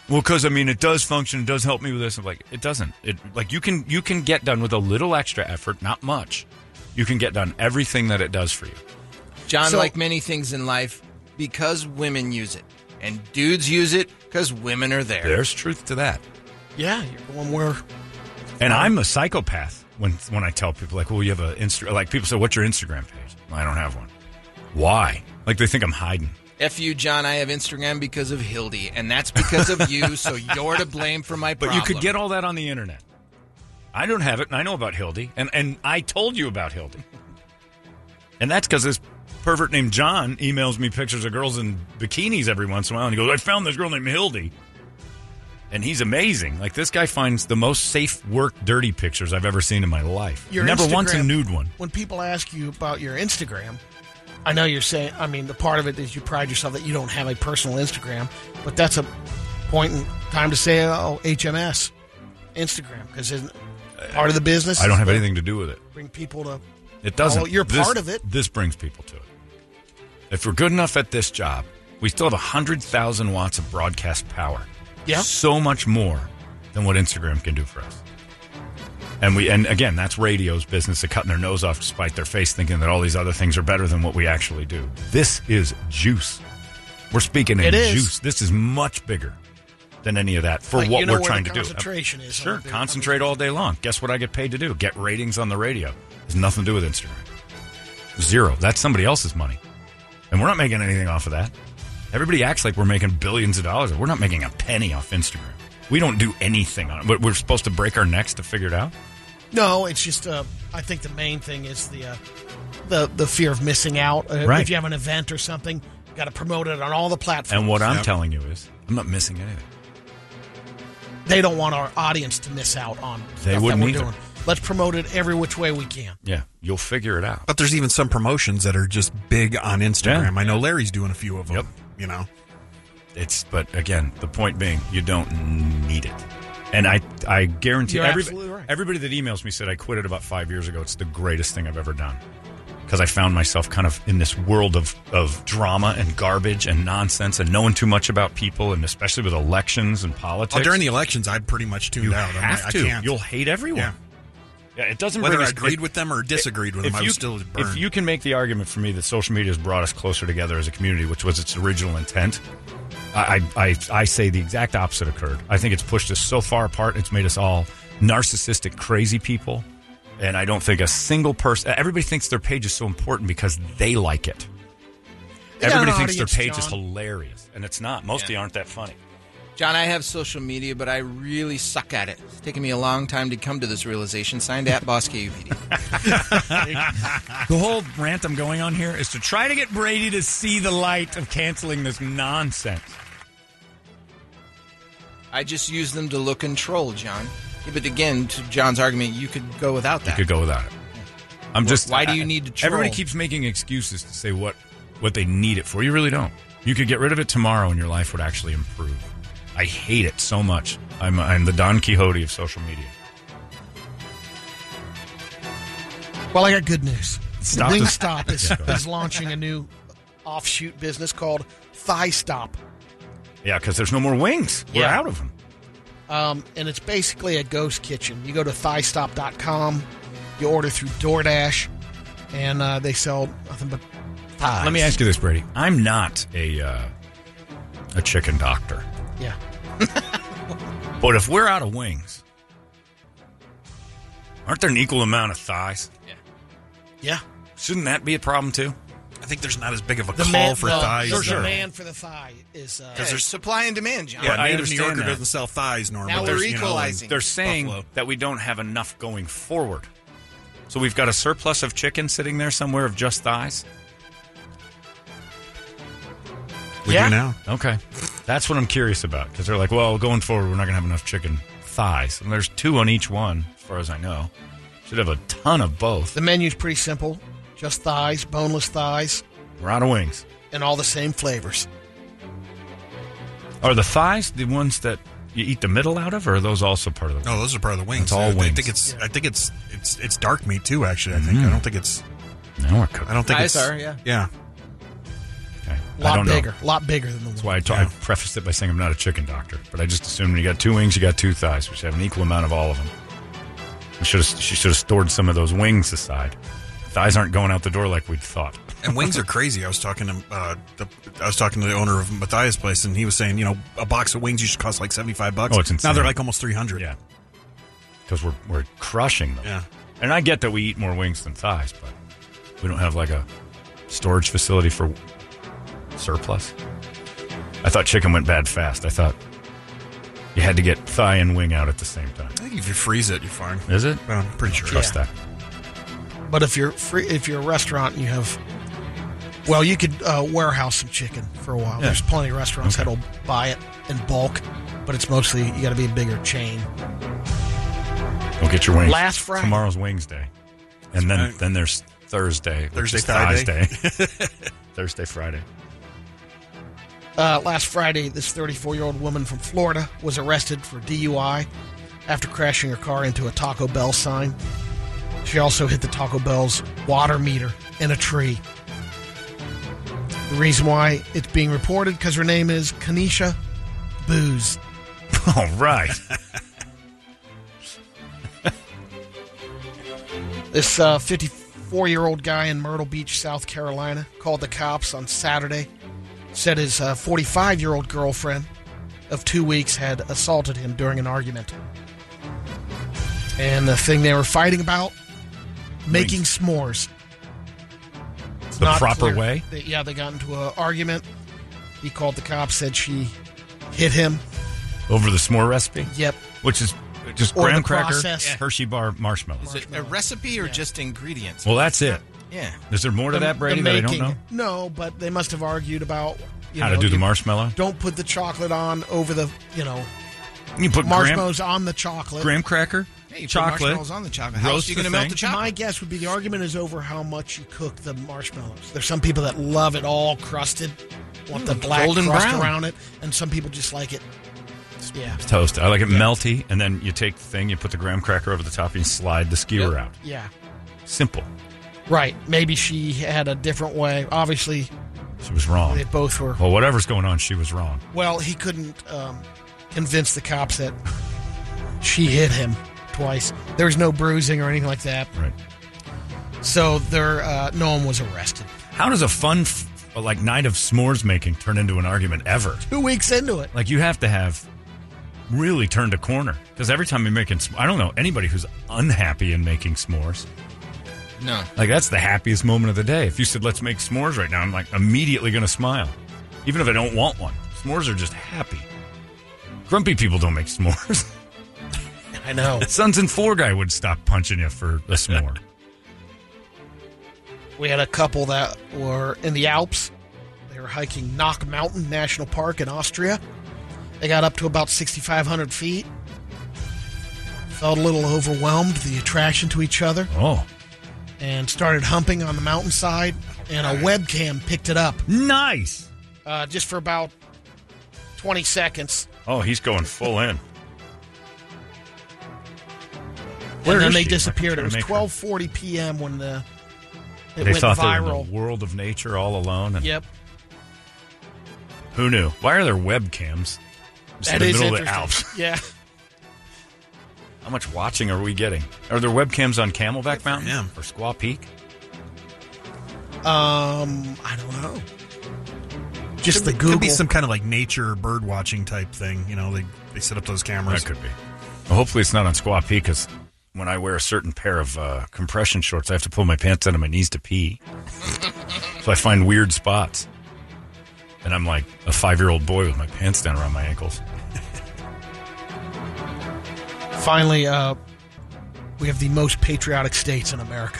[SPEAKER 1] well because i mean it does function it does help me with this i'm like it doesn't it like you can you can get done with a little extra effort not much you can get done everything that it does for you
[SPEAKER 6] John,
[SPEAKER 2] So-
[SPEAKER 6] like many things in life, because women use it and dudes use it because women are there.
[SPEAKER 1] there's truth to that
[SPEAKER 2] Yeah, you're going where
[SPEAKER 1] And I'm a psychopath when when I tell people like, "Well, you have a Insta." Like people say, "What's your Instagram page?" Well, I don't have one. Why? Like they think I'm hiding.
[SPEAKER 6] F you, John. I have Instagram because of Hildy, and that's because of you. so you're to blame for my
[SPEAKER 1] But
[SPEAKER 6] problem.
[SPEAKER 1] you could get all that on the internet. I don't have it, and I know about Hildy, and and I told you about Hildy. and that's because this pervert named John emails me pictures of girls in bikinis every once in a while, and he goes, "I found this girl named Hildy." And he's amazing. Like this guy finds the most safe work dirty pictures I've ever seen in my life.
[SPEAKER 2] your
[SPEAKER 1] Never
[SPEAKER 2] Instagram,
[SPEAKER 1] once a nude one.
[SPEAKER 2] When people ask you about your Instagram, I know you're saying. I mean, the part of it is you pride yourself that you don't have a personal Instagram, but that's a point in time to say, "Oh, HMS, Instagram," because isn't part of the business.
[SPEAKER 1] Uh, I
[SPEAKER 2] is
[SPEAKER 1] don't have
[SPEAKER 2] to
[SPEAKER 1] anything to do with it.
[SPEAKER 2] Bring people to.
[SPEAKER 1] It doesn't.
[SPEAKER 2] Well, Oh, you're
[SPEAKER 1] This-
[SPEAKER 2] part of it.
[SPEAKER 1] This brings people to it. If we're good enough at this job, we still have 100,000 watts of broadcast power.
[SPEAKER 2] Yeah.
[SPEAKER 1] So much more than what Instagram can do for us. And we and again, that's radio's business of cutting their nose off to spite their face, thinking that all these other things are better than what we actually do. This is juice. We're speaking in
[SPEAKER 2] It is.
[SPEAKER 1] juice. This is much bigger than any of that for
[SPEAKER 2] Like,
[SPEAKER 1] what
[SPEAKER 2] you know
[SPEAKER 1] we're
[SPEAKER 2] where
[SPEAKER 1] trying
[SPEAKER 2] the
[SPEAKER 1] to do.
[SPEAKER 2] concentration is on
[SPEAKER 1] Sure,
[SPEAKER 2] the-
[SPEAKER 1] concentrate all day long. Guess what I get paid to do? Get ratings on the radio. Has nothing to do with Instagram. Zero. That's somebody else's money. And we're not making anything off of that. Everybody acts like we're making billions of dollars. We're not making a penny off Instagram. We don't do anything on it. But We're supposed to break our necks to figure it out.
[SPEAKER 2] No, it's just uh, I think the main thing is the uh, the the fear of missing out. Uh,
[SPEAKER 1] Right.
[SPEAKER 2] If you have an event or something, got to promote it on all the platforms.
[SPEAKER 1] And what I'm
[SPEAKER 3] Yep.
[SPEAKER 1] telling you is, I'm not missing anything.
[SPEAKER 2] they don't want our audience to miss out on.
[SPEAKER 1] They
[SPEAKER 2] stuff
[SPEAKER 1] wouldn't
[SPEAKER 2] that we're
[SPEAKER 1] either.
[SPEAKER 2] doing. Let's promote it every which way we can.
[SPEAKER 1] Yeah, you'll figure it out.
[SPEAKER 3] But there's even some promotions that are just big on Instagram.
[SPEAKER 1] Yeah.
[SPEAKER 3] I know Larry's doing a few of them.
[SPEAKER 1] Yep.
[SPEAKER 3] You know,
[SPEAKER 1] It's but again, the point being, you don't need it. And I, I guarantee
[SPEAKER 2] You're
[SPEAKER 1] everyb-
[SPEAKER 2] absolutely right.
[SPEAKER 1] everybody that emails me said I quit it about five years ago. It's the greatest thing I've ever done because I found myself kind of in this world of of drama and garbage and nonsense and knowing too much about people and especially with elections and politics.
[SPEAKER 3] oh, during the elections, I pretty much tuned
[SPEAKER 1] you
[SPEAKER 3] out. I'm
[SPEAKER 1] have
[SPEAKER 3] like, I
[SPEAKER 1] to.
[SPEAKER 3] can't.
[SPEAKER 1] You'll hate everyone.
[SPEAKER 3] Yeah.
[SPEAKER 1] Yeah, it doesn't.
[SPEAKER 3] Whether
[SPEAKER 1] bring
[SPEAKER 3] I
[SPEAKER 1] us-
[SPEAKER 3] agreed
[SPEAKER 1] it-
[SPEAKER 3] with them or disagreed with
[SPEAKER 1] if
[SPEAKER 3] them, I
[SPEAKER 1] you-
[SPEAKER 3] was still burned.
[SPEAKER 1] If you can make the argument for me that social media has brought us closer together as a community, which was its original intent, I, I, I, I say the exact opposite occurred. I think it's pushed us so far apart. It's made us all narcissistic, crazy people. And I don't think a single person, everybody thinks their page is so important because they like it.
[SPEAKER 2] They got an
[SPEAKER 1] everybody thinks
[SPEAKER 2] audience,
[SPEAKER 1] their page is
[SPEAKER 2] John.
[SPEAKER 1] hilarious, and it's not. Most of you aren't that funny.
[SPEAKER 6] John, I have social media, but I really suck at it. It's taken me a long time to come to this realization. Signed at Boss KUPD.
[SPEAKER 1] The whole rant I'm going on here is to try to get Brady to see the light of canceling this nonsense.
[SPEAKER 6] I just use them to look and troll, John. Yeah, but again, to John's argument, you could go without
[SPEAKER 1] You
[SPEAKER 6] that.
[SPEAKER 1] could go without it. I'm just.
[SPEAKER 6] why do you need to troll?
[SPEAKER 1] Everybody keeps making excuses to say what what they need it for. You really don't. You could get rid of it tomorrow, and your life would actually improve. I hate it so much. I'm I'm the Don Quixote of social media.
[SPEAKER 2] Well, I got good news.
[SPEAKER 1] Stop
[SPEAKER 2] Wingstop
[SPEAKER 1] the-
[SPEAKER 2] Stop is,
[SPEAKER 1] Yeah, go ahead.
[SPEAKER 2] is launching a new offshoot business called Thigh Stop,
[SPEAKER 1] Yeah, because there's no more wings. We're
[SPEAKER 2] Yeah.
[SPEAKER 1] out of them.
[SPEAKER 2] um, and it's basically a ghost kitchen. You go to thighstop.com, you order through DoorDash, and uh, they sell nothing but thighs.
[SPEAKER 1] Let me ask you this, Brady. I'm not a uh, a chicken doctor,
[SPEAKER 2] Yeah.
[SPEAKER 1] but if we're out of wings, aren't there an equal amount of thighs?
[SPEAKER 2] Yeah.
[SPEAKER 1] Shouldn't that be a problem too?
[SPEAKER 3] I think there's not as big of a
[SPEAKER 2] The
[SPEAKER 3] call
[SPEAKER 2] man
[SPEAKER 3] for
[SPEAKER 2] the-
[SPEAKER 3] thighs.
[SPEAKER 2] The
[SPEAKER 3] though.
[SPEAKER 2] demand for the thigh is. Uh,
[SPEAKER 6] Hey,
[SPEAKER 3] there's-
[SPEAKER 6] supply and demand, John.
[SPEAKER 3] Yeah,
[SPEAKER 1] I
[SPEAKER 3] native New
[SPEAKER 1] understand
[SPEAKER 3] Yorker
[SPEAKER 1] that.
[SPEAKER 3] doesn't sell thighs normally.
[SPEAKER 6] Now
[SPEAKER 3] There's,
[SPEAKER 6] we're
[SPEAKER 3] you know, and-
[SPEAKER 6] equalizing.
[SPEAKER 1] They're saying
[SPEAKER 3] Buffalo.
[SPEAKER 1] that we don't have enough going forward. So we've got a surplus of chicken sitting there somewhere of just thighs.
[SPEAKER 3] we
[SPEAKER 2] Yeah.
[SPEAKER 3] do now.
[SPEAKER 1] Okay. That's what I'm curious about because they're like, well, going forward, we're not going to have enough chicken thighs. And there's two on each one, as far as I know. Should have a ton of both.
[SPEAKER 2] The menu's pretty simple just thighs, boneless thighs,
[SPEAKER 1] We're out of wings.
[SPEAKER 2] and all the same flavors.
[SPEAKER 1] Are the thighs the ones that you eat the middle out of, or are those also part of the
[SPEAKER 3] No, Oh, those are part of the wings.
[SPEAKER 1] It's all
[SPEAKER 3] I- I
[SPEAKER 1] wings. Mm-hmm.
[SPEAKER 3] think it's. I think it's. It's. It's dark meat too. Actually, I think. I don't think it's.
[SPEAKER 1] No, we're cooking.
[SPEAKER 3] I don't think
[SPEAKER 6] Thighs
[SPEAKER 3] it's.
[SPEAKER 6] are, yeah.
[SPEAKER 3] Yeah.
[SPEAKER 1] Okay.
[SPEAKER 2] A
[SPEAKER 1] I
[SPEAKER 2] lot
[SPEAKER 1] don't know.
[SPEAKER 2] bigger. A lot bigger than the
[SPEAKER 1] That's
[SPEAKER 2] one.
[SPEAKER 1] why I, t- I prefaced it by saying I'm not a chicken doctor, but I just assumed when you got two wings, you got two thighs, which have an equal amount of all of them. I should have, she should have stored some of those wings aside. Thighs aren't going out the door like we'd thought.
[SPEAKER 3] And wings are crazy. I was talking to uh, the I was talking to the owner of Matthias Place, and he was saying, you know, a box of wings used to cost like seventy five bucks.
[SPEAKER 1] Oh, it's insane.
[SPEAKER 3] Now they're like almost three hundred.
[SPEAKER 1] Yeah, because we're we're crushing them.
[SPEAKER 3] Yeah.
[SPEAKER 1] and I get that we eat more wings than thighs, but we don't have like a storage facility for surplus. I thought chicken went bad fast. I thought you had to get thigh and wing out at the same time.
[SPEAKER 3] I think if you freeze it, you're fine.
[SPEAKER 1] Is it?
[SPEAKER 3] Well, I'm pretty sure.
[SPEAKER 1] Trust that.
[SPEAKER 2] But if you're free, if you're a restaurant and you have, well, you could uh, warehouse some chicken for a while. There's plenty of restaurants that'll buy it in bulk, but it's mostly you got to be a bigger chain.
[SPEAKER 1] Go get your wings.
[SPEAKER 2] Last Friday.
[SPEAKER 1] Tomorrow's wings day. And then
[SPEAKER 3] right.
[SPEAKER 1] then there's Thursday. which
[SPEAKER 3] Thursday,
[SPEAKER 1] is
[SPEAKER 3] Friday.
[SPEAKER 1] Thursday. Thursday, Friday.
[SPEAKER 2] Uh, last Friday, this 34 year old woman from Florida was arrested for DUI after crashing her car into a Taco Bell sign. She also hit the Taco Bell's water meter in a tree. The reason why it's being reported because her name is Kanisha Booze.
[SPEAKER 1] All right.
[SPEAKER 2] This 54 year old guy in Myrtle Beach, South Carolina, called the cops on Saturday. Said his 45 year old girlfriend of two weeks had assaulted him during an argument. And the thing they were fighting about making s'mores. It's
[SPEAKER 1] The
[SPEAKER 2] not
[SPEAKER 1] proper
[SPEAKER 2] clear.
[SPEAKER 1] way?
[SPEAKER 2] They, yeah, they got into an argument. He called the cops, said she hit him.
[SPEAKER 1] Over the s'more recipe,
[SPEAKER 2] Yep.
[SPEAKER 1] which is just
[SPEAKER 2] Or
[SPEAKER 1] graham
[SPEAKER 2] the
[SPEAKER 1] cracker,
[SPEAKER 2] process. Yeah.
[SPEAKER 1] Hershey bar marshmallow.
[SPEAKER 6] Is it a recipe or just ingredients?
[SPEAKER 1] Well, that's it.
[SPEAKER 6] yeah.
[SPEAKER 1] Is there more to that, Brady, that I don't know?
[SPEAKER 2] No, but they must have argued about you
[SPEAKER 1] How
[SPEAKER 2] know,
[SPEAKER 1] to do the
[SPEAKER 2] you
[SPEAKER 1] marshmallow?
[SPEAKER 2] Don't put the chocolate on over the you know
[SPEAKER 1] You put graham,
[SPEAKER 2] marshmallows on the chocolate.
[SPEAKER 1] graham cracker,
[SPEAKER 6] Hey, you put
[SPEAKER 1] chocolate.
[SPEAKER 6] marshmallows on the chocolate. How
[SPEAKER 1] roast
[SPEAKER 6] else are you
[SPEAKER 1] the
[SPEAKER 6] going to melt
[SPEAKER 1] thing.
[SPEAKER 6] the chocolate?
[SPEAKER 2] My guess would be the argument is over how much you cook the marshmallows. There's some people that love it all crusted, want the black
[SPEAKER 6] golden
[SPEAKER 2] crust
[SPEAKER 6] brown.
[SPEAKER 2] around it, and some people just like it. Yeah,
[SPEAKER 1] Toast. I like it melty, and then you take the thing, you put the graham cracker over the top, and you slide the skewer out.
[SPEAKER 2] yeah,
[SPEAKER 1] Simple.
[SPEAKER 2] right. Maybe she had a different way. Obviously,
[SPEAKER 1] She was wrong.
[SPEAKER 2] they both were.
[SPEAKER 1] Well, whatever's going on, she was wrong.
[SPEAKER 2] Well, he couldn't um, convince the cops that she hit him twice. There was no bruising or anything like that.
[SPEAKER 1] Right.
[SPEAKER 2] So there, uh, no one was arrested.
[SPEAKER 1] How does a fun, f- like night of s'mores making, turn into an argument ever?
[SPEAKER 2] Two weeks into it,
[SPEAKER 1] Like you have to have really turned a corner because every time you're making, s'm- I don't know anybody who's unhappy in making s'mores.
[SPEAKER 6] No.
[SPEAKER 1] Like that's the happiest moment of the day. If you said let's make s'mores right now, I'm like immediately going to smile, even if I don't want one. S'mores are just happy. Grumpy people don't make s'mores.
[SPEAKER 2] I know.
[SPEAKER 1] Sons and four guy would stop punching you for a s'more.
[SPEAKER 2] We had a couple that were in the Alps. They were hiking Knock Mountain National Park in Austria. They got up to about 6,500 feet. Felt a little overwhelmed, the attraction to each other,
[SPEAKER 1] oh,
[SPEAKER 2] and started humping on the mountainside. And a webcam picked it up
[SPEAKER 1] nice.
[SPEAKER 2] uh, just for about 20 seconds.
[SPEAKER 1] Oh, he's going full in. Where
[SPEAKER 2] And then
[SPEAKER 1] is
[SPEAKER 2] they
[SPEAKER 1] she?
[SPEAKER 2] disappeared. It
[SPEAKER 1] I'm
[SPEAKER 2] was
[SPEAKER 1] trying to make her-
[SPEAKER 2] 12:40 p.m. when the
[SPEAKER 1] They
[SPEAKER 2] it went
[SPEAKER 1] thought they were
[SPEAKER 2] viral.
[SPEAKER 1] in the world of nature all alone, and
[SPEAKER 2] Yep,
[SPEAKER 1] who knew? Why are there webcams? Just in
[SPEAKER 2] that
[SPEAKER 1] the
[SPEAKER 2] is
[SPEAKER 1] middle of
[SPEAKER 2] interesting.
[SPEAKER 1] the Alps.
[SPEAKER 2] Yeah,
[SPEAKER 1] How much watching are we getting? Are there webcams on Camelback Mountain
[SPEAKER 3] him.
[SPEAKER 1] or Squaw Peak?
[SPEAKER 2] um, I don't know. Just the Google.
[SPEAKER 3] Could be some kind of like nature bird watching type thing. You know, they they set up those cameras.
[SPEAKER 1] That could be. Well, hopefully, it's not on Squaw Peak because when I wear a certain pair of uh, compression shorts, I have to pull my pants down to my knees to pee. so I find weird spots. And I'm like a five year old boy with my pants down around my ankles.
[SPEAKER 2] Finally, uh, we have the most patriotic states in America,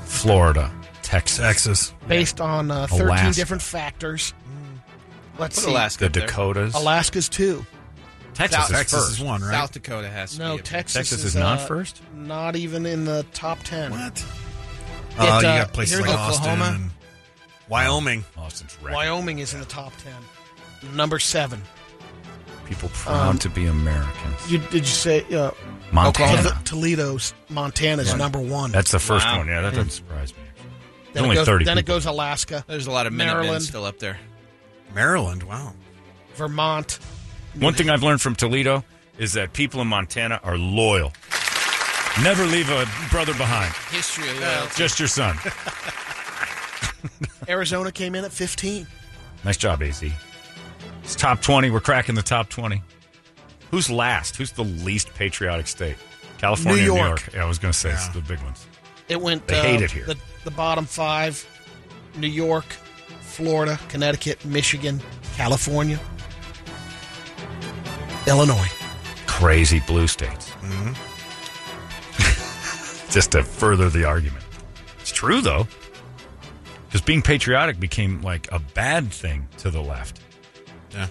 [SPEAKER 1] Florida, Texas,
[SPEAKER 3] Texas.
[SPEAKER 2] based on uh, 13
[SPEAKER 1] Alaska.
[SPEAKER 2] different factors. Mm. Let's
[SPEAKER 6] Put
[SPEAKER 2] see.
[SPEAKER 6] Alaska
[SPEAKER 1] the
[SPEAKER 6] up there.
[SPEAKER 1] Dakotas.
[SPEAKER 2] Alaska's two.
[SPEAKER 1] Texas,
[SPEAKER 6] South-
[SPEAKER 1] is
[SPEAKER 3] Texas
[SPEAKER 1] first.
[SPEAKER 3] is one, right?
[SPEAKER 6] South Dakota has to
[SPEAKER 2] No,
[SPEAKER 6] be. up there.
[SPEAKER 2] Texas.
[SPEAKER 1] Texas is not
[SPEAKER 2] uh,
[SPEAKER 1] first?
[SPEAKER 2] Not even in the top 10.
[SPEAKER 3] What?
[SPEAKER 2] It,
[SPEAKER 3] Uh, you
[SPEAKER 2] uh,
[SPEAKER 3] got places
[SPEAKER 2] here's
[SPEAKER 3] like
[SPEAKER 2] the-
[SPEAKER 3] Austin
[SPEAKER 6] Oklahoma.
[SPEAKER 3] and Wyoming.
[SPEAKER 1] Austin's right.
[SPEAKER 2] Wyoming is in the top 10. Number seven.
[SPEAKER 1] People proud
[SPEAKER 2] Um,
[SPEAKER 1] to be Americans.
[SPEAKER 2] You, did you say uh,
[SPEAKER 1] Montana.
[SPEAKER 2] Tol- Toledo's Montana's number one?
[SPEAKER 1] That's the first
[SPEAKER 6] Wow.
[SPEAKER 1] one. Yeah, that doesn't surprise me. actually. There's
[SPEAKER 2] then
[SPEAKER 1] only
[SPEAKER 2] it goes,
[SPEAKER 1] 30
[SPEAKER 2] Then it
[SPEAKER 1] people.
[SPEAKER 2] goes Alaska,
[SPEAKER 6] There's a lot of
[SPEAKER 2] Maryland.
[SPEAKER 6] Maryland still up there.
[SPEAKER 3] Maryland. Wow.
[SPEAKER 2] Vermont.
[SPEAKER 1] One thing I've learned from Toledo is that people in Montana are loyal. Never leave a brother behind.
[SPEAKER 6] History of loyalty.
[SPEAKER 1] Just your son.
[SPEAKER 2] Arizona came in at 15.
[SPEAKER 1] nice job, AZ. It's top 20. We're cracking the top 20. Who's last? Who's the least patriotic state? California,
[SPEAKER 2] New
[SPEAKER 1] and New
[SPEAKER 2] York.
[SPEAKER 1] York. Yeah, I was going to say it's
[SPEAKER 3] Yeah.
[SPEAKER 1] the big ones.
[SPEAKER 2] It went.
[SPEAKER 1] They
[SPEAKER 2] uh,
[SPEAKER 1] hate it here.
[SPEAKER 2] The, the bottom five: New York, Florida, Connecticut, Michigan, California, Illinois.
[SPEAKER 1] Crazy blue states. Just to further the argument. It's true, though, because being patriotic became like a bad thing to the left.
[SPEAKER 3] Yeah.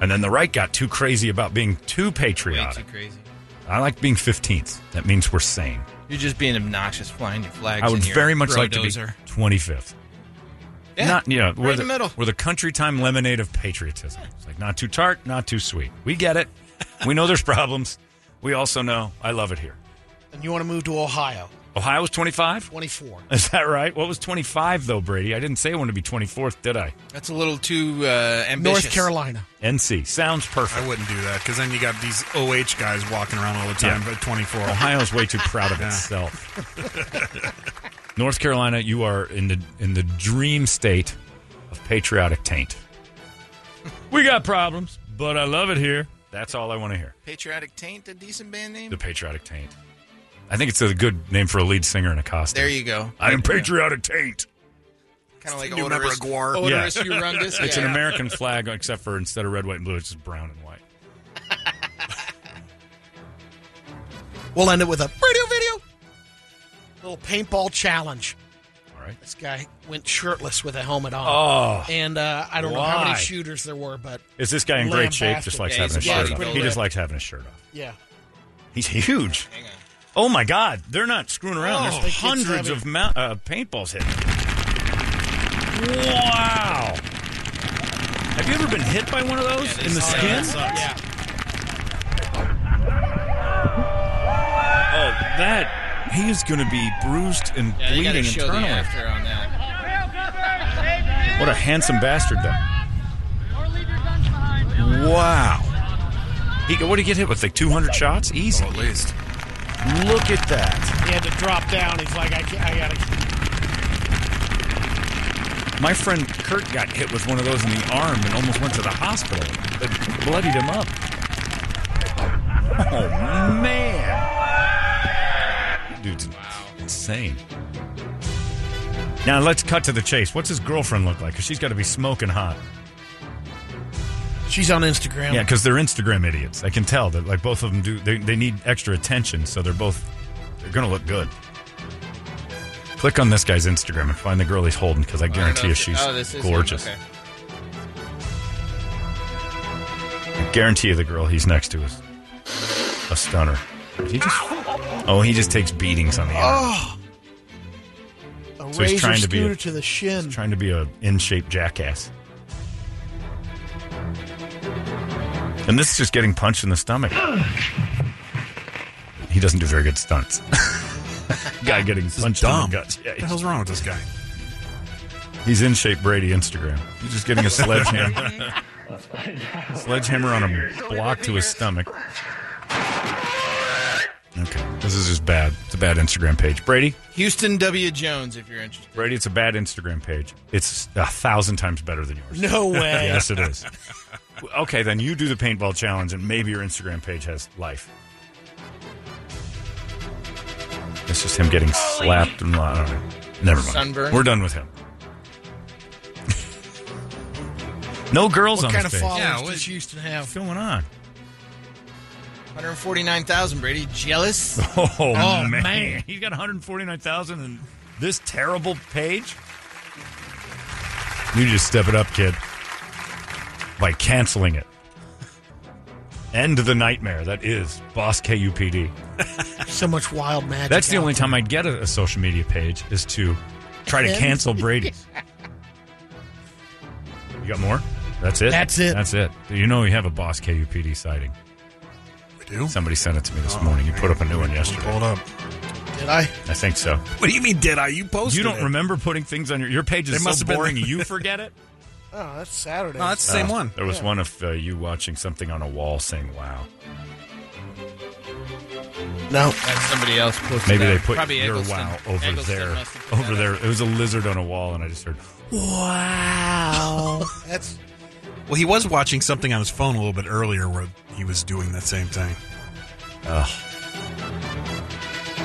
[SPEAKER 1] And then the right got too crazy about being too
[SPEAKER 6] Way too
[SPEAKER 1] patriotic.
[SPEAKER 6] crazy.
[SPEAKER 1] I like being 15th. That means we're sane.
[SPEAKER 6] You're just being obnoxious, flying your flags.
[SPEAKER 1] I would
[SPEAKER 6] and your
[SPEAKER 1] very much like to be
[SPEAKER 6] brodozer.
[SPEAKER 1] 25th.
[SPEAKER 6] Yeah.
[SPEAKER 1] Not, you know, we're
[SPEAKER 6] in the middle.
[SPEAKER 1] We're the country time lemonade of patriotism. It's like not too tart, not too sweet. We get it. we know there's problems. We also know I love it here.
[SPEAKER 2] And you want to move to Ohio?
[SPEAKER 1] Ohio was 25?
[SPEAKER 2] 24.
[SPEAKER 1] Is that right? What was 25, though, Brady? I didn't say I wanted to be 24th, did I?
[SPEAKER 6] That's a little too uh, ambitious.
[SPEAKER 2] North Carolina.
[SPEAKER 1] NC. Sounds perfect.
[SPEAKER 3] I wouldn't do that because then you got these OH guys walking around all the time
[SPEAKER 1] Yeah.
[SPEAKER 3] at 24.
[SPEAKER 1] Ohio's way too proud of itself. North Carolina, you are in the in the dream state of patriotic taint. We got problems, but I love it here. That's all I want to hear.
[SPEAKER 6] Patriotic Taint, a decent band name.
[SPEAKER 1] The patriotic taint. I think it's a good name for a lead singer in a costume.
[SPEAKER 6] there you go.
[SPEAKER 1] I am patriotic taint.
[SPEAKER 6] Kind of like
[SPEAKER 3] New member of
[SPEAKER 6] odorous,
[SPEAKER 3] Guar.
[SPEAKER 6] odorous
[SPEAKER 1] Yeah.
[SPEAKER 6] Urungus.
[SPEAKER 1] It's
[SPEAKER 6] yeah.
[SPEAKER 1] an American flag, except for instead of red, white, and blue, it's just brown and white.
[SPEAKER 2] We'll end it with a radio video. Little paintball challenge.
[SPEAKER 1] All right.
[SPEAKER 2] This guy went shirtless with a helmet on.
[SPEAKER 1] Oh,
[SPEAKER 2] And uh, I don't know how
[SPEAKER 1] Why?
[SPEAKER 2] many shooters there were, but
[SPEAKER 1] is this guy in
[SPEAKER 2] Lamb
[SPEAKER 1] great shape? Just
[SPEAKER 2] basket.
[SPEAKER 1] likes
[SPEAKER 6] Yeah,
[SPEAKER 1] having his
[SPEAKER 6] he's
[SPEAKER 1] shirt
[SPEAKER 6] a
[SPEAKER 1] off.
[SPEAKER 6] bodybuilder.
[SPEAKER 1] He just likes having his shirt off.
[SPEAKER 2] yeah.
[SPEAKER 1] He's huge.
[SPEAKER 6] Hang on.
[SPEAKER 1] Oh my God! They're not screwing around.
[SPEAKER 2] Oh, the
[SPEAKER 1] There's
[SPEAKER 2] kid's
[SPEAKER 1] hundreds
[SPEAKER 2] having-
[SPEAKER 1] of mou- uh, paintballs hitting. Wow! Have you ever been hit by one of those in the skin?
[SPEAKER 2] Yeah.
[SPEAKER 1] Oh, that he is going to be bruised and
[SPEAKER 6] Yeah, they got to
[SPEAKER 1] bleeding
[SPEAKER 6] show the
[SPEAKER 1] internally.
[SPEAKER 6] after on that.
[SPEAKER 1] What a handsome bastard, though! Wow! He what did he get hit with? Like two hundred shots, easy.
[SPEAKER 3] Oh, at least.
[SPEAKER 1] Look at that!
[SPEAKER 2] He had to drop down. He's like, I, can't, I gotta.
[SPEAKER 1] My friend Kurt got hit with one of those in the arm and almost went to the hospital. It bloodied him up. Oh man, dude's insane. Now let's cut to the chase. What's his girlfriend look like? Because she's got to be smoking hot.
[SPEAKER 2] She's on Instagram.
[SPEAKER 1] Yeah, because they're Instagram idiots. I can tell that. Like both of them do. They, they need extra attention, so they're both they're gonna look good. Click on this guy's Instagram and find the girl he's holding because I
[SPEAKER 6] I don't
[SPEAKER 1] guarantee
[SPEAKER 6] know
[SPEAKER 1] you
[SPEAKER 6] if-
[SPEAKER 1] she's
[SPEAKER 6] oh, this is him.
[SPEAKER 1] gorgeous.
[SPEAKER 6] Okay.
[SPEAKER 1] I guarantee you the girl he's next to is a stunner. Did he just? Oh, he just takes beatings on the
[SPEAKER 3] Oh.
[SPEAKER 1] arm.
[SPEAKER 2] A
[SPEAKER 1] So he's
[SPEAKER 2] razor
[SPEAKER 1] trying to be a-
[SPEAKER 2] scooter to the shin.
[SPEAKER 1] Trying to be a in shape jackass. And this is just getting punched in the stomach. He doesn't do very good stunts. Guy getting punched in the
[SPEAKER 3] Dumb.
[SPEAKER 1] guts. Yeah,
[SPEAKER 3] What the hell's wrong with this guy?
[SPEAKER 1] He's in shape Brady Instagram. He's just getting a sledgehammer. sledgehammer on a block to his stomach. Okay. This is just bad. It's a bad Instagram page. Brady,
[SPEAKER 6] Houston W. Jones, if you're interested.
[SPEAKER 1] Brady, it's a bad Instagram page. It's a thousand times better than yours.
[SPEAKER 2] No way.
[SPEAKER 1] Yes, it is. Okay, then you do the paintball challenge and maybe your Instagram page has life. It's just him getting slapped and I don't know. Never mind.
[SPEAKER 6] Sunburn.
[SPEAKER 1] We're done with him. no girls
[SPEAKER 2] What
[SPEAKER 1] on
[SPEAKER 2] kind of
[SPEAKER 1] his page.
[SPEAKER 2] followers
[SPEAKER 3] Yeah, what-
[SPEAKER 2] does Houston
[SPEAKER 1] What's
[SPEAKER 2] have?
[SPEAKER 1] going on?
[SPEAKER 6] 149,000, Brady. Jealous?
[SPEAKER 1] Oh, man.
[SPEAKER 2] man.
[SPEAKER 1] he's got 149,000 and this terrible page. You just step it up, kid, by canceling it. End the nightmare. That is Boss KUPD.
[SPEAKER 2] So much wild magic.
[SPEAKER 1] That's the
[SPEAKER 2] out
[SPEAKER 1] only
[SPEAKER 2] there.
[SPEAKER 1] time I'd get a, a social media page is to try to
[SPEAKER 2] End.
[SPEAKER 1] cancel Brady's. You got more? That's it.
[SPEAKER 2] That's it.
[SPEAKER 1] That's it. You know we have a Boss KUPD sighting.
[SPEAKER 3] We do?
[SPEAKER 1] Somebody sent it to me this morning. You put up a new one yesterday.
[SPEAKER 3] Hold up.
[SPEAKER 2] Did I?
[SPEAKER 1] I think so.
[SPEAKER 3] What do you mean, did I? You posted
[SPEAKER 1] You don't
[SPEAKER 3] it.
[SPEAKER 1] remember putting things on your your page
[SPEAKER 3] They
[SPEAKER 1] is
[SPEAKER 3] must
[SPEAKER 1] so
[SPEAKER 3] have been-
[SPEAKER 1] boring you forget it.
[SPEAKER 2] Oh, that's Saturday.
[SPEAKER 3] No, that's the same
[SPEAKER 1] Uh,
[SPEAKER 3] one.
[SPEAKER 1] There was one of uh, you watching something on a wall saying "Wow."
[SPEAKER 2] no.
[SPEAKER 6] That's somebody else posted
[SPEAKER 1] Maybe
[SPEAKER 6] that.
[SPEAKER 1] they put
[SPEAKER 6] Probably
[SPEAKER 1] your
[SPEAKER 6] Eggleston.
[SPEAKER 1] "Wow" over
[SPEAKER 6] Eggleston
[SPEAKER 1] there,
[SPEAKER 6] must have put
[SPEAKER 1] over
[SPEAKER 6] that
[SPEAKER 1] there.
[SPEAKER 6] up.
[SPEAKER 1] It was a lizard on a wall, and I just heard.
[SPEAKER 2] Wow. that's
[SPEAKER 3] Well, he was watching something on his phone a little bit earlier where he was doing that same thing.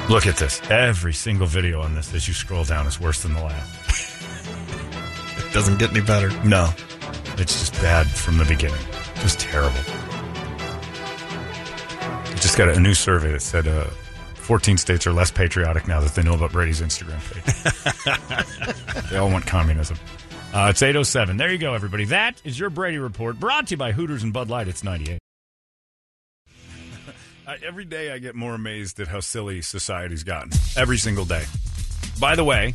[SPEAKER 1] Look at this. Every single video on this as you scroll down is worse than the last.
[SPEAKER 3] It doesn't get any better.
[SPEAKER 1] No. It's just bad from the beginning. Just terrible. I just got a new survey that said uh, 14 states are less patriotic now that they know about Brady's Instagram page. they all want communism. Uh, it's 807. There you go, everybody. That is your Brady Report brought to you by Hooters and Bud Light. It's 98. I, every day I get more amazed at how silly society's gotten. Every single day. By the way,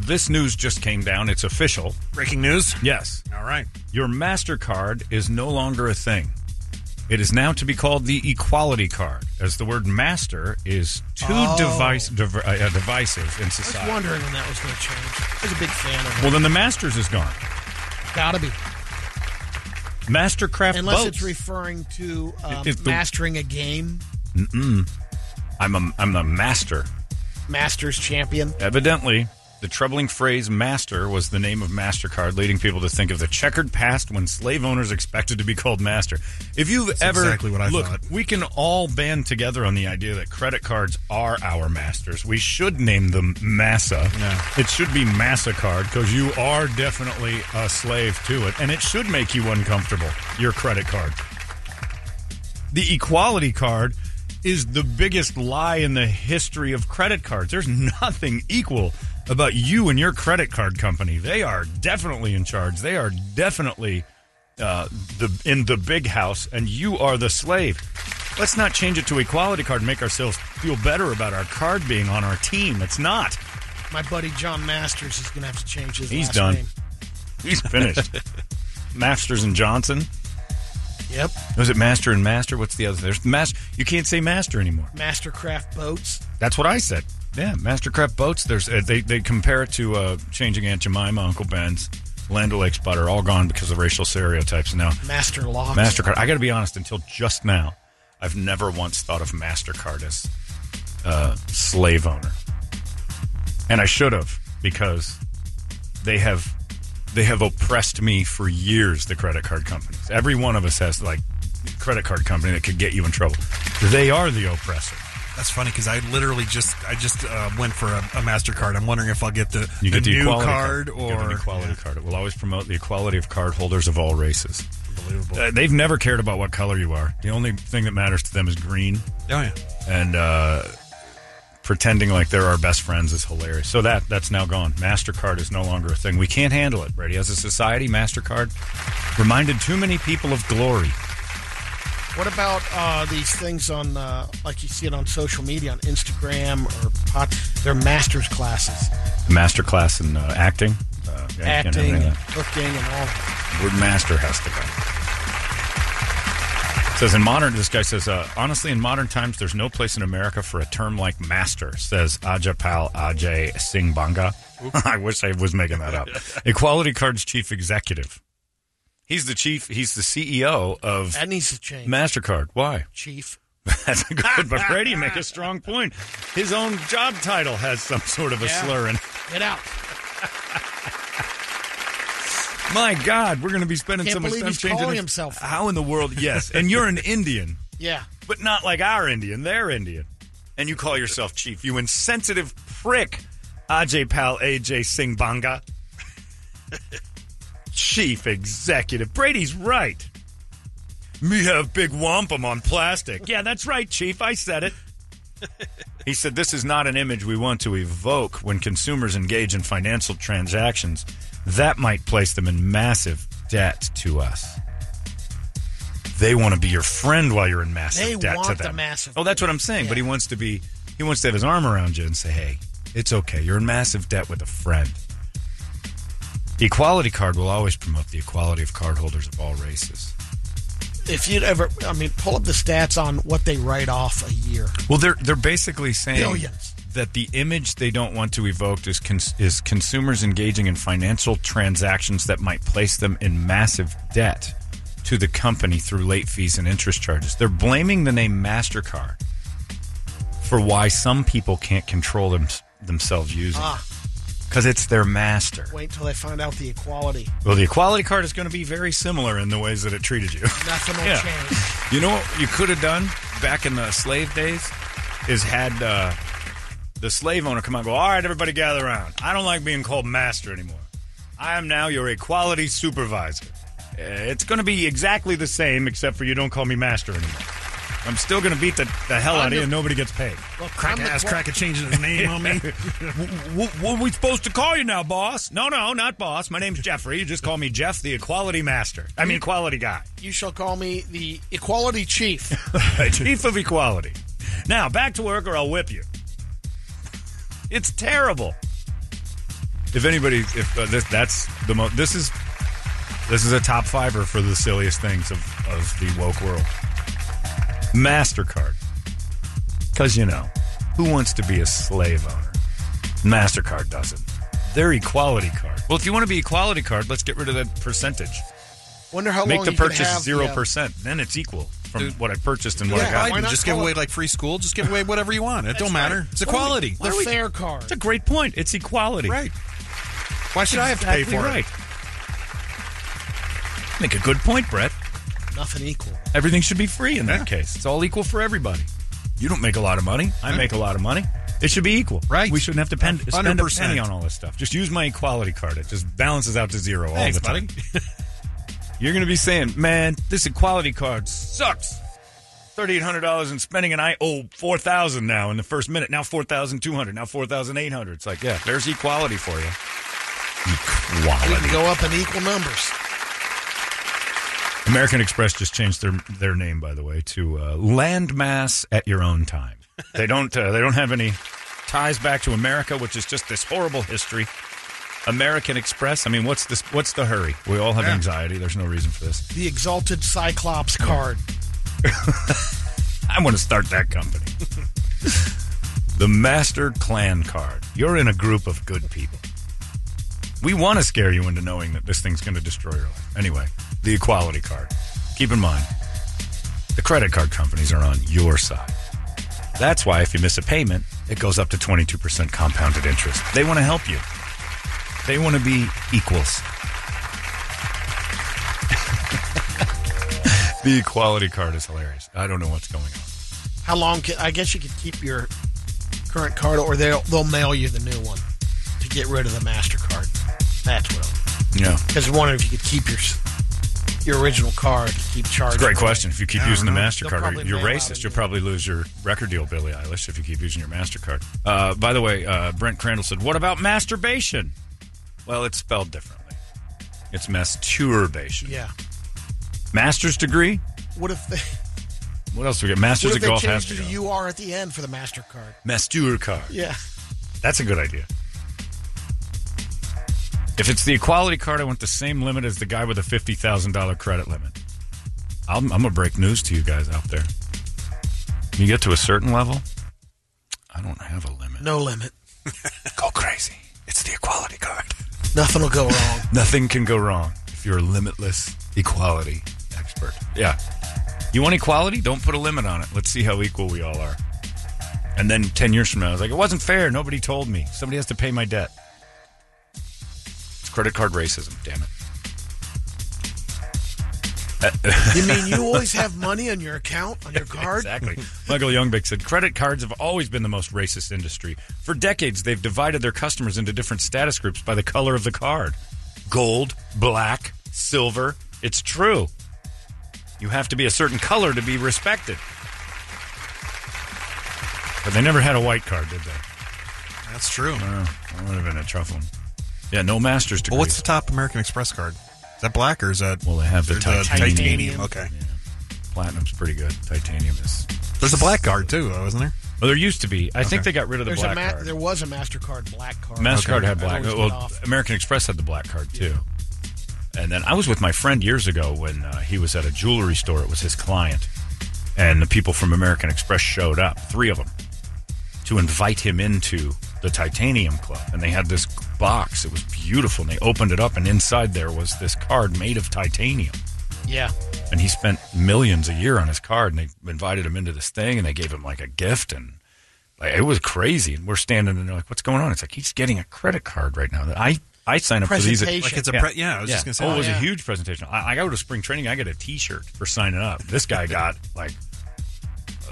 [SPEAKER 1] this news just came down. It's official.
[SPEAKER 3] Breaking news.
[SPEAKER 1] Yes.
[SPEAKER 3] All right.
[SPEAKER 1] Your MasterCard is no longer a thing. It is now to be called the equality card, as the word master is too
[SPEAKER 2] Oh.
[SPEAKER 1] device, div- uh, uh, divisive in
[SPEAKER 2] I
[SPEAKER 1] society.
[SPEAKER 2] was wondering when that was going to change. I was a big fan of it.
[SPEAKER 1] Well, then the masters is gone.
[SPEAKER 2] Gotta be.
[SPEAKER 1] Mastercraft
[SPEAKER 2] Unless
[SPEAKER 1] boats.
[SPEAKER 2] it's referring to uh,
[SPEAKER 1] It- it's the-
[SPEAKER 2] mastering a game,
[SPEAKER 1] I'm a, I'm the master.
[SPEAKER 2] Masters Champion.
[SPEAKER 1] Evidently, the troubling phrase master was the name of MasterCard, leading people to think of the checkered past when slave owners expected to be called master. If you've ever.
[SPEAKER 3] exactly what I
[SPEAKER 1] look,
[SPEAKER 3] thought.
[SPEAKER 1] we can all band together on the idea that credit cards are our masters. We should name them Massa. It should be Massa Card because you are definitely a slave to it, and it should make you uncomfortable, your credit card. The equality card is the biggest lie in the history of credit cards. There's nothing equal about you and your credit card company. They are definitely in charge. They are definitely uh, the in the big house, and you are the slave. Let's not change it to equality card and make ourselves feel better about our card being on our team. It's not.
[SPEAKER 2] My buddy John Masters is going to have to change his
[SPEAKER 1] He's
[SPEAKER 2] last
[SPEAKER 1] done.
[SPEAKER 2] name.
[SPEAKER 1] He's finished. Masters and Johnson.
[SPEAKER 2] Yep.
[SPEAKER 1] Was it Master and Master? What's the other? There's Master. You can't say Master anymore.
[SPEAKER 2] Mastercraft Boats.
[SPEAKER 1] That's what I said. Yeah, Mastercraft boats. There's uh, they they compare it to uh, changing Aunt Jemima, Uncle Ben's, Land O'Lakes butter, all gone because of racial stereotypes. Now
[SPEAKER 2] Master Locks.
[SPEAKER 1] Mastercard. I got to be honest. Until just now, I've never once thought of Mastercard as uh, slave owner, and I should have because they have they have oppressed me for years. The credit card companies. Every one of us has like a credit card company that could get you in trouble. They are the oppressor.
[SPEAKER 3] That's funny because I literally just I just uh, went for a, a Mastercard. I'm wondering if I'll get the,
[SPEAKER 1] You
[SPEAKER 3] the,
[SPEAKER 1] get the
[SPEAKER 3] new
[SPEAKER 1] equality
[SPEAKER 3] card,
[SPEAKER 1] You get
[SPEAKER 3] or
[SPEAKER 1] an equality card. It will always promote the equality of card holders of all races.
[SPEAKER 3] Unbelievable.
[SPEAKER 1] Uh, they've never cared about what color you are. The only thing that matters to them is green,
[SPEAKER 3] Oh yeah,
[SPEAKER 1] and uh, pretending like they're our best friends is hilarious. So that that's now gone. Mastercard is no longer a thing. We can't handle it, Brady. As a society, Mastercard reminded too many people of glory.
[SPEAKER 2] What about uh, these things on, uh, like you see it on social media, on Instagram or pot? They're master's classes,
[SPEAKER 1] Masterclass in uh, acting. Uh, yeah, you can't have any
[SPEAKER 2] acting,
[SPEAKER 1] of
[SPEAKER 2] and
[SPEAKER 1] that.
[SPEAKER 2] cooking, and all. that.
[SPEAKER 1] word master has to go. Says in modern, this guy says, uh, honestly, in modern times, there's no place in America for a term like master, says Ajapal Ajay Singh Banga. I wish I was making that up. Equality Card's chief executive. He's the chief, he's the CEO of
[SPEAKER 2] That needs to change.
[SPEAKER 1] MasterCard. Why?
[SPEAKER 2] Chief.
[SPEAKER 1] That's a good, but Brady make a strong point. His own job title has some sort of a
[SPEAKER 2] Yeah.
[SPEAKER 1] slur in it.
[SPEAKER 2] Get out.
[SPEAKER 1] My God, we're going to be spending
[SPEAKER 2] Can't
[SPEAKER 1] so much
[SPEAKER 2] believe
[SPEAKER 1] time
[SPEAKER 2] he's
[SPEAKER 1] changing
[SPEAKER 2] calling
[SPEAKER 1] this.
[SPEAKER 2] himself.
[SPEAKER 1] How in the world? Yes, and you're an Indian.
[SPEAKER 2] Yeah.
[SPEAKER 1] but not like our Indian. They're Indian. And you call yourself chief, you insensitive prick, Ajay Pal AJ Singh Banga. chief executive. Brady's right. Me have big wampum on plastic. Yeah, that's right, chief. I said it. he said this is not an image we want to evoke when consumers engage in financial transactions. That might place them in massive debt to us. They want to be your friend while you're in massive
[SPEAKER 2] They
[SPEAKER 1] debt to
[SPEAKER 2] want the
[SPEAKER 1] them.
[SPEAKER 2] massive
[SPEAKER 1] oh, that's what I'm saying. But he
[SPEAKER 2] debt.
[SPEAKER 1] wants to be. He wants to have his arm around you and say, "Hey, it's okay. You're in massive debt with a friend." The equality card will always promote the equality of cardholders of all races.
[SPEAKER 2] If you'd ever, I mean, pull up the stats on what they write off a year.
[SPEAKER 1] Well, they're they're basically saying
[SPEAKER 2] Billions.
[SPEAKER 1] that the image they don't want to evoke is cons- is consumers engaging in financial transactions that might place them in massive debt to the company through late fees and interest charges. They're blaming the name Mastercard for why some people can't control them- themselves using it. 'Cause
[SPEAKER 2] Ah.
[SPEAKER 1] because it's their master.
[SPEAKER 2] Wait till they find out the equality.
[SPEAKER 1] Well, the equality card is going to be very similar in the ways that it treated you.
[SPEAKER 2] Nothing will
[SPEAKER 1] Yeah.
[SPEAKER 2] change.
[SPEAKER 1] You know what you could have done back in the slave days is had uh, the slave owner come out and go, all right, everybody gather around. I don't like being called master anymore. I am now your equality supervisor. Uh, It's going to be exactly the same, except for you don't call me master anymore. I'm still going to beat the, the hell out of you, and nobody gets paid.
[SPEAKER 2] Look,
[SPEAKER 3] crack
[SPEAKER 2] I'm the
[SPEAKER 3] ass
[SPEAKER 2] qua-
[SPEAKER 3] crack of changing his name on me.
[SPEAKER 1] What, what are we supposed to call you now, boss? No, no, not boss. My name's Jeffrey. You just call me Jeff, the equality master. I mean, equality guy.
[SPEAKER 2] You shall call me the equality chief.
[SPEAKER 1] Chief of Equality. Now, back to work or I'll whip you. It's terrible. If anybody, if uh, this, that's the most, this is, this is a top fiver for the silliest things of, of the woke world. MasterCard. Because, you know, who wants to be a slave owner? MasterCard doesn't. They're equality card. Well, if you want to be equality card, let's get rid of that percentage.
[SPEAKER 2] Wonder how
[SPEAKER 1] Make
[SPEAKER 2] long
[SPEAKER 1] the
[SPEAKER 2] you could
[SPEAKER 1] purchase
[SPEAKER 2] have
[SPEAKER 1] zero
[SPEAKER 2] the, uh,
[SPEAKER 1] percent. Then it's equal from
[SPEAKER 3] Dude.
[SPEAKER 1] what I purchased and what
[SPEAKER 2] Yeah,
[SPEAKER 1] I
[SPEAKER 3] Biden,
[SPEAKER 2] why
[SPEAKER 1] got.
[SPEAKER 2] not
[SPEAKER 3] just give
[SPEAKER 2] call
[SPEAKER 3] away
[SPEAKER 2] it-
[SPEAKER 3] like free school. Just give away whatever you want. It don't matter. It's equality.
[SPEAKER 2] The fair card.
[SPEAKER 1] It's a great point. It's equality.
[SPEAKER 3] Right. Why should I have to pay
[SPEAKER 1] Exactly
[SPEAKER 3] for
[SPEAKER 1] right.
[SPEAKER 3] it?
[SPEAKER 1] Make a good point, Brett.
[SPEAKER 2] Nothing equal.
[SPEAKER 1] Everything should be free in that case. It's all equal for everybody. You don't make a lot of money. I make a lot of money. It should be equal.
[SPEAKER 3] Right.
[SPEAKER 1] We shouldn't have to pen, spend a
[SPEAKER 3] 100%.
[SPEAKER 1] penny on all this stuff. Just use my equality card. It just balances out to zero all
[SPEAKER 3] Thanks,
[SPEAKER 1] the time.
[SPEAKER 3] buddy.
[SPEAKER 1] You're going to be saying, man, this equality card sucks. $3,800 in spending, and I owe 4000 now in the first minute. Now 4200 Now 4800 It's like, yeah, there's equality for you.
[SPEAKER 2] We can go up in equal numbers.
[SPEAKER 1] American Express just changed their their name, by the way, to uh, Landmass at Your Own Time. They don't uh, they don't have any ties back to America, which is just this horrible history. American Express. I mean, what's this? What's the hurry? We all have anxiety. There's no reason for this.
[SPEAKER 2] The exalted Cyclops card.
[SPEAKER 1] I want to start that company. the Master Clan Card. You're in a group of good people. We want to scare you into knowing that this thing's going to destroy your life. Anyway, the Equality Card. Keep in mind, the credit card companies are on your side. That's why if you miss a payment, it goes up to 22% compounded interest. They want to help you. They want to be equals. the equality card is hilarious. I don't know what's going on.
[SPEAKER 2] How long can I guess you could keep your current card or they'll they'll mail you the new one to get rid of the MasterCard. That's what I'm
[SPEAKER 1] Yeah.
[SPEAKER 2] because wondering if you could keep your s- your original card to keep charging.
[SPEAKER 1] Great question. If you keep using the
[SPEAKER 2] They'll
[SPEAKER 1] MasterCard,
[SPEAKER 2] probably
[SPEAKER 1] you're
[SPEAKER 2] mail out a
[SPEAKER 1] racist. You'll
[SPEAKER 2] new-
[SPEAKER 1] probably lose your record deal, Billie Eilish, if you keep using your MasterCard. Uh, by the way, uh, Brent Crandall said, What about masturbation? Well, it's spelled differently. It's masturbation.
[SPEAKER 2] Yeah.
[SPEAKER 1] Master's degree?
[SPEAKER 2] What if they
[SPEAKER 1] What else do we get? Master's of
[SPEAKER 2] what if they
[SPEAKER 1] golf
[SPEAKER 2] changed
[SPEAKER 1] has
[SPEAKER 2] to
[SPEAKER 1] to
[SPEAKER 2] the
[SPEAKER 1] go.
[SPEAKER 2] UR at the end for the MasterCard?
[SPEAKER 1] Mastur card.
[SPEAKER 2] Yeah.
[SPEAKER 1] That's a good idea. If it's the equality card, I want the same limit as the guy with a fifty thousand dollar credit limit. I'm, I'm gonna break news to you guys out there. You get to a certain level, I don't have a limit.
[SPEAKER 2] No limit.
[SPEAKER 1] Go crazy. It's the equality card.
[SPEAKER 2] Nothing will go wrong.
[SPEAKER 1] Nothing can go wrong if you're a limitless equality expert. Yeah. You want equality? Don't put a limit on it. Let's see how equal we all are. And then 10 years from now, I was like, it wasn't fair. Nobody told me. Somebody has to pay my debt. It's credit card racism, damn it.
[SPEAKER 2] You mean you always have money on your account, on your card?
[SPEAKER 1] Exactly. Michael Youngbeck said credit cards have always been the most racist industry. For decades, they've divided their customers into different status groups by the color of the card gold, black, silver. It's true. You have to be a certain color to be respected. But they never had a white card, did they?
[SPEAKER 3] That's true.
[SPEAKER 1] Oh, that would have been a tough one. Yeah, no master's degree.
[SPEAKER 3] Well, what's the top American Express card? Is that black or is that
[SPEAKER 1] well, they have the
[SPEAKER 3] the
[SPEAKER 1] titanium.
[SPEAKER 3] titanium? Okay.
[SPEAKER 1] Platinum's pretty good. Titanium is.
[SPEAKER 3] There's a black card too, though, isn't there?
[SPEAKER 1] Well, there used to be. I think they got rid of the
[SPEAKER 2] There's a
[SPEAKER 1] black
[SPEAKER 2] ma-
[SPEAKER 1] card.
[SPEAKER 2] there was a MasterCard black card.
[SPEAKER 1] MasterCard
[SPEAKER 2] Okay.
[SPEAKER 1] had
[SPEAKER 2] That
[SPEAKER 1] black.
[SPEAKER 2] always
[SPEAKER 1] Well,
[SPEAKER 2] went off.
[SPEAKER 1] American Express had the black card too. And then I was with my friend years ago when uh, he was at a jewelry store. It was his client, and the people from American Express showed up, three of them, to invite him into the Titanium Club. And they had this box. It was beautiful. And they opened it up, and inside there was this card made of titanium
[SPEAKER 2] yeah.
[SPEAKER 1] and he spent millions a year on his card and they invited him into this thing and they gave him like a gift and like, it was crazy and we're standing and they're like what's going on it's like he's getting a credit card right now i i sign up for these
[SPEAKER 2] Presentation.
[SPEAKER 3] Like it's a
[SPEAKER 1] Yeah.
[SPEAKER 3] pre- yeah. I was just gonna say.
[SPEAKER 1] oh, it was
[SPEAKER 2] yeah.
[SPEAKER 1] a huge presentation I, I go to spring training i get a t-shirt for signing up this guy got like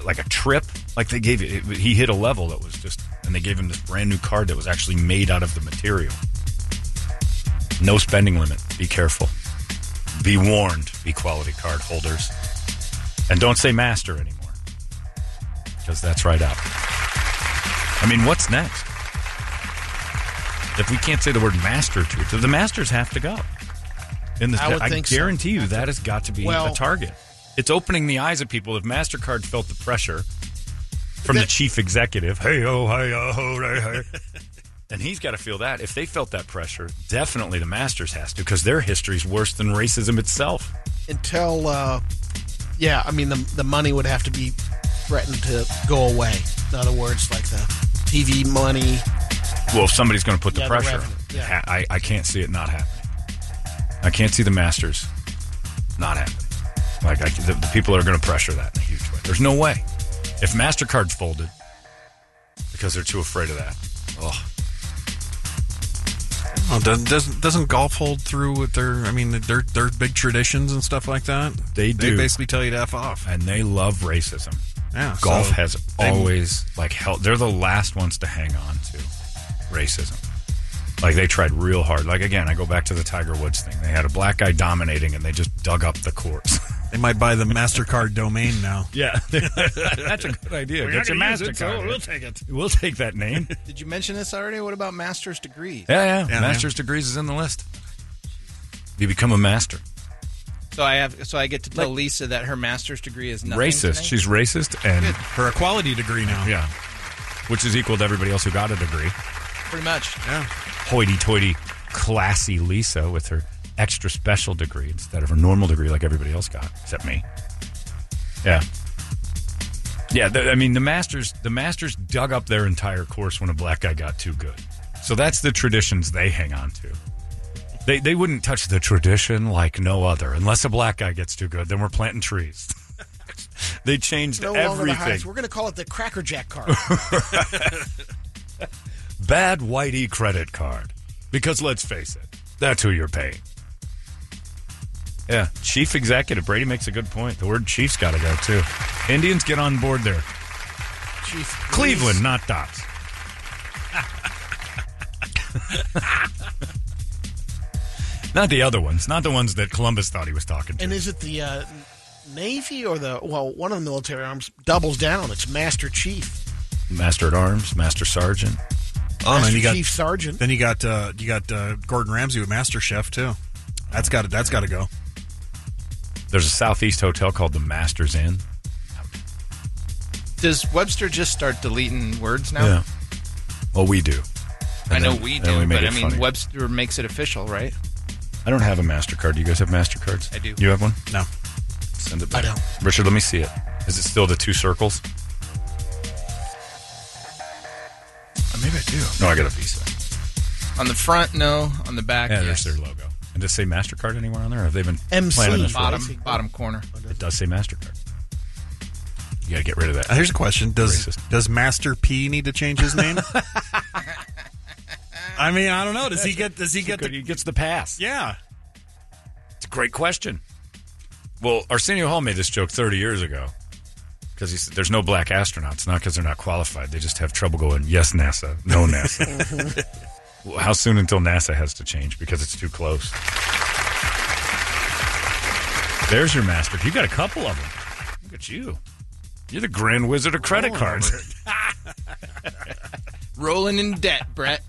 [SPEAKER 1] like a trip like they gave it, it he hit a level that was just and they gave him this brand new card that was actually made out of the material no spending limit be careful be warned, equality card holders. And don't say master anymore. Because that's right out. I mean, what's next? If we can't say the word master to it, the masters have to go. In the,
[SPEAKER 2] I would
[SPEAKER 1] I
[SPEAKER 2] think so.
[SPEAKER 1] guarantee you that has got to be
[SPEAKER 2] Well-
[SPEAKER 1] a target. It's opening the eyes of people. If MasterCard felt the pressure from the
[SPEAKER 2] That-
[SPEAKER 1] chief executive, hey, oh, hey, oh, ho, hey, hey. And he's got to feel that. If they felt that pressure, definitely the Masters has to because their history's worse than racism itself.
[SPEAKER 2] Until uh, yeah, I mean the the money would have to be threatened to go away. In other words, like the TV money.
[SPEAKER 1] Well, if somebody's going to put the
[SPEAKER 2] Yeah, the
[SPEAKER 1] pressure,
[SPEAKER 2] revenue, yeah.
[SPEAKER 1] ha- I, I can't see it not happening. I can't see the Masters not happening. Like I, the, the people are going to pressure that in a huge way. There's no way. If Mastercard's folded because they're too afraid of that. Oh,
[SPEAKER 3] Oh, doesn't, doesn't doesn't golf hold through with their? I mean, their their big traditions and stuff like that.
[SPEAKER 1] They do.
[SPEAKER 3] They basically tell you to f off.
[SPEAKER 1] and they love racism.
[SPEAKER 3] Yeah,
[SPEAKER 1] Golf
[SPEAKER 3] so
[SPEAKER 1] has
[SPEAKER 3] they-
[SPEAKER 1] always like held. They're the last ones to hang on to racism. Like they tried real hard. Like again, I go back to the Tiger Woods thing. They had a black guy dominating, and they just dug up the course.
[SPEAKER 3] They might buy the Mastercard domain now.
[SPEAKER 1] Yeah, that's a good idea. Get your Mastercard. we'll take it. We'll take that name.
[SPEAKER 6] Did you mention this already? What about master's degree?
[SPEAKER 1] yeah, yeah.
[SPEAKER 3] Yeah,
[SPEAKER 1] Master's degrees is in the list. You become a master.
[SPEAKER 6] So I have. So I get to tell Lisa that her master's degree is nothing.
[SPEAKER 1] racist.
[SPEAKER 6] tonight?
[SPEAKER 1] She's racist, and
[SPEAKER 3] Her equality degree now.
[SPEAKER 1] yeah, which is equal to everybody else who got a degree.
[SPEAKER 6] pretty much.
[SPEAKER 1] Hoity-toity, classy Lisa with her extra special degree instead of her normal degree, like everybody else got, except me. Yeah. Yeah, the, I mean the masters. The masters dug up their entire course when a black guy got too good. So that's the traditions they hang on to. They they wouldn't touch the tradition like no other, unless a black guy gets too good. Then we're planting trees. they changed
[SPEAKER 2] No longer the highest. We're
[SPEAKER 1] everything.
[SPEAKER 2] going to call it the Cracker Jack card.
[SPEAKER 1] Bad whitey credit card, because let's face it, that's who you're paying. Yeah, chief executive Brady makes a good point. The word chief's got to go too. Indians get on board there.
[SPEAKER 2] Chief
[SPEAKER 1] Cleveland, not Dots. not the other ones. Not the ones that Columbus thought he was talking to.
[SPEAKER 2] And is it the uh, Navy or the well, one of the military arms doubles down? It's Master Chief,
[SPEAKER 1] Master at Arms, Master Sergeant.
[SPEAKER 3] Oh, and
[SPEAKER 2] Master
[SPEAKER 3] then you got
[SPEAKER 2] Chief Sergeant.
[SPEAKER 3] then you got uh, you got uh, Gordon Ramsay with Master Chef too. That's got to that's got to go.
[SPEAKER 1] There's a Southeast hotel called the Masters Inn.
[SPEAKER 6] Does Webster just start deleting words now?
[SPEAKER 1] Well, we do.
[SPEAKER 6] I
[SPEAKER 1] And
[SPEAKER 6] know
[SPEAKER 1] then-
[SPEAKER 6] we
[SPEAKER 1] then
[SPEAKER 6] do,
[SPEAKER 1] make
[SPEAKER 6] but
[SPEAKER 1] it
[SPEAKER 6] I mean
[SPEAKER 1] funny.
[SPEAKER 6] Webster makes it official, right?
[SPEAKER 1] I don't have a MasterCard. Do you guys have MasterCards?
[SPEAKER 6] I do.
[SPEAKER 1] You have one?
[SPEAKER 3] No,
[SPEAKER 1] Send it back.
[SPEAKER 2] I don't.
[SPEAKER 1] Richard, let me see it. Is it still the two circles? Uh, Maybe I do. No, I got a Visa.
[SPEAKER 6] On the front, no. On the back,
[SPEAKER 1] Yeah,
[SPEAKER 6] yes.
[SPEAKER 1] there's their logo. And does it say MasterCard anywhere on there? Or have they been
[SPEAKER 2] MC.
[SPEAKER 1] planning this for
[SPEAKER 6] bottom
[SPEAKER 2] Right.
[SPEAKER 6] bottom corner.
[SPEAKER 1] It does say MasterCard. You got to get rid of
[SPEAKER 3] Uh,
[SPEAKER 1] that.
[SPEAKER 3] here's a question: Does
[SPEAKER 1] Racist.
[SPEAKER 3] does Master P need to change his name? I mean, I don't know. Does he get does he get the
[SPEAKER 1] He gets the pass.
[SPEAKER 3] yeah?
[SPEAKER 1] It's a great question. Well, Arsenio Hall made this joke 30 years ago because he said there's no black astronauts, not because they're not qualified. They just have trouble going, yes, NASA, no NASA. Well, How soon until NASA has to change because it's too close? There's your master. You got a couple of them. Look at you. You're the grand wizard of credit cards.
[SPEAKER 6] Rolling in debt, Brett.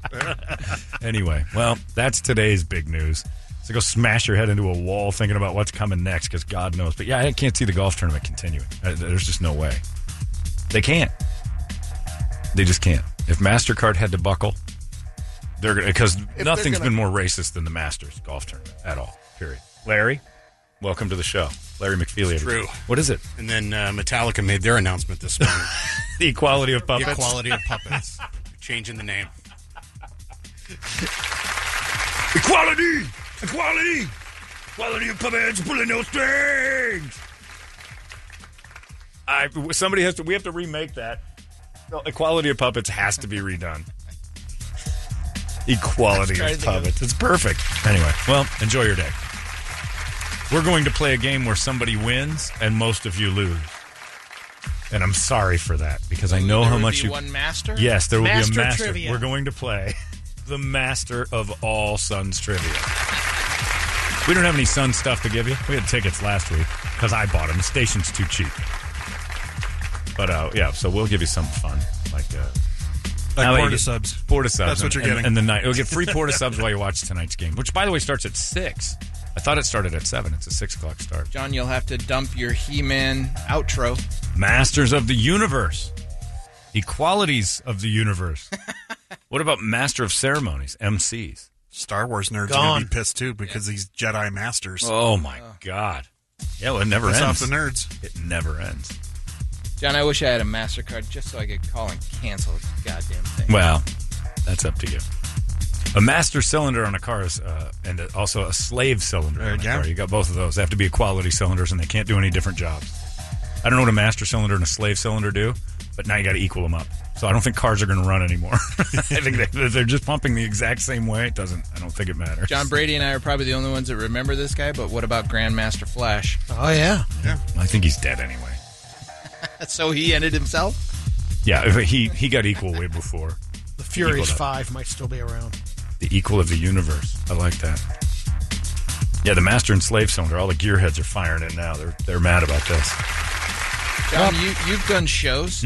[SPEAKER 1] Anyway, well, that's today's big news. So go smash your head into a wall thinking about what's coming next because God knows. But yeah, I can't see the golf tournament continuing. Uh, There's just no way. They can't. They just can't. If MasterCard had to buckle, they're going to, because nothing's
[SPEAKER 2] gonna-
[SPEAKER 1] been more racist than the Masters golf tournament at all, period. Larry, welcome to the show. Larry McFeely. everybody.
[SPEAKER 4] true.
[SPEAKER 1] What is it?
[SPEAKER 4] And then uh, Metallica made their announcement this morning.
[SPEAKER 1] The equality of
[SPEAKER 4] the
[SPEAKER 1] puppets.
[SPEAKER 4] equality of puppets. Changing the name.
[SPEAKER 11] Equality! Equality! Equality of puppets pulling no strings!
[SPEAKER 1] I, somebody has to, we have to remake that. No, equality of puppets has to be redone. Equality of puppets. It's perfect. Anyway, well, enjoy your day. We're going to play a game where somebody wins and most of you lose. And I'm sorry for that because I know
[SPEAKER 6] There
[SPEAKER 1] how
[SPEAKER 6] would
[SPEAKER 1] much
[SPEAKER 6] be
[SPEAKER 1] you.
[SPEAKER 6] one master.
[SPEAKER 1] Yes, there will be
[SPEAKER 2] Master
[SPEAKER 1] a master.
[SPEAKER 2] trivia.
[SPEAKER 1] We're going to play the master of all Suns trivia. We don't have any Sun stuff to give you. We had tickets last week because I bought them. The station's too cheap. But uh, yeah, so we'll give you some fun, like uh,
[SPEAKER 3] Like
[SPEAKER 1] wait,
[SPEAKER 3] porta
[SPEAKER 1] you-
[SPEAKER 3] subs.
[SPEAKER 1] porta subs.
[SPEAKER 3] That's what you're
[SPEAKER 1] and,
[SPEAKER 3] getting.
[SPEAKER 1] And the night you'll get free porta subs while you watch tonight's game, which by the way starts at six. I thought it started at seven. It's a six o'clock start.
[SPEAKER 6] John, you'll have to dump your He-Man outro.
[SPEAKER 1] Masters of the Universe. Equalities of the Universe. what about Master of Ceremonies, MCs?
[SPEAKER 3] Star Wars nerds are
[SPEAKER 2] Gone.
[SPEAKER 3] gonna be pissed too because these Jedi masters.
[SPEAKER 1] Oh my God. Yeah, well, it never
[SPEAKER 3] Uh. Piss off
[SPEAKER 1] ends.
[SPEAKER 3] the nerds.
[SPEAKER 1] It never ends.
[SPEAKER 6] John, I wish I had a MasterCard just so I could call and cancel this goddamn thing.
[SPEAKER 1] Well, that's up to you. A master cylinder on a car is, uh, and also a slave cylinder on a
[SPEAKER 3] you go.
[SPEAKER 1] car. You got both of those. They have to be quality cylinders, and they can't do any different jobs. I don't know what a master cylinder and a slave cylinder do, but now you got to equal them up. So I don't think cars are going to run anymore. I think they, they're just pumping the exact same way. It doesn't. I don't think it matters.
[SPEAKER 6] John Brady and I are probably the only ones that remember this guy, but what about Grandmaster Flash?
[SPEAKER 2] Oh yeah.
[SPEAKER 1] I think he's dead anyway.
[SPEAKER 6] so he ended himself?
[SPEAKER 1] Yeah, if he he got equal way before.
[SPEAKER 2] The
[SPEAKER 1] Equaled
[SPEAKER 2] Furious
[SPEAKER 1] up.
[SPEAKER 2] Five might still be around.
[SPEAKER 1] The equal of the universe. I like that. Yeah, the master and slave cylinder. All the gearheads are firing it now. They're they're mad about this.
[SPEAKER 6] John, you, you've done shows.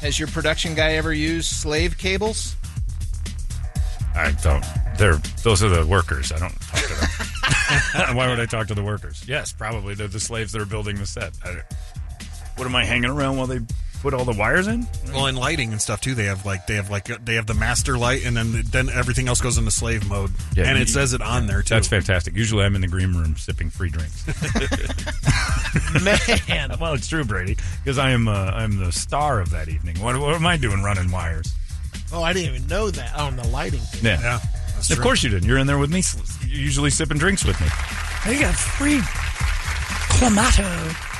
[SPEAKER 6] Has your production guy ever used slave cables?
[SPEAKER 1] I don't. They're those are the workers. I don't talk to them. Why would I talk to the workers? Yes, probably they're the slaves that are building the set. I don't- what am I hanging around while they put all the wires in?
[SPEAKER 3] Well, and lighting and stuff too. They have like they have like they have the master light, and then then everything else goes into slave mode.
[SPEAKER 1] Yeah,
[SPEAKER 3] and
[SPEAKER 1] you-
[SPEAKER 3] it says it on there too.
[SPEAKER 1] That's fantastic. Usually I'm in the green room sipping free drinks.
[SPEAKER 2] Man,
[SPEAKER 1] well, it's true, Brady, because I am uh, I'm the star of that evening. What, what am I doing running wires?
[SPEAKER 2] oh, I didn't even know that on the lighting. Thing.
[SPEAKER 1] Yeah.
[SPEAKER 3] Yeah, that's
[SPEAKER 1] Of
[SPEAKER 3] true.
[SPEAKER 1] course you didn't. You're in there with me. You're usually sipping drinks with me.
[SPEAKER 12] They got free clamato.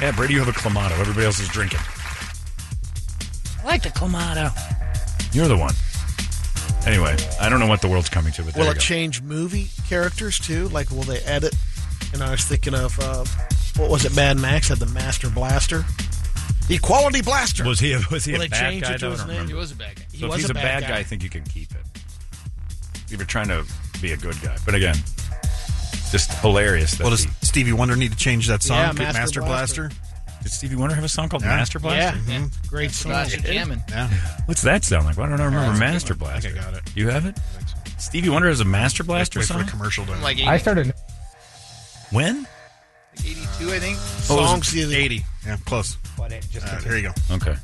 [SPEAKER 1] Yeah, Brady, you have a clamato. Everybody else is drinking.
[SPEAKER 12] I like the clamato.
[SPEAKER 1] You're the one. Anyway, I don't know what the world's coming to, but there
[SPEAKER 2] Will
[SPEAKER 1] you
[SPEAKER 2] it
[SPEAKER 1] go.
[SPEAKER 2] change movie characters too? Like, will they edit? And I was thinking of uh, what was it? Mad Max had the Master Blaster, Equality Blaster.
[SPEAKER 1] Was he a, was he
[SPEAKER 2] Will
[SPEAKER 1] a
[SPEAKER 2] they
[SPEAKER 1] bad
[SPEAKER 2] change
[SPEAKER 1] guy?
[SPEAKER 2] it to
[SPEAKER 1] though? I
[SPEAKER 2] his
[SPEAKER 1] don't
[SPEAKER 2] name?
[SPEAKER 1] remember.
[SPEAKER 6] He was a bad guy.
[SPEAKER 2] he
[SPEAKER 1] So if
[SPEAKER 2] was
[SPEAKER 1] he's a bad, guy, I think you can keep it. If you're trying to be a good guy, but again, just hilarious. That
[SPEAKER 3] Well, does
[SPEAKER 1] he-
[SPEAKER 3] Stevie Wonder need to change that song?
[SPEAKER 2] Yeah,
[SPEAKER 3] Get
[SPEAKER 2] Master
[SPEAKER 3] Master
[SPEAKER 2] Blaster.
[SPEAKER 3] Blaster.
[SPEAKER 1] did Stevie Wonder have a song called
[SPEAKER 3] Yeah.
[SPEAKER 1] Master
[SPEAKER 2] yeah,
[SPEAKER 1] Blaster?
[SPEAKER 2] yeah. great song.
[SPEAKER 6] Flash jamming.
[SPEAKER 1] What's that sound like? Why don't I remember
[SPEAKER 6] that's a
[SPEAKER 1] Master
[SPEAKER 6] good
[SPEAKER 3] I
[SPEAKER 1] Blaster?
[SPEAKER 3] think I got it.
[SPEAKER 1] You have it? Stevie Wonder has a Master Blaster
[SPEAKER 3] Wait for
[SPEAKER 1] song?
[SPEAKER 3] the commercial to.
[SPEAKER 6] Like 80,
[SPEAKER 12] started.
[SPEAKER 1] when?
[SPEAKER 6] 82, I think.
[SPEAKER 1] Oh,
[SPEAKER 2] Songs either-
[SPEAKER 3] eighty. Yeah, close. Uh, here you go.
[SPEAKER 1] Okay.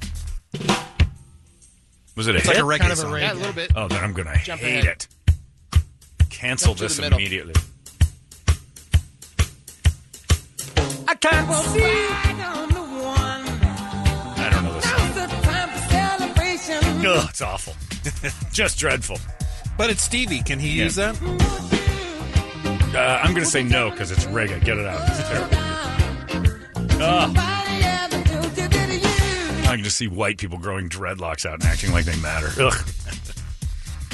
[SPEAKER 1] Was it a
[SPEAKER 3] It's
[SPEAKER 1] hit?
[SPEAKER 3] like a reggae
[SPEAKER 2] kind of a
[SPEAKER 3] song.
[SPEAKER 2] reggae.
[SPEAKER 6] Yeah, a little bit.
[SPEAKER 1] oh, then I'm going to
[SPEAKER 6] Jump
[SPEAKER 1] hate
[SPEAKER 6] ahead.
[SPEAKER 1] it. Cancel
[SPEAKER 6] Jump to
[SPEAKER 1] this
[SPEAKER 6] the middle.
[SPEAKER 1] immediately.
[SPEAKER 13] I can't go back on the one.
[SPEAKER 1] I don't know this song.
[SPEAKER 13] Now's the time for celebration.
[SPEAKER 1] Ugh, it's awful. Just dreadful.
[SPEAKER 3] But it's Stevie. Can he use that?
[SPEAKER 1] Uh, I'm going to say no because it's reggae. Get it out. It's terrible. Ugh.
[SPEAKER 13] Nobody ever do you did you.
[SPEAKER 1] I can just see white people growing dreadlocks out and acting like they matter. Ugh.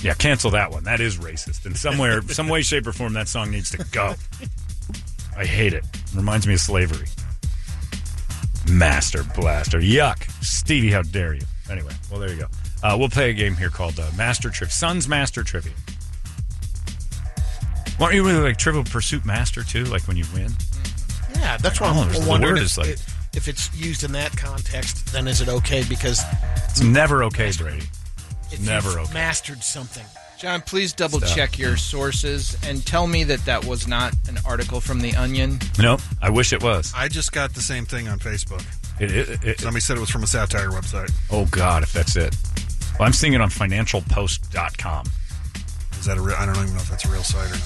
[SPEAKER 1] Yeah, cancel that one. That is racist. In some way, some way, shape, or form, that song needs to go. I hate it. Reminds me of slavery. Master Blaster. Yuck. Stevie, how dare you? Anyway, well, there you go. Uh, we'll play a game here called uh, Master Trivia. Sons Master Trivia. Aren't you really like Trivial Pursuit Master too? Like when you win?
[SPEAKER 2] Yeah, that's why
[SPEAKER 1] Oh,
[SPEAKER 2] I'm
[SPEAKER 1] the
[SPEAKER 2] wondering
[SPEAKER 1] word
[SPEAKER 2] if,
[SPEAKER 1] is like-
[SPEAKER 2] it- if it's used in that context, then is it okay? Because
[SPEAKER 1] It's never okay, Brady.
[SPEAKER 2] if
[SPEAKER 1] Never
[SPEAKER 2] you've
[SPEAKER 1] okay.
[SPEAKER 2] mastered something,
[SPEAKER 6] John, please double check your sources and tell me that that was not an article from The Onion.
[SPEAKER 1] No, I wish it was.
[SPEAKER 3] I just got the same thing on Facebook.
[SPEAKER 1] It, it, it,
[SPEAKER 3] Somebody said it was from a satire website.
[SPEAKER 1] Oh God, if that's it. Well, I'm seeing it on financialpost.com.
[SPEAKER 3] Is that a real? I don't even know if that's a real site or not.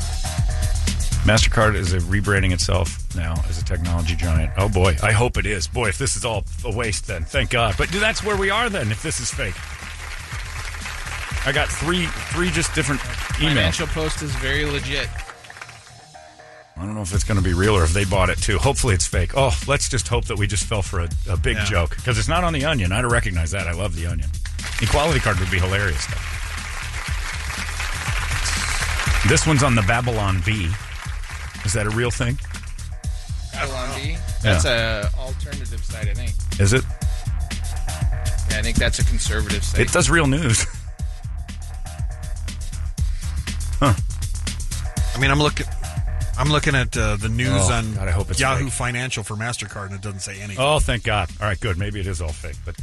[SPEAKER 1] MasterCard is uh, rebranding itself now as a technology giant. Oh boy, I hope it is. Boy, if this is all a waste then. Thank God. But that's where we are then if this is fake. I got three three just different emails.
[SPEAKER 6] Financial Post is very legit.
[SPEAKER 1] I don't know if it's going to be real or if they bought it too. Hopefully it's fake. Oh, let's just hope that we just fell for a, a big
[SPEAKER 3] Yeah.
[SPEAKER 1] joke because it's not on the Onion. I'd recognize that. I love the Onion. Equality card would be hilarious. Though. This one's on the Babylon Bee. Is that a real thing?
[SPEAKER 6] Babylon B. That's a alternative site, I think.
[SPEAKER 1] Is it?
[SPEAKER 6] Yeah, I think that's a conservative site.
[SPEAKER 1] It does real news.
[SPEAKER 3] I mean, I'm looking. I'm looking at uh, the news
[SPEAKER 1] Oh,
[SPEAKER 3] on
[SPEAKER 1] God, I hope it's
[SPEAKER 3] Yahoo
[SPEAKER 1] fake.
[SPEAKER 3] Financial for Mastercard, and it doesn't say anything.
[SPEAKER 1] Oh, thank God. All right, good. Maybe it is all fake, but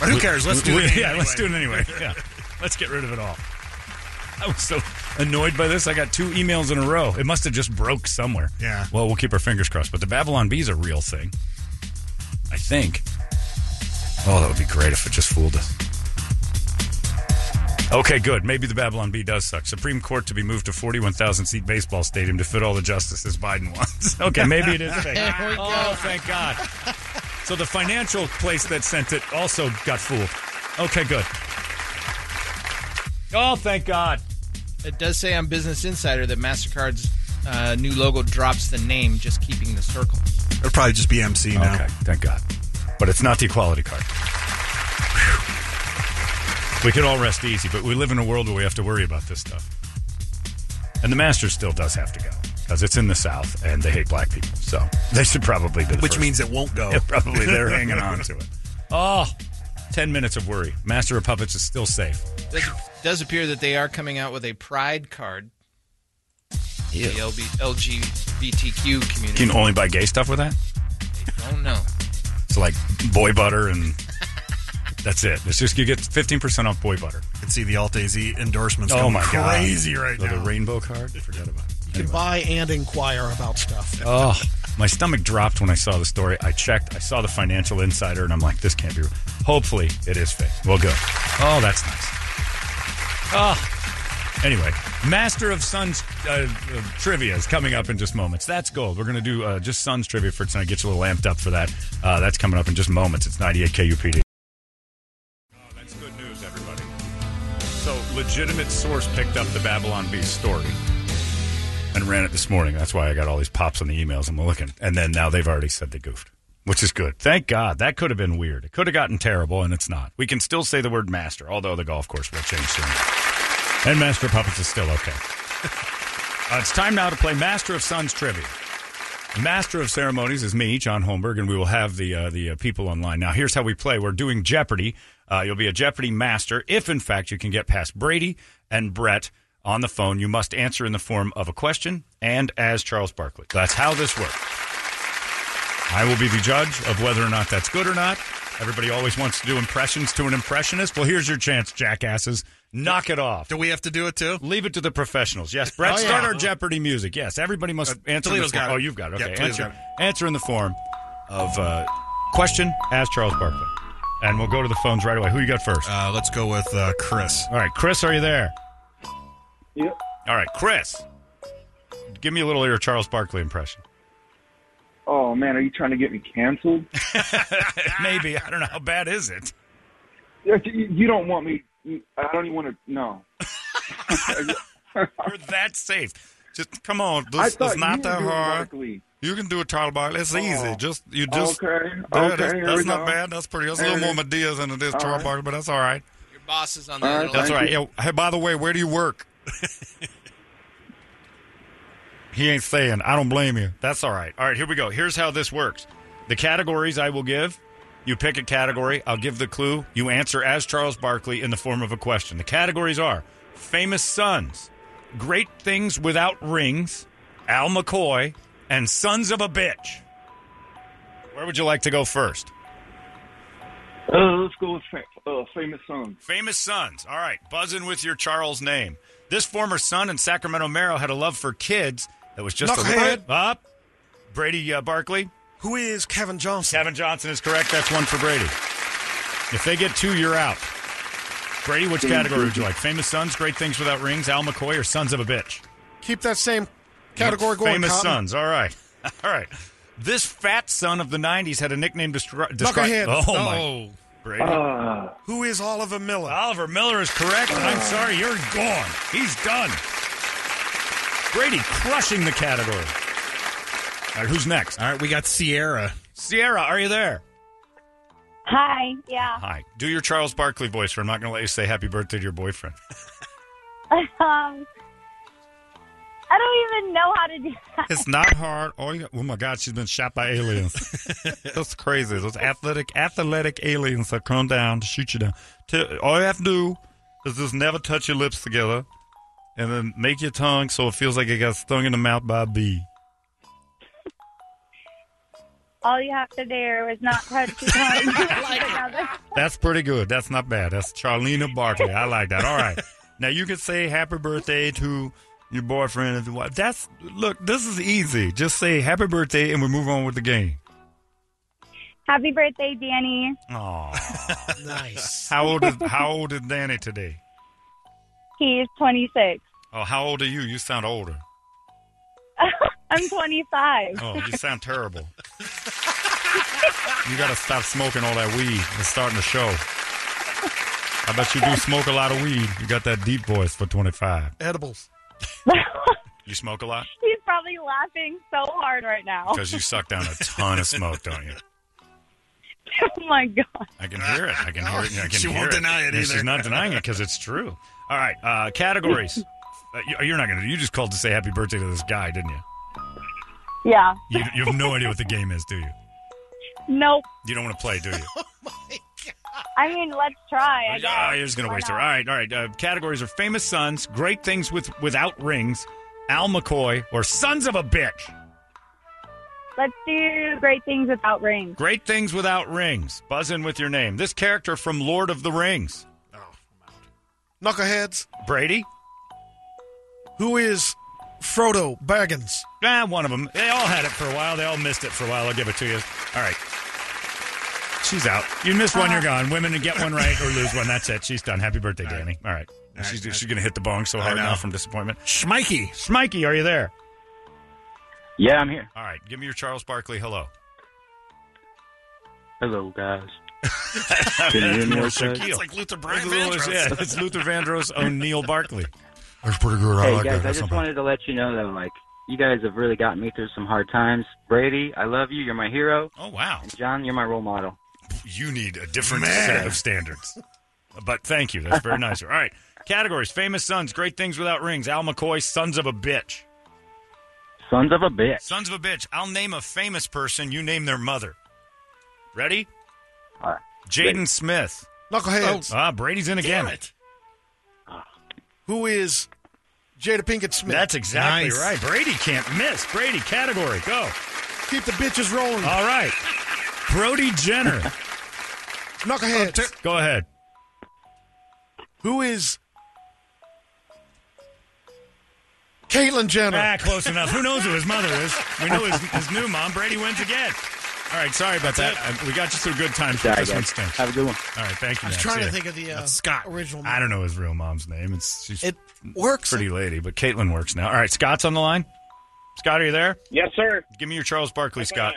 [SPEAKER 3] but who cares? Oh. Let's do
[SPEAKER 1] We-
[SPEAKER 3] it.
[SPEAKER 1] Yeah,
[SPEAKER 3] anyway.
[SPEAKER 1] let's do it anyway. Yeah, let's get rid of it all. I was so annoyed by this. I got two emails in a row. It must have just broke somewhere.
[SPEAKER 3] Yeah.
[SPEAKER 1] Well, we'll keep our fingers crossed. But the Babylon Bee's a real thing, I think. Oh, that would be great if it just fooled us. Okay, good. Maybe the Babylon Bee does suck. Supreme Court to be moved to 41,000 seat baseball stadium to fit all the justices Biden wants. Okay, maybe it is fake.
[SPEAKER 14] There we go.
[SPEAKER 1] Oh, thank God. So the financial place that sent it also got fooled. Okay, good. Oh, thank God.
[SPEAKER 6] It does say on Business Insider that MasterCard's uh, new logo drops the name, just keeping the circle.
[SPEAKER 3] It'll probably just be MC now.
[SPEAKER 1] Okay, thank God. But it's not the equality card. We could all rest easy, but we live in a world where we have to worry about this stuff. And the Masters still does have to go because it's in the South and they hate black people. So they should probably do the
[SPEAKER 3] Which
[SPEAKER 1] first.
[SPEAKER 3] means it won't go.
[SPEAKER 1] Yeah, probably they're hanging on to it. Oh, 10 minutes of worry. Master of Puppets is still safe.
[SPEAKER 6] Does, does appear that they are coming out with a pride card.
[SPEAKER 1] Ew.
[SPEAKER 6] The LB, LGBTQ community.
[SPEAKER 1] You can only buy gay stuff with that?
[SPEAKER 6] Oh no.
[SPEAKER 1] So like boy butter and that's it. It's just you get 15% off boy butter.
[SPEAKER 3] You can see the Alt AZ endorsements
[SPEAKER 1] Oh
[SPEAKER 3] going
[SPEAKER 1] my God.
[SPEAKER 3] crazy right
[SPEAKER 1] The- the
[SPEAKER 3] now.
[SPEAKER 1] rainbow card? Forget about it.
[SPEAKER 2] You can buy and inquire about stuff.
[SPEAKER 1] Oh, my stomach dropped when I saw the story. I checked. I saw the Financial Insider, and I'm like, this can't be. real. Hopefully, it is fake. We'll go. Oh, that's nice. Oh. Anyway, Master of Suns uh, uh, trivia is coming up in just moments. That's gold. We're going to do uh, just Suns trivia for tonight. Get you a little amped up for that. Uh, that's coming up in just moments. It's 98 KUPD. Oh, That's good news, everybody. So, legitimate source picked up the Babylon Bee story and ran it this morning. That's why I got all these pops on the emails. I'm looking. And then now they've already said they goofed, which is good. Thank God. That could have been weird. It could have gotten terrible, and it's not. We can still say the word master, although the golf course will change soon. And Master of Puppets is still okay. Uh, it's time now to play Master of Suns trivia. Master of ceremonies is me, John Holmberg, and we will have the uh, the uh, people online. Now, here's how we play. We're doing Jeopardy. Uh, you'll be a Jeopardy master if, in fact, you can get past Brady and Brett on the phone. You must answer in the form of a question and as Charles Barkley. That's how this works. I will be the judge of whether or not that's good or not. Everybody always wants to do impressions to an impressionist. Well, here's your chance, jackasses. Knock it off.
[SPEAKER 3] Do we have to do it too?
[SPEAKER 1] Leave it to the professionals. Yes, Brett,
[SPEAKER 3] Oh, yeah.
[SPEAKER 1] start our Jeopardy music. Yes, everybody must
[SPEAKER 3] Uh,
[SPEAKER 1] answer. in the
[SPEAKER 3] Toledo's
[SPEAKER 1] form-
[SPEAKER 3] got it.
[SPEAKER 1] Oh, you've got it.
[SPEAKER 3] Yeah,
[SPEAKER 1] Okay,
[SPEAKER 3] Toledo's
[SPEAKER 1] answer,
[SPEAKER 3] got
[SPEAKER 1] answer in the form of uh, question. Ask Charles Barkley, and we'll go to the phones right away. Who you got first?
[SPEAKER 3] Uh, let's go with uh, Chris.
[SPEAKER 1] All right, Chris, are you there?
[SPEAKER 15] Yep.
[SPEAKER 1] All right, Chris, give me a little of your Charles Barkley impression.
[SPEAKER 15] Oh man, are you trying to get me canceled?
[SPEAKER 1] Maybe I don't know how bad is it.
[SPEAKER 15] You you don't want me. I don't even want to. No.
[SPEAKER 1] You're that safe. Just come on.
[SPEAKER 15] I
[SPEAKER 1] This
[SPEAKER 15] thought
[SPEAKER 1] it's not
[SPEAKER 15] you
[SPEAKER 1] that
[SPEAKER 15] were doing
[SPEAKER 1] hard.
[SPEAKER 15] Barkley. Oh.
[SPEAKER 1] You can do a Charles Barkley. It's easy. Just you just
[SPEAKER 15] Okay,
[SPEAKER 1] Yeah,
[SPEAKER 15] okay,
[SPEAKER 1] that's,
[SPEAKER 15] here
[SPEAKER 1] that's
[SPEAKER 15] we go.
[SPEAKER 1] not bad. That's pretty. That's a
[SPEAKER 15] Here
[SPEAKER 1] little more
[SPEAKER 15] we-
[SPEAKER 1] Medias than it is
[SPEAKER 15] All
[SPEAKER 1] Charles
[SPEAKER 15] right.
[SPEAKER 1] Barkley, but that's all right.
[SPEAKER 6] Your boss is on
[SPEAKER 16] Uh,
[SPEAKER 15] All
[SPEAKER 6] that.
[SPEAKER 15] right,
[SPEAKER 6] little-
[SPEAKER 1] That's all right.
[SPEAKER 15] you.
[SPEAKER 1] Yeah. Hey, by the way, where do you work? he ain't saying. I don't blame you. That's all right. All right, here we go. Here's how this works. The categories I will give. You pick a category. I'll give the clue. You answer as Charles Barkley in the form of a question. The categories are famous sons, great things without rings, Al McCoy, and sons of a bitch. Where would you like to go first?
[SPEAKER 15] Uh, let's go with fa- uh, famous song.
[SPEAKER 1] Famous sons. All right, buzzing with your Charles name. This former son and Sacramento Merrill had a love for kids that was just
[SPEAKER 2] Knucklehead.
[SPEAKER 1] a up. Brady uh, Barkley.
[SPEAKER 2] Who is Kevin Johnson?
[SPEAKER 1] Kevin Johnson is correct. That's one for Brady. If they get two, you're out. Brady, which category would you like? Famous sons, great things without rings, Al McCoy, or sons of a bitch?
[SPEAKER 2] Keep that same category going.
[SPEAKER 1] Famous
[SPEAKER 2] Cotton.
[SPEAKER 1] sons. All right, all right. This fat son of the '90s had a nickname described.
[SPEAKER 2] Knucklehead.
[SPEAKER 1] Oh my!
[SPEAKER 2] Oh.
[SPEAKER 1] Brady.
[SPEAKER 2] Who is Oliver Miller?
[SPEAKER 1] Oliver Miller is correct. and I'm sorry, you're gone. He's done. Brady crushing the category. All right, who's next?
[SPEAKER 3] All right, we got Sierra.
[SPEAKER 1] Sierra, are you there?
[SPEAKER 17] Hi. Yeah.
[SPEAKER 1] Hi. Do your Charles Barkley voice, or I'm not going to let you say happy birthday to your boyfriend.
[SPEAKER 17] Um, I don't even know how to do that.
[SPEAKER 1] It's not hard. Oh, yeah. oh my God, she's been shot by aliens. That's crazy. Those athletic, athletic aliens that come down to shoot you down. To, all you have to do is just never touch your lips together, and then make your tongue so it feels like it got stung in the mouth by a bee.
[SPEAKER 17] All you have to do is not touch your tongue. Another.
[SPEAKER 1] That's pretty good. That's not bad. That's Charlena Barkley. I like that. All right. Now you can say happy birthday to your boyfriend and your wife. That's look. This is easy. Just say happy birthday, and we move on with the game.
[SPEAKER 17] Happy birthday, Danny.
[SPEAKER 1] Aw.
[SPEAKER 2] Nice.
[SPEAKER 1] How old is How old is Danny today?
[SPEAKER 17] He's 26.
[SPEAKER 1] Oh, how old are you? You sound older.
[SPEAKER 17] I'm 25.
[SPEAKER 1] Oh, you sound terrible. you got to stop smoking all that weed. It's starting to show. I bet you do smoke a lot of weed. You got that deep voice for 25.
[SPEAKER 2] Edibles.
[SPEAKER 1] You smoke a lot?
[SPEAKER 17] He's probably laughing so hard right now.
[SPEAKER 1] Because you suck down a ton of smoke, don't you?
[SPEAKER 17] oh my god.
[SPEAKER 1] I can hear it. I can hear it. I can
[SPEAKER 3] Oh, She
[SPEAKER 1] hear
[SPEAKER 3] won't deny it
[SPEAKER 1] Yeah,
[SPEAKER 3] either.
[SPEAKER 1] She's not denying it because it's true. All right, uh, categories. Uh, you- You're not going to. You just called to say happy birthday to this guy, didn't you?
[SPEAKER 17] Yeah.
[SPEAKER 1] You, you have no idea what the game is, do you?
[SPEAKER 17] Nope.
[SPEAKER 1] You don't want to play, do you?
[SPEAKER 3] Oh,
[SPEAKER 17] I mean, let's try. I guess.
[SPEAKER 1] Ah, you're just going to waste her. All right, all right. Uh, categories are famous sons, great things with without rings, Al McCoy, or sons of a bitch.
[SPEAKER 17] Let's do great things without rings.
[SPEAKER 1] Great things without rings. Buzz in with your name. This character from Lord of the Rings.
[SPEAKER 2] Knuckleheads.
[SPEAKER 1] Brady.
[SPEAKER 2] Who is Frodo Baggins?
[SPEAKER 1] Ah, one of them. They all had it for a while. They all missed it for a while. I'll give it to you. All right. She's out. You missed one, you're gone. Women to get one right or lose one. That's it. She's done. Happy birthday, Danny. All right. she's she's going to hit the bong so hard now from disappointment. Schmikey. Schmikey, are you there?
[SPEAKER 18] Yeah, I'm here.
[SPEAKER 1] All right. Give me your Charles Barkley hello.
[SPEAKER 18] Hello, guys. Can you hear me
[SPEAKER 1] That's
[SPEAKER 18] okay?
[SPEAKER 1] Shaquille.
[SPEAKER 3] like Luther Brian
[SPEAKER 1] Vandross. Yeah, that's Luther Vandross O'Neal Barkley.
[SPEAKER 18] That's
[SPEAKER 1] pretty good.
[SPEAKER 18] Hey, guys, I just wanted to let you know that, like, you guys have really gotten me through some hard times. Brady, I love you. You're my hero.
[SPEAKER 1] Oh, wow.
[SPEAKER 18] And John, you're my role model.
[SPEAKER 1] You need a different
[SPEAKER 18] Man.
[SPEAKER 1] set of standards. But thank you. That's very nice. All right. Categories Famous Sons, Great Things Without Rings, Al McCoy, Sons of a Bitch.
[SPEAKER 18] Sons of a bitch.
[SPEAKER 1] Sons of a Bitch. I'll name a famous person. You name their mother. Ready?
[SPEAKER 18] All right.
[SPEAKER 1] Jaden Smith.
[SPEAKER 2] Knuckleheads.
[SPEAKER 1] Ah, Brady's in again.
[SPEAKER 2] Damn it. Who is Jada Pinkett Smith?
[SPEAKER 1] That's exactly
[SPEAKER 2] Nice.
[SPEAKER 1] right. Brady can't miss. Brady, category, go.
[SPEAKER 2] Keep the bitches rolling.
[SPEAKER 1] All right. Brody Jenner.
[SPEAKER 2] Knuckleheads.
[SPEAKER 1] Go ahead.
[SPEAKER 2] Who is Caitlyn Jenner?
[SPEAKER 1] Ah, close enough. Who knows who his mother is? We know his, his new mom. Brady wins again. All right, sorry about that. Uh, We got you through good times. but
[SPEAKER 18] Sorry,
[SPEAKER 1] this
[SPEAKER 18] guys.
[SPEAKER 1] one stinks.
[SPEAKER 18] Have a good one.
[SPEAKER 1] All right, thank you.
[SPEAKER 2] I was
[SPEAKER 1] man.
[SPEAKER 2] trying
[SPEAKER 1] See
[SPEAKER 2] to
[SPEAKER 1] ya.
[SPEAKER 2] think of the uh, original.
[SPEAKER 1] I don't know his real mom's name. It's she's
[SPEAKER 2] It works.
[SPEAKER 1] pretty lady, but Caitlin works now. All right, Scott's on the line. Scott, are you there?
[SPEAKER 19] Yes, sir.
[SPEAKER 1] Give me your Charles Barkley, Scott.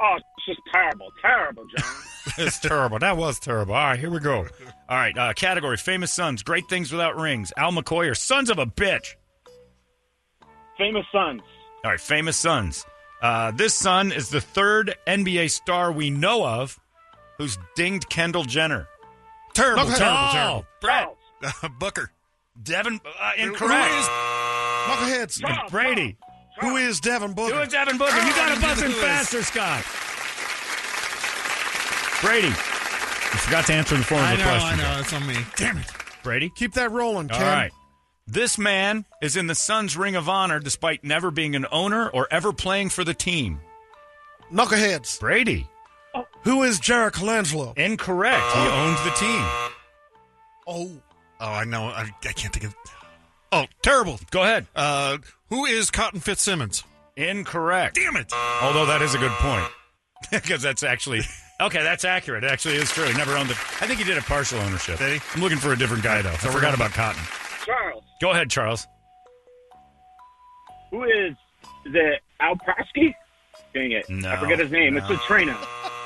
[SPEAKER 19] Oh, it's just terrible, terrible, John.
[SPEAKER 1] it's terrible. That was terrible. All right, here we go. All right, uh, category: famous sons, great things without rings. Al McCoy or sons of a bitch.
[SPEAKER 19] Famous sons.
[SPEAKER 1] All right, famous sons. Uh, this son is the third NBA star we know of who's dinged Kendall Jenner. Terrible,
[SPEAKER 3] Knucklehead.
[SPEAKER 1] terrible,
[SPEAKER 3] Oh,
[SPEAKER 1] terrible. Brett.
[SPEAKER 3] Booker.
[SPEAKER 1] Devin. Uh,
[SPEAKER 3] incorrect.
[SPEAKER 2] Knuckleheads.
[SPEAKER 1] And Brady.
[SPEAKER 2] Who is Devin Booker?
[SPEAKER 1] Who is Devin Booker? You got to buzz in
[SPEAKER 2] Who is-
[SPEAKER 1] faster, Scott. Brady. You forgot to answer the form of
[SPEAKER 3] I
[SPEAKER 1] the
[SPEAKER 3] know,
[SPEAKER 1] question.
[SPEAKER 3] I know. It's on me. Damn it.
[SPEAKER 1] Brady?
[SPEAKER 2] Keep that rolling, Ken.
[SPEAKER 1] All right. This man is in the Suns' Ring of Honor despite never being an owner or ever playing for the team.
[SPEAKER 2] Knuckleheads.
[SPEAKER 1] Brady.
[SPEAKER 2] Who is Jared Colangelo?
[SPEAKER 1] Incorrect. He owned the team.
[SPEAKER 2] Oh.
[SPEAKER 3] Oh, I know. I, I can't think of.
[SPEAKER 1] Oh, terrible. Go ahead.
[SPEAKER 3] Uh, who is Cotton Fitzsimmons?
[SPEAKER 1] Incorrect.
[SPEAKER 3] Damn it.
[SPEAKER 1] Although that is a good point. Because that's actually. Okay, that's accurate. It actually is true. He never owned it. I think he did a partial ownership. Did he? I'm looking for a different guy, though. I
[SPEAKER 3] we're
[SPEAKER 1] forgot
[SPEAKER 3] going-
[SPEAKER 1] about Cotton.
[SPEAKER 19] Charles,
[SPEAKER 1] Go ahead, Charles.
[SPEAKER 19] who is the Alprosky? Dang it.
[SPEAKER 1] No,
[SPEAKER 19] I forget his name. It's
[SPEAKER 1] no.
[SPEAKER 19] a trainer.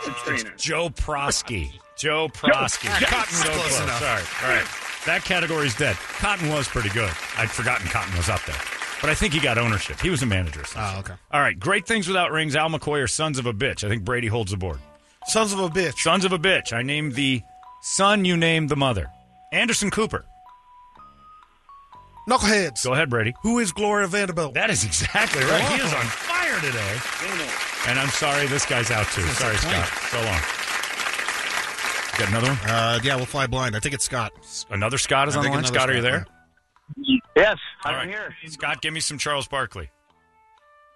[SPEAKER 19] It's a trainer.
[SPEAKER 1] Joe Prosky. Joe Prosky.
[SPEAKER 19] Joe- Cotton was
[SPEAKER 1] So
[SPEAKER 19] close enough.
[SPEAKER 1] Sorry. All right. That category's dead. Cotton was pretty good. I'd forgotten Cotton was up there. But I think he got ownership. He was a manager. Oh, okay. All right. Great things without rings. Al McCoy or Sons of a Bitch. I think Brady holds the board.
[SPEAKER 2] Sons of a Bitch.
[SPEAKER 1] Sons of a Bitch. I named the son, you named the mother. Anderson Cooper.
[SPEAKER 2] Knuckleheads.
[SPEAKER 1] Go ahead, Brady.
[SPEAKER 2] Who is Gloria Vanderbilt?
[SPEAKER 1] That is exactly right. He is on fire today. And I'm sorry, this guy's out too.
[SPEAKER 3] That's
[SPEAKER 1] Sorry,
[SPEAKER 3] a point.
[SPEAKER 1] Scott. So long. Got another one?
[SPEAKER 3] Uh, yeah, we'll fly blind. I think it's Scott.
[SPEAKER 1] Another Scott is
[SPEAKER 3] I
[SPEAKER 1] on the
[SPEAKER 3] think
[SPEAKER 1] line.
[SPEAKER 3] another
[SPEAKER 1] Scott, are you
[SPEAKER 3] Scott,
[SPEAKER 1] there?
[SPEAKER 16] Yes,
[SPEAKER 1] All
[SPEAKER 16] I'm
[SPEAKER 1] right.
[SPEAKER 16] here.
[SPEAKER 1] Scott, give me some Charles Barkley.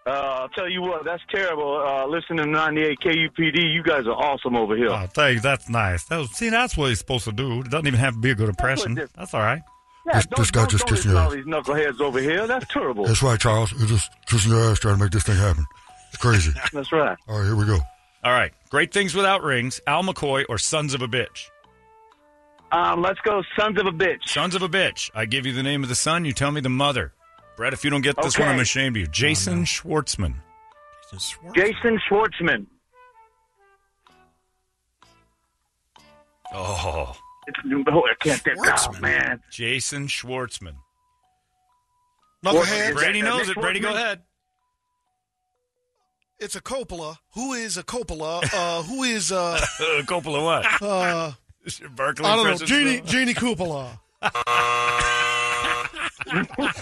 [SPEAKER 16] Uh, I'll tell you what, that's terrible. Uh, listen to 98 KUPD. You guys are awesome over here.
[SPEAKER 1] Oh, thank you. That's nice. That was, see, that's what he's supposed to do. It doesn't even have to be a good impression.
[SPEAKER 16] That's
[SPEAKER 1] That's all right.
[SPEAKER 16] Yeah,
[SPEAKER 20] This-
[SPEAKER 16] don't,
[SPEAKER 20] this guy
[SPEAKER 16] don't-
[SPEAKER 20] just
[SPEAKER 16] don't
[SPEAKER 20] kissed
[SPEAKER 16] listen to
[SPEAKER 20] your
[SPEAKER 16] all these knuckleheads over here. That's terrible.
[SPEAKER 20] That's right, Charles. You're just kissing your ass trying to make this thing happen. It's crazy.
[SPEAKER 16] That's right.
[SPEAKER 20] All right, here we go.
[SPEAKER 1] All right. Great things without rings. Al McCoy or Sons of a Bitch.
[SPEAKER 16] Um, let's go, sons of a bitch.
[SPEAKER 1] Sons of a bitch. I give you the name of the son. You tell me the mother. Brett, if you don't get this one, I'm
[SPEAKER 16] Okay.
[SPEAKER 1] ashamed of you.
[SPEAKER 2] Oh,
[SPEAKER 1] Jason Schwartzman.
[SPEAKER 16] Jason Schwartzman.
[SPEAKER 1] Oh.
[SPEAKER 16] It's, oh, I can't think. Oh, man.
[SPEAKER 1] Jason Schwartzman.
[SPEAKER 2] Knucklehead.
[SPEAKER 1] Brady knows it. Brady, go ahead.
[SPEAKER 2] It's a Coppola. Who is a Coppola? Uh, who is uh,
[SPEAKER 1] Coppola what?
[SPEAKER 2] uh,
[SPEAKER 1] Berkeley
[SPEAKER 2] I don't know.
[SPEAKER 1] Princess
[SPEAKER 2] Genie,
[SPEAKER 1] Girl?
[SPEAKER 2] Genie Coppola.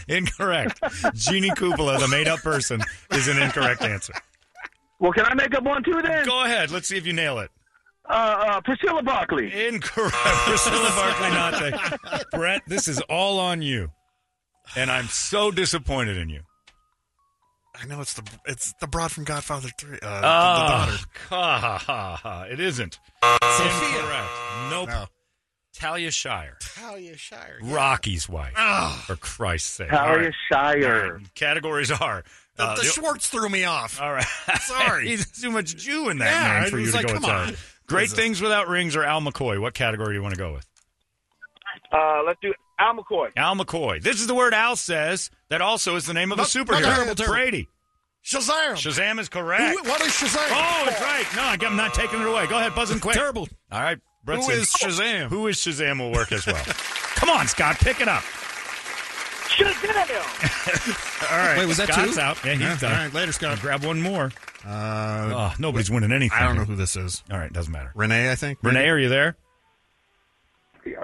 [SPEAKER 1] incorrect. Jeannie Cupola, the made-up person, is an incorrect answer.
[SPEAKER 16] Well, can I make up one too then?
[SPEAKER 1] Go ahead. Let's see if you nail it.
[SPEAKER 16] Uh, uh, Priscilla Barkley.
[SPEAKER 1] Incorrect. Priscilla Barkley, not the. Brett, this is all on you, and I'm so disappointed in you.
[SPEAKER 3] I know it's the it's the broad from Godfather Three. Uh, the, the daughter.
[SPEAKER 1] Oh, ha, ha, ha. it isn't.
[SPEAKER 3] Sophia.
[SPEAKER 1] Incorrect. Nope. Talia Shire.
[SPEAKER 2] Talia Shire.
[SPEAKER 1] Rocky's wife.
[SPEAKER 3] Ah.
[SPEAKER 1] For Christ's sake.
[SPEAKER 16] Talia
[SPEAKER 1] All right.
[SPEAKER 16] Shire.
[SPEAKER 1] Categories are.
[SPEAKER 3] The,
[SPEAKER 1] uh,
[SPEAKER 3] the Schwartz threw me off.
[SPEAKER 1] All right.
[SPEAKER 3] Sorry.
[SPEAKER 1] He's too much Jew in that
[SPEAKER 3] Yeah,
[SPEAKER 1] name for
[SPEAKER 3] I
[SPEAKER 1] you
[SPEAKER 3] was
[SPEAKER 1] to
[SPEAKER 3] like,
[SPEAKER 1] go with
[SPEAKER 3] come on.
[SPEAKER 1] that. Great
[SPEAKER 3] Is it-
[SPEAKER 1] Things Without Rings or Al McCoy. What category do you want to go with?
[SPEAKER 16] Uh, let's do Al McCoy.
[SPEAKER 1] Al McCoy. This is the word Al says that also is the name of a
[SPEAKER 16] Not-
[SPEAKER 1] superhero.
[SPEAKER 16] not terrible, terrible.
[SPEAKER 1] Brady.
[SPEAKER 2] Shazam.
[SPEAKER 1] Shazam is correct.
[SPEAKER 2] Who- what is Shazam?
[SPEAKER 1] Oh, it's right. No, I- I'm not taking it away. Go ahead, buzz and quick. terrible. All right, Brett's
[SPEAKER 3] Who
[SPEAKER 1] in.
[SPEAKER 3] is Shazam?
[SPEAKER 1] Who is Shazam will work as well. Come on, Scott, pick it up.
[SPEAKER 16] Shazam.
[SPEAKER 1] All right.
[SPEAKER 3] Wait, was that
[SPEAKER 1] Scott's
[SPEAKER 3] two?
[SPEAKER 1] out. Yeah, he's
[SPEAKER 3] Yeah,
[SPEAKER 1] done.
[SPEAKER 3] all right, later, Scott.
[SPEAKER 1] Grab one more.
[SPEAKER 3] Uh,
[SPEAKER 1] Oh, nobody's winning anything.
[SPEAKER 3] I don't know
[SPEAKER 1] here.
[SPEAKER 3] who this is.
[SPEAKER 1] All right, doesn't matter.
[SPEAKER 3] Renee, I think.
[SPEAKER 1] Renee, are you there?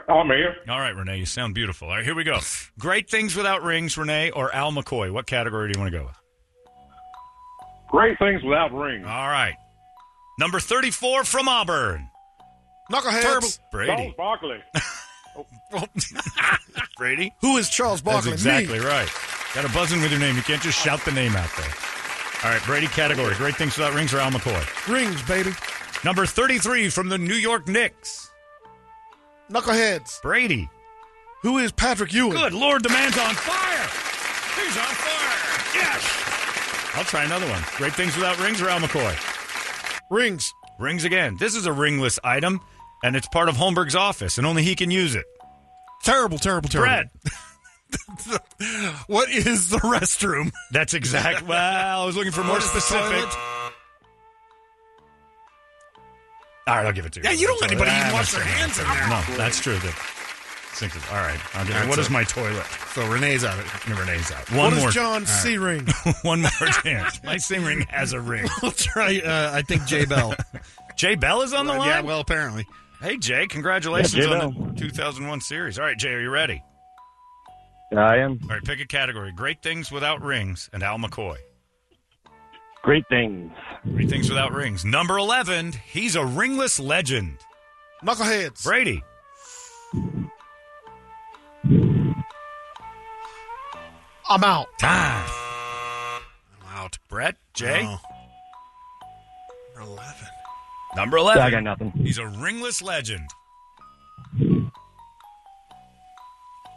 [SPEAKER 19] I'm here.
[SPEAKER 1] All right, Renee, you sound beautiful. All right, here we go. Great Things Without Rings, Renee, or Al McCoy. What category do you want to go with?
[SPEAKER 19] Great things without rings.
[SPEAKER 1] All right. Number 34 from Auburn.
[SPEAKER 2] Knuckleheads.
[SPEAKER 1] Terrible. Brady.
[SPEAKER 19] Charles Barkley.
[SPEAKER 1] Brady?
[SPEAKER 2] Who is Charles Barkley?
[SPEAKER 1] That's
[SPEAKER 2] Me.
[SPEAKER 1] exactly right. Got to buzz in with your name. You can't just shout the name out there. All right, Brady category. Great Things Without Rings or Al McCoy.
[SPEAKER 2] Rings, baby.
[SPEAKER 1] Number 33 from the New York Knicks.
[SPEAKER 2] Knuckleheads.
[SPEAKER 1] Brady.
[SPEAKER 2] Who is Patrick Ewing?
[SPEAKER 1] Good Lord, the man's on fire. He's on fire. Yes. I'll try another one. Great Things Without Rings or Al McCoy.
[SPEAKER 2] Rings.
[SPEAKER 1] Rings again. This is a ringless item, and it's part of Holmberg's office, and only he can use it.
[SPEAKER 3] Terrible, terrible, terrible.
[SPEAKER 1] Brett.
[SPEAKER 3] What is the restroom?
[SPEAKER 1] That's exact. Well, I was looking for more
[SPEAKER 3] What is the
[SPEAKER 1] specific.
[SPEAKER 3] toilet?
[SPEAKER 1] All right, I'll give it to you.
[SPEAKER 3] Yeah, you don't let anybody
[SPEAKER 1] Ah,
[SPEAKER 3] even
[SPEAKER 1] that's
[SPEAKER 3] wash their
[SPEAKER 1] true.
[SPEAKER 3] hands in there.
[SPEAKER 1] No, that's true. The sink is- All right, I'll give it.
[SPEAKER 3] That's
[SPEAKER 1] What is
[SPEAKER 3] it.
[SPEAKER 1] my toilet?
[SPEAKER 3] So Renee's out.
[SPEAKER 1] Renee's out.
[SPEAKER 2] What
[SPEAKER 1] One
[SPEAKER 2] is
[SPEAKER 1] more.
[SPEAKER 2] John C. Ring?
[SPEAKER 1] One more chance. My sing ring has a ring.
[SPEAKER 3] We'll try. Uh, I think Jay Bell. Uh,
[SPEAKER 1] Jay Bell is on the line.
[SPEAKER 3] yeah, well, apparently.
[SPEAKER 1] hey, Jay, congratulations
[SPEAKER 3] Yeah, Jay
[SPEAKER 1] on the 2001 series. All right, Jay, are you ready?
[SPEAKER 18] I am.
[SPEAKER 1] All right, pick a category: Great Things Without Rings and Al McCoy.
[SPEAKER 18] Great things.
[SPEAKER 1] Great Things Without Rings. Number 11. He's a ringless legend.
[SPEAKER 2] Knuckleheads.
[SPEAKER 1] Brady.
[SPEAKER 2] I'm out.
[SPEAKER 1] Time.
[SPEAKER 3] I'm out.
[SPEAKER 1] Brett. Jay.
[SPEAKER 3] Oh. Number 11.
[SPEAKER 1] Number 11.
[SPEAKER 18] I got nothing.
[SPEAKER 1] He's a ringless legend.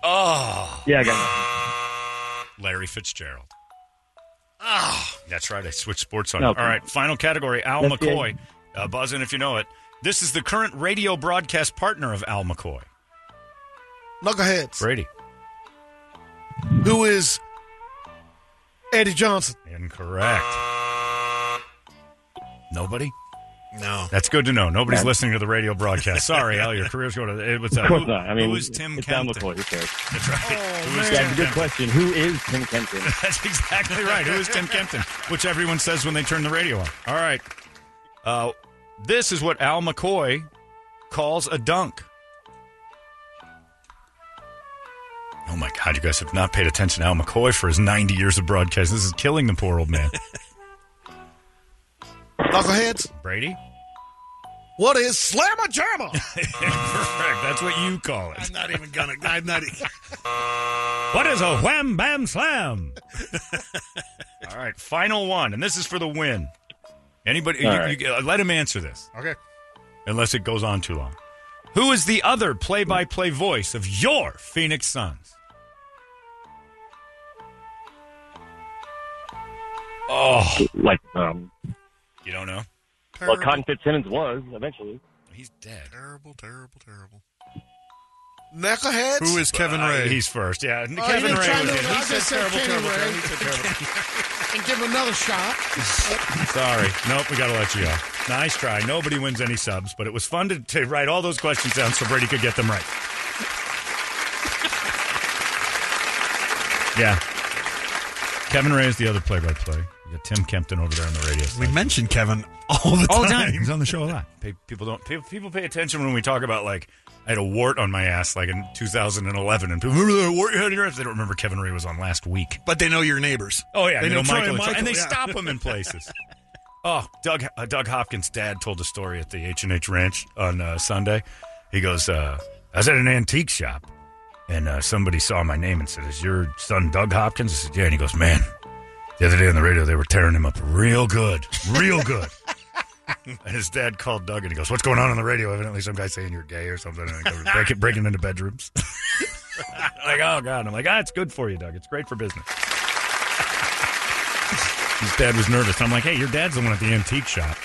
[SPEAKER 1] Oh,
[SPEAKER 18] Yeah, I got nothing.
[SPEAKER 1] Larry Fitzgerald. Oh, that's right. I switched sports on.
[SPEAKER 18] No.
[SPEAKER 1] you. All right, final category Al
[SPEAKER 18] That's
[SPEAKER 1] McCoy. Uh, buzz in if you know it. This is the current radio broadcast partner of Al McCoy.
[SPEAKER 2] Knuckleheads.
[SPEAKER 1] Brady.
[SPEAKER 2] Who is Eddie Johnson?
[SPEAKER 1] Incorrect. Nobody?
[SPEAKER 3] No.
[SPEAKER 1] That's good to know. Nobody's
[SPEAKER 18] Yeah.
[SPEAKER 1] listening to the radio broadcast. Sorry, Al, your career's going to. It was, uh,
[SPEAKER 18] Of course
[SPEAKER 1] who-
[SPEAKER 18] not. I mean,
[SPEAKER 1] who is Tim
[SPEAKER 18] it's Al
[SPEAKER 1] Kempton?
[SPEAKER 18] McCoy. Who cares?
[SPEAKER 1] That's right. Who is
[SPEAKER 18] Yeah,
[SPEAKER 1] Tim
[SPEAKER 18] it's a good
[SPEAKER 1] Kempton?
[SPEAKER 18] question. Who is Tim Kempton?
[SPEAKER 1] That's exactly right. Who is Tim Kempton? Which everyone says when they turn the radio on. All right. Uh, this is what Al McCoy calls a dunk. Oh my God, you guys have not paid attention to Al McCoy for his 90 years of broadcast. This is killing the poor old man.
[SPEAKER 2] Knuckleheads.
[SPEAKER 1] Brady?
[SPEAKER 2] What is Slammer Jammer?
[SPEAKER 1] Correct. That's what you call it.
[SPEAKER 3] I'm not even gonna. I'm not. e-
[SPEAKER 1] What is a wham bam slam? All right, final one, and this is for the win. Anybody, you,
[SPEAKER 18] All right.
[SPEAKER 1] you- uh, let him answer this,
[SPEAKER 3] Okay.
[SPEAKER 1] unless it goes on too long. Who is the other play-by-play voice of your Phoenix Suns? Oh,
[SPEAKER 18] Like, um,
[SPEAKER 1] you don't know?
[SPEAKER 18] well, Cotton Fitzsimmons was eventually.
[SPEAKER 1] He's dead.
[SPEAKER 3] Terrible, terrible, terrible.
[SPEAKER 2] Knuckleheads?
[SPEAKER 3] Who is Kevin
[SPEAKER 1] Uh,
[SPEAKER 3] Ray?
[SPEAKER 1] he's first. Yeah,
[SPEAKER 2] Oh,
[SPEAKER 1] Kevin
[SPEAKER 2] you
[SPEAKER 1] Ray
[SPEAKER 2] trying
[SPEAKER 1] was
[SPEAKER 2] to-
[SPEAKER 1] in.
[SPEAKER 2] I
[SPEAKER 1] He
[SPEAKER 2] was
[SPEAKER 1] said
[SPEAKER 2] gonna say
[SPEAKER 1] terrible,
[SPEAKER 2] Kenny
[SPEAKER 1] terrible,
[SPEAKER 2] Ray.
[SPEAKER 1] terrible. He said terrible.
[SPEAKER 2] and give him another shot.
[SPEAKER 1] Sorry. Nope, we got to let you go. Nice try. Nobody wins any subs, but it was fun to, to write all those questions down so Brady could get them right. yeah. Kevin Ray is the other play by play. You got Tim Kempton over there on the radio.
[SPEAKER 3] We mentioned Kevin all the time.
[SPEAKER 1] All the time. He's on the show a lot. Pe- People don't. pe- People pay attention when we talk about like I had a wart on my ass like in 2011, and people remember that wart you had on your ass. They don't remember Kevin Ray was on last week.
[SPEAKER 3] But they know your neighbors.
[SPEAKER 1] Oh yeah,
[SPEAKER 3] they, know, Troy
[SPEAKER 1] Michael, and,
[SPEAKER 3] Michael,
[SPEAKER 1] and they
[SPEAKER 3] yeah.
[SPEAKER 1] stop him in places. Oh, Doug uh, Doug Hopkins' dad told a story at the H and H Ranch on uh, Sunday. He goes, uh, "I was at an antique shop, and uh, somebody saw my name and said, "Is your son Doug Hopkins?" I said, "Yeah." And he goes, "Man, the other day on the radio, they were tearing him up real good, real good." and his dad called Doug, and he goes, "What's going on on the radio? Evidently, some guy saying you're gay or something, and he goes, breaking breaking into bedrooms." like, oh god, I'm like, ah, it's good for you, Doug. It's great for business. His dad was nervous. I'm like, hey, your dad's the one at the antique shop.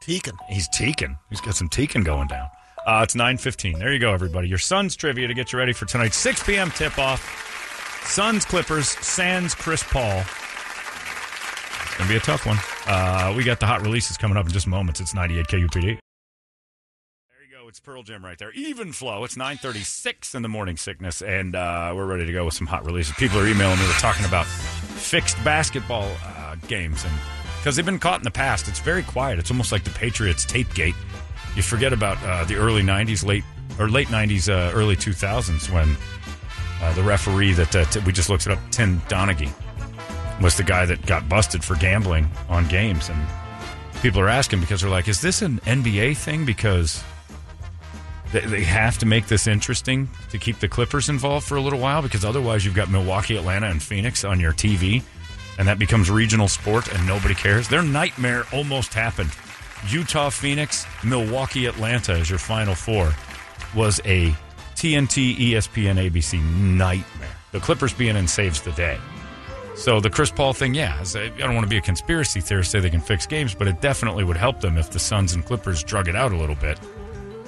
[SPEAKER 2] Teakin.
[SPEAKER 1] He's teaking. He's got some teaking going down. Uh, it's 9.15. There you go, everybody. Your Suns trivia to get you ready for tonight's 6 p.m. tip-off. Suns, Clippers, Sans, Chris Paul. It's going to be a tough one. Uh, we got the hot releases coming up in just moments. It's 98 KUPD. There you go. It's Pearl Jam right there. Even flow. It's 9:36 in the morning sickness, and uh, we're ready to go with some hot releases. People are emailing me. We're talking about fixed basketball uh, games, and because they've been caught in the past, it's very quiet. It's almost like the Patriots tape gate. You forget about uh, the early 90s, late or late 90s, uh, early 2000s when uh, the referee that uh, t- we just looked it up, Tim Donaghy, was the guy that got busted for gambling on games, and people are asking because they're like, "Is this an NBA thing?" Because they, they have to make this interesting to keep the Clippers involved for a little while because otherwise you've got Milwaukee, Atlanta, and Phoenix on your TV, and that becomes regional sport and nobody cares. Their nightmare almost happened. Utah, Phoenix, Milwaukee, Atlanta as your final four was a TNT, ESPN, ABC nightmare. The Clippers being in saves the day. So the Chris Paul thing, yeah, is- I don't want to be a conspiracy theorist say they can fix games, but it definitely would help them if the Suns and Clippers drug it out a little bit,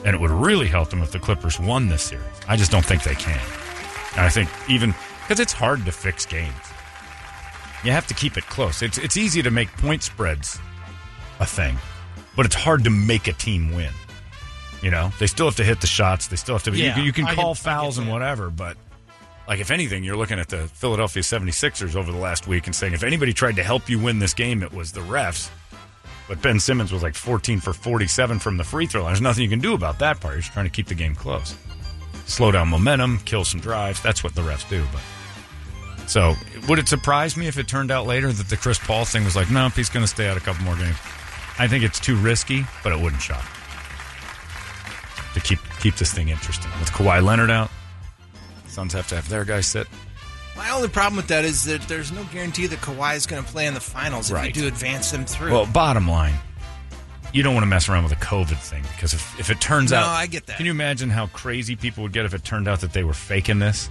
[SPEAKER 1] and it would really help them if the Clippers won this series. I just don't think they can. And I think even because it's hard to fix games, you have to keep it close. It's it's easy to make point spreads a thing, but it's hard to make a team win. You know, they still have to hit the shots. They still have to. you
[SPEAKER 4] Yeah,
[SPEAKER 1] can- you, can
[SPEAKER 4] I
[SPEAKER 1] call
[SPEAKER 4] get- I get
[SPEAKER 1] fouls and
[SPEAKER 4] that.
[SPEAKER 1] whatever, but like if anything, you're looking at the Philadelphia 76ers over the last week and saying if anybody tried to help you win this game, it was the refs. But Ben Simmons was like 14 for 47 from the free throw line. There's nothing you can do about that part. You're just trying to keep the game close, slow down momentum, kill some drives. That's what the refs do. But so, would it surprise me if it turned out later that the Chris Paul thing was like, no, nope, he's going to stay out a couple more games? I think it's too risky, but it wouldn't shock me. to keep keep this thing interesting with Kawhi Leonard out. Suns have to have their guys sit.
[SPEAKER 6] My only problem with that is that there's no guarantee that Kawhi is going to play in the finals
[SPEAKER 1] Right.
[SPEAKER 6] if you do advance them through.
[SPEAKER 1] Well, bottom line, you don't want to mess around with a COVID thing because if, if it turns
[SPEAKER 6] No,
[SPEAKER 1] out,
[SPEAKER 6] I get that.
[SPEAKER 1] Can you imagine how crazy people would get if it turned out that they were faking this,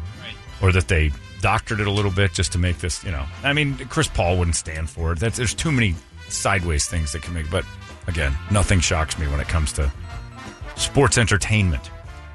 [SPEAKER 1] or that they doctored it a little bit just to make this? You know, I mean, Chris Paul wouldn't stand for it. That's there's too many sideways things that can make. But again, nothing shocks me when it comes to sports entertainment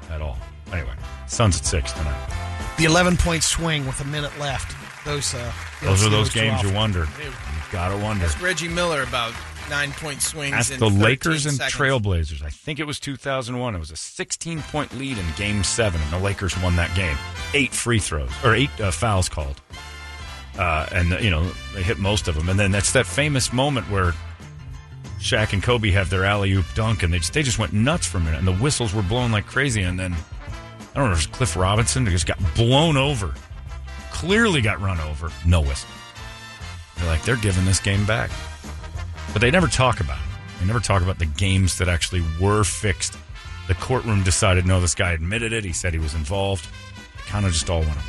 [SPEAKER 1] at all. Anyway, Suns at six tonight.
[SPEAKER 2] The 11 point swing with a minute left. Those, uh,
[SPEAKER 1] Those are those
[SPEAKER 2] Steelers
[SPEAKER 1] games
[SPEAKER 2] were
[SPEAKER 1] you
[SPEAKER 2] awful.
[SPEAKER 1] wonder. You gotta wonder.
[SPEAKER 6] Ask Reggie Miller about nine point swings.
[SPEAKER 1] Ask
[SPEAKER 6] in
[SPEAKER 1] the
[SPEAKER 6] 13
[SPEAKER 1] Lakers and
[SPEAKER 6] seconds.
[SPEAKER 1] Trailblazers. I think it was 2001. It was a 16 point lead in game seven, and the Lakers won that game. Eight free throws, or eight uh, fouls called. Uh, and, you know, they hit most of them. And then that's that famous moment where Shaq and Kobe have their alley oop dunk, and they just, they just went nuts for a minute, and the whistles were blowing like crazy. And then, I don't know, it was Cliff Robinson who just got blown over. Clearly got run over. No whistle. They're like, they're giving this game back. But they never talk about it. They never talk about the games that actually were fixed. The courtroom decided, no, this guy admitted it. He said he was involved. It kind of just all went away.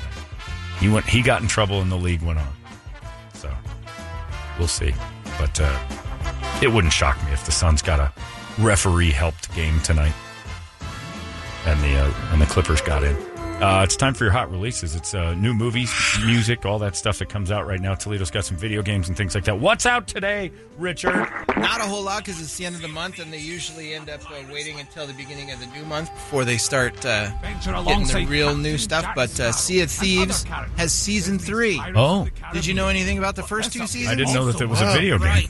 [SPEAKER 1] He went, he got in trouble, and the league went on. So we'll see. But uh, it wouldn't shock me if the Suns got a referee helped game tonight, and the uh, and the Clippers got in. Uh, it's time for your hot releases. It's uh, new movies, music, all that stuff that comes out right now. Toledo's got some video games and things like that. What's out today, Richard?
[SPEAKER 6] Not a whole lot because it's the end of the month, and they usually end up uh, waiting until the beginning of the new month before they start uh, getting the real new stuff. But uh, Sea of Thieves has season three.
[SPEAKER 1] Oh.
[SPEAKER 6] Did you know anything about the first two seasons?
[SPEAKER 1] I didn't know that there was a video game.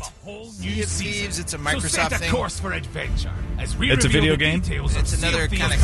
[SPEAKER 6] Sea of Thieves, it's a Microsoft
[SPEAKER 21] set the
[SPEAKER 6] thing.
[SPEAKER 21] course for adventure as we
[SPEAKER 1] It's a
[SPEAKER 21] reveal
[SPEAKER 1] video
[SPEAKER 21] the
[SPEAKER 1] game?
[SPEAKER 21] details of
[SPEAKER 6] It's
[SPEAKER 21] Sea
[SPEAKER 6] another
[SPEAKER 21] Thieves.
[SPEAKER 6] kind of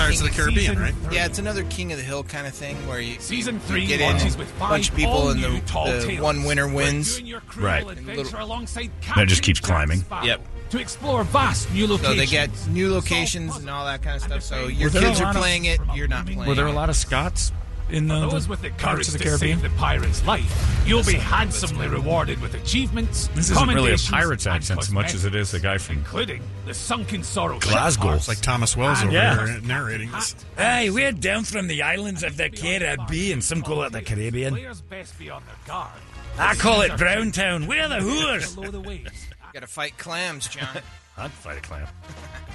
[SPEAKER 6] Yeah, it's another King of the Hill kind of thing where you
[SPEAKER 21] Season
[SPEAKER 6] you
[SPEAKER 21] three
[SPEAKER 6] get
[SPEAKER 21] launches
[SPEAKER 6] in
[SPEAKER 21] with
[SPEAKER 6] a
[SPEAKER 21] five
[SPEAKER 6] bunch of people and the,
[SPEAKER 21] all-new tall
[SPEAKER 6] the
[SPEAKER 21] tales
[SPEAKER 6] one winner wins.
[SPEAKER 1] Right.
[SPEAKER 21] adventure alongside
[SPEAKER 1] That just keeps climbing.
[SPEAKER 6] Yep.
[SPEAKER 21] to explore vast new
[SPEAKER 6] So
[SPEAKER 21] locations.
[SPEAKER 6] they get new locations and all that kind of stuff. So your
[SPEAKER 1] Were there
[SPEAKER 6] kids
[SPEAKER 1] a
[SPEAKER 6] are
[SPEAKER 1] lot of-
[SPEAKER 6] playing it, you're not playing.
[SPEAKER 1] Were there
[SPEAKER 6] it.
[SPEAKER 1] a lot of Scots in uh,
[SPEAKER 21] Those
[SPEAKER 1] the
[SPEAKER 21] with the courage
[SPEAKER 1] parts of the
[SPEAKER 21] to
[SPEAKER 1] Caribbean?
[SPEAKER 21] save the pirate's life, you'll be handsomely rewarded with achievements.
[SPEAKER 1] This isn't really a
[SPEAKER 21] commendations,
[SPEAKER 1] pirate's
[SPEAKER 21] and
[SPEAKER 1] accent as much as it is the guy from
[SPEAKER 21] including the sunken sorrow. ship
[SPEAKER 1] Glasgow.
[SPEAKER 21] parts.
[SPEAKER 3] Thomas
[SPEAKER 21] Wells over
[SPEAKER 1] Ah, yeah.
[SPEAKER 21] here
[SPEAKER 3] narrating this.
[SPEAKER 1] Ah,
[SPEAKER 22] Aye, we're down from the islands of the Caribbean, and some call it the Caribbean.
[SPEAKER 21] Players best be on their guard.
[SPEAKER 22] I call it Brown Town. We're the whores.
[SPEAKER 21] Below the waves.
[SPEAKER 6] Got to fight clams, John.
[SPEAKER 1] I'd fight a clam.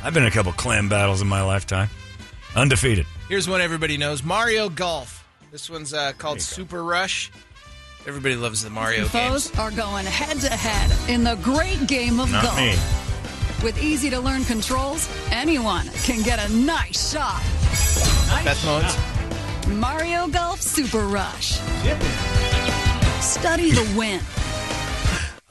[SPEAKER 1] I've been in a couple clam battles in my lifetime. Undefeated.
[SPEAKER 6] Here's one everybody knows: Mario Golf. This one's uh, called Super Rush. Everybody loves the Mario games.
[SPEAKER 13] Foes are going head to head in the great game of golf. With easy to learn controls, anyone can get a nice shot.
[SPEAKER 6] Best modes.
[SPEAKER 13] Mario Golf Super Rush. Study the win.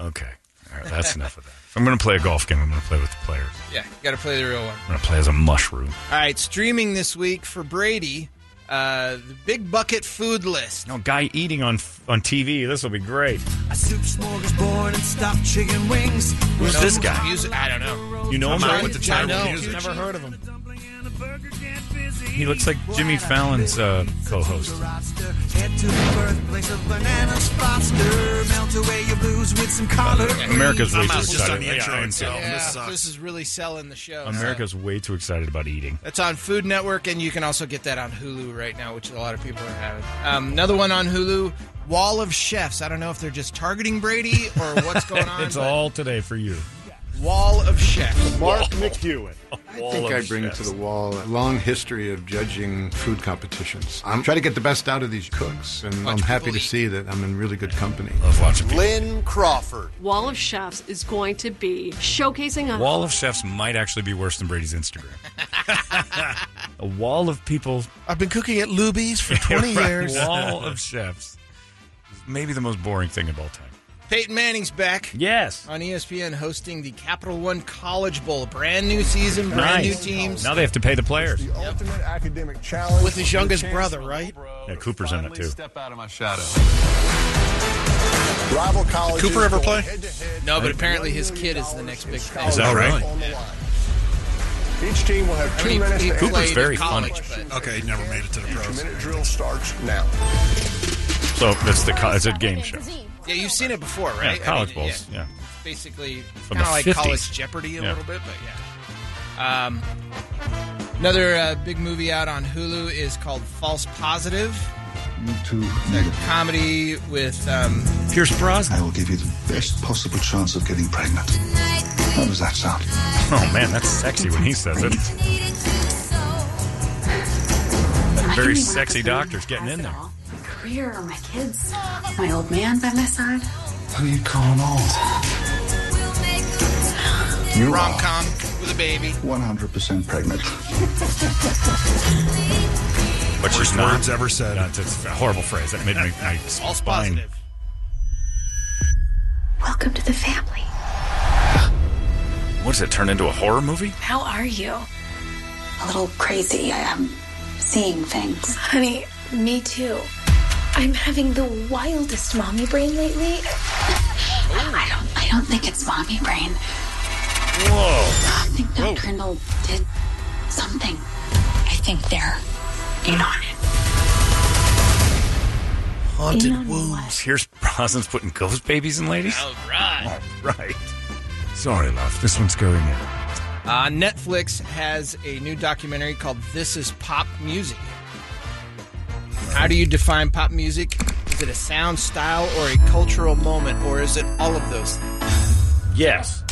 [SPEAKER 1] Okay. All right, that's enough of that. If I'm going to play a golf game, I'm going to play with the players.
[SPEAKER 6] Yeah, got to play the real one.
[SPEAKER 1] I'm going to play as a mushroom.
[SPEAKER 6] All right, streaming this week for Brady, uh, the Big Bucket Food List.
[SPEAKER 1] No, guy eating on on TV. This will be great.
[SPEAKER 14] A soup smorgasbord and stuffed chicken wings.
[SPEAKER 1] Who's
[SPEAKER 6] No,
[SPEAKER 1] this guy?
[SPEAKER 6] music- I don't know.
[SPEAKER 1] You know him?
[SPEAKER 6] Somebody-
[SPEAKER 1] With the
[SPEAKER 6] I
[SPEAKER 1] terrible
[SPEAKER 6] know.
[SPEAKER 1] music.
[SPEAKER 6] Never heard of him.
[SPEAKER 1] He looks like Jimmy Fallon's uh, co-host.
[SPEAKER 14] Head to the birthplace of banana sposter. Melt away your blues with some collar.
[SPEAKER 1] America's way
[SPEAKER 3] I'm
[SPEAKER 1] too
[SPEAKER 3] out just on
[SPEAKER 1] excited.
[SPEAKER 3] the intro itself.
[SPEAKER 6] Yeah,
[SPEAKER 3] This
[SPEAKER 6] this,
[SPEAKER 3] sucks.
[SPEAKER 6] is really selling the show.
[SPEAKER 1] America's way too excited about eating.
[SPEAKER 6] That's on Food Network, and you can also get that on Hulu right now, which a lot of people are having. Um, another one on Hulu, Wall of Chefs. I don't know if they're just targeting Brady or what's going on.
[SPEAKER 1] it's
[SPEAKER 6] but
[SPEAKER 1] all today for you.
[SPEAKER 6] Wall of Chefs.
[SPEAKER 1] Mark
[SPEAKER 23] McEwen. I think I bring to the wall a long history of judging food competitions. I'm trying to get the best out of these cooks, and I'm happy to see that I'm in really good company. Love
[SPEAKER 1] watching
[SPEAKER 23] Lynn Crawford.
[SPEAKER 24] Wall of Chefs is going to be showcasing a
[SPEAKER 1] Wall of chefs might actually be worse than Brady's Instagram. a wall of people.
[SPEAKER 2] I've been cooking at Luby's for 20
[SPEAKER 1] Right.
[SPEAKER 2] years.
[SPEAKER 1] Wall of chefs. Maybe the most boring thing of all time.
[SPEAKER 6] Peyton Manning's back.
[SPEAKER 1] Yes.
[SPEAKER 6] On E ESPN, hosting the Capital One College Bowl. Brand new season, brand
[SPEAKER 1] Nice.
[SPEAKER 6] new teams.
[SPEAKER 1] Now they have to pay the players.
[SPEAKER 23] Ultimate academic challenge
[SPEAKER 6] With his youngest brother, right?
[SPEAKER 1] Yeah, Cooper's in it too.
[SPEAKER 23] Step out of my shadow. Rival colleges.
[SPEAKER 6] Cooper ever
[SPEAKER 23] go
[SPEAKER 6] play?
[SPEAKER 23] head-to-head.
[SPEAKER 6] No, but apparently his kid is the next big thing.
[SPEAKER 1] Is that Oh, really?
[SPEAKER 23] On the line. Each team will have two
[SPEAKER 6] I mean,
[SPEAKER 23] minutes
[SPEAKER 6] he
[SPEAKER 23] to
[SPEAKER 6] played
[SPEAKER 23] answer
[SPEAKER 6] in college, but
[SPEAKER 3] Okay, never made it to the
[SPEAKER 23] the
[SPEAKER 3] pros.
[SPEAKER 23] Two-minute drill starts now.
[SPEAKER 1] So that's the co- it's a game show.
[SPEAKER 6] yeah, you've seen it before,
[SPEAKER 1] Yeah,
[SPEAKER 6] right? I
[SPEAKER 1] college
[SPEAKER 6] mean,
[SPEAKER 1] bowls. Yeah.
[SPEAKER 6] Basically,
[SPEAKER 1] From
[SPEAKER 6] kind of
[SPEAKER 1] the
[SPEAKER 6] like
[SPEAKER 1] 50s.
[SPEAKER 6] college Jeopardy a
[SPEAKER 1] Yeah.
[SPEAKER 6] little bit, but yeah. Um, another uh, big movie out on Hulu is called False Positive.
[SPEAKER 25] Two
[SPEAKER 6] comedy with um,
[SPEAKER 25] Pierce Brosnan. I will give you the best possible chance of getting pregnant. How does that sound?
[SPEAKER 1] Oh man, that's sexy when he says it. Very sexy doctors getting in there.
[SPEAKER 13] My career, my kids, my old man by my side.
[SPEAKER 25] Who are you calling old? You
[SPEAKER 6] rom
[SPEAKER 25] are
[SPEAKER 6] com with a baby.
[SPEAKER 25] 100% pregnant.
[SPEAKER 1] But
[SPEAKER 3] Worst
[SPEAKER 1] she's not.
[SPEAKER 3] words ever said.
[SPEAKER 1] That's a horrible phrase. That made me my
[SPEAKER 6] False
[SPEAKER 1] spine.
[SPEAKER 6] positive.
[SPEAKER 13] Welcome to the family.
[SPEAKER 1] What does it turn into a horror movie?
[SPEAKER 13] How are you? A little crazy. I am seeing things.
[SPEAKER 26] Honey, me too. I'm having the wildest mommy brain lately.
[SPEAKER 13] I don't. I don't think it's mommy brain.
[SPEAKER 1] Whoa!
[SPEAKER 13] I think Dr. Grindle did something. I think they're in on it.
[SPEAKER 1] Haunted wombs. Pierce Brosnan's putting ghost babies in ladies. All right. All right. Sorry, love. This one's going in.
[SPEAKER 6] Uh, Netflix has a new documentary called This is Pop Music. How do you define pop music? Is it a sound style or a cultural moment, or is it all of those things?
[SPEAKER 1] Yes.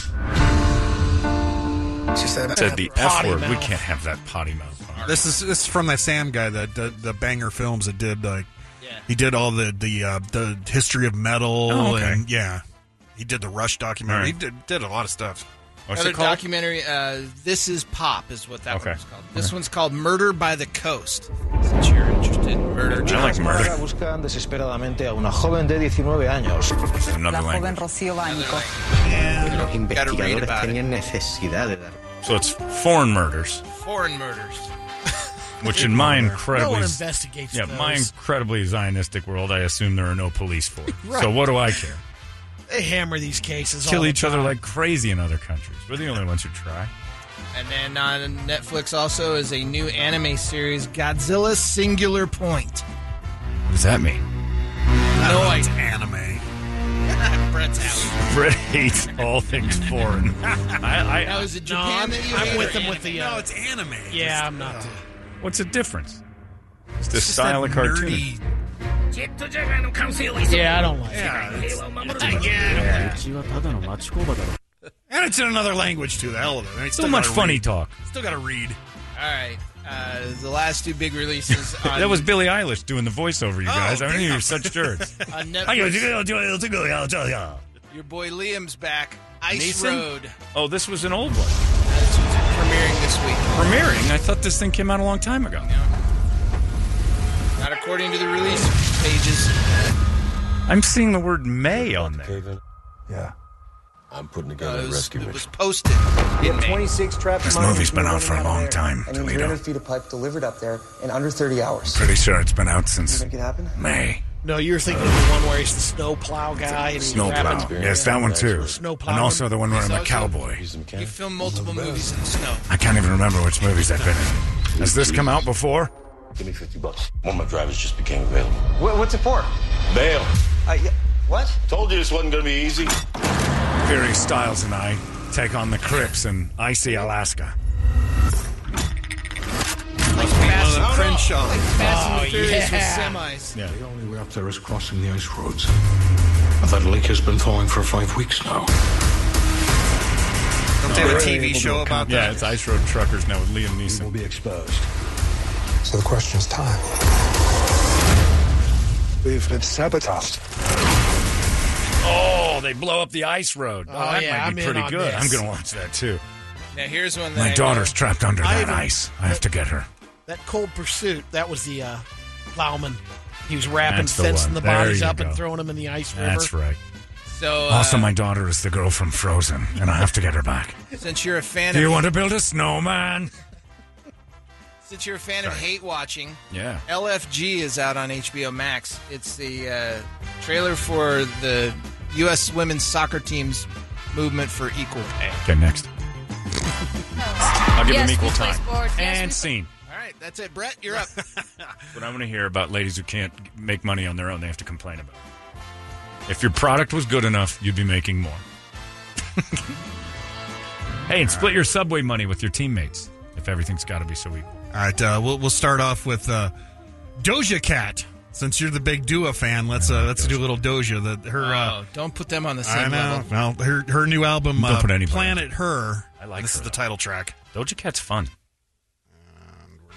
[SPEAKER 2] She said,
[SPEAKER 1] Said the F word. We can't have that potty mouth.
[SPEAKER 3] This is this is from that Sam guy that did the banger films that did like he did all the the uh, the history of metal
[SPEAKER 6] Oh, okay.
[SPEAKER 3] and yeah he did the Rush documentary he did, did a lot of stuff.
[SPEAKER 6] Another documentary. Uh, this is pop, is what that
[SPEAKER 3] Okay.
[SPEAKER 6] one's called. This one's called Murder by the Coast. Since you're interested, in murder.
[SPEAKER 27] Las
[SPEAKER 6] Jones.
[SPEAKER 27] Palmas buscan desesperadamente a una joven de 19 años.
[SPEAKER 1] Another language.
[SPEAKER 27] Rocío Báñico. Los
[SPEAKER 6] investigadores
[SPEAKER 27] tenían necesidad de dar.
[SPEAKER 1] So it's foreign murders,
[SPEAKER 6] Foreign murders.
[SPEAKER 1] which in my
[SPEAKER 2] No
[SPEAKER 1] incredibly
[SPEAKER 2] one investigates
[SPEAKER 1] yeah
[SPEAKER 2] those.
[SPEAKER 1] my incredibly Zionistic world, I assume there are no police for. it.
[SPEAKER 2] Right.
[SPEAKER 1] So what do I care?
[SPEAKER 2] They hammer these cases. all
[SPEAKER 1] Kill
[SPEAKER 2] the
[SPEAKER 1] each other
[SPEAKER 2] time.
[SPEAKER 1] like crazy in other countries. We're the only ones who try.
[SPEAKER 6] And then on Netflix also is a new anime series, Godzilla Singular Point.
[SPEAKER 1] What does that mean?
[SPEAKER 6] No, I
[SPEAKER 3] it's anime.
[SPEAKER 6] Brett's out.
[SPEAKER 1] Brett hates all things foreign. I, I,
[SPEAKER 6] Now, is it Japan
[SPEAKER 2] No,
[SPEAKER 6] that you
[SPEAKER 2] I'm-
[SPEAKER 6] hate
[SPEAKER 2] I'm
[SPEAKER 6] or
[SPEAKER 2] with them with
[SPEAKER 6] anime?
[SPEAKER 2] the, uh, No,
[SPEAKER 3] it's anime.
[SPEAKER 2] Yeah, I'm not.
[SPEAKER 1] What's the difference? It's
[SPEAKER 3] It's
[SPEAKER 1] this
[SPEAKER 3] just
[SPEAKER 1] style
[SPEAKER 3] that
[SPEAKER 1] of cartoon.
[SPEAKER 3] nerdy-
[SPEAKER 2] Yeah, I don't like
[SPEAKER 3] And it's in another language too. The hell of it. I mean,
[SPEAKER 1] So
[SPEAKER 3] still
[SPEAKER 1] much
[SPEAKER 3] gotta
[SPEAKER 1] funny
[SPEAKER 3] read.
[SPEAKER 1] talk.
[SPEAKER 3] Still got to read.
[SPEAKER 6] All right. Uh, the last two big releases on,
[SPEAKER 1] That was Billie Eilish doing the voiceover,
[SPEAKER 3] Oh,
[SPEAKER 1] you guys. I mean, you're such jerks.
[SPEAKER 6] on
[SPEAKER 1] Netflix.
[SPEAKER 6] Your boy Liam's back. Ice
[SPEAKER 1] Neeson?
[SPEAKER 6] Road.
[SPEAKER 1] Oh, this was an old one.
[SPEAKER 6] This was premiering this week.
[SPEAKER 1] Premiering? I thought this thing came out a long time ago.
[SPEAKER 6] Not according to the release pages.
[SPEAKER 1] I'm seeing the word May on there.
[SPEAKER 27] Yeah. I'm putting
[SPEAKER 6] Uh, it, was, it
[SPEAKER 27] mission.
[SPEAKER 6] was posted. in May.
[SPEAKER 27] 26 trapped
[SPEAKER 6] This
[SPEAKER 27] miners
[SPEAKER 6] movie's
[SPEAKER 27] were
[SPEAKER 6] been out
[SPEAKER 27] running
[SPEAKER 1] for a
[SPEAKER 27] of
[SPEAKER 1] long
[SPEAKER 27] there,
[SPEAKER 1] time,
[SPEAKER 27] And
[SPEAKER 1] Toledo.
[SPEAKER 27] 300 feet of pipe delivered up there in under 30 hours.
[SPEAKER 1] Pretty sure it's been out
[SPEAKER 27] You
[SPEAKER 1] since
[SPEAKER 27] think it happened?
[SPEAKER 1] May.
[SPEAKER 2] No, you're thinking of the one where he's the snow plow guy. And he's
[SPEAKER 1] Snowplow.
[SPEAKER 2] rapping.
[SPEAKER 1] Yes, that one too.
[SPEAKER 2] Snow plow.
[SPEAKER 1] And also the one where I'm a
[SPEAKER 6] Also-
[SPEAKER 1] cowboy.
[SPEAKER 6] You film multiple movies in the snow.
[SPEAKER 1] I can't even remember which movies I've been in. Has this come out before?
[SPEAKER 18] Give me 50 bucks. One of my drivers just became available.
[SPEAKER 27] Wha- what's it for?
[SPEAKER 18] Bail.
[SPEAKER 27] Uh, yeah, what?
[SPEAKER 18] Told you this wasn't going to be easy.
[SPEAKER 1] Barry Styles and I take on the Crips in icy Alaska.
[SPEAKER 6] Fast
[SPEAKER 3] and Crenshaw.
[SPEAKER 6] Like Fast
[SPEAKER 27] Oh,
[SPEAKER 6] and Furious
[SPEAKER 27] yeah.
[SPEAKER 6] with semis.
[SPEAKER 27] Yeah.
[SPEAKER 28] The only way up there is crossing the ice roads. That lake has been thawing for five weeks now.
[SPEAKER 3] Don't they have a TV show about
[SPEAKER 1] yeah,
[SPEAKER 3] that?
[SPEAKER 1] it's Ice Road Truckers now with Liam Neeson. Will be exposed.
[SPEAKER 28] So the question's time. We've been sabotaged.
[SPEAKER 1] Oh, they blow up the ice road. Oh,
[SPEAKER 2] Oh,
[SPEAKER 1] that
[SPEAKER 2] yeah,
[SPEAKER 1] might
[SPEAKER 2] I'm
[SPEAKER 1] be
[SPEAKER 2] in
[SPEAKER 1] pretty
[SPEAKER 2] on
[SPEAKER 1] good.
[SPEAKER 2] this.
[SPEAKER 1] I'm going to watch that too.
[SPEAKER 6] Now here's one that
[SPEAKER 1] My
[SPEAKER 6] I
[SPEAKER 1] daughter's
[SPEAKER 6] know.
[SPEAKER 1] trapped under
[SPEAKER 2] I
[SPEAKER 1] that
[SPEAKER 2] even-
[SPEAKER 1] ice. uh, I have to get her.
[SPEAKER 2] That cold pursuit. That was the uh, plowman. He was wrapping,
[SPEAKER 1] That's the
[SPEAKER 2] fencing
[SPEAKER 1] one.
[SPEAKER 2] the
[SPEAKER 1] There
[SPEAKER 2] bodies
[SPEAKER 1] you
[SPEAKER 2] up
[SPEAKER 1] go.
[SPEAKER 2] and throwing them in the ice river.
[SPEAKER 1] That's right.
[SPEAKER 6] So uh,
[SPEAKER 1] Also, my daughter is the girl from Frozen, and I have to get her back.
[SPEAKER 6] since you're a fan
[SPEAKER 1] Do
[SPEAKER 6] of
[SPEAKER 1] you want to build a snowman?
[SPEAKER 6] since you're a fan of hate watching,
[SPEAKER 1] Yeah.
[SPEAKER 6] LFG is out on HBO Max. It's the uh, trailer for the U.S. women's soccer team's movement for equal pay.
[SPEAKER 1] Okay, next. I'll give
[SPEAKER 6] Yes,
[SPEAKER 1] them equal
[SPEAKER 6] we place
[SPEAKER 1] time.
[SPEAKER 6] board. Yes, we
[SPEAKER 1] and
[SPEAKER 6] place-
[SPEAKER 1] scene.
[SPEAKER 6] All right, that's it, Brett. You're up.
[SPEAKER 1] What I want to hear about ladies who can't make money on their own, they have to complain about. it. If your product was good enough, you'd be making more. hey, and split your subway money with your teammates if everything's got to be so equal.
[SPEAKER 3] All right, uh, we'll we'll start off with uh, Doja Cat. Since you're the big Dua fan, let's uh, let's do a little Doja. That her uh,
[SPEAKER 6] oh, don't put them on the
[SPEAKER 3] I
[SPEAKER 6] same
[SPEAKER 3] know.
[SPEAKER 6] level.
[SPEAKER 3] Well, her her new album
[SPEAKER 1] Don't
[SPEAKER 3] uh,
[SPEAKER 1] put anybody
[SPEAKER 3] Planet Her.
[SPEAKER 1] I like
[SPEAKER 3] this
[SPEAKER 1] her,
[SPEAKER 3] is
[SPEAKER 1] though.
[SPEAKER 3] the title track.
[SPEAKER 1] Doja Cat's fun.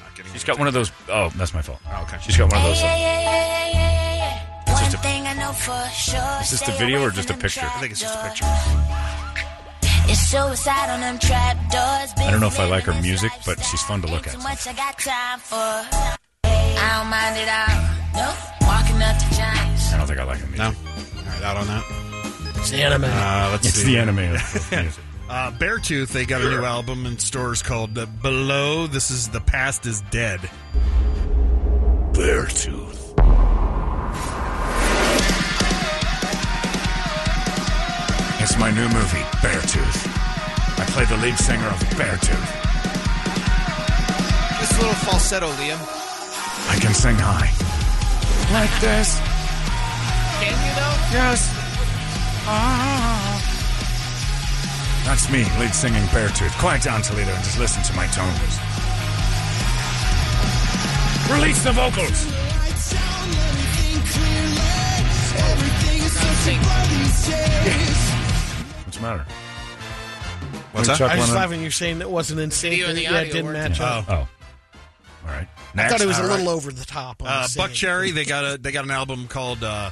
[SPEAKER 3] Not getting
[SPEAKER 1] She's got one of those. Oh, that's my fault.
[SPEAKER 3] Oh, okay.
[SPEAKER 1] She's got one of those. uh,
[SPEAKER 13] One
[SPEAKER 1] just a-
[SPEAKER 13] thing I know for sure.
[SPEAKER 1] Is this the
[SPEAKER 13] stay
[SPEAKER 1] video
[SPEAKER 13] away
[SPEAKER 1] or just
[SPEAKER 13] from
[SPEAKER 1] a
[SPEAKER 13] them
[SPEAKER 1] picture? I think it's just a
[SPEAKER 13] trap
[SPEAKER 1] picture.
[SPEAKER 13] doors. It's suicide on them trap doors.
[SPEAKER 1] I don't know if I like her music, but she's fun to look at.
[SPEAKER 13] Too much I got time for. I don't mind it all. No, walking up to giants.
[SPEAKER 1] I don't think I like her music.
[SPEAKER 3] No. All right, out on that.
[SPEAKER 2] It's the anime.
[SPEAKER 3] Uh, let's
[SPEAKER 1] It's
[SPEAKER 3] see.
[SPEAKER 1] the anime of music.
[SPEAKER 3] Uh, Beartooth, they got a new album in stores called uh, Below. This is The Past is Dead.
[SPEAKER 1] Beartooth. It's my new movie, Beartooth. I play the lead singer of Beartooth.
[SPEAKER 6] Just a little falsetto, Liam.
[SPEAKER 1] I can sing high. Like this.
[SPEAKER 6] Can you though?
[SPEAKER 1] Yes. Ah. That's me, lead singing Beartooth. Quiet down, Toledo, and just listen to my tones. Release the vocals. What's the matter?
[SPEAKER 3] What's
[SPEAKER 2] I
[SPEAKER 3] that?
[SPEAKER 2] just laugh when you're saying it wasn't in sync.
[SPEAKER 6] Video and the
[SPEAKER 2] Yeah, it
[SPEAKER 6] audio
[SPEAKER 2] didn't
[SPEAKER 6] weren't
[SPEAKER 2] match
[SPEAKER 3] Oh.
[SPEAKER 2] up.
[SPEAKER 3] All right.
[SPEAKER 2] I thought it was
[SPEAKER 3] All
[SPEAKER 2] a little
[SPEAKER 3] right.
[SPEAKER 2] over the top. on
[SPEAKER 3] Uh,
[SPEAKER 2] the
[SPEAKER 3] Buck
[SPEAKER 2] singing.
[SPEAKER 3] Cherry, they got a they got an album called uh,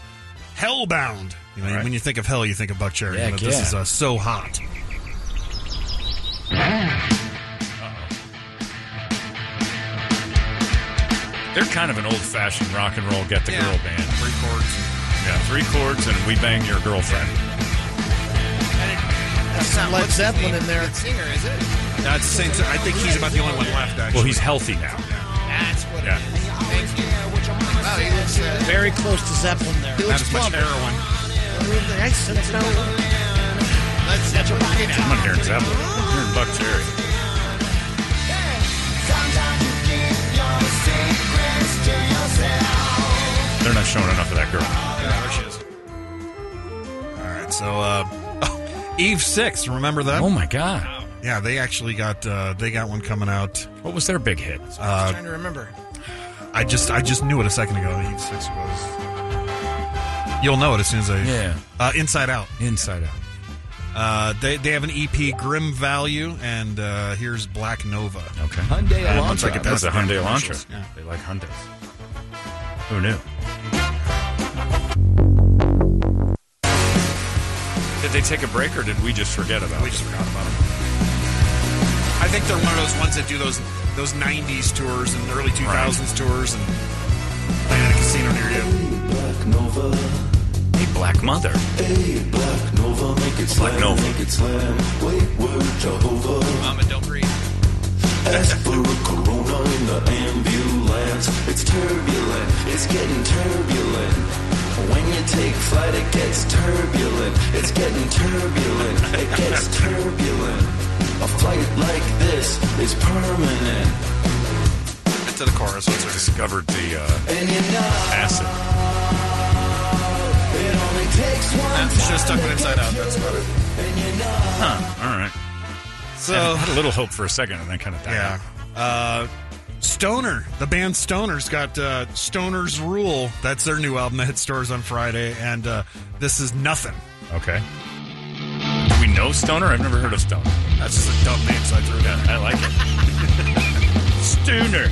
[SPEAKER 3] Hellbound. You know,
[SPEAKER 2] All right.
[SPEAKER 3] When you think of hell, you think of Buck Cherry.
[SPEAKER 2] Heck
[SPEAKER 3] but this
[SPEAKER 2] yeah.
[SPEAKER 3] is uh, so hot.
[SPEAKER 1] They're kind of an old fashioned rock and roll get the
[SPEAKER 3] Yeah.
[SPEAKER 1] girl band.
[SPEAKER 3] Three chords.
[SPEAKER 1] Yeah, three chords and we bang your girlfriend.
[SPEAKER 6] That's not
[SPEAKER 2] Led
[SPEAKER 6] what's his
[SPEAKER 2] Zeppelin
[SPEAKER 6] name,
[SPEAKER 2] in there.
[SPEAKER 6] lead Singer, is it?
[SPEAKER 3] That's Saint, I think he's about the only one left. Actually.
[SPEAKER 1] Well, he's healthy now.
[SPEAKER 6] That's what
[SPEAKER 1] Yeah.
[SPEAKER 6] it is. Thank you. Wow, he looks uh,
[SPEAKER 2] Very close to Zeppelin there.
[SPEAKER 3] Not as much heroin.
[SPEAKER 2] I said no.
[SPEAKER 6] Let's that's what we're getting
[SPEAKER 1] I'm not
[SPEAKER 6] at.
[SPEAKER 1] hearing Zeppelin. I'm hearing Buck Cherry. They're not showing enough of that girl.
[SPEAKER 3] Yeah, there she is. All right, so uh, Eve Six, remember that?
[SPEAKER 1] Oh my god.
[SPEAKER 3] Yeah, they actually got uh, they got one coming out.
[SPEAKER 1] What was their big hit?
[SPEAKER 6] I'm
[SPEAKER 3] Uh,
[SPEAKER 6] trying to remember.
[SPEAKER 3] I just I just knew it a second ago. Eve Six was. You'll know it as soon as I
[SPEAKER 1] Yeah.
[SPEAKER 3] uh, Inside Out.
[SPEAKER 1] Inside Out.
[SPEAKER 3] Uh, they they have an EP Grim Value and uh, here's Black Nova.
[SPEAKER 1] Okay.
[SPEAKER 29] Hyundai
[SPEAKER 1] Uh,
[SPEAKER 29] Elantra.
[SPEAKER 1] looks like it does
[SPEAKER 3] That's
[SPEAKER 1] a
[SPEAKER 3] the damn
[SPEAKER 1] Hyundai
[SPEAKER 3] commercials,
[SPEAKER 1] Elantra.
[SPEAKER 3] yeah.
[SPEAKER 1] They like Hyundais. Who knew? Did they take a break or did we just forget about
[SPEAKER 3] We
[SPEAKER 1] it?
[SPEAKER 3] just forgot about them. I think they're one of those ones that do those those '90s tours and early 2000s tours and play at a casino near you.
[SPEAKER 18] Black Nova.
[SPEAKER 1] Hey, Black Mother.
[SPEAKER 18] Hey, Black Nova, make it
[SPEAKER 1] Black
[SPEAKER 18] slam.
[SPEAKER 1] Nova.
[SPEAKER 18] Make it slam. Wait, word, Jehovah.
[SPEAKER 6] Mama, don't breathe.
[SPEAKER 18] Ask for a corona in the ambulance. It's turbulent. It's getting turbulent. When you take flight, it gets turbulent. It's getting turbulent. It gets turbulent. A flight like this is permanent.
[SPEAKER 3] Into the chorus.
[SPEAKER 1] So discovered the uh,
[SPEAKER 18] And you know
[SPEAKER 1] acid.
[SPEAKER 18] it only takes one.
[SPEAKER 3] Should have stuck with Inside Out. That's about it.
[SPEAKER 1] Huh. All right.
[SPEAKER 3] So
[SPEAKER 1] I had a little hope for a second and then kind of died.
[SPEAKER 3] yeah,
[SPEAKER 1] out.
[SPEAKER 3] uh, Stoner, the band Stoner's got uh, Stoner's Rule. That's their new album that hit stores on Friday, and uh, this is nothing.
[SPEAKER 1] Okay. Do we know Stoner? I've never heard of Stoner.
[SPEAKER 3] That's just a dumb name, so I threw it out.
[SPEAKER 1] I like it. Stoner.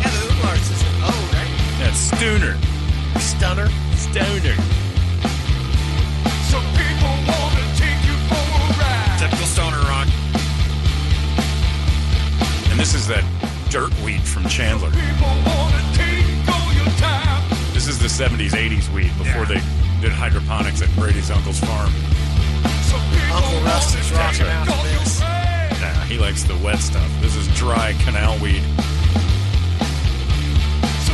[SPEAKER 6] Yeah, the Umlars is Oh, right.
[SPEAKER 1] That's Stoner.
[SPEAKER 2] Stunner.
[SPEAKER 1] Stoner.
[SPEAKER 3] Typical Stoner rock.
[SPEAKER 1] And this is that dirt weed from Chandler. This is the 70s, 80s weed before
[SPEAKER 3] Yeah.
[SPEAKER 1] they did hydroponics at Brady's uncle's farm.
[SPEAKER 2] Uncle Russ is rocking out to this.
[SPEAKER 1] Nah, he likes the wet stuff. This is dry canal weed.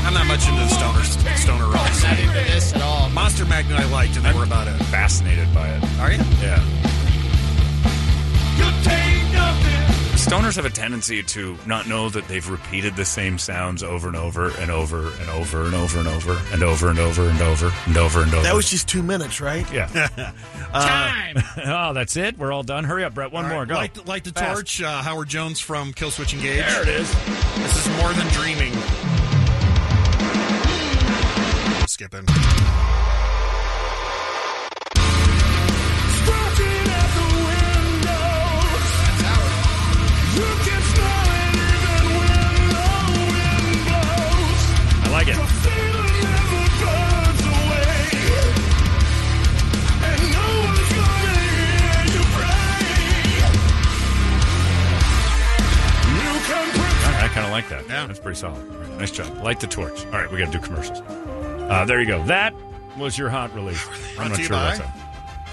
[SPEAKER 3] I'm not much into the Stoner Stoner rock.
[SPEAKER 6] I'm not into this at all.
[SPEAKER 3] Monster Magnet I liked, and they were about it.
[SPEAKER 1] Fascinated by it.
[SPEAKER 3] Are you?
[SPEAKER 1] Yeah. Stoners have a tendency to not know that they've repeated the same sounds over and over and over and over and over and over and over and over and over and over and over.
[SPEAKER 2] That was just two minutes, right?
[SPEAKER 1] yeah.
[SPEAKER 6] Time!
[SPEAKER 1] oh, that's it. We're all done. Hurry up, Brett. One more. Go.
[SPEAKER 3] Light, the- light the
[SPEAKER 1] Fast.
[SPEAKER 3] torch. Uh, Howard Jones from Killswitch Engage.
[SPEAKER 1] There it is.
[SPEAKER 3] This is more than dreaming. Skipping.
[SPEAKER 1] I like it. All right, I kind of like that.
[SPEAKER 3] Yeah.
[SPEAKER 1] That's pretty solid. All right, nice job. Light the torch. All right, we got to do commercials. Uh, there you go. That was your hot release.
[SPEAKER 3] Brought
[SPEAKER 1] I'm not
[SPEAKER 3] to you
[SPEAKER 1] sure
[SPEAKER 3] by-
[SPEAKER 1] what's up.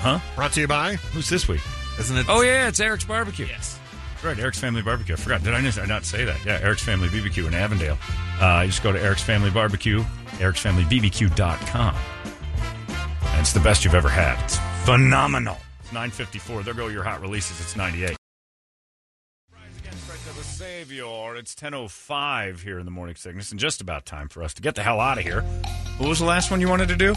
[SPEAKER 1] Huh?
[SPEAKER 3] Brought to you by,
[SPEAKER 1] Who's this week?
[SPEAKER 3] isn't it?
[SPEAKER 1] Oh yeah, it's Eric's Barbecue. Yes, That's right. Eric's Family Barbecue. I forgot. Did I not- not say that? Yeah, Eric's Family BBQ in Avondale. Uh, you just go to Eric's Family Barbecue, ericsfamilybbq.com. And it's the best you've ever had. It's phenomenal. It's 954. There go your hot releases. It's 98. The Savior. It's 10.05 here in the morning sickness, and just about time for us to get the hell out of here. What was the last one you wanted to do?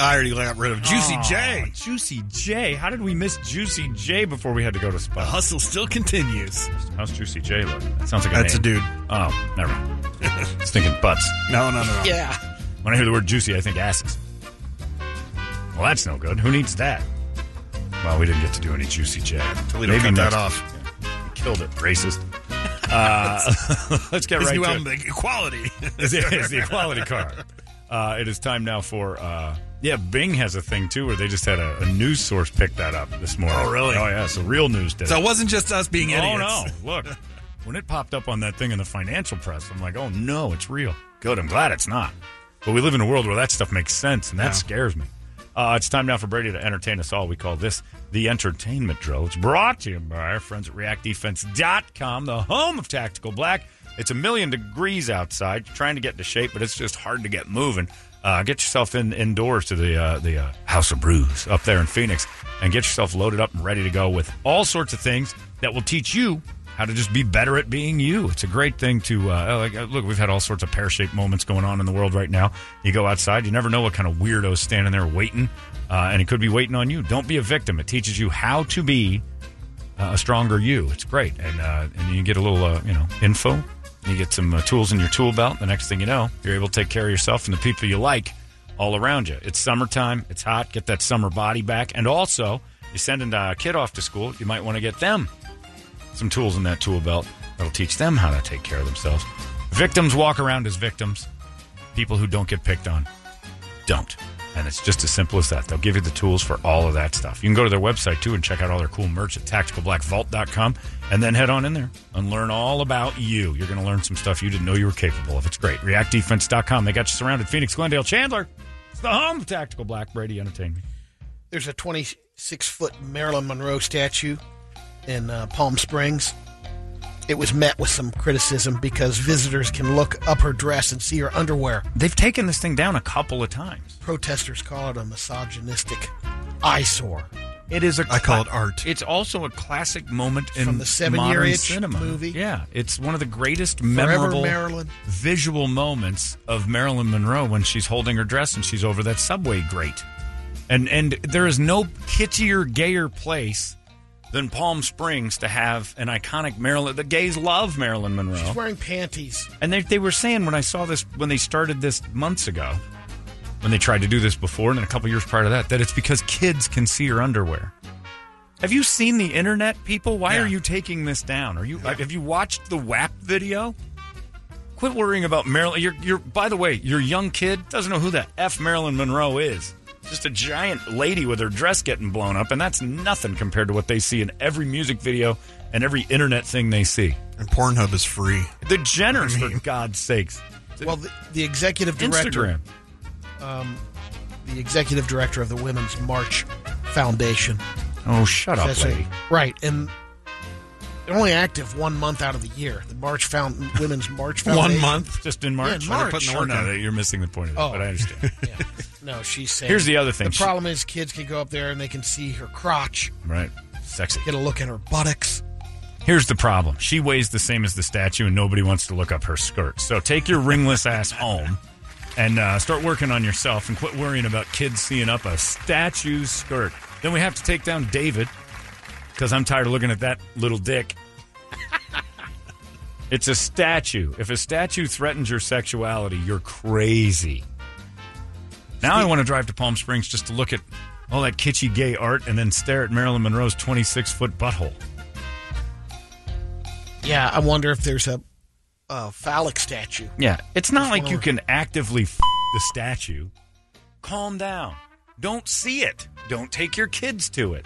[SPEAKER 3] I already got rid of Juicy
[SPEAKER 1] Aw,
[SPEAKER 3] J.
[SPEAKER 1] Juicy J. How did we miss Juicy J before we had to go to
[SPEAKER 3] The
[SPEAKER 1] Spot?
[SPEAKER 3] hustle still continues.
[SPEAKER 1] How's Juicy J look? That sounds like a
[SPEAKER 3] That's a
[SPEAKER 1] name.
[SPEAKER 3] dude.
[SPEAKER 1] Oh, never mind. I was thinking butts.
[SPEAKER 3] No, no, no, no.
[SPEAKER 2] Yeah.
[SPEAKER 1] When I hear the word juicy, I think asses. Well, that's no good. Who needs that? Well, we didn't get to do any juicy jag.
[SPEAKER 3] Toledo cut that
[SPEAKER 1] next-
[SPEAKER 3] off.
[SPEAKER 1] Yeah. Killed it, racist. Uh, let's get
[SPEAKER 3] His
[SPEAKER 1] right
[SPEAKER 3] new
[SPEAKER 1] to
[SPEAKER 3] album,
[SPEAKER 1] it.
[SPEAKER 3] The Equality.
[SPEAKER 1] It's it's the equality card. Uh, it is time now for uh, yeah. Bing has a thing too where they just had a, a news source pick that up this morning.
[SPEAKER 3] Oh, really?
[SPEAKER 1] Oh yeah. So real news did.
[SPEAKER 3] So
[SPEAKER 1] it.
[SPEAKER 3] it wasn't just us being idiots.
[SPEAKER 1] Oh no! Look, when it popped up on that thing in the financial press, I'm like, oh no, it's real. Good. I'm glad it's not. But we live in a world where that stuff makes sense, and that
[SPEAKER 4] Yeah.
[SPEAKER 1] scares me. Uh, it's time now for Brady to entertain us all. We call this the entertainment drill. It's brought to you by our friends at ReactDefense.com, the home of Tactical Black. It's a million degrees outside. You're trying to get into shape, but it's just hard to get moving. Uh, get yourself in indoors to the uh, the uh, House of Brews up there in Phoenix, and get yourself loaded up and ready to go with all sorts of things that will teach you how to just be better at being you. It's a great thing to uh, like, uh, look. We've had all sorts of pear shaped moments going on in the world right now. You go outside, you never know what kind of weirdo's standing there waiting, uh, and it could be waiting on you. Don't be a victim. It teaches you how to be uh, a stronger you. It's great, and uh, and you get a little uh, you know info. You get some uh, tools in your tool belt. The next thing you know, you're able to take care of yourself and the people you like all around you. It's summertime. It's hot. Get that summer body back. And also, you're sending a kid off to school. You might want to get them some tools in that tool belt that'll teach them how to take care of themselves. Victims walk around as victims. People who don't get picked on don't. And it's just as simple as that. They'll give you the tools for all of that stuff. You can go to their website too and check out all their cool merch at tacticalblackvault.com and then head on in there and learn all about you. You're going to learn some stuff you didn't know you were capable of. It's great. ReactDefense.com. They got you surrounded. Phoenix, Glendale, Chandler. It's the home of Tactical Black Brady Entertainment.
[SPEAKER 2] There's a 26 foot Marilyn Monroe statue in uh, Palm Springs. It was met with some criticism because visitors can look up her dress and see her underwear.
[SPEAKER 1] They've taken this thing down a couple of times.
[SPEAKER 2] Protesters call it a misogynistic eyesore.
[SPEAKER 1] It is a.
[SPEAKER 3] I call it art.
[SPEAKER 1] It's also a classic moment in
[SPEAKER 2] From the Seven Year
[SPEAKER 1] modern
[SPEAKER 2] Itch
[SPEAKER 1] cinema.
[SPEAKER 2] movie.
[SPEAKER 1] Yeah, it's one of the greatest
[SPEAKER 2] Forever
[SPEAKER 1] memorable
[SPEAKER 2] Marilyn.
[SPEAKER 1] visual moments of Marilyn Monroe when she's holding her dress and she's over that subway grate. And and there is no kitschier, gayer place than Palm Springs to have an iconic Marilyn. The gays love Marilyn Monroe.
[SPEAKER 2] She's wearing panties.
[SPEAKER 1] And they, they were saying when I saw this, when they started this months ago, when they tried to do this before, and then a couple years prior to that, that it's because kids can see her underwear. Have you seen the internet, people? Why are you taking this down? Are you have you watched the WAP video? Quit worrying about Marilyn. You're, you're by the way, your young kid doesn't know who the f Marilyn Monroe is. Just a giant lady with her dress getting blown up, and that's nothing compared to what they see in every music video and every internet thing they see.
[SPEAKER 3] And Pornhub is free.
[SPEAKER 1] The Jenners, for God's sakes.
[SPEAKER 2] Well, the, the executive director,
[SPEAKER 1] Instagram.
[SPEAKER 2] um, the executive director of the Women's March Foundation,
[SPEAKER 1] Oh, shut up,
[SPEAKER 2] That's
[SPEAKER 1] lady.
[SPEAKER 2] right. Right, and they're only active one month out of the year. The March Found Women's March Foundation.
[SPEAKER 1] Just in March?
[SPEAKER 2] Yeah, in March.
[SPEAKER 1] Sure, no, that- you're missing the point of it,
[SPEAKER 2] Oh.
[SPEAKER 1] but I understand.
[SPEAKER 2] No, she's saying.
[SPEAKER 1] Here's the other thing.
[SPEAKER 2] The problem is kids can go up there and they can see her crotch,
[SPEAKER 1] right. Sexy.
[SPEAKER 2] get a look at her buttocks.
[SPEAKER 1] Here's the problem. She weighs the same as the statue, and nobody wants to look up her skirt. So take your ringless ass home and uh, start working on yourself and quit worrying about kids seeing up a statue's skirt. Then we have to take down David because I'm tired of looking at that little dick. it's a statue. If a statue threatens your sexuality, you're crazy. Now I want to drive to Palm Springs just to look at all that kitschy gay art and then stare at Marilyn Monroe's 26 foot butthole.
[SPEAKER 2] Yeah, I wonder if there's a, a phallic statue.
[SPEAKER 1] Yeah, it's not
[SPEAKER 2] Just
[SPEAKER 1] like
[SPEAKER 2] one
[SPEAKER 1] you
[SPEAKER 2] over.
[SPEAKER 1] can actively f- the statue. Calm down. Don't see it. Don't take your kids to it.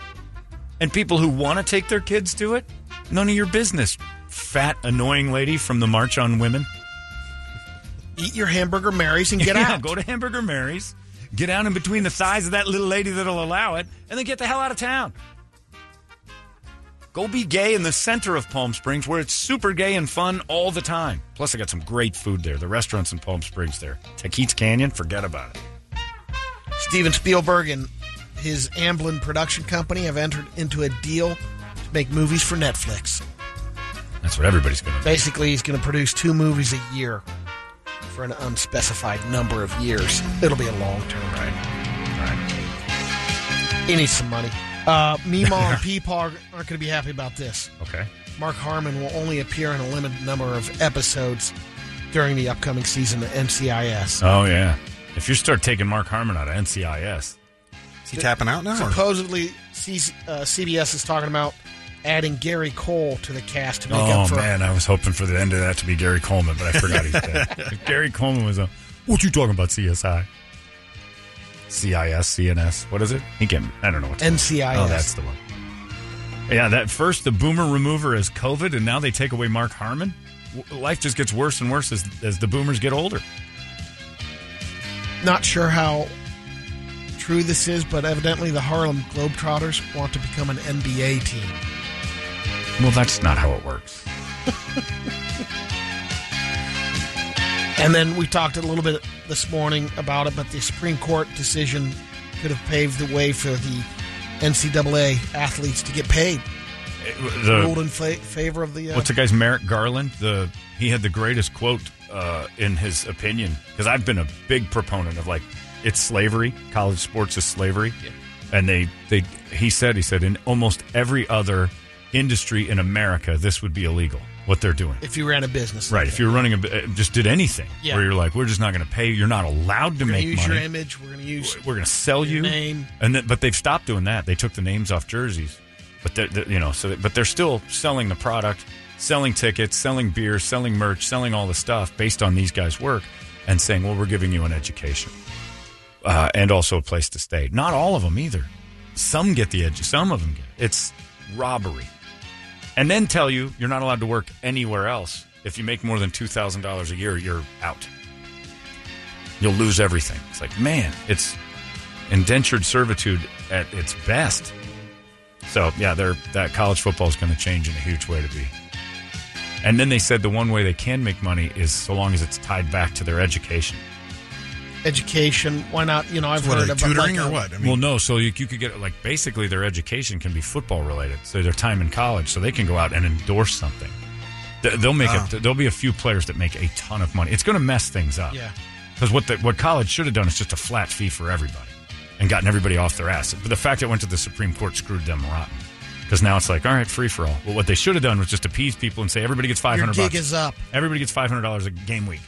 [SPEAKER 1] And people who want to take their kids to it, none of your business. Fat, annoying lady from the March on Women.
[SPEAKER 2] Eat your hamburger Marys and get
[SPEAKER 1] Yeah,
[SPEAKER 2] out.
[SPEAKER 1] Go to Hamburger Mary's. Get down in between the thighs of that little lady that'll allow it, and then get the hell out of town. Go be gay in the center of Palm Springs where it's super gay and fun all the time. Plus, I got some great food there. The restaurants in Palm Springs there. Taquit's Canyon, forget about it.
[SPEAKER 2] Steven Spielberg and his Amblin production company have entered into a deal to make movies for Netflix.
[SPEAKER 1] That's what everybody's going to
[SPEAKER 2] Basically, he's going to produce two movies a year for an unspecified number of years. It'll be a long term. He needs some money. Uh, Meemaw and Peepaw aren't going to be happy about this.
[SPEAKER 1] Okay.
[SPEAKER 2] Mark Harmon will only appear in a limited number of episodes during the upcoming season of NCIS.
[SPEAKER 18] Oh.
[SPEAKER 1] Oh, yeah. If you start taking Mark Harmon out of NCIS,
[SPEAKER 3] Is he tapping out now? or-
[SPEAKER 2] Supposedly, C- uh, CBS is talking about adding Gary Cole to the cast to make
[SPEAKER 18] Oh
[SPEAKER 2] up for
[SPEAKER 18] man, I was hoping for the end of that to be Gary Coleman, but I forgot he's dead. Gary Coleman was a. What you talking about? CSI, CIS, CNS. What is it? He can. I don't know what.
[SPEAKER 2] NCIS.
[SPEAKER 18] Oh, that's the one.
[SPEAKER 1] Yeah, that first the boomer remover is COVID, and now they take away Mark Harmon. W- life just gets worse and worse as, as the boomers get older.
[SPEAKER 2] Not sure how true this is, but evidently the Harlem Globetrotters want to become an NBA team.
[SPEAKER 1] Well, that's not how it works.
[SPEAKER 2] And then we talked a little bit this morning about it, but the Supreme Court decision could have paved the way for the NCAA athletes to get paid.
[SPEAKER 1] the-
[SPEAKER 2] Ruled in fa- favor of the. Uh,
[SPEAKER 1] Uh, What's the guy's Merrick Garland? The he had the greatest quote uh, in his opinion because I've been a big proponent of like it's slavery. College sports is slavery, and they they he said he said in almost every other industry in America this would be illegal what they're doing.
[SPEAKER 2] if you ran a business,
[SPEAKER 1] Right, if you're running a bu- uh, just did anything
[SPEAKER 2] Yeah.
[SPEAKER 1] where you're like we're just not going to pay, you're not allowed to
[SPEAKER 2] we're
[SPEAKER 1] make
[SPEAKER 2] gonna use
[SPEAKER 1] money.
[SPEAKER 2] your image. We're going to use.
[SPEAKER 1] we're going to sell you
[SPEAKER 2] your name.
[SPEAKER 1] and then, but they've stopped doing that. They took the names off jerseys, but they're, they're- you know, so they, but they're still selling the product, selling tickets, selling beer, selling merch, selling all the stuff based on these guys' work, and saying, "Well, we're giving you an education uh, and also a place to stay." Not all of them either. Some get the edge. Some of them get it. it's robbery, and then tell you you're not allowed to work anywhere else. If you make more than two thousand dollars a year, you're out. You'll lose everything. It's like, man, it's indentured servitude at its best. So yeah, they're, that college football is going to change in a huge way to be. And then they said the one way they can make money is so long as it's tied back to their education.
[SPEAKER 2] education. Why not? You know, I've
[SPEAKER 1] What,
[SPEAKER 2] heard
[SPEAKER 1] are
[SPEAKER 2] of
[SPEAKER 1] they tutoring
[SPEAKER 2] like,
[SPEAKER 1] or
[SPEAKER 2] a-
[SPEAKER 1] what? well, no. So you, you could get like basically their education can be football related. So their time in college, so they can go out and endorse something. Th- They'll make
[SPEAKER 3] Ah.
[SPEAKER 1] it. There'll be a few players that make a ton of money. It's going to mess things up.
[SPEAKER 3] Yeah.
[SPEAKER 1] Because what the, what college should have done is just a flat fee for everybody and gotten everybody off their ass. But the fact it went to the Supreme Court screwed them rotten. Because now it's like, all right, free for all. Well, what they should have done was just appease people and say everybody gets five
[SPEAKER 2] Your
[SPEAKER 1] hundred.
[SPEAKER 2] gig is up.
[SPEAKER 1] Everybody gets five hundred dollars a game week.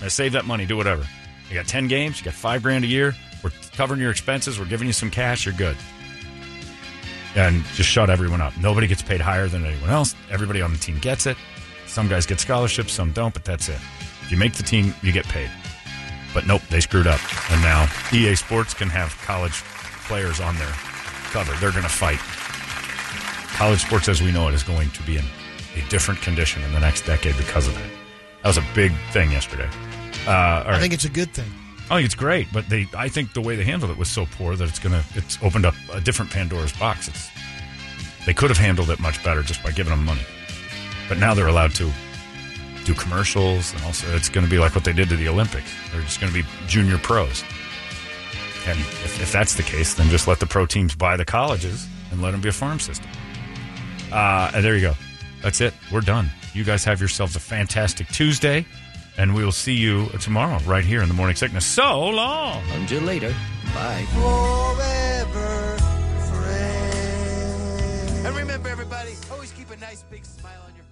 [SPEAKER 1] Now save that money. Do whatever. You got ten games. You got five grand a year. We're covering your expenses. We're giving you some cash. You're good. And just shut everyone up. Nobody gets paid higher than anyone else. Everybody on the team gets it. Some guys get scholarships. Some don't. But that's it. If you make the team, you get paid. But nope, they screwed up. And now EA Sports can have college players on their cover. They're going to fight. College sports as we know it is going to be in a different condition in the next decade because of that. That was a big thing yesterday. Uh, all
[SPEAKER 2] I
[SPEAKER 1] right.
[SPEAKER 2] think it's a good thing.
[SPEAKER 1] I think it's great, but they I think the way they handled it was so poor that it's gonna it's opened up a different Pandora's box. It's they could have handled it much better just by giving them money, but now they're allowed to do commercials, and also it's going to be like what they did to the Olympics. They're just going to be junior pros, and if, if that's the case, then just let the pro teams buy the colleges and let them be a farm system. Uh, and there you go. That's it. We're done. You guys have yourselves a fantastic Tuesday, and we will see you tomorrow right here in the morning sickness. So long. Until later. Bye.
[SPEAKER 6] Forever friend. And remember, everybody, always keep a nice big smile on your face.